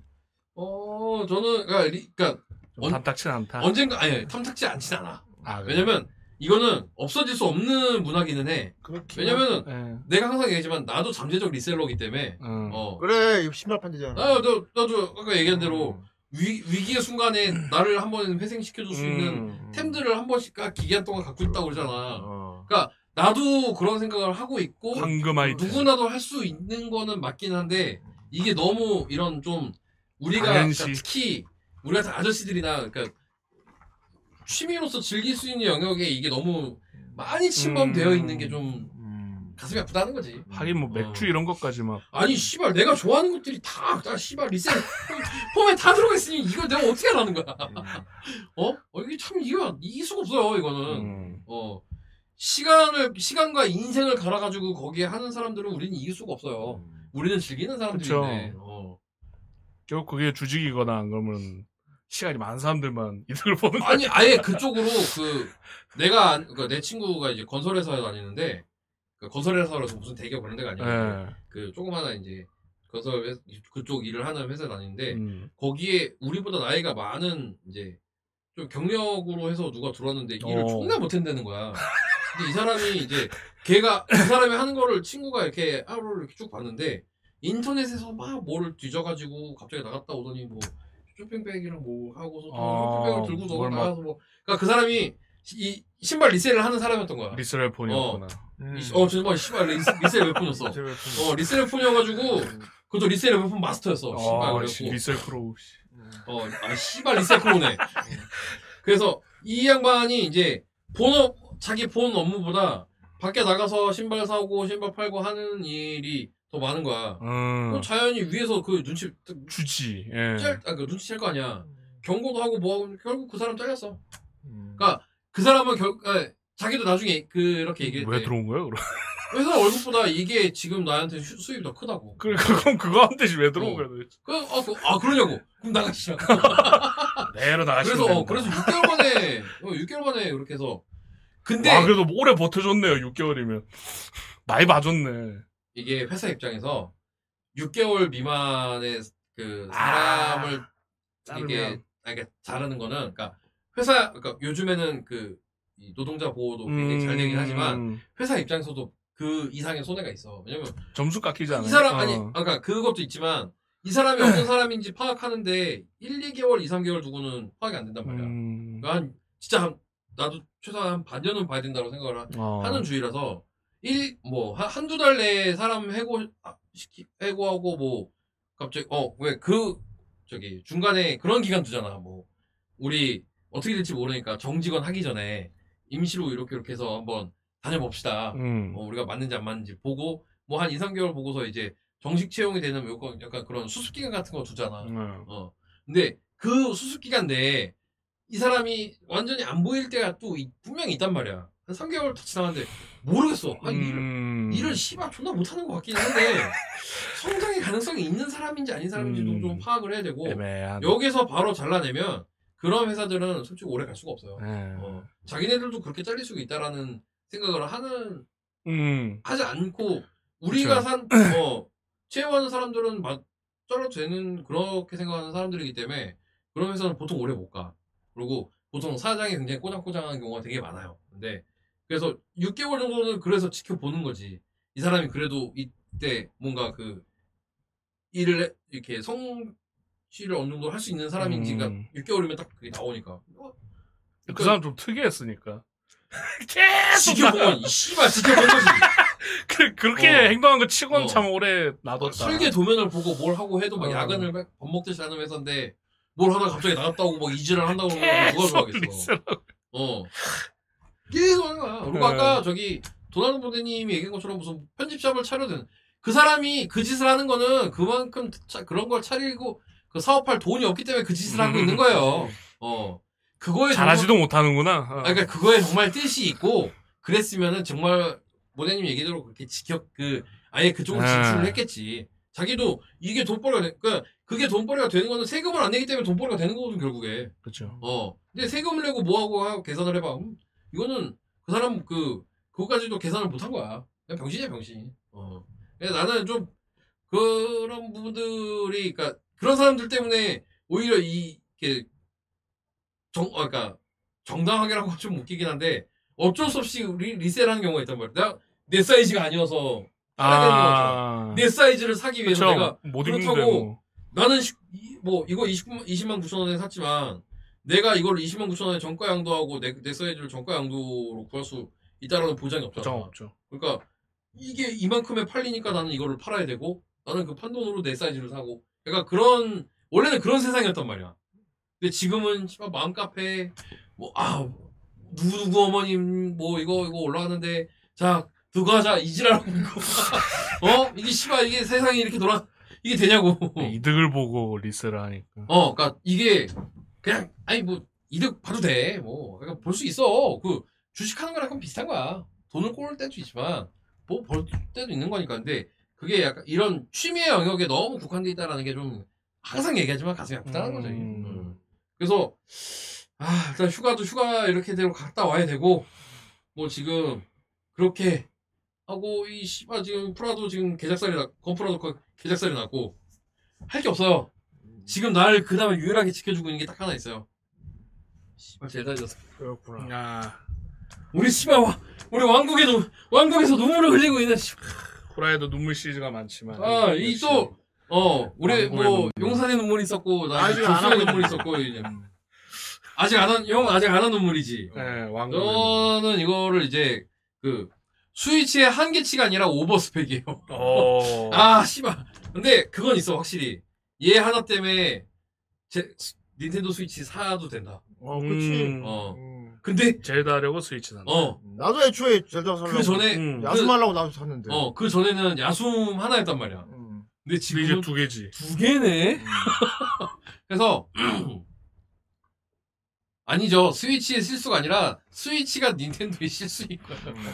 S7: 어, 저는, 그니까, 리- 그니까,
S9: 어,
S11: 탐탁치 않다.
S7: 언젠가, 아니, 탐탁지 않진 않아.
S11: 아, 그래요?
S7: 왜냐면, 이거는 없어질 수 없는 문화기는 해. 왜냐면,
S11: 은
S7: 내가 항상 얘기하지만, 나도 잠재적 리셀러기 때문에, 어,
S8: 그래, 이거 신발 판대잖아.
S7: 아, 너, 나도 아까 얘기한 대로 위, 위기의 순간에 나를 한 번
S9: 음,
S7: 회생시켜줄 수
S8: 음,
S7: 있는 템들을 한 번씩 가- 기간 동안 갖고 있다고
S9: 어.
S7: 그러잖아. 그러니까 나도 그런 생각을 하고 있고
S11: 황금 아이템.
S7: 누구나도 할 수 있는 거는 맞긴 한데 이게 너무 이런 좀 우리가
S11: 당연시.
S7: 그러니까 특히 우리가 다 아저씨들이나 그러니까 취미로서 즐길 수 있는 영역에 이게 너무 많이 침범되어
S11: 음.
S7: 있는 게 좀 가슴이 아프다는 거지.
S11: 하긴 뭐 맥주 이런 것까지 막.
S7: 아니 씨발 내가 좋아하는 것들이 다, 다 씨발 리셀 폼에 다 들어가 있으니 이걸 내가 어떻게 하라는 거야? 어? 어, 이게 참 이거 이길 수가 없어요 이거는.
S9: 음.
S7: 어 시간을 시간과 인생을 갈아가지고 거기에 하는 사람들은 우리는 이길 수가 없어요. 우리는 즐기는
S11: 그쵸.
S7: 사람들인데. 어.
S11: 결국 그게 주직이거나 안 그러면
S9: 시간이 많은 사람들만 이들을 보는 거야.
S7: 아니 아예 그쪽으로 그 내가 안- 그내 친구가 이제 건설회사 다니는데 그 건설회사로서 무슨 대기업 그런 데가 아니고
S11: 네.
S9: 예.
S7: 그 조그마한 이제 건설 회- 그쪽 일을 하는 회사 다니는데
S9: 음.
S7: 거기에 우리보다 나이가 많은 이제 좀 경력으로 해서 누가 들어왔는데 일을
S9: 어.
S7: 존나 못한다는 거야. 근데 이 사람이 이제 걔가 그 사람이 하는 거를 친구가 이렇게 하루를 이렇게 쭉 봤는데 인터넷에서 막 뭐를 뒤져가지고 갑자기 나갔다 오더니 뭐 쇼핑백이랑 뭐 하고서
S9: 아,
S7: 쇼핑백을 들고
S9: 뭘
S7: 저거
S9: 막-
S7: 나가서 뭐 그러니까 그 사람이 이 신발 리셀을 하는 사람이었던 거야.
S9: 리셀을 폰이었구나.
S7: 어,
S9: 음.
S7: 이- 어 정말 신발 리- 리셀
S8: 아,
S7: 웹폰이었어. 어 리셀 웹폰이어가지고 그것도 리셀 웹폰 마스터였어. 신발
S9: 아,
S7: 그래갖고.
S9: 씨, 리셀 프로. 씨.
S7: 어, 아, 씨발, 리셀 크로네. 그래서 이 양반이 이제 본업, 자기 본 업무보다 밖에 나가서 신발 사고 신발 팔고 하는 일이 더 많은 거야.
S9: 음.
S7: 그럼 자연히 위에서 그 눈치
S9: 주지. 예.
S7: 짤, 아, 그 눈치 챌 거 아니야. 경고도 하고 뭐 하고 결국 그 사람 잘렸어. 그러니까 그 사람은 결, 아, 자기도 나중에 그렇게 얘기했대.
S9: 왜 들어온 거야, 그럼?
S7: 회사 월급보다 이게 지금 나한테 수- 수입이 더 크다고.
S9: 그래, 그럼 그거 하면 되지. 왜 들어온
S7: 어.
S9: 거야, 도대체.
S7: 그, 아, 그, 아, 그러냐고. 그럼 나가시라.
S9: 내로 나가시면
S7: 그래서, 어,
S9: 됩니다.
S7: 그래서 6개월 만에, 어, 6개월 만에 이렇게 해서. 근데.
S9: 와, 아, 그래도 오래 버텨줬네요, 6개월이면. 많이 봐줬네.
S7: 이게 회사 입장에서 6개월 미만의 그 사람을 이게
S9: 아, 자르면.
S7: 아니, 그러니까 자르는 거는 그러니까 회사 그러니까 요즘에는 그이 노동자 보호도 굉장히 잘 되긴
S9: 음.
S7: 하지만 회사 입장에서도 그 이상의 손해가 있어. 왜냐면
S9: 점수 깎이지 않아요?
S7: 이 사람 아니
S9: 어.
S7: 그러니까 그것도 있지만 이 사람이 어떤 사람인지 파악하는데 1, 2개월, 2, 3개월 두고는 파악이 안 된단
S9: 음.
S7: 말이야. 그러니까 한 진짜 한 나도 최소한 한 반년은 봐야 된다고 생각을 하-
S9: 어.
S7: 하는 주의라서 일 뭐 한두 달 내에 사람 해고 아, 시키 해고하고 뭐 갑자기 어 왜 그 저기 중간에 그런 기간 두잖아. 뭐 우리 어떻게 될지 모르니까 정직원 하기 전에 임시로 이렇게 이렇게 해서 한번 다녀봅시다.
S9: 음.
S7: 뭐 우리가 맞는지 안 맞는지 보고 뭐 한 2, 3개월 보고서 이제 정식 채용이 되는 요건 약간 그런 수습 기간 같은 거 주잖아.
S9: 네.
S7: 어. 근데 그 수습 기간 내에 이 사람이 완전히 안 보일 때가 또 이- 분명히 있단 말이야. 한 3개월 더 지나는데 모르겠어. 아,
S9: 음.
S7: 일을, 일을 씨발 존나 못하는 것 같긴 한데 성장의 가능성이 있는 사람인지 아닌 사람인지도 좀 파악을 해야
S9: 어.
S7: 되고
S9: 음. 애매한.
S7: 여기서 바로 잘라내면 그런 회사들은 솔직히 오래 갈 수가 없어요.
S9: 예.
S7: 어, 자기네들도 그렇게 잘릴 수가 있다라는 생각을 하는
S9: 음.
S7: 하지 않고 우리가
S9: 그쵸.
S7: 산 어, 채용하는 사람들은 막 잘라도 되는 그렇게 생각하는 사람들이기 때문에 그런 회사는 보통 오래 못 가. 그리고 보통 사장이 굉장히 꼬장꼬장한 경우가 되게 많아요. 근데 그래서 6개월 정도는 그래서 지켜보는 거지. 이 사람이 그래도 이때 뭔가 그 일을 해- 이렇게 성취를 어느 정도 할 수 있는 사람인지가
S9: 음.
S7: 6개월이면 딱 그게 나오니까. 어,
S9: 그 사람 좀 특이했으니까.
S7: 계속 지켜보면 이 씨발 지켜본 거지.
S9: 그, 그렇게
S7: 어.
S9: 행동한 거 치고는
S7: 어.
S9: 참 오래 놔뒀다.
S7: 설계 도면을 보고 뭘 하고 해도 막
S9: 그러니까. 어.
S7: 야근을 막 밥 먹듯이 하는 회사인데 뭘 하다가 갑자기 나갔다 오고 막 이질을 한다고 그러면 누가
S9: 계속
S7: 좋아하겠어. 어. 계속 하는 거야. 그리고
S9: 어.
S7: 아까 저기 도나는 부대님이 얘기한 것처럼 무슨 편집샵을 차려든 그 사람이 그 짓을 하는 거는 그만큼 차- 그런 걸 차리고 그 사업할 돈이 없기 때문에 그 짓을 하고 있는 거예요. 어. 그거에
S9: 잘하지도 못하는구나. 어.
S7: 아, 그러니까 그거에 정말 뜻이 있고 그랬으면은 정말 모네님 얘기대로 그렇게 직역 그 아예 그쪽으로
S9: 네.
S7: 진출을 했겠지. 자기도 이게 돈벌이가 되, 그러니까 그게 돈벌이가 되는 거는 세금을 안 내기 때문에 돈벌이가 되는 거거든 결국에.
S9: 그렇죠.
S7: 어. 근데 세금을 내고 뭐 하고 하고 계산을 해봐. 음, 이거는 그 사람 그 그것까지도 계산을 못 한 거야. 그냥 병신이야 병신. 어. 그래서 나는 좀 그런 부분들이 그러니까 그런 사람들 때문에 오히려 이 이렇게 정, 아, 그러니까 정당하게라고 하면 좀 웃기긴 한데 어쩔 수 없이 리, 리셀하는 경우가 있단 말이야. 내가 내 사이즈가 아니어서 팔아야 되는
S9: 아.
S7: 거죠. 내 사이즈를 사기 위해서
S9: 그쵸.
S7: 내가
S9: 못 입는데
S7: 그렇다고
S9: 뭐.
S7: 나는 시- 이- 뭐 이거 20만 20만 9천 원에 샀지만 내가 이걸 20만 9천 원에 정가 양도하고 내, 내 사이즈를 정가 양도로 구할 수 있다라는 보장이 없잖아.
S9: 보장 없죠.
S7: 그러니까 이게 이만큼에 팔리니까 나는 이거를 팔아야 되고 나는 그 판돈으로 내 사이즈를 사고 그러니까 그런 원래는 그런 세상이었단 말이야. 근데 지금은 씨발 맘카페 뭐아 누구 누구 어머님 뭐 이거 이거 올라왔는데 자 누가 자 이지라고 어 이게 씨발 이게 세상이 이렇게 돌아 이게 되냐고
S9: 네, 이득을 보고 리스를 하니까.
S7: 어, 그러니까 이게 그냥 아니 뭐 이득 봐도 돼. 뭐 그러니까 볼 수 있어. 그 주식하는 거랑 그건 비슷한 거야. 돈을 꼬을 때도 있지만 뭐 벌 때도 있는 거니까. 근데 그게 약간 이런 취미의 영역에 너무 국한돼 있다라는 게 좀 항상 얘기하지만 가슴이 아프다는 거죠. 이게. 음. 그래서 아 일단 휴가도 휴가 이렇게 되면 갔다 와야 되고 뭐 지금 그렇게 하고 이 씨발 지금 프라도 지금 개작살이 났 건프라도 거- 개작살이 났고 할 게 없어요. 지금 날 그 다음에 유일하게 지켜주고 있는 게 딱 하나 있어요. 씨발 젤다 졌어.
S9: 그렇구나.
S7: 우리 씨발 와 우리 왕국에도 왕국에서 눈물을 흘리고 있는 씨.
S9: 호라에도 눈물 시리즈가 많지만.
S7: 아,
S9: 음, 역시
S7: 아이또어 우리
S9: 왕국의
S7: 뭐
S9: 눈물.
S7: 용산의 눈물이 있었고 나
S9: 아직
S7: 아직
S9: 안
S7: 안
S9: 하고
S7: 하는 눈물이 있었고 이제 아직 안한형 아직 안 한 눈물이지.
S9: 네, 왕국.
S7: 저는 이거를 이제 그 스위치의 한계치가 아니라 오버 스펙이에요.
S9: 어.
S7: 아 씨발. 근데 그건 있어 확실히 얘 하나 때문에 제 닌텐도 스위치 사도 된다.
S9: 어,
S7: 그치. 어. 근데
S9: 젤다려고 스위치 산다.
S7: 어.
S8: 음. 나도 애초에 젤다 살라고.
S7: 그 전에
S9: 음.
S8: 야숨하려고 나도 샀는데. 음,
S7: 어, 그 전에는 야숨 하나 했단 말이야. 근데 지금
S9: 이제 두 개지.
S7: 두 개네. 그래서 아니죠. 스위치의 실수가 아니라 스위치가 닌텐도의 실수인 거야.
S8: 음.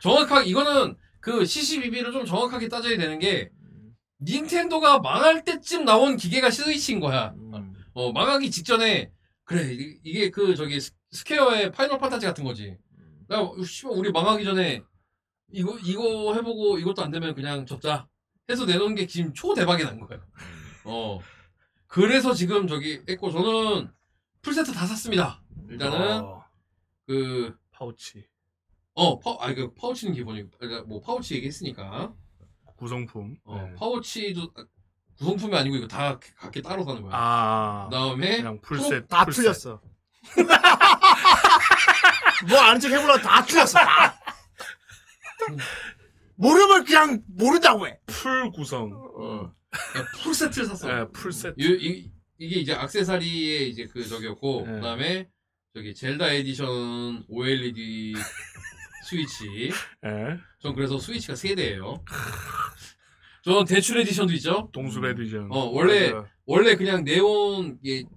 S7: 정확하게 이거는 그 CCBB를 좀 정확하게 따져야 되는 게 닌텐도가 망할 때쯤 나온 기계가 스위치인 거야.
S9: 음.
S8: 음.
S7: 어, 망하기 직전에 그래 이- 이게 그 저기 스- 스퀘어의 파이널 판타지 같은 거지. 나 어, 씨발 우리 망하기 전에 이거 이거 해보고 이것도 안 되면 그냥 접자 해서 내놓은 게 지금 초 대박이 난 거예요. 어 그래서 지금 저기 했고 저는 풀세트 다 샀습니다. 일단은 그
S9: 파우치
S7: 어파아그 파우치는 기본이고 그러니까 뭐 파우치 얘기했으니까
S9: 구성품. 예.
S7: 어, 파우치도 아, 구성품이 아니고 이거 다 각기 따로 사는 거야.
S9: 아.
S7: 그다음에
S9: 그냥 풀셋.
S8: 다
S9: 풀셋.
S8: 틀렸어. 뭐 아는 척 해보려고 다 틀렸어. 다. 모르면 그냥 모른다고 해.
S9: 풀 구성.
S7: 풀 세트를 샀어.
S9: 네, 풀 세트.
S7: 이, 게 이제 악세사리의 이제 그 저기였고 그다음에 저기 젤다 에디션 OLED 스위치.
S9: 예.
S7: 전 그래서 스위치가 세 대예요. 전 대출 에디션도 있죠.
S9: 동숲 에디션. 예,
S7: 어 원래
S9: 맞아요.
S7: 원래 그냥 네온 예, 그,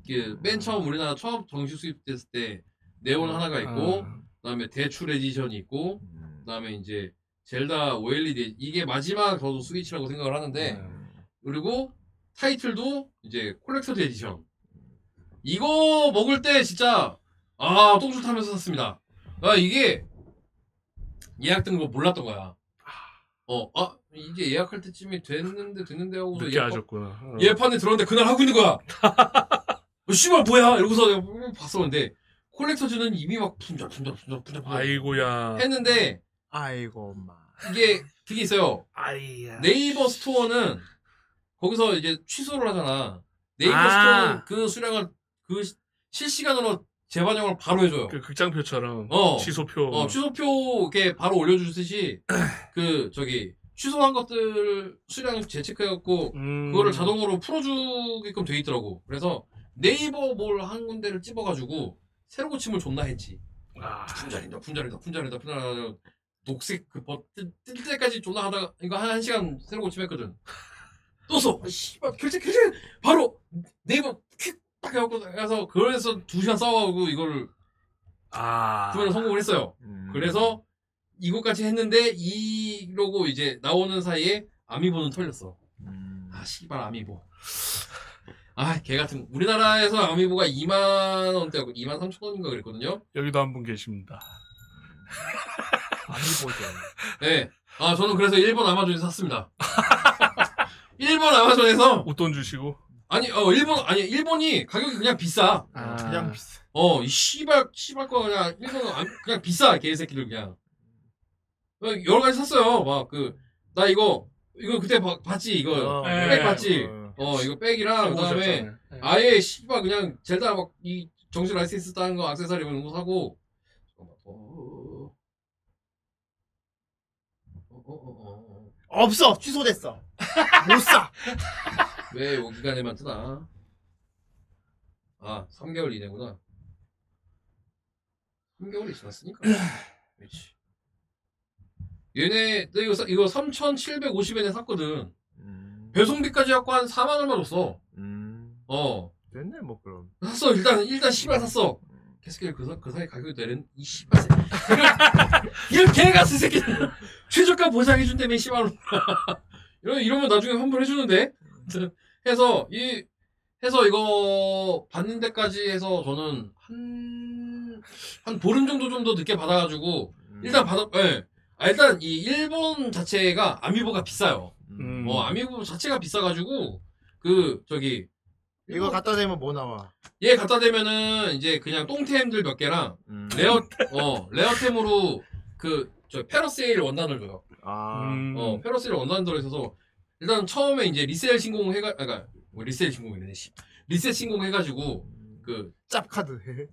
S7: 이맨 처음 우리나라 처음 정식 수입됐을 때 네온 하나가 있고
S8: 아.
S9: 아,
S7: 그다음에 대출 에디션이 있고 그다음에 이제 젤다 OLED 이게 마지막 저도 스위치라고 생각을 하는데
S8: 네.
S9: 음.
S7: 그리고 타이틀도 이제 콜렉터드 에디션 이거 먹을 때 진짜 아 똥줄 타면서 샀습니다. 아 이게 예약된 거 몰랐던 거야. 어, 아, 이제 예약할 때쯤이 됐는데, 됐는데 하고서.
S9: 늦게 하셨구나. 어.
S7: 예판에 들어왔는데 그날 하고 있는 거야. 어, 씨발, 뭐야? 이러고서 내가 뭐 봤어. 근데 콜렉터즈는 이미 막 분자, 분자, 분자, 분자. 분자
S9: 아이고야.
S7: 했는데.
S8: 아이고, 엄마.
S7: 이게, 그게 있어요. 네이버 스토어는 거기서 이제 취소를 하잖아. 네이버
S9: 아.
S7: 스토어는 그 수량을 그 시- 실시간으로 재반영을 바로 해줘요.
S9: 그 극장표처럼.
S7: 어.
S9: 취소표.
S7: 어, 취소표 이렇게 바로 올려주듯이 그 저기 취소한 것들 수량 재체크해갖고
S9: 음.
S7: 그거를 자동으로 풀어주게끔 돼 있더라고. 그래서 네이버 뭘 한 군데를 찝어가지고 새로 고침을 존나 했지. 품절이다, 품절이다, 품절이다, 품절이다. 녹색 그 버튼 뜰 때까지 존나 하다가 이거 한, 한 시간 새로 고침했거든. 또 써. 아, 씨발 결제 결제 바로 네이버 퀵딱 해갖고 해서 그래서 두 시간 싸워가고 이거를
S9: 아.
S7: 그거는 성공을 했어요.
S8: 음.
S7: 그래서 이것까지 했는데 이러고 이제 나오는 사이에 아미보는 털렸어. 아 씨발 아미보. 아 개 같은. 우리나라에서 아미보가 2만 원대고 2만 3천 원인가 그랬거든요.
S9: 여기도 한 분 계십니다.
S7: 네. 아 저는 그래서 일본 아마존에서 샀습니다. 일본 아마존에서
S9: 웃돈 주시고.
S7: 아니 어 일본 아니 일본이 가격이 그냥 비싸.
S9: 그냥
S8: 아, 비싸.
S7: 어이 씨발 씨발 거 그냥 일본은 안- 그냥 비싸 개새끼들 그냥. 어, 여러 가지 샀어요. 막 그 나 이거 이거 그때 봐- 봤지 이거
S9: 어,
S7: 백
S9: 네.
S7: 봤지.
S9: 어.
S7: 어 이거 백이랑 그다음에
S9: 보셨잖아요. 네.
S7: 아예 씨발 그냥 젤다 막 이 정식 라이센스 따는 거 액세서리 이런 거 사고. 어. 어,
S8: 없어. 취소됐어. 못 사.
S7: 왜 요 기간에만 뜨나? 아 3개월 이내구나. 3개월이 지났으니까. 그렇지. 얘네 나 이거 사- 이거 3,750엔에 샀거든.
S9: 음.
S7: 배송비까지 갖고 한 4만 얼마 줬어. 어.
S8: 음. 됐네, 뭐, 그럼.
S7: 샀어 일단 일단 씨발 샀어. 개새끼들 그, 사- 그 사이 가격이 내린 이 씨발 새- 이런 개같은 새끼들 최저가 보상해준다며 씨발 이러 이러면 나중에 환불해주는데 해서 이 해서 이거 받는 데까지 해서 저는 한, 한 보름 정도 좀 더 늦게 받아가지고,
S8: 음.
S7: 일단 받아, 예. 아, 일단 이 일본 자체가 아미보가 비싸요.
S9: 음.
S7: 어, 아미보 자체가 비싸가지고, 그, 저기.
S8: 이거 갖다 대면 뭐 나와?
S7: 얘 갖다 대면은 이제 그냥 똥템들 몇 개랑
S8: 음.
S7: 레어 어 레어템으로 그 저 페러세일 원단을 줘요.
S8: 아,
S9: 음.
S8: 음.
S7: 어 페러세일 원단 들어있어서 일단 처음에 이제 리셀 신공해가 그러니까 뭐 리셀 신공이네 씨. 리셀 신공해가지고 그
S8: 짭카드 해.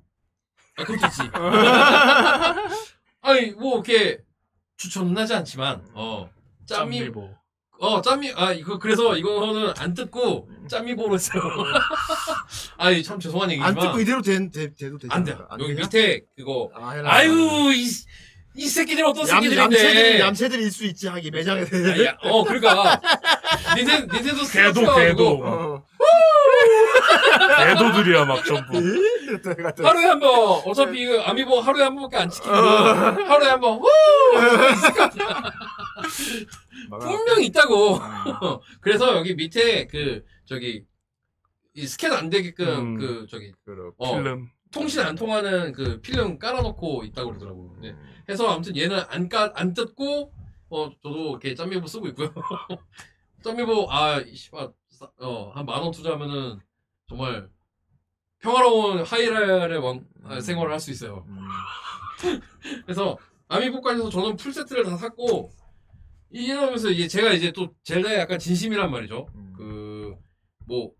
S7: 아, 그렇겠지. 아니, 뭐, 이렇게, 추천은 하지 않지만, 어, 짬미,
S9: 짬미보.
S7: 어, 짬미, 아, 이거, 그래서 이거는 안 뜯고, 짬미보로 했어요. 아니, 참 죄송한
S8: 음. 안
S7: 얘기지만.
S8: 뜯고 이대로 된, 돼, 돼도 되지.
S7: 안 돼.
S8: 않을까? 안
S7: 여기
S8: 되냐?
S7: 밑에, 그거.
S8: 해라.
S7: 아유, 이, 이 새끼들 어떤
S8: 얌-
S7: 새끼들인데.
S8: 얌새들이- 얌새들일 수 있지 하기 매장에.
S7: 야, 야, 어, 그러니까. 니네, 니네도
S9: 개도,
S7: 스트레스 받아가지고.
S9: 개도.
S8: 어.
S9: 애도들이야 막 전부.
S7: 하루에 한 번, 어차피 이거 아미보 하루에 한 번밖에 안
S8: 어.
S7: 찍히고, 하루에 한 번, 후! 있을 것 같아. 분명히 있다고.
S8: 아.
S7: 그래서 여기 밑에 그, 저기, 이 스캔 안
S8: 음.
S7: 되게끔 그, 저기, 어,
S9: 필름.
S7: 통신 안 통하는 그 필름 깔아놓고 있다고 그러더라고요. 네. 해서 아무튼 얘는 안 깔, 안 뜯고, 어, 저도 이렇게 짬미보 쓰고 있고요. 짬미보, 아, 이 씨발, 싸- 어, 한 만 원 투자하면은 정말 평화로운 하이랄의 왕, 아, 생활을 할 수 있어요.
S8: 음,
S7: 그래서 아미보까지 해서 저는 풀세트를 다 샀고, 이러면서 이제 제가 이제 또 젤다에 약간 진심이란 말이죠.
S8: 음.
S7: 그, 뭐,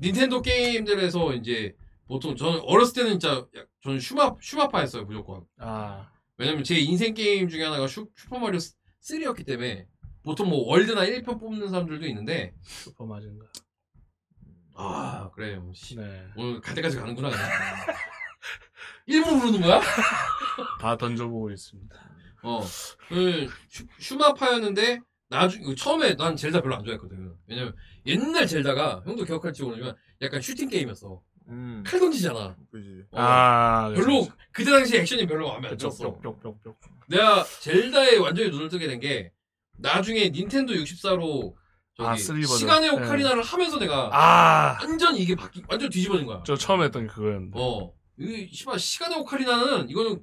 S7: 닌텐도 게임들에서 이제 보통 저는 어렸을 때는 진짜 야- 저는 슈마, 슈마파였어요, 무조건.
S9: 아.
S7: 왜냐면 제 인생 게임 중에 하나가 슈, 슈퍼마리오 3였기 때문에 보통 뭐 월드나 1편 뽑는 사람들도 있는데
S9: 슈퍼 맞은가.
S7: 아 그래 뭐 씨,
S9: 네.
S7: 오늘 갈 때까지 가는구나 그냥. 일부러 부르는 거야?
S9: 다 던져보고 있습니다.
S7: 어, 그 슈, 슈마파였는데 나중 그 처음에 난 젤다 별로 안 좋아했거든. 왜냐면 옛날 젤다가 형도 기억할지 모르지만 약간 슈팅 게임이었어. 칼 던지잖아.
S8: 음, 그지.
S7: 어,
S9: 아,
S7: 별로 그때 당시 액션이 별로 마음에 안 들었어. 내가 젤다에 완전히 눈을 뜨게 된 게 나중에 닌텐도 64로
S9: 아,
S7: 저기
S9: 쓰리 버전.
S7: 시간의
S9: 네.
S7: 오카리나를 하면서 내가
S9: 아.
S7: 완전 이게 바뀌 완전 뒤집어진 거야.
S9: 저 처음 했던 게 그거였는데.
S7: 어. 이 씨발 시간의 오카리나는 이거는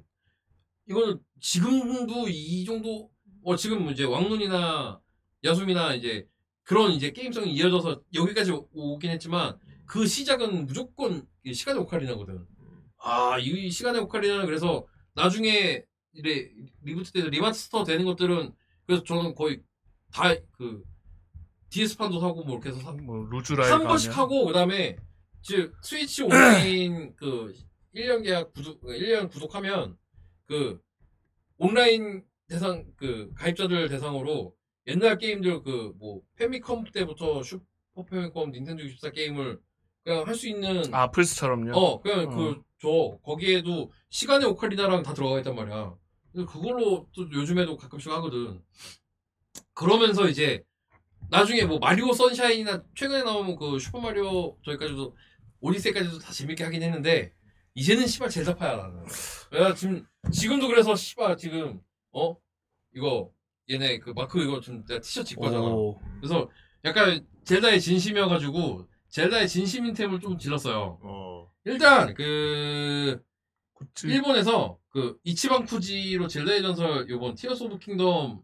S7: 이거는 지금도 이 정도 어 지금 이제 왕눈이나 야숨이나 이제 그런 이제 게임성이 이어져서 여기까지 오- 오긴 했지만 그 시작은 무조건 이 시간의 오카리나거든. 아, 이 시간의 오카리나는 그래서 나중에 이래 리부트 돼서 리마스터 되는 것들은 그래서 저는 거의 다 그 DS판도 사고 뭐 이렇게 해서 사,
S9: 루즈라이
S7: 한 번씩
S9: 가면.
S7: 하고 그다음에 즉 스위치 온라인 그 1년 계약 구독 그 1년 구독하면 그 온라인 대상 그 가입자들 대상으로 옛날 게임들 그 뭐 페미컴 때부터 슈퍼 페미컴 닌텐도 64 게임을 그냥 할 수 있는
S9: 아, 플스처럼요?
S7: 어 그냥
S9: 어.
S7: 그저 거기에도 시간의 오카리나랑 다 들어가 있단 말이야. 근데 그걸로 또 요즘에도 가끔씩 하거든. 그러면서 이제 나중에 뭐 마리오 선샤인이나 최근에 나온 그 슈퍼 마리오 저기까지도 오디세이까지도 다 재밌게 하긴 했는데 이제는 씨발 젤다파야 나는. 내가 지금 지금도 그래서 씨발 지금 어 이거 얘네 그 마크 이거 좀 내가 티셔츠 입고 하잖아.
S9: 오.
S7: 그래서 약간 젤다의 진심이어가지고 젤다의 진심인 템을 좀 질렀어요. 일단 그 일본에서 그 이치방 쿠지로 젤다의 전설 요번 티어스 오브 킹덤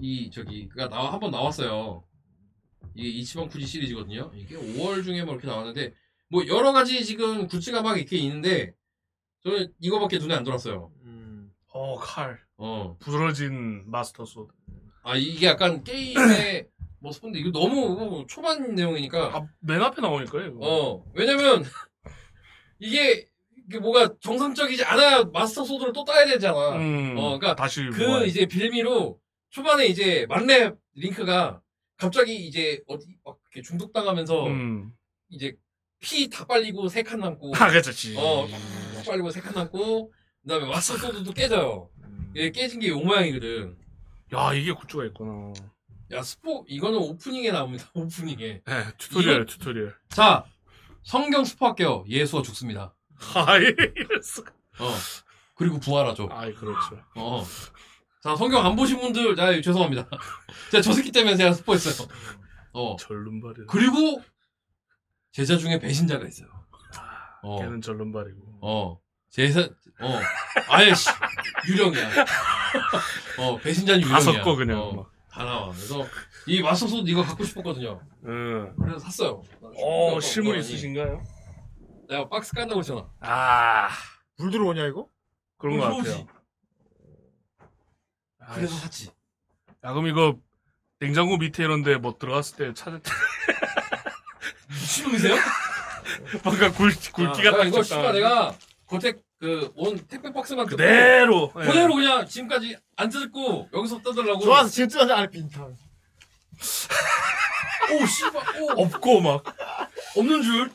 S7: 이 저기가 나와 한번 나왔어요. 이게 이치방 쿠지 시리즈거든요. 이게 5월 중에 뭐 이렇게 나왔는데 뭐 여러 가지 지금 굿즈가 막 이렇게 있는데 저는 이거밖에 눈에 안 들었어요.
S9: 어, 칼.
S7: 어.
S9: 부러진 마스터 소드.
S7: 아 이게 약간 게임의 모습인데 이거 너무 뭐 초반 내용이니까
S9: 아, 맨 앞에 나오니까요. 이거.
S7: 어 왜냐면 이게 이게 뭐가 정상적이지 않아야 마스터 소드를 또 따야 되잖아.
S9: 음,
S7: 어 그러니까
S9: 다시
S7: 그
S9: 모아야
S7: 이제 빌미로 초반에 이제 만렙 링크가 갑자기 이제 어디 막 이렇게 중독당하면서
S9: 음.
S7: 이제 피 다 빨리고 세 칸 남고
S9: 아, 그렇지.
S7: 어, 다 빨리고 세 칸 남고 그다음에 마스터 소드도 깨져요.
S9: 음.
S7: 이게 깨진 게 요 모양이거든.
S9: 야, 이게 굿즈가 있구나.
S7: 야 스포 이거는 오프닝에 나옵니다. 오프닝에.
S9: 네, 튜토리얼,
S7: 예, 이거-
S9: 튜토리얼.
S7: 자 성경 스포할게요. 예수와 죽습니다.
S9: 아, 하이, 이랬어.
S7: 어 그리고 부활하죠.
S9: 아이 그렇죠.
S7: 어. 자 성경 안 보신 분들 자 죄송합니다.
S9: 음.
S7: 제가 저 새끼 때문에 제가 스포했어요. 어.
S9: 절름발이.
S7: 그리고 제자 중에 배신자가 있어요. 어.
S9: 걔는 절름발이고.
S7: 어. 제사, 어. 아예 씨, 유령이야. 어, 배신자는 유령이야.
S9: 다 섞어, 그냥
S7: 어,
S9: 막.
S7: 다 나와. 그래서, 이 마스터소드 이거 갖고 싶었거든요. 그래서 샀어요.
S9: 어, 실물 있으신가요?
S7: 내가 박스 깐다고 했잖아.
S9: 아.
S8: 불 들어오냐, 이거?
S9: 그런 것 같아요.
S7: 그래서 샀지.
S9: 야, 아, 그럼 이거 냉장고 밑에 이런데 뭐 들어갔을 때 찾을 때.
S7: 미친놈이세요?
S9: 뭔가 굵, 굵기가
S7: 아,
S9: 딱
S7: 이거
S9: 적당한-
S7: 씨발 내가 겉에 그온 택배 박스만 뜯고
S9: 그대로. 예.
S7: 그대로 그냥 지금까지 안 뜯고 여기서 뜯으려고
S8: 좋아서 지금 뜨는 안에 빈털.
S7: 오 씨발 오
S9: 없고 막
S7: 없는 줄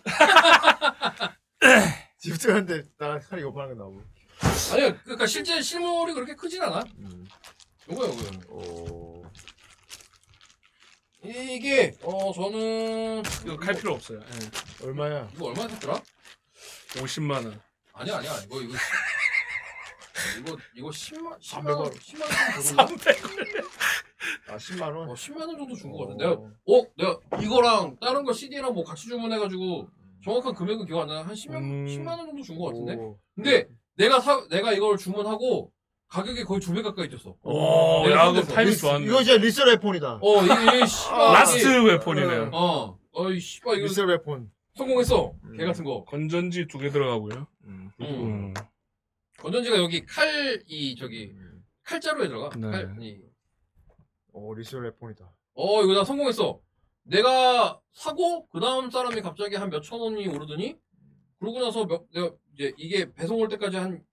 S8: 지금 뜨는데 나랑 칼이 요만한 거 나오고.
S7: 아니야 그러니까 실제 실물이 그렇게 크진 않아 요거 요거
S9: 음.
S7: 요거 이게 어 저는
S9: 이거 칼 필요 없어요.
S8: 얼마야?
S7: 이거 얼마 샀더라?
S9: 50만 원.
S7: 아니야 아니야 이거 이거 이거 이거 10만 10만
S8: 300 원.
S7: 10만 원 정도
S9: 300원
S8: 아 10만 원?
S7: 어, 10만 원 정도 준 거 같은데 내가 어 내가 이거랑 다른 거 CD랑 뭐 같이 주문해가지고 정확한 금액은 기억 안 나. 한 10만
S9: 음.
S7: 10만 원 정도 준 거 같은데. 근데 내가 사 내가 이걸 주문하고 가격이 거의 두 배 가까이 뛰었어.
S9: 오,
S7: 내가
S9: 야,
S7: 산
S9: 그
S7: 데서.
S9: 타이밍
S7: 리스-
S9: 좋았네.
S8: 이거 이제 리셀 웨폰이다.
S7: 어, 이게, 이게 씨발.
S9: 라스트
S7: 이게-
S9: 웨폰이네요.
S7: 어, 어이 씨발 이거
S8: 리셀 웨폰.
S7: 성공했어.
S9: 음.
S7: 개 같은 거.
S9: 건전지 두 개 들어가고요. 음.
S7: 건전지가 여기 칼 이 저기
S8: 음.
S7: 칼자루에 들어가.
S9: 네.
S7: 칼, 이.
S8: 어, 리셀 웨폰이다.
S7: 어, 이거 나 성공했어. 내가 사고 그 다음 사람이 갑자기 한 몇 천 원이 오르더니 그러고 나서 몇, 내가 이제 이게 배송 올 때까지 한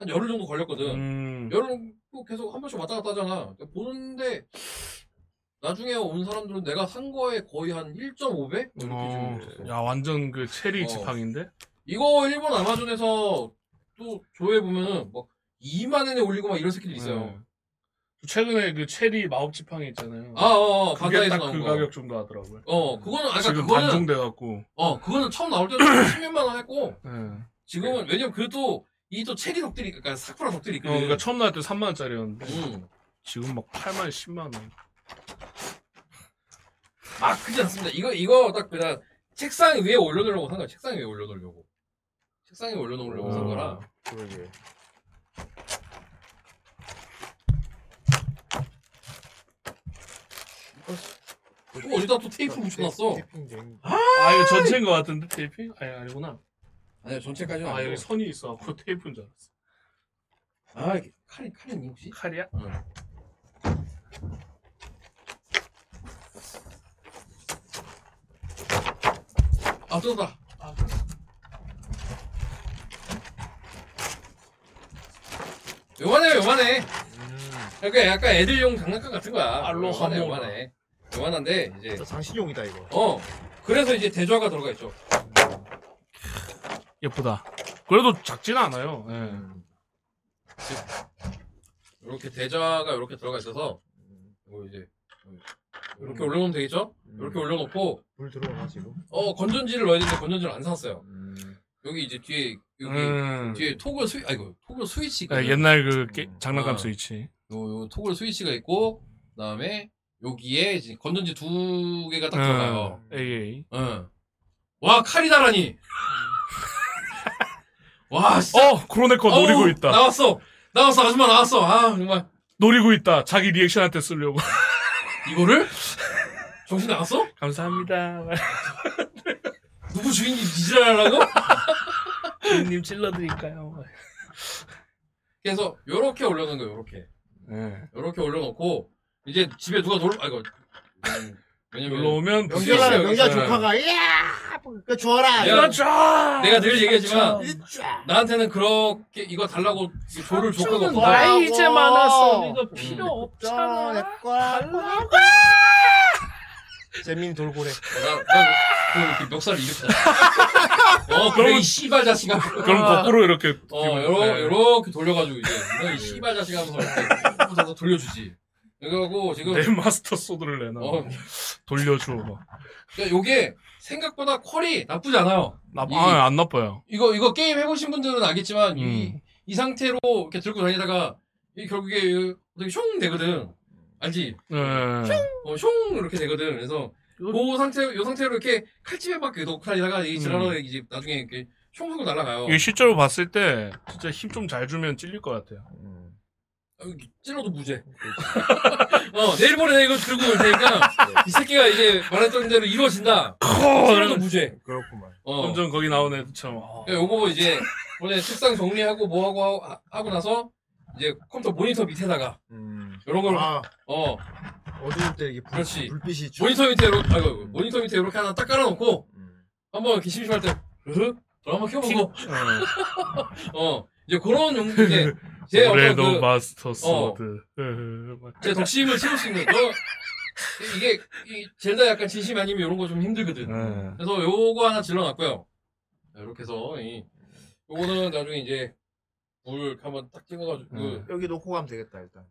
S7: 한 열흘 정도 걸렸거든.
S9: 음.
S7: 열흘 또 계속 한 번씩 왔다 갔다 하잖아. 근데 보는데 나중에 온 사람들은 내가 산 거에 거의 한 1.5배? 뭐
S9: 어, 야, 완전 그 체리
S7: 어.
S9: 지팡인데?
S7: 이거 일본 아마존에서 또 조회 보면은 막 2만 엔에 올리고 막 이런 새끼들
S9: 네.
S7: 있어요.
S9: 최근에 그 체리 마법 지팡이 있잖아요.
S7: 아, 어, 어,
S9: 그게
S7: 바다에서
S9: 딱
S7: 나온
S9: 그
S7: 거.
S9: 가격 정도 하더라고요.
S7: 어, 그거는 아까
S9: 지금
S7: 그거는-
S9: 반종돼갖고.
S7: 어, 그거는 처음 나올 때도 10몇만 원 했고
S9: 예.
S7: 지금은 왜냐면 그래도 이 또 체리 덕들이 그러니까 사쿠라 덕들이
S9: 어,
S7: 있거든.
S9: 그러니까 처음 나올 때 3만 원짜리였는데
S7: 음.
S9: 지금 막 8만 원, 10만 원.
S7: 아, 그지 않습니다. 이거 이거 딱 그냥 책상 위에 올려놓으려고 산 거야. 책상 위에 올려놓으려고. 책상 위에 올려놓으려고
S9: 어.
S7: 산 거라.
S8: 그러게.
S7: 또 어디다 또 테이프 붙여놨어?
S8: 네,
S9: 아, 이거 전체인 것 같은데 테이프? 아니 아니구나.
S7: 아니 전체까지는
S9: 아
S7: 아니고.
S9: 여기 선이 있어갖고 테이프인 줄 알았어.
S7: 아, 이게 칼이 칼이니 혹시?
S9: 칼이야?
S7: 아, 뜯었다. 아. 요만해, 요만해. 그러니까 약간 애들용 장난감 같은 거야.
S8: 알로
S7: 요만해,
S8: 하모라.
S7: 요만해. 요만한데, 이제.
S8: 장신용이다, 이거.
S7: 어. 그래서 이제 대좌가 들어가 있죠.
S9: 예쁘다. 그래도 작진 않아요. 예.
S7: 이렇게 대좌가 이렇게 들어가 있어서, 뭐 이거 이제, 이렇게 올려놓으면 되겠죠? 이렇게 올려놓고,
S8: 불 들어오나, 지금?
S7: 어, 건전지를 넣어야 되는데 건전지를 안 샀어요. 여기 이제 뒤에, 여기,
S9: 음.
S7: 뒤에 토글 스위, 아이고, 토글 스위치.
S9: 예,
S7: 있거든요.
S9: 옛날 그 게- 장난감
S7: 아.
S9: 스위치.
S7: 요, 요 토글 스위치가 있고 그다음에 여기에 이제 건전지 두 개가 딱 들어가요.
S9: 예, AA.
S7: 응. 와 칼이다라니. 와 진짜.
S9: 어 크로네커 노리고
S7: 어우,
S9: 있다.
S7: 나왔어. 나왔어 아줌마 나왔어. 아 정말
S9: 노리고 있다. 자기 리액션한테 쓰려고.
S7: 이거를? 정신 나갔어?
S9: 감사합니다.
S7: 누구 주인이 이지랄하라고?
S9: 주인님 찔러드릴까요?
S7: 그래서 요렇게 올려놓은 거예요. 요렇게.
S9: 예.
S7: 요렇게 올려놓고 이제 집에 누가 놀 아이고. 음, 왜냐면
S9: 놀러 오면
S8: 명절,
S7: 스위치가
S8: 명절
S7: 여기 있어요.
S8: 조카가, 이야! 그거 줘라!
S7: 내가-
S8: 이거 줘!
S7: 내가 늘 얘기하지만
S8: 이거 줘!
S7: 나한테는 그렇게 이거 달라고 음. 조를 조카가 없다.
S8: 나 이제 많았어.
S9: 이거
S7: 필요
S8: 없잖아. 내 거야. 재민 돌고래.
S7: 나그 멱살을 일으켰다. 어, 그럼 이 씨발 자식아.
S9: 그럼 거꾸로 이렇게
S7: 어, 요러, 요렇게 돌려가지고 이제 너이 씨발 자식 하면서 이렇게 붙어서 돌려주지. 그래갖고 지금
S9: 내 마스터 소드를 내놔.
S7: 어.
S9: 돌려줘. 막.
S7: 그러니까 요게 생각보다 퀄이 나쁘지 않아요.
S9: 나,
S7: 이-
S9: 아, 안 나빠요.
S7: 이거 이거 게임 해보신 분들은 알겠지만 이, 이 상태로 이렇게 들고 다니다가 이 결국에 어떻게 숑 되거든. 알지?
S9: 예.
S7: 어, 숑 이렇게 되거든. 그래서 그 상태, 요 상태로 이렇게 칼집에밖에 넣고 다니다가 이 지랄하는 이제 나중에 이렇게 총 쏘고 음. 날아가요.
S9: 이게 실제로 봤을 때 진짜 힘 좀 잘 주면 찔릴 것 같아요.
S7: 아, 찔러도 무죄. 어, 내일 모레 내가 이거 들고 올 테니까 이 새끼가 이제 말했던 대로 이루어진다. 찔러도 무죄.
S9: 그렇구만.
S7: 어.
S9: 점점 거기 나오네, 참. 어.
S7: 예, 요거 이제 원래 책상 정리하고 뭐하고 하고, 하- 하고 나서 이제 컴퓨터 모니터 밑에다가
S8: 음,
S7: 이런 걸
S9: 아,
S7: 어.
S14: 어두울 때 이게 불,
S7: 그렇지.
S14: 불빛이 쭉-
S7: 모니터 밑에 이렇게 아이고 모니터 밑에 이렇게 하나 딱 깔아놓고 한번 이렇게 심심할 때 으흐 드라마 켜보고 어 이제 그런 용도 이제 제 어떤
S9: 올해도
S7: 그-
S9: 마스터
S7: 어,
S9: 소드. 예,
S7: 제 덕심을 채울 수 있는 거 이게 이 젤다 약간 진심 아니면 이런 거 좀 힘들거든.
S9: 네.
S7: 그래서 요거 하나 질러놨고요. 자, 이렇게 해서 이 요거는 나중에 이제 물 한번 딱 찍어가지고
S9: 음.
S7: 그,
S8: 여기 놓고 가면 되겠다 일단.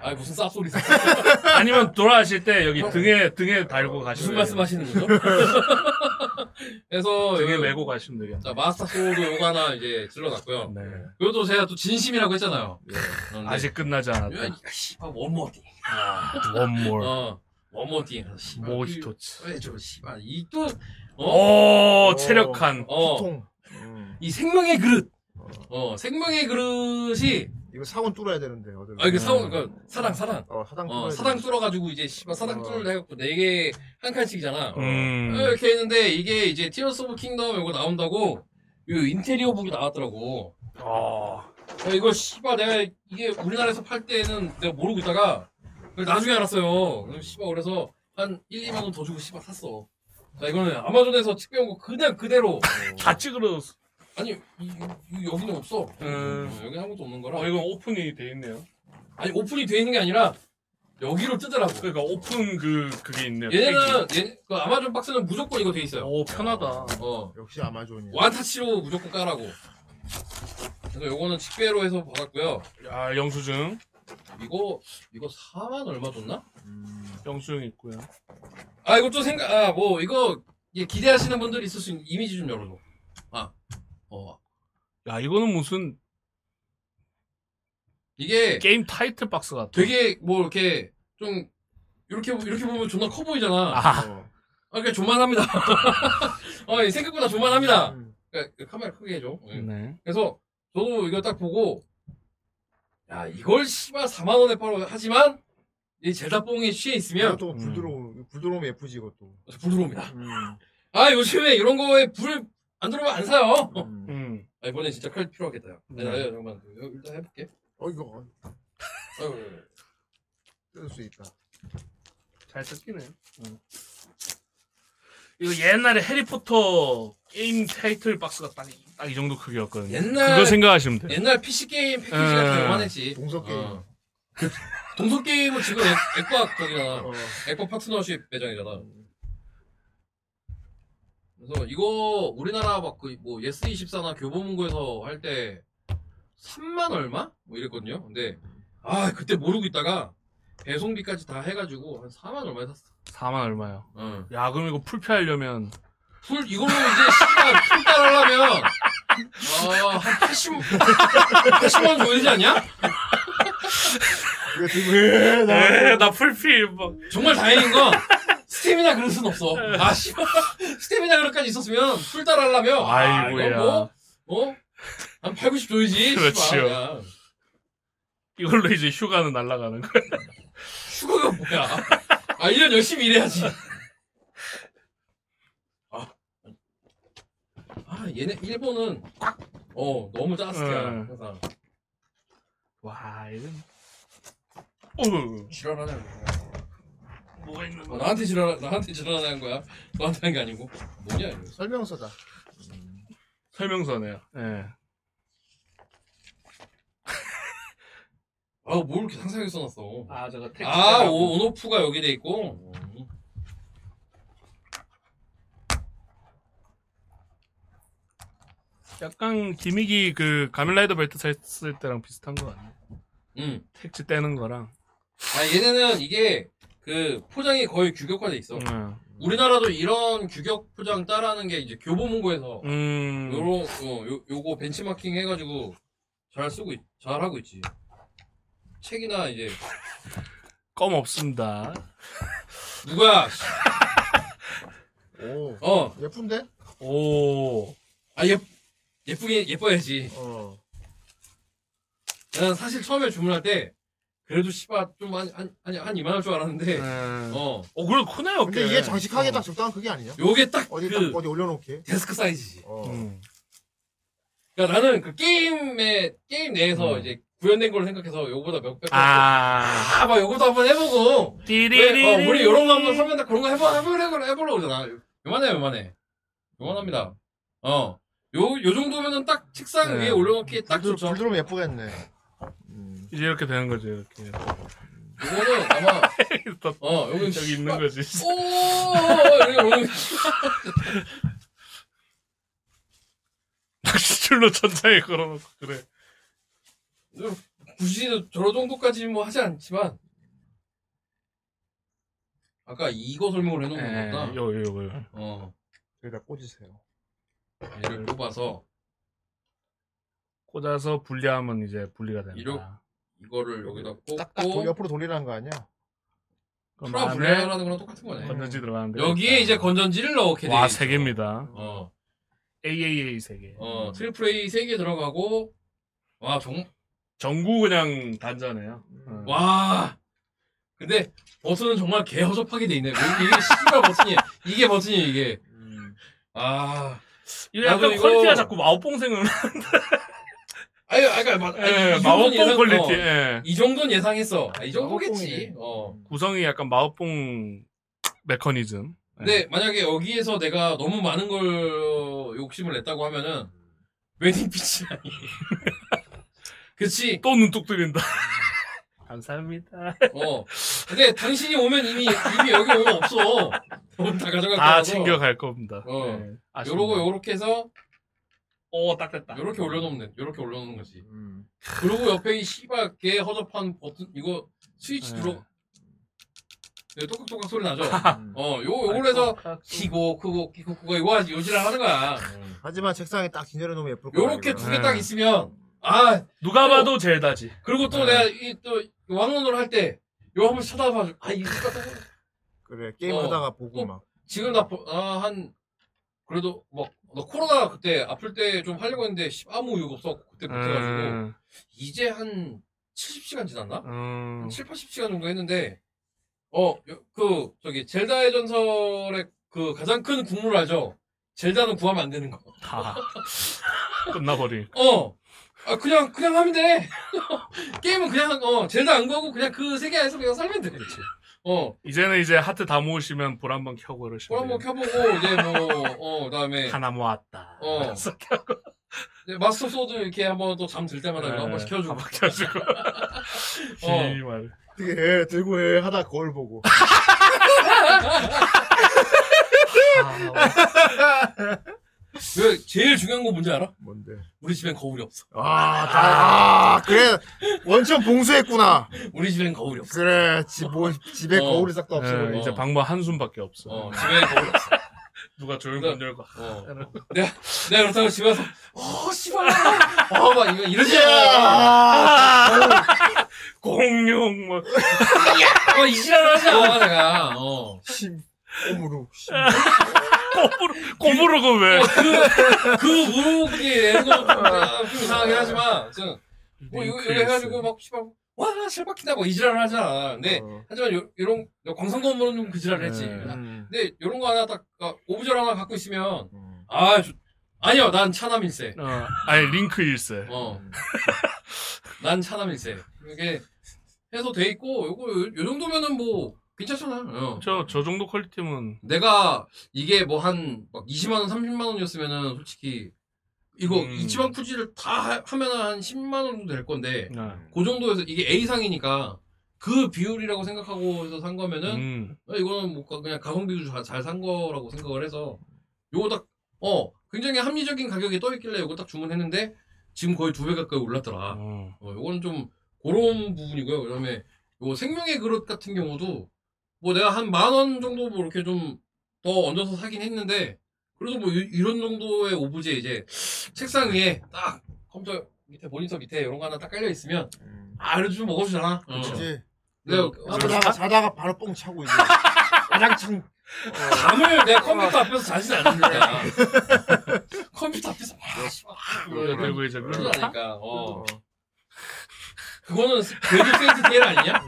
S7: 아 무슨 쌉소리세요?
S9: 아니면 돌아가실 때 여기 등에 등에 달고 가시면
S7: 무슨 말씀하시는 거죠? 그래서
S9: 등에
S7: 요- 예.
S9: 메고
S1: 뭐
S9: 가시면 되겠네.
S7: 자 마스터 소드 요거 하나 이제 질러놨고요. 요것도 제가 또 진심이라고 했잖아요. 그런데
S9: 네. 예. 아직 끝나지 않았다.
S7: 야, 이 씨발 아, 원모디.
S9: 원몰.
S7: 예. 어, 원모디. 씨발.
S9: 모히토츠.
S7: 왜 저, 씨발. 이 또,
S9: 오, 체력한.
S7: 어.
S9: 두통.
S8: 음,
S7: 이 생명의 그릇. 어, 생명의 그릇이.
S8: 이거 사원 뚫어야 되는데 어들.
S7: 아, 이게 사원, 그러니까 사당, 사당.
S8: 어 사당 뚫어야
S7: 어,
S8: 돼.
S7: 사당 뚫어가지고 이제 씨발 사당 뚫을 해갖고 네 개 한 칸씩이잖아.
S9: 음.
S7: 어, 이렇게 했는데 이게 이제 티어스 오브 킹덤 이거 나온다고 이 인테리어 북이 나왔더라고. 야, 이거 씨발 내가 이게 우리나라에서 팔 때는 내가 모르고 있다가 그걸 나중에 알았어요. 그럼 씨발 그래서 한 1, 2만 원 더 주고 씨발 샀어. 자 이거는 아마존에서 택배 온거 그냥 그대로
S9: 다 찌그러졌어.
S7: 아니 이, 이- 여기는 없어.
S9: 음.
S7: 여기 아무것도 없는 거라.
S9: 어, 이건 오픈이 돼 있네요.
S7: 아니 오픈이 돼 있는 게 아니라 여기로 뜨더라고.
S8: 음.
S9: 그러니까 오픈 그 그게 있네요.
S7: 얘네는 얘, 그 아마존 박스는 무조건 이거 돼 있어요.
S9: 오 편하다.
S7: 어.
S8: 역시 아마존이야.
S7: 완타치로 무조건 까라고. 그래서 요거는 직배로 해서 받았고요.
S9: 아 영수증.
S7: 이거 이거 4만 얼마 줬나?
S9: 영수증 있고요.
S7: 아 이거 좀 생각 아 뭐 이거 예, 기대하시는 분들이 있을 수 있는 이미지 좀 열어줘. 아 어.
S9: 야 이거는 무슨
S7: 이게
S9: 게임 타이틀 박스 같아.
S7: 되게 뭐 이렇게 좀 이렇게 이렇게 보면 존나 커 보이잖아.
S9: 아.
S7: 어. 아 그냥 존만합니다. 어 예, 생각보다 존만합니다.
S8: 음.
S7: 그러니까 카메라 크게 해줘. 예.
S9: 네.
S7: 그래서 저도 이거 딱 보고 야 이걸 씨발 4만 원에 팔아 하지만 이 젤다뽕에 취해 있으면
S8: 이것도 불 들어오 불 들어오면 예쁘지 이것도. 음,
S7: 불 들어옵니다. 아 요즘에 이런 거에 불 안 들어오면 안 사요.
S9: 음,
S7: 아, 이번에 진짜 칼 필요하겠다. 야.
S8: 음.
S7: 네, 네, 잠깐만 이거 일단 해볼게.
S8: 어 이거
S7: 아이고, 아이고, 아이고.
S8: 뜯을 수 있다.
S9: 잘 뜯기네. 음. 이거 옛날에 해리포터 게임 타이틀 박스가 딱 이 정도 크기였거든요.
S7: 옛날-
S9: 그거 생각하시면 돼요.
S7: 옛날 PC 게임 패키지
S9: 예.
S7: 같은 거만했지.
S8: 동서 게임.
S9: 어.
S7: 동서 게임은 지금 액- 액박 거기잖아. 액박 파트너십 매장이잖아. 그래서 이거 우리나라 막 그 뭐 예스 24나 교보문고에서 할 때 3만 얼마 뭐 이랬거든요. 근데 아 그때 모르고 있다가 배송비까지 다 해가지고 한 4만 얼마에 샀어.
S9: 4만 얼마요?
S7: 응.
S9: 야 그럼 이거 풀피하려면
S7: 풀 이걸로 이제 씨발 풀달 하려면 아한 80, 80만 원 줘야 되지 않냐?
S9: 왜 네, 나? 나 풀피 뭐. 막
S7: 정말 다행인 건 스텝이나 그럴 순 없어.
S9: 네.
S7: 아 씨발 스텝이나 그럴까지 있었으면 풀달 하려면 아,
S9: 아이고야.
S7: 이거 뭐, 어? 한 8, 90 줘야지. 씨발. 야,
S9: 그렇지요. 이걸로 이제 휴가는 날아가는 거야.
S7: 휴가가 뭐야? 아, 1년 열심히 일해야지. 아, 아 얘네, 일본은 꽉! 어, 너무 짜스해
S9: 응.
S7: 항상.
S9: 와 이건 어.
S7: 지랄하네.
S9: 뭐가 있는
S7: 어, 나한테 지랄, 나한테 지랄하는 거야. 너한테 한 게 아니고. 뭐냐, 이거.
S8: 설명서다.
S9: 설명서네요. 예.
S7: 아, 뭘 이렇게 상세하게 써놨어.
S9: 아, 저거 택시
S7: 아,
S9: 빼라고. 어.
S7: 오, 온오프가 여기 돼 있고.
S9: 약간 기믹이 그 가면라이더 벨트 샀을 때랑 비슷한 거 같네.
S7: 응.
S9: 택지 떼는 거랑.
S7: 음. 아, 얘네는 이게 그 포장이 거의 규격화돼
S1: 음.
S7: 있어.
S9: 응.
S7: 우리나라도 이런 규격 포장 따라하는 게 이제 교보문고에서
S9: 음.
S7: 요로 어, 요, 요거 벤치마킹 해가지고 잘 쓰고 있, 잘 하고 있지. 책이나 이제
S9: 껌 없습니다.
S7: 누가
S1: 오.
S7: 어.
S1: 예쁜데?
S9: 오.
S7: 아, 예, 예쁘게, 예뻐야지.
S9: 어,
S7: 난 사실 처음에 주문할 때, 그래도 씨발, 좀 한, 한, 한, 한 이만할 줄 알았는데, 어.
S9: 네. 어, 그래도 크네요,
S1: 근데 이게 장식하기에 딱 적당한 그게 아니냐?
S7: 요게 딱
S1: 어디
S7: 그-
S1: 딱 어디 올려놓게.
S7: 데스크 사이즈지.
S1: 음.
S7: 그러니까 나는 그 게임에, 게임 내에서
S9: 음.
S7: 이제 구현된 걸 생각해서 요거보다 몇 배.
S9: 아.
S7: 아, 막 요것도 한번 해보고.
S9: 띠리리리.
S7: 왜, 어, 우리 요런 거 한번 설명, 그런 거 해보, 해보, 해보, 해보려고 그러잖아. 요만해, 요만해. 요만합니다. 어. 요, 요 정도면은 딱 책상
S9: 네.
S7: 위에 올려놓기 딱 좋죠.
S1: 불 들어오면 예쁘겠네.
S9: 이제 이렇게 되는 거죠, 이렇게.
S7: 이거는 아마 어,
S9: 여기
S7: 여기
S9: 저기 있는 거지.
S7: 오, 여기 오는
S9: 낚싯줄로 천장에 걸어놓고 그래.
S7: 굳이 저런 정도까지 뭐 하지 않지만 아까 이거 설명을 해놓은
S9: 예,
S7: 거보다
S9: 요요 요요.
S7: 어.
S1: 여기다 꽂으세요.
S7: 얘를 뽑아서
S9: 꽂아서 분리하면 이제 분리가 된다.
S7: 이렇게 이거를 여기다
S1: 딱
S7: 꽂고
S1: 돌- 옆으로 돌리라는 거 아니야?
S7: 프라 블레어라는 거랑 똑같은 거네.
S9: 건전지 들어가는데.
S7: 여기에 이제 건전지를 넣게 돼.
S9: 그러니까. 와,
S7: 있어.
S9: 세 개입니다.
S7: 어.
S9: AAA 세 개.
S7: 어, 트리플 A 세 개 들어가고 와, 정
S9: 전구 그냥 단자네요.
S7: 와. 근데 버튼은 정말 개 허접하게 돼 있네. 뭐 이게 씨발 버튼이 이게 버튼이 이게. 아.
S9: 이거 약간 퀄리티가 자꾸 마오뽕 생각나.
S7: 아유, 아까 마, 아니,
S9: 예,
S7: 이 정도는
S9: 마법봉
S7: 예상-
S9: 퀄리티,
S7: 어,
S9: 예.
S7: 이 정도는 예상했어. 아, 이 정도겠지. 어.
S9: 구성이 약간 마오뽕 메커니즘.
S7: 근데 만약에 여기에서 내가 너무 많은 걸 욕심을 냈다고 하면은 웨딩 피치 아니. 그치.
S9: 또 눈독 들인다. 감사합니다.
S7: 어. 근데 당신이 오면 이미 이미 여기 오면 없어. 돈다 가져갈 거라서.
S9: 다 아, 챙겨갈 겁니다.
S7: 어.
S9: 예, 아쉽네요.
S7: 그러니까 요러고 요렇게 해서
S9: 오, 어, 딱 됐다.
S7: 요렇게 올려놓으면 돼. 요렇게 올려놓는 거지.
S9: 음.
S7: 그리고 옆에 이 씨발 개 허접한 버튼 이거 스위치
S9: 네.
S7: 들어. 네, 똑깍똑깍 소리 나죠?
S9: 음.
S7: 어, 요, 요걸
S9: 아,
S7: 해서, 키고, 크고, 키고, 크고, 이거 하지, 요지를 하는 거야.
S1: 하지만 책상에 딱 진열해 놓으면 예쁠 거야.
S7: 요렇게 두 개 딱 있으면, 아.
S9: 누가
S7: 봐도
S9: 젤다지.
S7: 그리고 또 내가, 이, 또, 왕론으로 할 때, 요 한번 쳐다봐. 아, 이거 똑같다.
S1: 그래
S9: 어.
S1: 게임하다가 보고 막.
S7: 지금 나, 보- 아, 한, 그래도, 막, 나 코로나 그때 아플 때 좀 하려고 했는데, 씨, 아무 이유가 없어. 그때 못해가지고.
S9: 음.
S7: 이제 한 70시간 지났나?
S9: 음.
S7: 한 7, 80시간 정도 했는데, 어, 요- 그, 저기, 젤다의 전설의 그 가장 큰 국물 알죠? 젤다는 구하면 안 되는 거.
S9: 다. 끝나버린.
S7: 어! 아, 그냥, 그냥 하면 돼! 게임은 그냥, 어, 젤다 안 구하고 그냥 그 세계 안에서 그냥 살면 돼. 어.
S9: 이제는 이제 하트 다 모으시면 불 한번 켜고
S7: 볼
S9: 그러시면.
S7: 한번 켜보고, 이제 뭐, 어, 그 다음에.
S9: 하나 모았다.
S7: 어. 이제 네, 마스터 소드 이렇게 한번 또 잠 들 때마다 이거
S9: 네,
S7: 한 번씩 켜주고.
S9: 한번 켜주고.
S7: 어.
S9: 말.
S1: 어떻게 해, 들고 해 하다 거울 보고.
S7: 왜, 제일 중요한 건 뭔지 알아?
S1: 뭔데?
S7: 우리 집엔 거울이 없어.
S1: 아, 다, 아, 그래. 원천 봉수했구나.
S7: 우리 집엔 거울이 없어.
S1: 그래, 집, 뭐, 집에
S7: 어.
S1: 거울이 싹 다 없어.
S9: 예, 이제 방문 한숨밖에 없어.
S7: 어, 그러니까 집에 거울 없어. 어.
S9: 누가 조용히 문 열고.
S7: 내가, 내가 그렇다고 집에서, 어, 씨발! 어, 막, 이거, 이러지 않아.
S9: 아. 공룡, 뭐.
S7: 어, 이지랄하지 않아, 내가. 어.
S1: 꼬무루.
S9: 꼬무루, 꼬무루가 왜?
S7: 어, 그, 그 무릎이 애는 건 좀, 이상하긴 하지만, 좀, 뭐, 이거, 이거 해가지고, 막, 씨발, 와, 실박힌다, 뭐, 이지랄을 하잖아. 근데,
S9: 네.
S1: 어.
S7: 하지만, 요, 요런, 광선건물은 좀 그 지랄을 했지. 근데, 요런 거 하나 딱, 어, 오브절 하나 갖고 있으면, 아, 저- 아니요, 난 차남일세.
S9: 어, 아니, 링크 일세.
S7: 어. 난 차남일세. 이게 해서 돼 있고 요거 요, 요 정도면은 뭐 괜찮잖아. 어.
S9: 저, 저 정도 퀄리티면.
S7: 내가 이게 뭐 한 막 20만 원, 30만 원이었으면은 솔직히 이거
S9: 음.
S7: 이치방 쿠지를 다 하면 한 10만 원 정도 될 건데
S9: 네.
S7: 그 정도에서 이게 A상이니까 그 비율이라고 생각하고 해서 산 거면은
S9: 음.
S7: 어, 이거는 뭐 가- 그냥 가성비도 잘 산 거라고 생각을 해서 요거 딱, 어, 굉장히 합리적인 가격에 떠있길래 요거 딱 주문했는데 지금 거의 두 배 가까이 올랐더라. 어, 요거는 좀 그런 부분이고요. 그 다음에 요 생명의 그릇 같은 경우도 뭐 내가 한 만 원 정도 뭐 이렇게 좀 더 얹어서 사긴 했는데 그래도 뭐 이- 이런 정도의 오브제 이제 책상 위에 딱 컴퓨터 밑에 모니터 밑에 이런 거 하나 딱 깔려 있으면 아 음. 그래도 좀 먹어주잖아.
S1: 그치.
S8: 네.
S7: 내가
S1: 자다가, 자다가 바로 뽕 차고 이제.
S8: 가장 참
S7: 잠을 내 컴퓨터 앞에서 자지 않습니다. 컴퓨터 앞에서
S9: 그거 들고 이제
S7: 아, 그러니까 어. 그거는 외국 세인트 디엘 아니냐?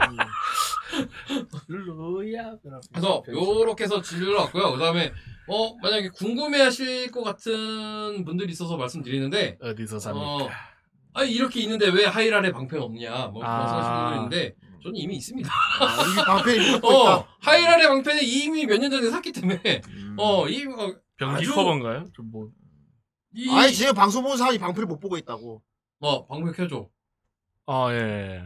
S9: 룰루야.
S7: 그래서 요렇게 해서 진료를 왔고요. 그다음에 어 만약에 궁금해하실 것 같은 분들이 있어서 말씀드리는데
S9: 어디서
S7: 삽니까? 아 이렇게 있는데 왜 하이랄에 방패가 없냐 뭐 그런
S9: 아.
S7: 말씀하시는 분들 있는데 저는 이미 있습니다.
S8: 이미 아, 방패를 갖고
S7: 어,
S8: 있다.
S7: 하이랄의 방패는 이미 몇 년 전에 샀기 때문에
S8: 음.
S7: 어이 어,
S9: 변기
S7: 아주-
S9: 커버인가요? 좀 뭐.
S7: 이-
S8: 아니 지금 방송 보는 사람이 방패를 못 보고 있다고.
S7: 어 방패 켜줘.
S9: 아 예.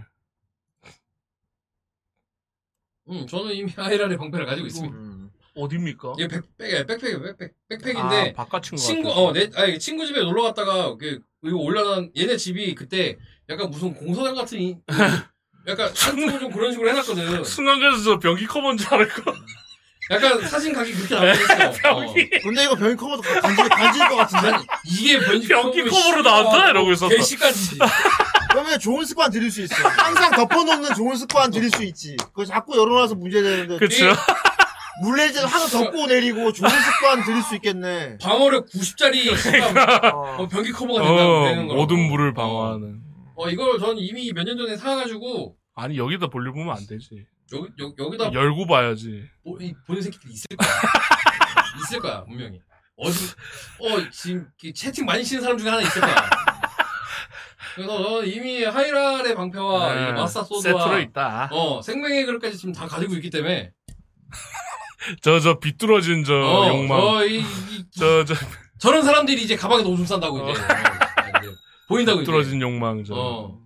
S7: 음 저는 이미 하이랄의 방패를 가지고
S9: 음.
S7: 있습니다.
S9: 어딥니까?
S7: 이게 백팩이야 백팩이야 백팩 백팩인데
S9: 예. 아, 바깥인 것
S7: 친구
S9: 같아서.
S7: 어내 아니 친구 집에 놀러 갔다가 그 이거 올려놓은 얘네 집이 그때 약간 무슨 공사장 같은 이- 약간 창고 좀 그런 식으로 해놨거든.
S9: 순간 그래서 저 변기 커버인 줄 알고.
S7: 네, 약간 사진 각이 그렇게 나왔어. 어.
S8: 근데 이거 변이 커버도 간질 간질 것 같은데.
S7: 이게 변기
S9: 변기 커버로 나왔다 이러고 있었어.
S7: 개시까지.
S8: 그러면 좋은 습관 들일 수 있어. 항상 덮어놓는 좋은 습관 들일 수 있지. 그거 자꾸 열어놔서 문제 되는데.
S9: 그쵸.
S8: 물레질 항상 덮고 내리고 좋은 습관 들일 수 있겠네.
S7: 방어력 90짜리 어, 변기 커버가 된다 되는
S9: 그러니까. 어,
S7: 거라고.
S9: 모든 물을 방어하는.
S7: 어 이걸 전 이미 몇 년 전에 사가지고
S9: 아니 여기다 볼일 보면 안 되지.
S7: 여기 여, 여기다
S9: 열고 봐야지.
S7: 보, 뭐, 이, 보는 새끼들 있을 거야. 있을 거야 분명히. 어디 어 지금 이 채팅 많이 치는 사람 중에 하나 있을 거야. 그래서 저는 이미 하이랄의 방패와
S9: 네,
S7: 아, 이 마사 소드와
S9: 세트로 있다.
S7: 어 생명의 그릇까지 지금 다 가지고 있기 때문에
S9: 저 저 비뚤어진 저
S7: 어,
S9: 욕망.
S7: 저 이-
S9: 저, 저,
S7: 저런 사람들이 이제 가방에 오줌 싼다고 이제, 어, 이제 보인다고 이제.
S9: 떨어진 욕망 저.
S7: 어.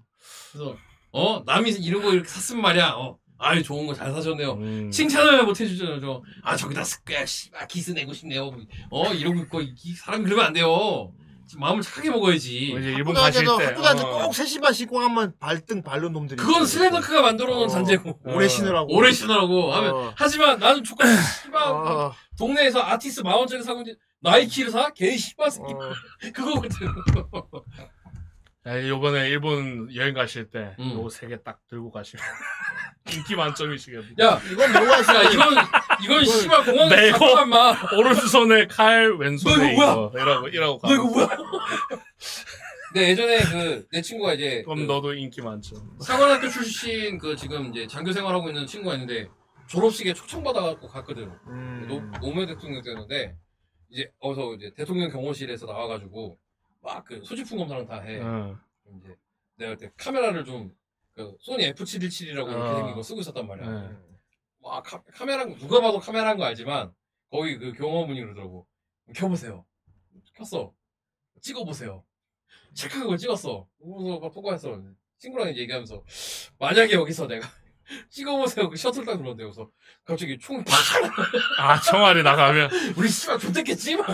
S7: 그래서 어 남이 이런 거 이렇게 샀으면 말이야. 어. 아유 좋은 거 잘 사셨네요.
S9: 음.
S7: 칭찬을 못 해주잖아요. 저. 아 저기다 스크야 씨발 기스 내고 싶네요. 어 이러고 있고 이- 이 사람이 그러면 안 돼요. 지금 마음을 착하게 먹어야지.
S9: 이제
S8: 학교 다녀도 학교 다닐
S9: 어.
S8: 때꼭 새 신발 신고 가면 발등 발로 놈들이.
S7: 그건 슬램덩크가 만들어놓은 잔재고.
S8: 오래 신으라고.
S7: 오래 신으라고. 하면 어.
S8: 어.
S7: 하지만 나는 조건 씨발 동네에서 아티스 만 원짜리 사고 이제 나이키를 사? 개 씨발 새끼. 그거거든.
S9: 아니, 요번에 일본 여행 가실 때
S7: 음.
S9: 요거 세 개 딱 들고 가시면 인기 만점이시겠네.
S7: 야, 이건 뭐가 있어? 야, 이건- 이건 씨발 공항에서
S9: 메고
S7: 갖고 아. 간 마.
S9: 오른손에 칼, 왼손에
S7: 너
S9: 이거
S7: 이거
S9: 이라고 이라고 가. 너 이거
S7: 뭐야? 근데 예전에 그 내 친구가 이제
S9: 그럼 너도 인기 많죠.
S7: 사관학교 출신 그 지금 이제 장교 생활하고 있는 친구가 있는데 졸업식에 초청받아갖고 갔거든.
S8: 음.
S9: 음.
S7: 노- 노무현 대통령 때였는데 이제 어서 이제 대통령 경호실에서 나와가지고 막 그 소지품 검사를 다 해.
S9: 응.
S7: 그럼 이제 내가 그때 카메라를 좀 그 소니 F717이라고 이렇게
S9: 어.
S7: 생긴 거 쓰고 있었단 말이야.
S9: 네.
S7: 와 카, 카메라 누가 봐도 카메라인 거 알지만 거기 그 경호분이 그러더라고. 켜보세요. 켰어. 찍어보세요. 체크하고 찍었어. 그러면서 막 통과했어. 친구랑 이제 얘기하면서 만약에 여기서 내가 찍어보세요. 그 셔틀 딱 눌렀는데 여기서 갑자기 총이 팍!
S9: 아 청아리 나가면
S7: 우리 씨발 좋댔겠지? 뭐.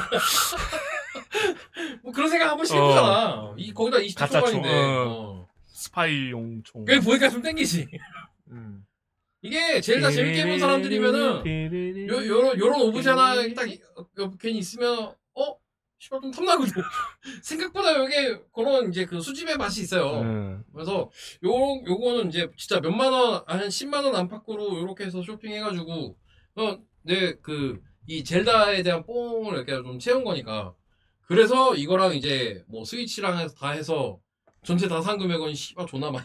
S7: 뭐 그런 생각 한 번씩 해보잖아. 이, 거기다 20대
S9: 어. 가짜 총,
S7: 초반인데.
S9: 어. 스파이용 총. 음.
S7: 그게 보니까 좀 땡기지. 이게 제일 다 재밌게 본 사람들이면은 요, 요런, 요런 오브제 하나
S9: 음.
S7: 딱 이- 어, 괜히 있으면 어? 씨발 좀 탐나거든. 생각보다 여기에 그런 이제 그 수집의 맛이 있어요.
S9: 음.
S7: 그래서 요, 요거는 이제 진짜 몇만 원, 한 10만 원 안팎으로 요렇게 해서 쇼핑해가지고 어, 내 그, 이 젤다에 대한 뽕을 이렇게 좀 채운 거니까. 그래서 이거랑 이제 뭐 스위치랑 해서 다 해서 전체 다 산 금액은 씨발 존나 많이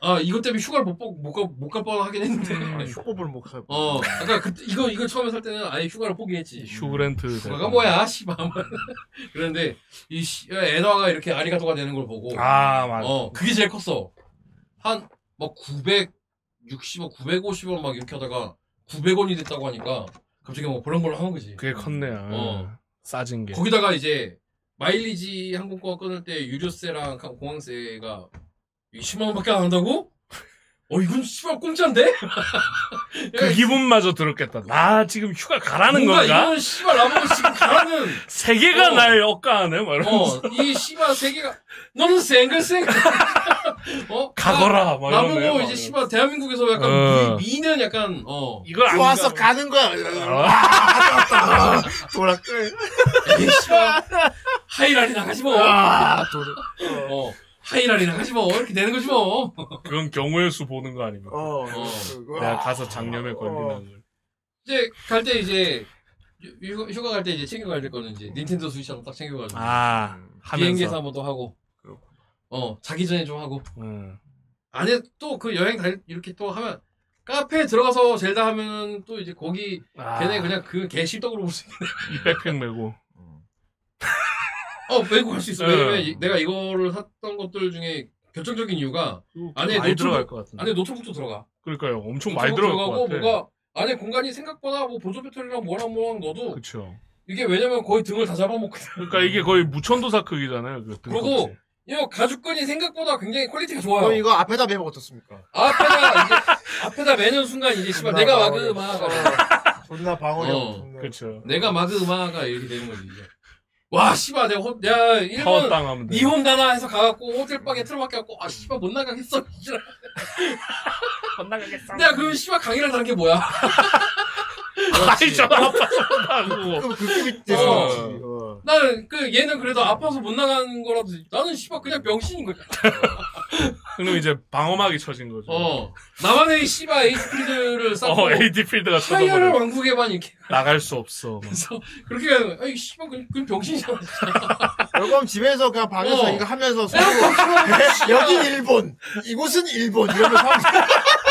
S7: 아 이것 때문에 휴가를 못못가못갈 뻔하긴 했는데
S8: 휴업을
S1: 뭐
S8: 못 갈.
S7: 음. 어 아까 그때 이거 이거 처음에 살 때는 아예 휴가를 포기했지
S9: 휴그랜트.
S7: 휴가가 뭐야 씨발 그런데 이 씨- 엔화가 이렇게 아리가토가 되는 걸 보고
S9: 아, 맞아.
S7: 어 그게 제일 컸어 한 막 960원 950원 막 이렇게 하다가 900원이 됐다고 하니까 갑자기 뭐 그런 걸로 하는 거지
S9: 그게 컸네요.
S7: 어.
S9: 싸진 게.
S7: 거기다가 이제 마일리지 항공권 끊을 때 유료세랑 가- 공항세가 20만 원밖에 안 한다고? 어 이건 씨발 공짜인데?
S9: 그 기분마저 들었겠다. 나 지금 휴가 가라는
S7: 예, 뭔가
S9: 건가?
S7: 이건 씨발 나보고 지금 가라는
S9: 세 개가
S7: 어.
S9: 날 억가하네, 막 이러면서.
S7: 어 이 씨발 세 개가 너는 생글 생글 어
S9: 가거라, 막 이러네,
S7: 나보고
S9: 막
S7: 이제 씨발 대한민국에서 약간
S9: 어.
S7: 미, 미는 약간 어
S9: 이걸 안
S8: 좋아서 가는 거야. 아, 돌아.
S7: 씨발 하이라리 나가지 뭐.
S8: 아,
S7: 어, 하이라리나 하지 뭐 이렇게 되는 거지 뭐. 어.
S9: 그건 경우의 수 보는 거 아닙니까?
S1: 어.
S9: 내가 가서 장염에 걸리면
S7: 이제 갈 때 이제 휴- 휴가, 휴가 갈 때 이제 챙겨가야 될 거는 이제 닌텐도 스위치 하나 딱 챙겨가지고
S9: 아, 하면서.
S7: 비행기 사모도 하고 어 자기 전에 좀 하고
S9: 음.
S7: 안에 또 그 여행 다 이렇게 또 하면 카페에 들어가서 젤다 하면 또 이제 거기
S9: 아.
S7: 걔네 그냥 그 개실덕으로 볼 수 있는
S9: 이 백팩 메고
S7: 어 메고 갈 수 있어
S9: 네.
S7: 왜냐면 이- 내가 이거를 샀던 것들 중에 결정적인 이유가 안에
S9: 음, 많이
S7: 노트북
S9: 들어갈 것 같은데.
S7: 안에 노트북도 들어가
S9: 그러니까요,
S7: 노트북
S9: 엄청 많이 들어갈 것
S7: 들어가고
S9: 같아.
S7: 뭐가 안에 공간이 생각보다 뭐 보조 배터리랑 뭐랑 뭐랑 넣어도
S9: 그렇죠.
S7: 이게 왜냐면 거의 등을 다 잡아먹거든.
S9: 그러니까 이게 거의 무천도사 크기잖아요. 그
S7: 그리고 이 가죽끈이 생각보다 굉장히 퀄리티가 좋아요.
S9: 어,
S1: 그럼 이거 앞에다 매면 어떻습니까?
S7: 앞에다 이제 앞에다 매는 순간
S9: 아,
S7: 이제 씨발 내가 마그 마가
S1: 존나 방어력. 존나.
S9: 그렇죠.
S7: 내가 마그 마가 이렇게 되는 거지 이제. 와 씨발 내가 호, 내가 일본
S9: 파워땅 하면 돼.
S7: 니혼다나 해서 가갖고 호텔 방에 틀어박혀 갖고 아 씨발 못 나가겠어.
S9: 못 나가겠어.
S7: 내가 그 씨발 강의를 다는 게 뭐야?
S9: 아이 저 아파서 나고.
S1: 그
S7: 어.
S1: 어.
S7: 나는 그 얘는 그래도 아파서 못 나가는 거라도 나는 씨발 그냥 병신인 거야.
S9: 그럼 이제 방어막이 쳐진 거죠.
S7: 어. 나만의 씨발 에이스 필드를 쌓고
S9: 어, AD 필드가
S7: 하이어를
S9: 쳐져버려.
S7: 왕국에만 이렇게
S9: 나갈 수 없어. 막.
S7: 그래서 그렇게 가는 거야. 아이 씨발 그냥, 그냥 병신이잖아.
S1: 그럼 집에서 그냥 방에서
S7: 어.
S1: 이거 하면서 서로 여긴 일본, 이곳은 일본 이러면서 하면서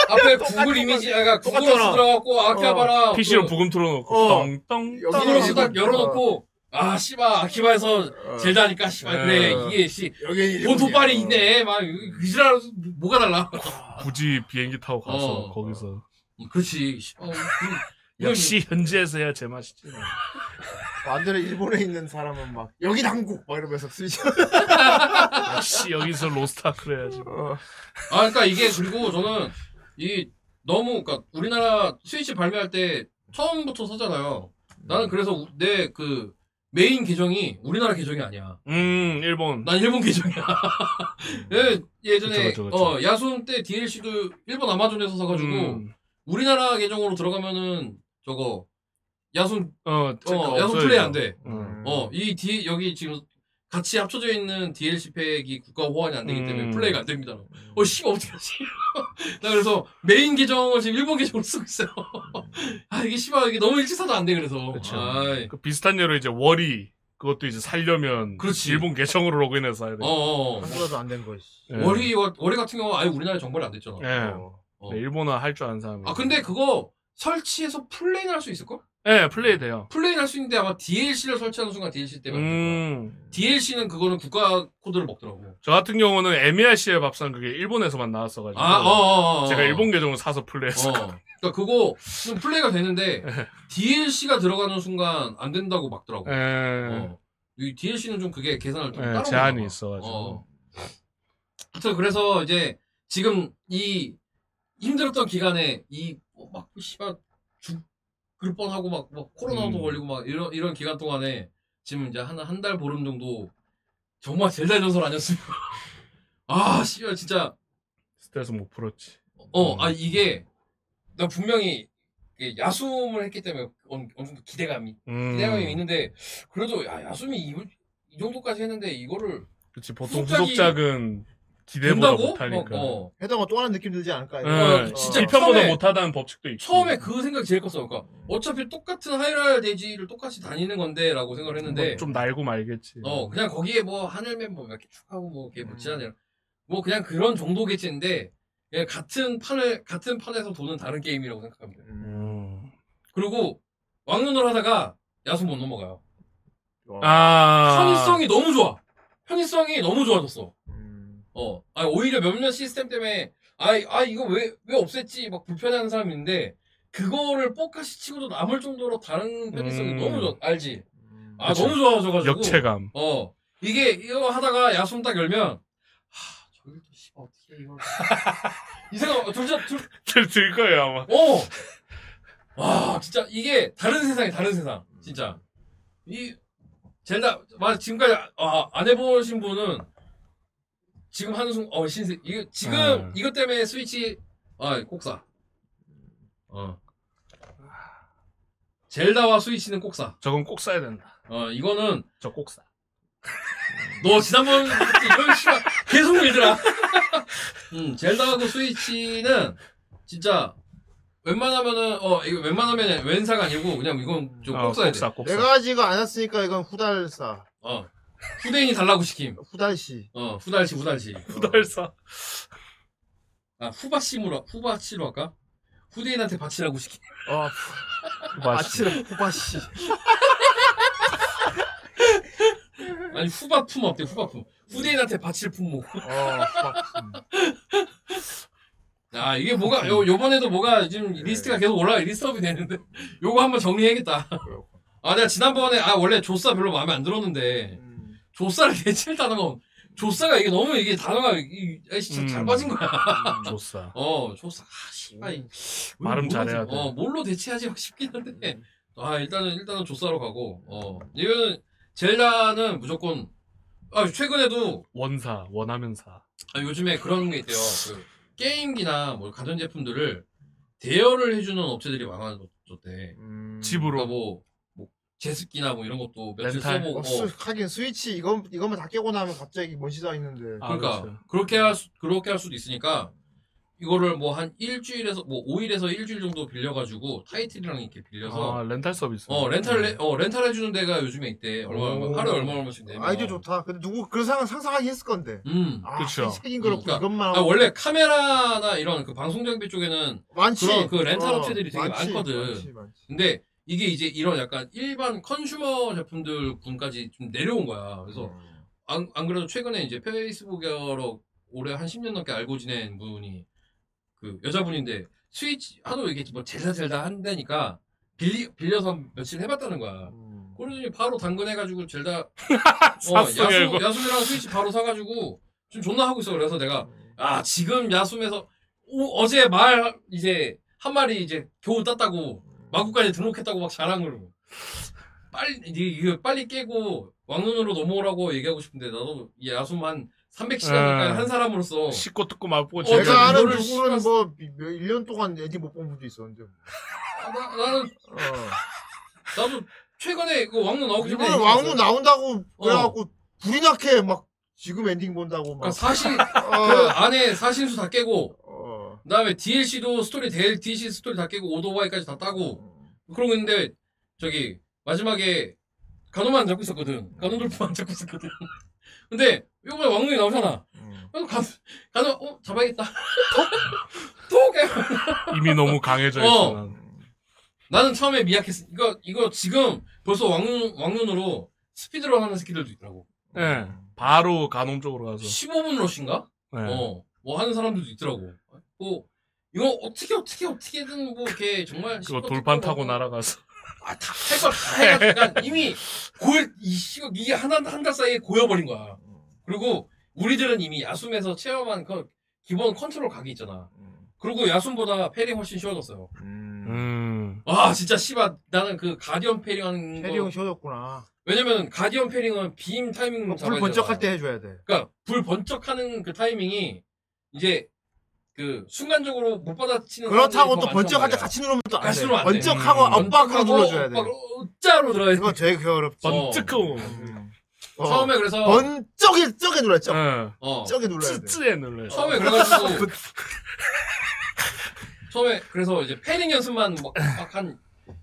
S7: 앞에 구글 이미지 아까 구글로
S1: 똑같잖아.
S7: 들어갖고 아키하바라
S9: PC로 부금 틀어놓고
S7: 어.
S9: 떵떵
S7: 구글로 딱 열어놓고 아 씨발 아키바에서 젤다니까 씨발 그래
S9: 어.
S7: 어. 이게 어. 씨 본토빨이
S1: 어.
S7: 있네 막 이지랄 뭐가 달라.
S9: 굳이 비행기 타고 가서
S7: 어.
S9: 거기서
S7: 그렇지. 어, 그-
S9: 역시 현지에서야 제맛이지.
S1: 뭐 반대로 일본에 있는 사람은 막 여긴 한국 막 이러면서 쓰지.
S9: 역시 여기서 로스타크 해야지.
S7: 아, 그러니까 이게 그리고 저는 이 너무 그러니까 우리나라 스위치 발매할 때 처음부터 사잖아요. 나는 그래서 내 그 메인 계정이 우리나라 계정이 아니야.
S9: 음, 일본.
S7: 난 일본 계정이야. 예, 예전에
S9: 그쵸, 그쵸, 그쵸.
S7: 어 야숨 때 DLC도 일본 아마존에서 사가지고
S9: 음.
S7: 우리나라 계정으로 들어가면은 저거 야숨
S9: 어,
S7: 어
S9: 없어요,
S7: 야숨
S9: 이거.
S7: 플레이 안 돼.
S9: 음.
S7: 어이 D 여기 지금 같이 합쳐져 있는 DLC 팩이 국가 호환이 안 되기 때문에
S9: 음.
S7: 플레이가 안 됩니다. 어 씨발 어떻게 하지? 나 그래서 메인 계정을 지금 일본 계정으로 쓰고 있어요. 아 이게 씨발 이게 너무 일찍 사도 안 돼 그래서.
S9: 그쵸.
S7: 아이.
S9: 그 비슷한 예로 이제 월이 그것도 이제 살려면
S7: 그렇지.
S9: 일본 계정으로 로그인해서 사야 돼.
S7: 어어.
S1: 한국에도 안 된 거지.
S9: 예.
S7: 월이 월이 같은 경우 는 아예 우리나라에 정발이 안 됐잖아.
S9: 예. 네, 일본어 할 줄 아는 사람이.
S7: 아 근데 그거 설치해서 플레이 할 수 있을걸?
S9: 예, 플레이 돼요.
S7: 플레이 할 수 있는데 아마 DLC를 설치하는 순간 DLC 때문에
S9: 음.
S7: DLC는 그거는 국가 코드를 먹더라고.
S9: 저 같은 경우는 MERC의 밥상 그게 일본에서만 나왔어가지고.
S7: 아, 어, 어, 어, 어.
S9: 제가 일본 계정을 사서 플레이했어.
S7: 어. 그러니까 그거 좀 플레이가 되는데 DLC가 들어가는 순간 안 된다고 막더라고.
S9: 예.
S7: 어. 이 DLC는 좀 그게 계산을 좀
S9: 예,
S7: 따로
S9: 제한이
S7: 보나 봐.
S9: 있어가지고.
S7: 어. 하여튼 그래서 이제 지금 이 힘들었던 기간에 이뭐 막 씨발 죽을 뻔하고 막, 막 코로나도
S9: 음.
S7: 걸리고 막 이런 이런 기간 동안에 지금 이제 한 한 달 보름 정도 정말 젤다 전설 아니었습니까? 아 씨발 진짜
S9: 스트레스 못 풀었지. 음.
S7: 어, 아 이게 나 분명히 이게 야숨을 했기 때문에 어느, 어느 정도 기대감이
S9: 음.
S7: 기대감이 있는데 그래도 야 야숨이 이, 이 정도까지 했는데 이거를
S9: 그렇지 보통
S7: 후속작이
S9: 후속작은 기대보다
S7: 된다고?
S9: 못하니까.
S7: 어, 어.
S1: 해당은 또 하나 느낌 들지 않을까요? 어.
S9: 예,
S7: 네. 진짜
S9: 일편보다
S7: 처음에-
S9: 못하다는 법칙도 있고.
S7: 처음에 그 생각 제일 컸어. 그러니까 어차피 똑같은 하이랄 대지를 똑같이 다니는 건데라고 생각을 했는데
S9: 뭐좀 날고 말겠지.
S7: 어 그냥 거기에 뭐 하늘맨 뭐 몇 개 축하고 뭐 이렇게 붙이않아뭐 그냥 그런 정도겠지인데 그냥 같은 판을 같은 판에서 도는 다른 게임이라고 생각합니다.
S9: 음.
S7: 그리고 왕눈을 하다가 야숨 못 넘어가요.
S9: 아.
S7: 편의성이 너무 좋아. 편의성이 너무 좋아졌어. 어, 아, 오히려 몇몇 시스템 때문에 아, 아 이거 왜 왜 없앴지 막 불편해하는 사람이 있는데 그거를 뽀카시 치고도 남을 정도로 다른 편의성이
S9: 음.
S7: 너무 좋아. 알지? 아
S9: 그쵸.
S7: 너무 좋아져가지고
S9: 역체감.
S7: 어, 이게 이거 하다가 야숨 딱 열면 하, 저기 또 씨발 어떻게 이걸 이 생각 둘째 둘
S9: 들, 들 거예요 아마.
S7: 어. 와, 진짜 이게 다른 세상이 다른 세상. 진짜. 이 젤다 와 지금까지 아, 안 해보신 분은 지금 하는 순간 어 신세 이거 지금
S9: 아.
S7: 이것 때문에 스위치 아꼭 사. 어. 젤다와 스위치는 꼭 사.
S9: 저건 꼭 사야 된다.
S7: 어 이거는
S9: 저 꼭 사.
S7: 너 지난번 이런 시간 계속 밀더라. 음, 젤다하고 스위치는 진짜 웬만하면은 어 이거 웬만하면 왼사가 아니고 그냥 이건 좀
S9: 어,
S7: 꼭 써야 돼.
S9: 꼭사, 꼭사.
S8: 내가 지금 안 샀으니까 이건 후달사.
S7: 어 후대인이 달라고 시킴.
S8: 후달시.
S7: 어 후달시 후달시.
S9: 후달사.
S7: 아 후바씨무라 후바씨로 할까? 후대인한테 바치라고 시킴.
S8: 어
S7: 바치라
S8: 후바씨.
S7: 아니 후바품 어때 후바품? 후대인한테 바칠 품목. 뭐.
S9: 어,
S7: 아 이게 뭐가 요 요번에도 뭐가 지금
S9: 네.
S7: 리스트가 계속 올라 리스트업이 되는데 요거 한번 정리해야겠다. 아 내가 지난번에 아 원래 조사 별로 마음에 안 들었는데 조사를 개칠 단어가 조사가 이게 너무 이게 단어가 이, 아, 진짜 잘 빠진 거야.
S9: 조사.
S7: 어 조사 아 씨발 이-
S9: 음.
S7: 뭘로
S9: 발음 잘해야
S7: 대-
S9: 돼. 음.
S7: 어 뭘로 대체하지 막 싶긴 한데 아 일단은 일단은 조사로 가고 어 이거는 젤다는 무조건 아 최근에도
S9: 원사 원하면사.
S7: 아, 요즘에 그런 게 있대요. 그 게임기나 뭐 가전 제품들을 대여를 해주는 업체들이 많아졌대.
S9: 집으로
S7: 뭐, 뭐 제습기나 뭐 이런 것도 며칠
S8: 렌탈.
S7: 써보고.
S8: 어, 수- 하긴 스위치 이건 이것만 다 깨고 나면 갑자기 뭔시다 있는데.
S9: 아,
S8: 그렇죠.
S9: 그렇죠.
S7: 그러니까 그렇게 할 수, 그렇게 할 수도 있으니까 이거를 뭐 한 일주일에서 뭐 5일에서 일주일 정도 빌려가지고 타이틀이랑 이렇게 빌려서
S9: 아 렌탈 서비스. 음.
S7: 어
S8: 네.
S7: 렌탈 해- 어 렌탈 해주는 데가 요즘에 있대. 얼마 얼마 하루에 얼마 얼마씩 내면
S8: 아이디어 좋다. 근데 누구 그런 상황 상상하긴 했을 건데.
S7: 음,
S8: 아, 그쵸. 생긴 거로 그것만
S7: 아,
S8: 하고.
S7: 원래 카메라나 이런 그 방송 장비 쪽에는
S8: 많지.
S7: 그런 그 렌탈
S8: 어,
S7: 업체들이 되게
S8: 많지,
S7: 많거든.
S8: 많지, 많지.
S7: 근데 이게 이제 이런 약간 일반 컨슈머 제품들 군까지 좀 내려온 거야. 그래서
S8: 음.
S7: 안, 안 그래도 최근에 이제 페이스북으로 올해 한 10년 넘게 알고 지낸 분이 그 여자분인데 스위치 하도 이게 뭐 젤다젤다 한다니까 빌리, 빌려서 며칠 해봤다는 거야.
S8: 음.
S7: 그러더니 바로 당근해가지고 젤다 어,
S9: 샀어,
S7: 야수,
S9: 결국.
S7: 야수미랑 스위치 바로 사가지고 지금 존나 하고 있어. 그래서 내가 아 지금 야숨에서 오, 어제 말 이제 한 마리 이제 겨우 땄다고 마구까지 등록했다고 막 자랑을 빨리 이게 이거 빨리 깨고 왕눈으로 넘어오라고 얘기하고 싶은데 나도 이 야숨 한 300시간이니까
S9: 아.
S7: 한 사람으로서
S9: 씻고 뜯고
S7: 어,
S9: 마고
S8: 제가 아는 누구는 뭐 1년 동안 애기 못 본 분도 있었는데.
S7: 어, 아, 나, 나는 나도 최근에 그 왕눈 나오기 전에
S8: 어, 이번에 왕후 나온다고
S7: 어.
S8: 그래갖고 불이 나게 막 지금 엔딩 본다고 막.
S7: 그러니까 사실
S8: 어.
S7: 그 안에 사신수 다 깨고 그다음에 DLC도 스토리 대- DLC 스토리 다 깨고 오도바이까지 다 따고 그러고 있는데 저기 마지막에 간호만 안 잡고 있었거든 간호돌프만 안 잡고 있었거든 근데 요번에 왕눈이 나오잖아
S8: 음.
S7: 그래서 간, 간호 어 잡아야겠다 톡
S9: 이미 너무 강해져
S7: 어.
S9: 있어. 난.
S7: 나는 처음에 미약했어 이거 이거 지금 벌써 왕눈 왕눈으로 스피드런 하는 스킬들도 있더라고
S9: 예. 바로 간홈 쪽으로 가서.
S7: 15분 러쉬인가?
S9: 네.
S7: 어, 뭐 하는 사람들도 있더라고. 뭐, 이거 어떻게, 어떻게, 어떻게든 뭐, 이렇게 정말.
S9: 그거 돌판 타고 날아가서.
S7: 할걸다 해가지고, 그러니까 이미, 고일, 이, 씨발, 이게 하나, 한 달 사이에 고여버린 거야. 그리고, 우리들은 이미 야숨에서 체험한 그, 기본 컨트롤 각이 있잖아. 그리고 야숨보다 패링 훨씬 쉬워졌어요.
S9: 음.
S7: 와, 진짜, 씨발, 나는 그, 가디언 패링 하는 거.
S8: 캐리온 쉬워졌구나.
S7: 왜냐면, 가디언 패링은 빔 타이밍 음, 잡아야
S8: 어, 불
S7: 되잖아.
S8: 번쩍할 때 해줘야 돼.
S7: 그러니까 불 번쩍하는 그 타이밍이 이제 그 순간적으로 못 받아치는
S8: 그렇다고
S7: 사람들이
S8: 또
S7: 더
S8: 번쩍할 때
S7: 많단 말이야.
S8: 같이 누르면 또 안
S7: 같이
S8: 돼.
S7: 누르면 안 돼.
S8: 번쩍하고
S7: 음.
S8: 엇박으로
S7: 번쩍하고
S8: 눌러줘야 돼.
S7: 엇박으로 짜로 들어야 돼.
S8: 그거 제일 어렵지.
S7: 번쩍하고.
S8: 음.
S7: 처음에 그래서-
S8: 번쩍에 쩍에 눌렀죠.
S7: 어.
S8: 쩍에 눌러야 돼.
S9: 쯔쯔에 네. 눌러야 돼.
S7: 처음에 아, 그래가지고 처음에 그래서 이제 패닝 연습만 막한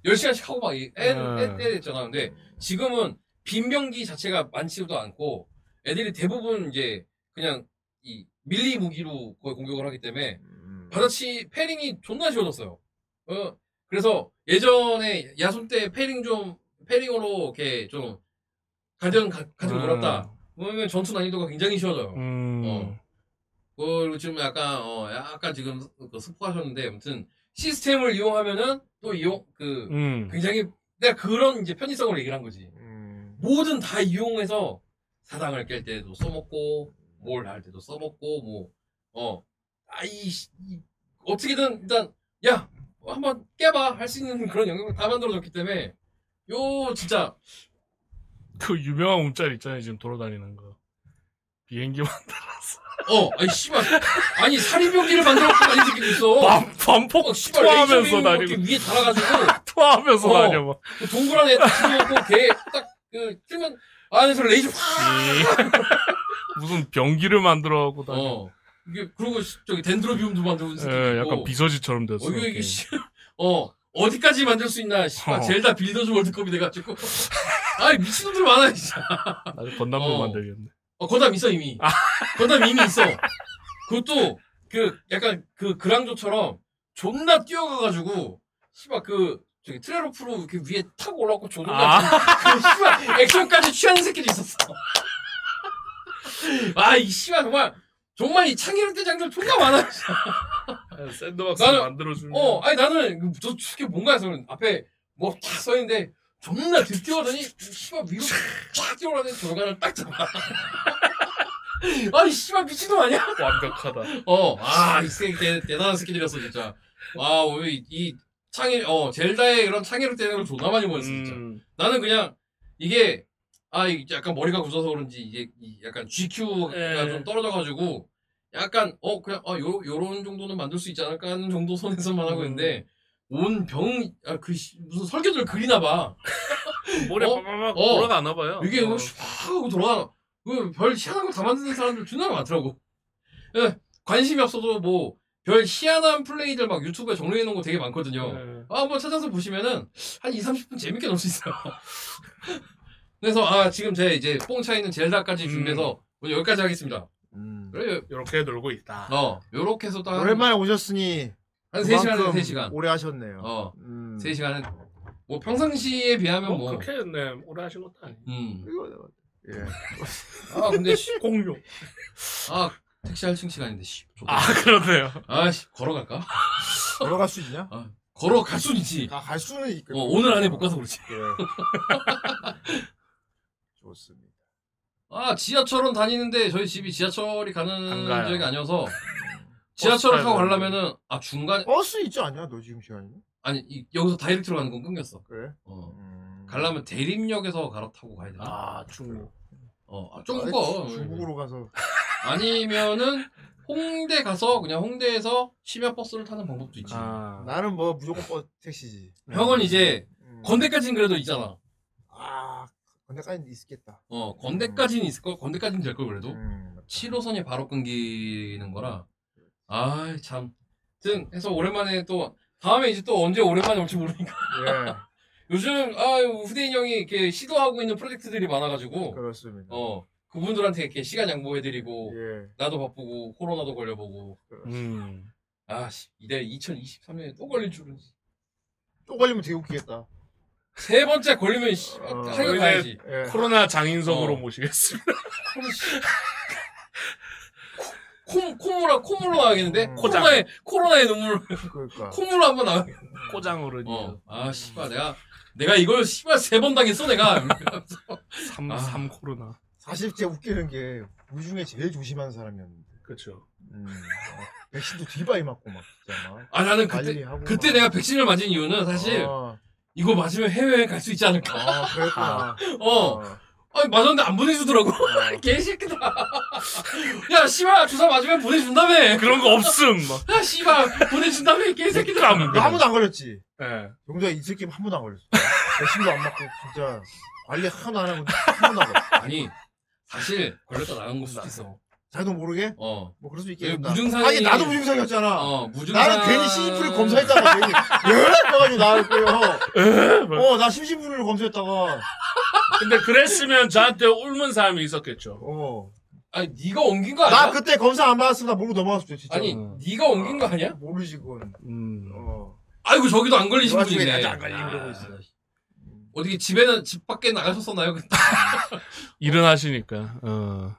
S7: 10시간씩 하고 막 애, 애, 애, 애 됐잖아. 근데 지금은 빈병기 자체가 많지도 않고 애들이 대부분 이제 그냥 이 밀리 무기로 거의 공격을 하기 때문에
S8: 음.
S7: 바다치 패링이 존나 쉬워졌어요. 어, 그래서 예전에 야숨 때 패링 좀 패링으로 이렇게 좀 가디언 가, 가지고
S9: 음.
S7: 놀았다. 어. 그러면 전투 난이도가 굉장히 쉬워져요.
S9: 음.
S7: 그리고 지금 약간 어 약간 지금 그 스포하셨는데 아무튼 시스템을 이용하면은 또 이용 그
S9: 음.
S7: 굉장히 내가 그런 이제 편의성으로 얘기를 한 거지.
S9: 음.
S7: 뭐든 다 이용해서 사당을 깰 때도 써먹고 뭘 할 때도 써먹고 뭐어 아이 씨, 이- 어떻게든 일단 야 한번 깨봐 할 수 있는 그런 영역을 다 만들어줬기 때문에 요 진짜
S9: 그 유명한 움짤 있잖아요. 지금 돌아다니는 거. 비행기만 따라서.
S7: 어, 아니, 씨발. 아니, 살인병기를 만들었고 다니는 새끼도 있어.
S9: 반- 반폭
S7: 어, 씨발,
S9: 토하면서
S7: 레이저 빔 이렇게
S9: 다니고.
S7: 위에 달아가지고.
S9: 토하면서 다녀, 막.
S7: 그 동그란 애 딱 틀어놓고 걔 딱, 그, 틀면, 안에서 레이저 확!
S11: 무슨 변기를 만들어갖고 다니
S7: 어. 이게 그리고 저기 덴드로비움도 만드는 새끼
S11: 예,
S7: 있고.
S11: 약간 비서지처럼 됐어.
S7: 어, 이거 이게
S11: 이렇게.
S7: 씨, 어 어디까지 만들 수 있나? 씨발
S11: 어.
S7: 젤다 빌더즈 월드컵이 돼가지고. 아 미친놈들 많아 진짜.
S11: 나도 건담을
S7: 어.
S11: 만들겠네.
S7: 어 건담 있어 이미. 건담 이미 있어. 그것도 그 약간 그 그랑조처럼 존나 뛰어가가지고 씨발 그 저기 트레로프로 이렇게 위에 타고 올라오고 존나
S11: 아.
S7: 그 씨발 액션까지 취하는 새끼도 있었어. 아이 씨발 정말 정말 이 창의력 대장들 존나 많아. 아,
S11: 샌드박스
S7: 나는-
S11: 만들어주면.
S7: 어, 아니 나는 저 저게 뭔가 해서 앞에 뭐 다 써있는데 존나 들뛰어더니 씨발 위로 쫙 뛰어올라더니 절간을 딱 잡아. 아니 씨발 미친놈 아니야?
S11: 완벽하다.
S9: 음.
S7: 어, 아이 새끼 대- 대단한 새끼들이었어 진짜. 와 오늘 이- 이 창의 어 젤다의 그런 창의력 대는걸 존나 많이 보였어 진짜. 나는 그냥 이게 아 이게 약간 머리가 굳어서 그런지 이게 이 약간 GQ가
S11: 예.
S7: 좀 떨어져가지고 약간 어 그냥 어 요, 요런 정도는 만들 수 있지 않을까 하는 정도 선에서만 하고 있는데
S11: 음.
S7: 온 병 아 그 무슨 설계도를 그리나 봐
S11: 머리에
S7: 어?
S11: 빠바박
S7: 어.
S11: 돌아가나 봐요.
S7: 이게
S11: 어.
S7: 슈팍 하고 돌아가나 그별 희한한 걸 다 만드는 사람들 존나 많더라고 예, 관심이 없어도 뭐 별 희한한 플레이들 막 유튜브에 정리해 놓은 거 되게
S11: 네.
S7: 많거든요
S9: 네.
S7: 아, 한번 찾아서 보시면은 한 2, 30분 재밌게 놀 수 있어요 그래서 아 지금 제 이제 뽕차 있는 젤다까지 준비해서 오늘 여기까지 하겠습니다 그래
S11: 이렇게 놀고 있다. 뭐
S7: 어, 요렇게 해서 딱
S8: 음. 오랜만에 오셨으니
S7: 한 3시간
S8: 그만큼
S7: 에 3시간.
S8: 오래 하셨네요. 음.
S7: 어. 3시간은 뭐 평상시에 비하면
S9: 어,
S7: 뭐,
S11: 그렇게 네, 오래 하신 것도 아니에요.
S7: 음.
S8: 예.
S7: 아, 근데 씨.
S11: 공룡.
S7: 아, 택시 할증 시간인데 씨.
S11: 아, 그러네요.
S7: 아, 씨. 걸어갈까?
S8: 걸어갈 수 있냐?
S7: 아, 걸어갈 순 있지.
S8: 아, 갈 수는 있고.
S7: 어, 오늘 안에 못 가서 그렇지.
S8: 예. 좋습니다.
S7: 아, 지하철은 다니는데 저희 집이 지하철이 가는
S8: 안 가요.
S7: 지역이 아니어서 지하철을
S8: 버스
S7: 타고
S8: 타야
S7: 가려면은 아, 중간에
S8: 버스 있지 않냐? 너 지금 시간이?
S7: 아니, 이- 여기서 다이렉트로 가는 건 끊겼어.
S8: 그래? 음.
S7: 어. 가려면 대림역에서 갈아타고 가야 되나? 아,
S8: 중국.
S7: 어, 아, 좀 꺼.
S8: 중국으로 가서
S7: 아니면은 홍대 가서 그냥 홍대에서 심야 버스를 타는 방법도 있지.
S11: 아,
S8: 나는 뭐 무조건 버스 택시지.
S7: 음.
S8: 음.
S7: 형은 이제 건대까지는 그래도 있잖아.
S8: 아, 건대까지는 있겠다. 음.
S7: 어, 건대까지는 있을 걸, 건대까지는 될 걸 그래도. 7호선이 바로 끊기는 거라. 아, 참. 하여튼 해서 오랜만에 또 다음에 이제 또 언제 오랜만에 올지 모르니까.
S8: 예,
S7: 요즘 아 후대인 형이 이렇게 시도하고 있는 프로젝트들이 많아가지고.
S8: 그렇습니다.
S7: 어, 그분들한테 이렇게 시간 양보해드리고
S8: 예.
S7: 나도 바쁘고 코로나도 걸려보고.
S11: 음.
S7: 아, 씨, 이대 2023년에 또 걸릴 줄은.
S8: 또 걸리면 되게 웃기겠다.
S7: 세 번째 걸리면 씨,
S8: 아,
S7: 아, 하여 가야지.
S11: 예. 코로나 장인성으로
S7: 어.
S11: 모시겠습니다.
S7: 콧, 콧물아, 콧물로 나가겠는데?
S8: 음.
S7: 코로나에, 코로나의 눈물.
S8: 그러니까.
S7: 콧물로 한번 나가
S11: 꼬장으로.
S7: 어. 아, 씨발, 내가, 내가 이걸 씨발 세 번 당했어, 내가.
S11: 삼,
S8: 아.
S11: 삼 코로나.
S8: 사실 제가 웃기는 게 우리 중에 제일 조심한 사람이었는데.
S11: 그렇죠.
S8: 음, 어, 백신도 뒤바이 맞고 막 진짜 막.
S7: 아, 나는 그때,
S8: 관리하고
S7: 그때
S8: 막.
S7: 내가 백신을 맞은 이유는 사실,
S8: 어.
S7: 이거 맞으면 해외에 갈 수 있지 않을까.
S8: 아, 그랬구나.
S7: 어. 아니, 맞았는데 안 보내주더라고. 개새끼다. 야, 씨발, 주사 맞으면 보내준다며.
S11: 그런 거 없음.
S7: 야, 씨발, 보내준다며, 개새끼다.
S8: 나 아무도 안 걸렸지.
S11: 예.
S8: 용자 이 새끼 한 번도 안 걸렸어. 백신도 안 맞고 진짜 관리 하나도 안 하고 한 번도 안 걸렸어.
S7: 아니, 사실, 걸렸다 나간 걸 수도 있어.
S8: 자도 모르게?
S7: 어.
S8: 뭐 그럴 수
S7: 예,
S8: 있겠다.
S7: 무증상이-
S8: 아니 나도 무증상이었잖아.
S7: 어, 무증상.
S8: 나는 괜히 심신부를 검사했다가 괜히 열가지고
S11: 예?
S8: 나왔고요. 어나 심신부를 검사했다가
S11: 근데 그랬으면 저한테 옮은 사람이 있었겠죠.
S8: 어.
S7: 아니, 네가 옮긴 거
S8: 나
S7: 아니야?
S8: 그때 어. 검사 안 받았으면 나 모르고 넘어갔을 때 진짜.
S7: 아니, 네가 옮긴 거 아니야?
S8: 모르지 그건.
S11: 음.
S8: 어.
S7: 아이고, 저기도 안 걸리신
S8: 그 와중에
S7: 분이네. 아,
S8: 나도 안 걸리고 이러고 있어.
S7: 어떻게 집에는, 집 밖에 나가셨었나요? 그때?
S11: 일은 하시니까. 어.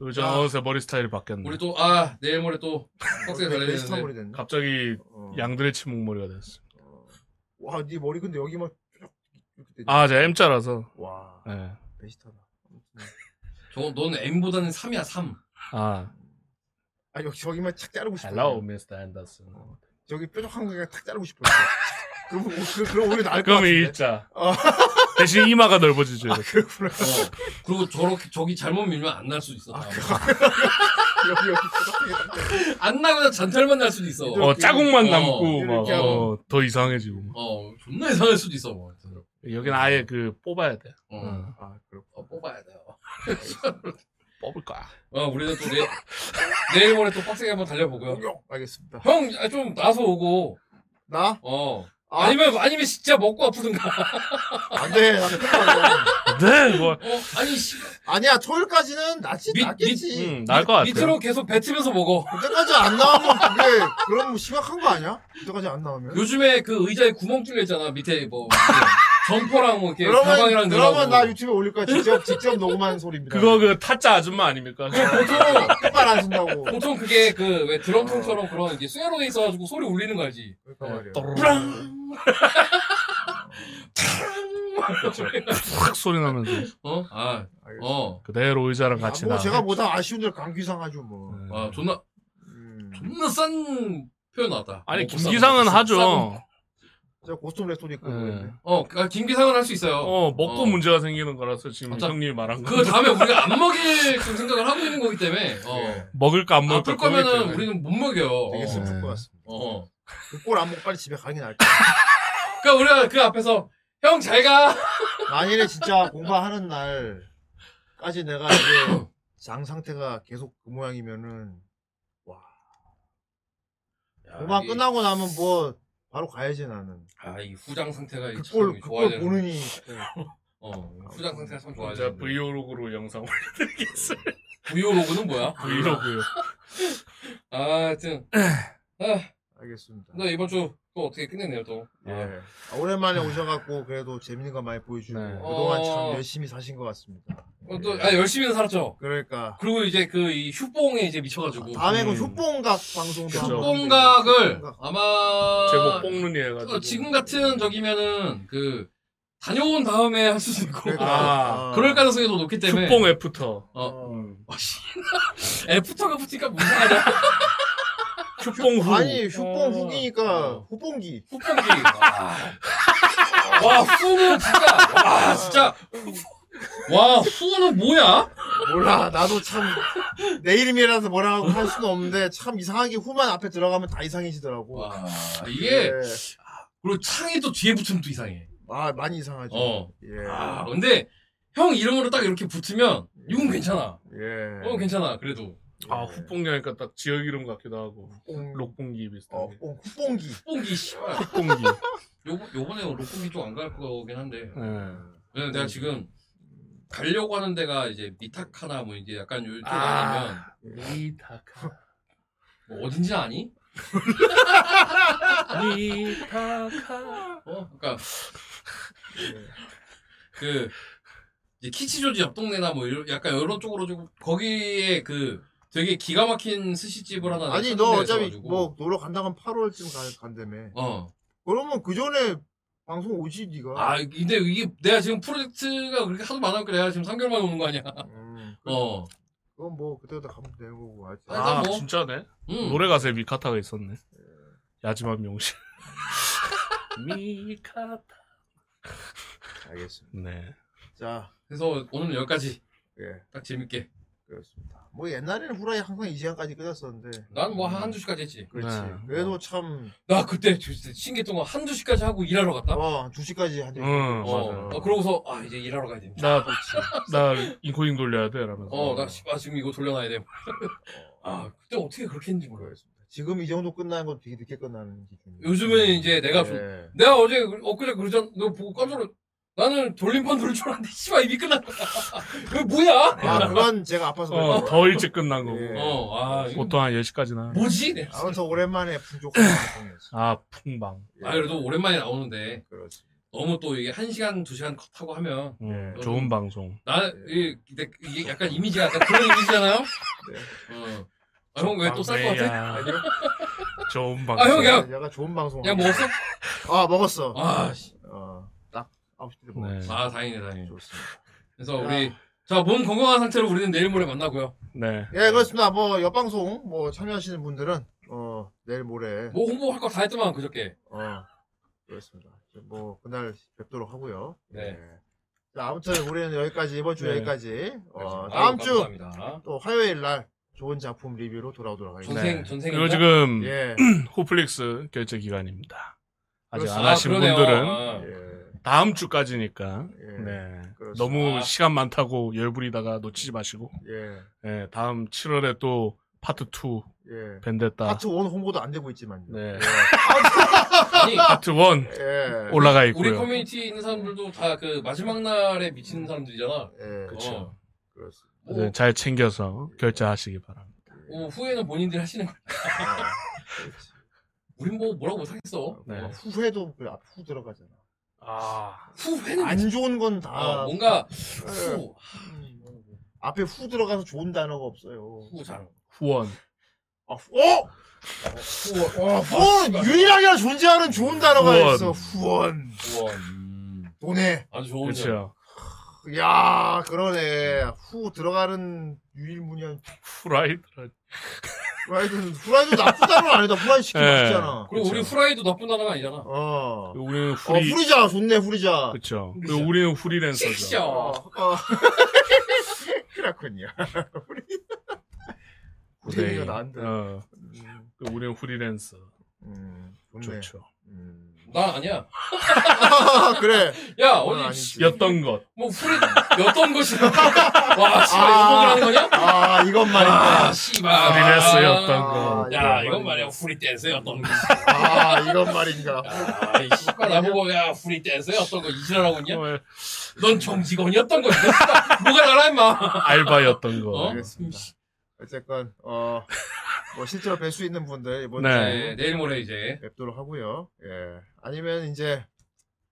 S11: 요즘 어느새 머리 스타일이 바뀌었네.
S7: 우리 또, 아, 내일 모레 또, 빡세게 달려야 되는데.
S8: 됐네.
S11: 갑자기 양들의 침묵머리가 됐어.
S8: 어. 와, 네 머리 근데 여기만 쫙 이렇게 돼.
S11: 아, 제가 M자라서.
S8: 와.
S11: 예.
S8: 베스타다.
S7: 저, 넌 M보다는 3이야, 3.
S11: 아.
S8: 아, 여기 저기만 착 자르고 싶어.
S11: Hello, Mr. Anderson.
S8: 저기 뾰족한 거가 탁 자르고 싶어. 그럼 그, 그럼 오히려 나을 것
S11: 그럼
S8: 같은데.
S11: 일자.
S8: 어.
S11: 대신 이마가 넓어지죠. 이렇게.
S8: 그렇구나.
S7: 어. 그리고 저렇게, 저기 잘못 밀면 안 날 수도
S8: 아,
S7: 있어.
S8: 여기 여기 뾰족하게 딱 자르고.
S7: 안 나거나 잔털만 날 수도 있어.
S11: 어, 자국만
S7: 어,
S11: 남고, 막,
S7: 이렇게 하고.
S11: 어, 더 이상해지고. 막.
S7: 어, 존나 이상할 수도 있어. 뭐.
S11: 여긴 아예 그, 뽑아야 돼.
S7: 어.
S11: 응.
S8: 아, 그렇구나.
S7: 어, 뽑아야 돼요.
S9: 뽑을 거야.
S7: 어, 우리는 또 내, 내일 모레 또 빡세게 한번 달려보고요.
S8: 알겠습니다.
S7: 형, 아, 좀 나서 오고.
S8: 나?
S7: 어. 아. 니면 아니면 진짜 먹고 아프든가.
S8: 안 돼.
S9: 네, 뭐.
S7: 어, 아니, 씨.
S8: 아니야, 토요일까지는 낫지, 낫겠지.
S9: 음, 나을 것 네. 같아.
S7: 밑으로 계속 뱉으면서 먹어.
S8: 그때까지 안 나오면 그게, 그럼 뭐 심각한 거 아니야? 그때까지 안 나오면.
S7: 요즘에 그 의자에 구멍 뚫려 있잖아, 밑에 뭐. 점퍼랑 뭐 이렇게
S8: 그러면,
S7: 가방이랑
S8: 그러면
S7: 넣으라고.
S8: 나 유튜브에 올릴 거야. 직접, 직접 녹음하는 소리입니다.
S9: 그거 그 타짜 아줌마 아닙니까?
S8: 똑바로 안 쓴다고.
S7: 보통 그게 그 왜
S8: 아.
S7: 드럼통처럼 그런 이게 쇠로 돼 있어가지고 소리 울리는 거 알지?
S8: 그러니까
S9: 네, 뿌랑! 팍 소리 나면서.
S7: 어? 아, 어.
S9: 그대로 의자랑 같이 네.
S8: 뭐
S9: 나. 네.
S8: 제가 보다 아쉬운 대로 감기상 하죠, 뭐. 음.
S7: 아, 존나 존나 싼 표현 나왔다.
S9: 아니,
S7: 뭐,
S9: 김기상은
S7: 싸-
S9: 하죠.
S7: 싸고.
S8: 제가 고스톱 레스토랑 입고
S9: 네.
S7: 어, 그- 김기상은 할 수 있어요.
S9: 어, 먹고
S7: 어.
S9: 문제가 생기는 거라서 지금
S7: 맞아.
S9: 형님이 말한 거.
S7: 그 다음에 우리가 안 먹일 지금 생각을 하고 있는 거기 때문에 어.
S8: 예.
S9: 먹을까 안 먹을까.
S7: 아플 거면은
S9: 고민이
S7: 우리는 못 먹여요.
S8: 되게 슬픈
S7: 어.
S8: 것 같습니다.
S7: 어.
S8: 그꼴 안 먹고 빨리 집에 가는 게 나을 것
S7: 그러니까 우리가 그 앞에서 형 잘 가.
S8: 만일에 진짜 공부하는 날까지 내가 이제 장 상태가 계속 그 모양이면은 와 공방
S7: 아, 이게-
S8: 끝나고 나면 뭐 바로 가야지 나는
S7: 아이 후장 상태가 이
S8: 그꼴
S7: 참 좋아야
S8: 그꼴
S7: 되는.
S8: 보느니
S7: 어, 후장 상태가 참 좋아야
S9: 제가
S7: 되는.
S9: 브이로그로 영상 올려드리겠어요.
S7: 브이로그는 뭐야?
S9: 브이로그요.
S7: 아, 하여튼. 아,
S8: 알겠습니다.
S7: 나 이번 주 또 어떻게 끝냈네요, 또.
S8: 예 아, 오랜만에 오셔갖고 그래도 재밌는 거 많이 보여주고 그동안 참
S7: 어.
S8: 열심히 사신 것 같습니다. 예.
S7: 어, 또, 아, 열심히는 살았죠.
S8: 그러니까.
S7: 그리고 이제 그 이 휴뽕에 이제 미쳐가지고.
S8: 다음에 그 효뽕각 방송도 한번
S7: 휴뽕각을 아마
S8: 제목 뽕눈이 해가지고.
S7: 어, 지금 같은 저기면은 그 다녀온 다음에 할 수도 있고
S8: 그러니까
S9: 아.
S7: 그럴 가능성이 더 높기 때문에
S9: 휴뽕 애프터. 아,
S7: 어. 씨. 애프터가 붙으니까 무상하냐
S9: 휴뽕 후.
S8: 아니
S7: 어.
S8: 휴뽕 후기니까 후뽕기.
S7: 후뽕기. 아. 와 후는 진짜 와 진짜 와 후는 뭐야?
S8: 몰라 나도 참 내 이름이라서 뭐라고 할 수는 없는데 참 이상하게 후만 앞에 들어가면 다 이상해지더라고. 예.
S7: 아, 이게
S8: 네.
S7: 그리고 창이 또 뒤에 붙으면 또 이상해.
S8: 아 많이 이상하죠.
S7: 어.
S8: 예.
S7: 아, 근데 형 이름으로 딱 이렇게 붙으면 이건 괜찮아.
S8: 예.
S7: 어 괜찮아 그래도.
S9: 아, 후뽕이니까 딱 지역 이름 같기도 하고. 록봉기 비슷한. 어,
S8: 후뽕기.
S7: 후뽕기 씨발.
S9: 후뽕기.
S7: 요 요번에 록봉기 쪽 안 갈 거긴 한데.
S9: 예.
S7: 왜냐면
S8: 네.
S7: 내가 지금 가려고 하는 데가 이제 미타카나 뭐 이제 약간 요쪽 아니면
S9: 아, 미타카.
S7: 뭐 어딘지 아니?
S9: 미타카.
S7: 어, 그러니까 그 이제 키치조지 옆 동네나 뭐 이런 약간 이런 쪽으로 좀 거기에 그 되게 기가 막힌 스시집을 하나
S8: 아니
S7: 찾은
S8: 너
S7: 데가
S8: 어차피
S7: 있어가지고.
S8: 뭐 놀러 간다고 하면 8월쯤 가, 간다며.
S7: 어.
S8: 그러면 그 전에 방송 오지 니가.
S7: 아 근데 이게 내가 지금 프로젝트가 그렇게 하도 많아니까 내가 지금 3개월 만에 오는 거 아니야? 어.
S8: 음, 그건 뭐 그때부터 가면 되는 거고. 아직.
S9: 아, 진짜네.
S7: 음. 예.
S9: 노래 가사에 미카타가 있었네. 야지만 명실. 미카타.
S8: 알겠습니다.
S9: 네.
S8: 자,
S7: 그래서 오늘은 여기까지.
S8: 예.
S7: 딱 재밌게.
S8: 그렇습니다. 뭐 옛날에는 후라이 항상 이 시간까지 끝났었는데.
S7: 난 뭐 한두 시까지 했지.
S8: 그렇지. 그래도 참.
S7: 나 그때 진짜 신기했던 거 한두 시까지 하고 일하러 갔다?
S8: 어, 두 시까지 하지.
S9: 응,
S7: 어,
S9: 맞아.
S7: 어, 그러고서, 아, 이제 일하러 가야 됩니다.
S9: 나, 나 인코딩 돌려야 돼, 라면서.
S7: 어, 나 씨, 아, 지금 이거 돌려놔야 돼. 아, 그때 어떻게 그렇게 했는지
S8: 모르겠습니다. 지금 이 정도 끝나는 건 되게 늦게 끝나는 기준.
S7: 요즘에 이제 내가 좀,
S8: 예.
S7: 내가 어제, 그- 엊그제 그러잖아. 너 보고 깜짝 놀라. 나는 돌림판 돌릴 줄 알았는데, 씨발, 이미 끝났다. 이거 뭐야?
S8: 아, 그건 제가 아파서.
S9: 어, 더 일찍 끝난 거고.
S7: 어, 네. 아, 이거
S9: 보통 한 10시까지 나.
S7: 뭐지?
S8: 아무튼 오랜만에 풍족한 방송이었어.
S9: 아, 풍방.
S7: 아, 그래도 오랜만에 나오는데.
S8: 그렇지.
S7: 너무 또 이게 한 시간, 두 시간 컷하고 하면.
S9: 예,
S7: 또
S9: 좋은
S7: 좀-
S9: 방송.
S7: 나, 이, 근데 이게 약간 이미지가 약간 그런 이미지잖아요?
S8: 네.
S7: 어. 아, 형 왜 또 쌀 것 같아?
S9: 방매야. 좋은
S7: 아, 형, 야.
S8: 내가 좋은 방송.
S7: 야, 먹었어?
S8: 아, 먹었어.
S7: 아, 씨.
S8: 어, 딱 9시에 먹었어.
S9: 네.
S7: 아, 다행이네, 다행이네.
S8: 좋습니다.
S7: 그래서 우리, 자, 몸 건강한 상태로 우리는 내일 모레 만나고요.
S9: 네.
S8: 예, 그렇습니다. 뭐, 옆방송, 뭐, 참여하시는 분들은, 어, 내일 모레.
S7: 뭐 홍보할 거 다 했더만, 그저께.
S8: 어, 그렇습니다. 이제 뭐, 그날 뵙도록 하고요 예.
S7: 네.
S8: 자, 아무튼 우리는 여기까지, 이번 주
S9: 네.
S8: 여기까지. 어,
S7: 아유,
S8: 다음 주,
S7: 감사합니다. 아,
S8: 또 화요일 날, 좋은 작품 리뷰로 돌아오도록 하겠습니다.
S7: 전생,
S9: 네.
S7: 전생인가?
S9: 그리고 지금
S8: 예.
S9: 호플릭스 결제 기간입니다. 아직
S8: 그렇습니다.
S9: 안 하신
S7: 아, 그러네요.
S9: 분들은
S7: 아.
S8: 예.
S9: 다음 주까지니까. 네.
S8: 그렇습니다.
S9: 너무
S8: 아.
S9: 시간 많다고 열부리다가 놓치지 마시고.
S8: 예.
S9: 예, 다음 7월에 또 파트 2
S8: 예.
S9: 밴드다.
S8: 파트 1 홍보도 안 되고 있지만요.
S9: 네.
S7: 아니,
S9: 파트 1
S8: 예.
S9: 올라가 있고요.
S7: 우리 커뮤니티 있는 사람들도 다 그 마지막 날에 미치는 사람들이잖아.
S8: 예.
S7: 그렇죠.
S8: 그렇습니다.
S9: 네, 잘 챙겨서 결제하시기 바랍니다.
S7: 어, 후회는 본인들이 하시는 거야. 우린 뭐 뭐라고 못하겠어.
S9: 네.
S8: 후회도 그 앞후 들어가잖아.
S9: 아.
S7: 후회는
S8: 안 좋은 건 다
S7: 어, 뭔가
S8: 예.
S7: 후,
S8: 앞에 후 들어가서 좋은 단어가 없어요.
S7: 후 잘.
S9: 후원.
S8: 아, 후- 어?
S7: 아,
S8: 어, 후원 유일하게 존재하는 좋은 단어가
S9: 후원.
S8: 있어. 후원.
S7: 후원.
S8: 돈에.
S7: 아주 좋은
S9: 그렇죠.
S8: 야, 그러네. 후 들어가는 유일무이한
S9: 후라이드.
S8: 후라이드는 후라이드 나쁜 단어는 아니다. 후라이드 시키면
S9: 예.
S8: 맛있잖아.
S7: 네.
S8: 그렇죠.
S7: 그리고 우리 후라이도 나쁜 단어가 아니잖아.
S8: 어.
S9: 우리는 후리.
S8: 어, 후리자 좋네 후리자.
S9: 그렇죠. 그리고 우리는 후리랜서죠.
S7: 어.
S8: 어. 그렇군요. 우리 후리가 나은데.
S9: 어. 그 우리는 후리랜서.
S8: 음,
S9: 좋죠.
S7: 난 아니야.
S8: 그래.
S7: 야, 어디
S9: 였던 것.
S7: 뭐 후레 였던 것이 와, 씨발 욕먹을 하는 거냐?
S8: 아, 이것 말이야.
S7: 아, 씨발.
S9: 후리랜서였던 거.
S7: 야, 아, 이건 말이야. 후리 댄스였던 거.
S8: 아, 이건 말인가.
S7: 아, 이 씨발 나보고 야, 후리 댄스였던 거 이지랄하고 있냐?
S9: 어, 예.
S7: 넌 정직원이었던 거야. 뭐가 달라 임마.
S9: 알바였던 거.
S7: 어?
S8: 어쨌건 어. 뭐 실제로 뵐 수 있는 분들 이번
S9: 네.
S8: 주
S7: 내일 모레 이제.
S8: 뵙도록 하고요. 예. 아니면 이제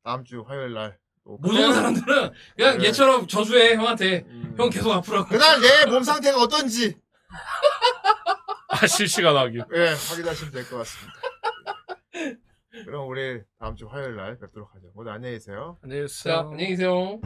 S8: 다음 주 화요일 날
S7: 못 오는 사람들은 그냥
S8: 네.
S7: 얘처럼 저주해 형한테. 형 계속 아프라고.
S8: 그날 내 몸 상태가 어떤지
S9: 아, 실시간하기.
S8: 예, 확인하시면 될 것 같습니다. 그럼 우리 다음 주 화요일 날 뵙도록 하죠. 모두 안녕히 계세요.
S9: 안녕히
S7: 자, 안녕히 계세요.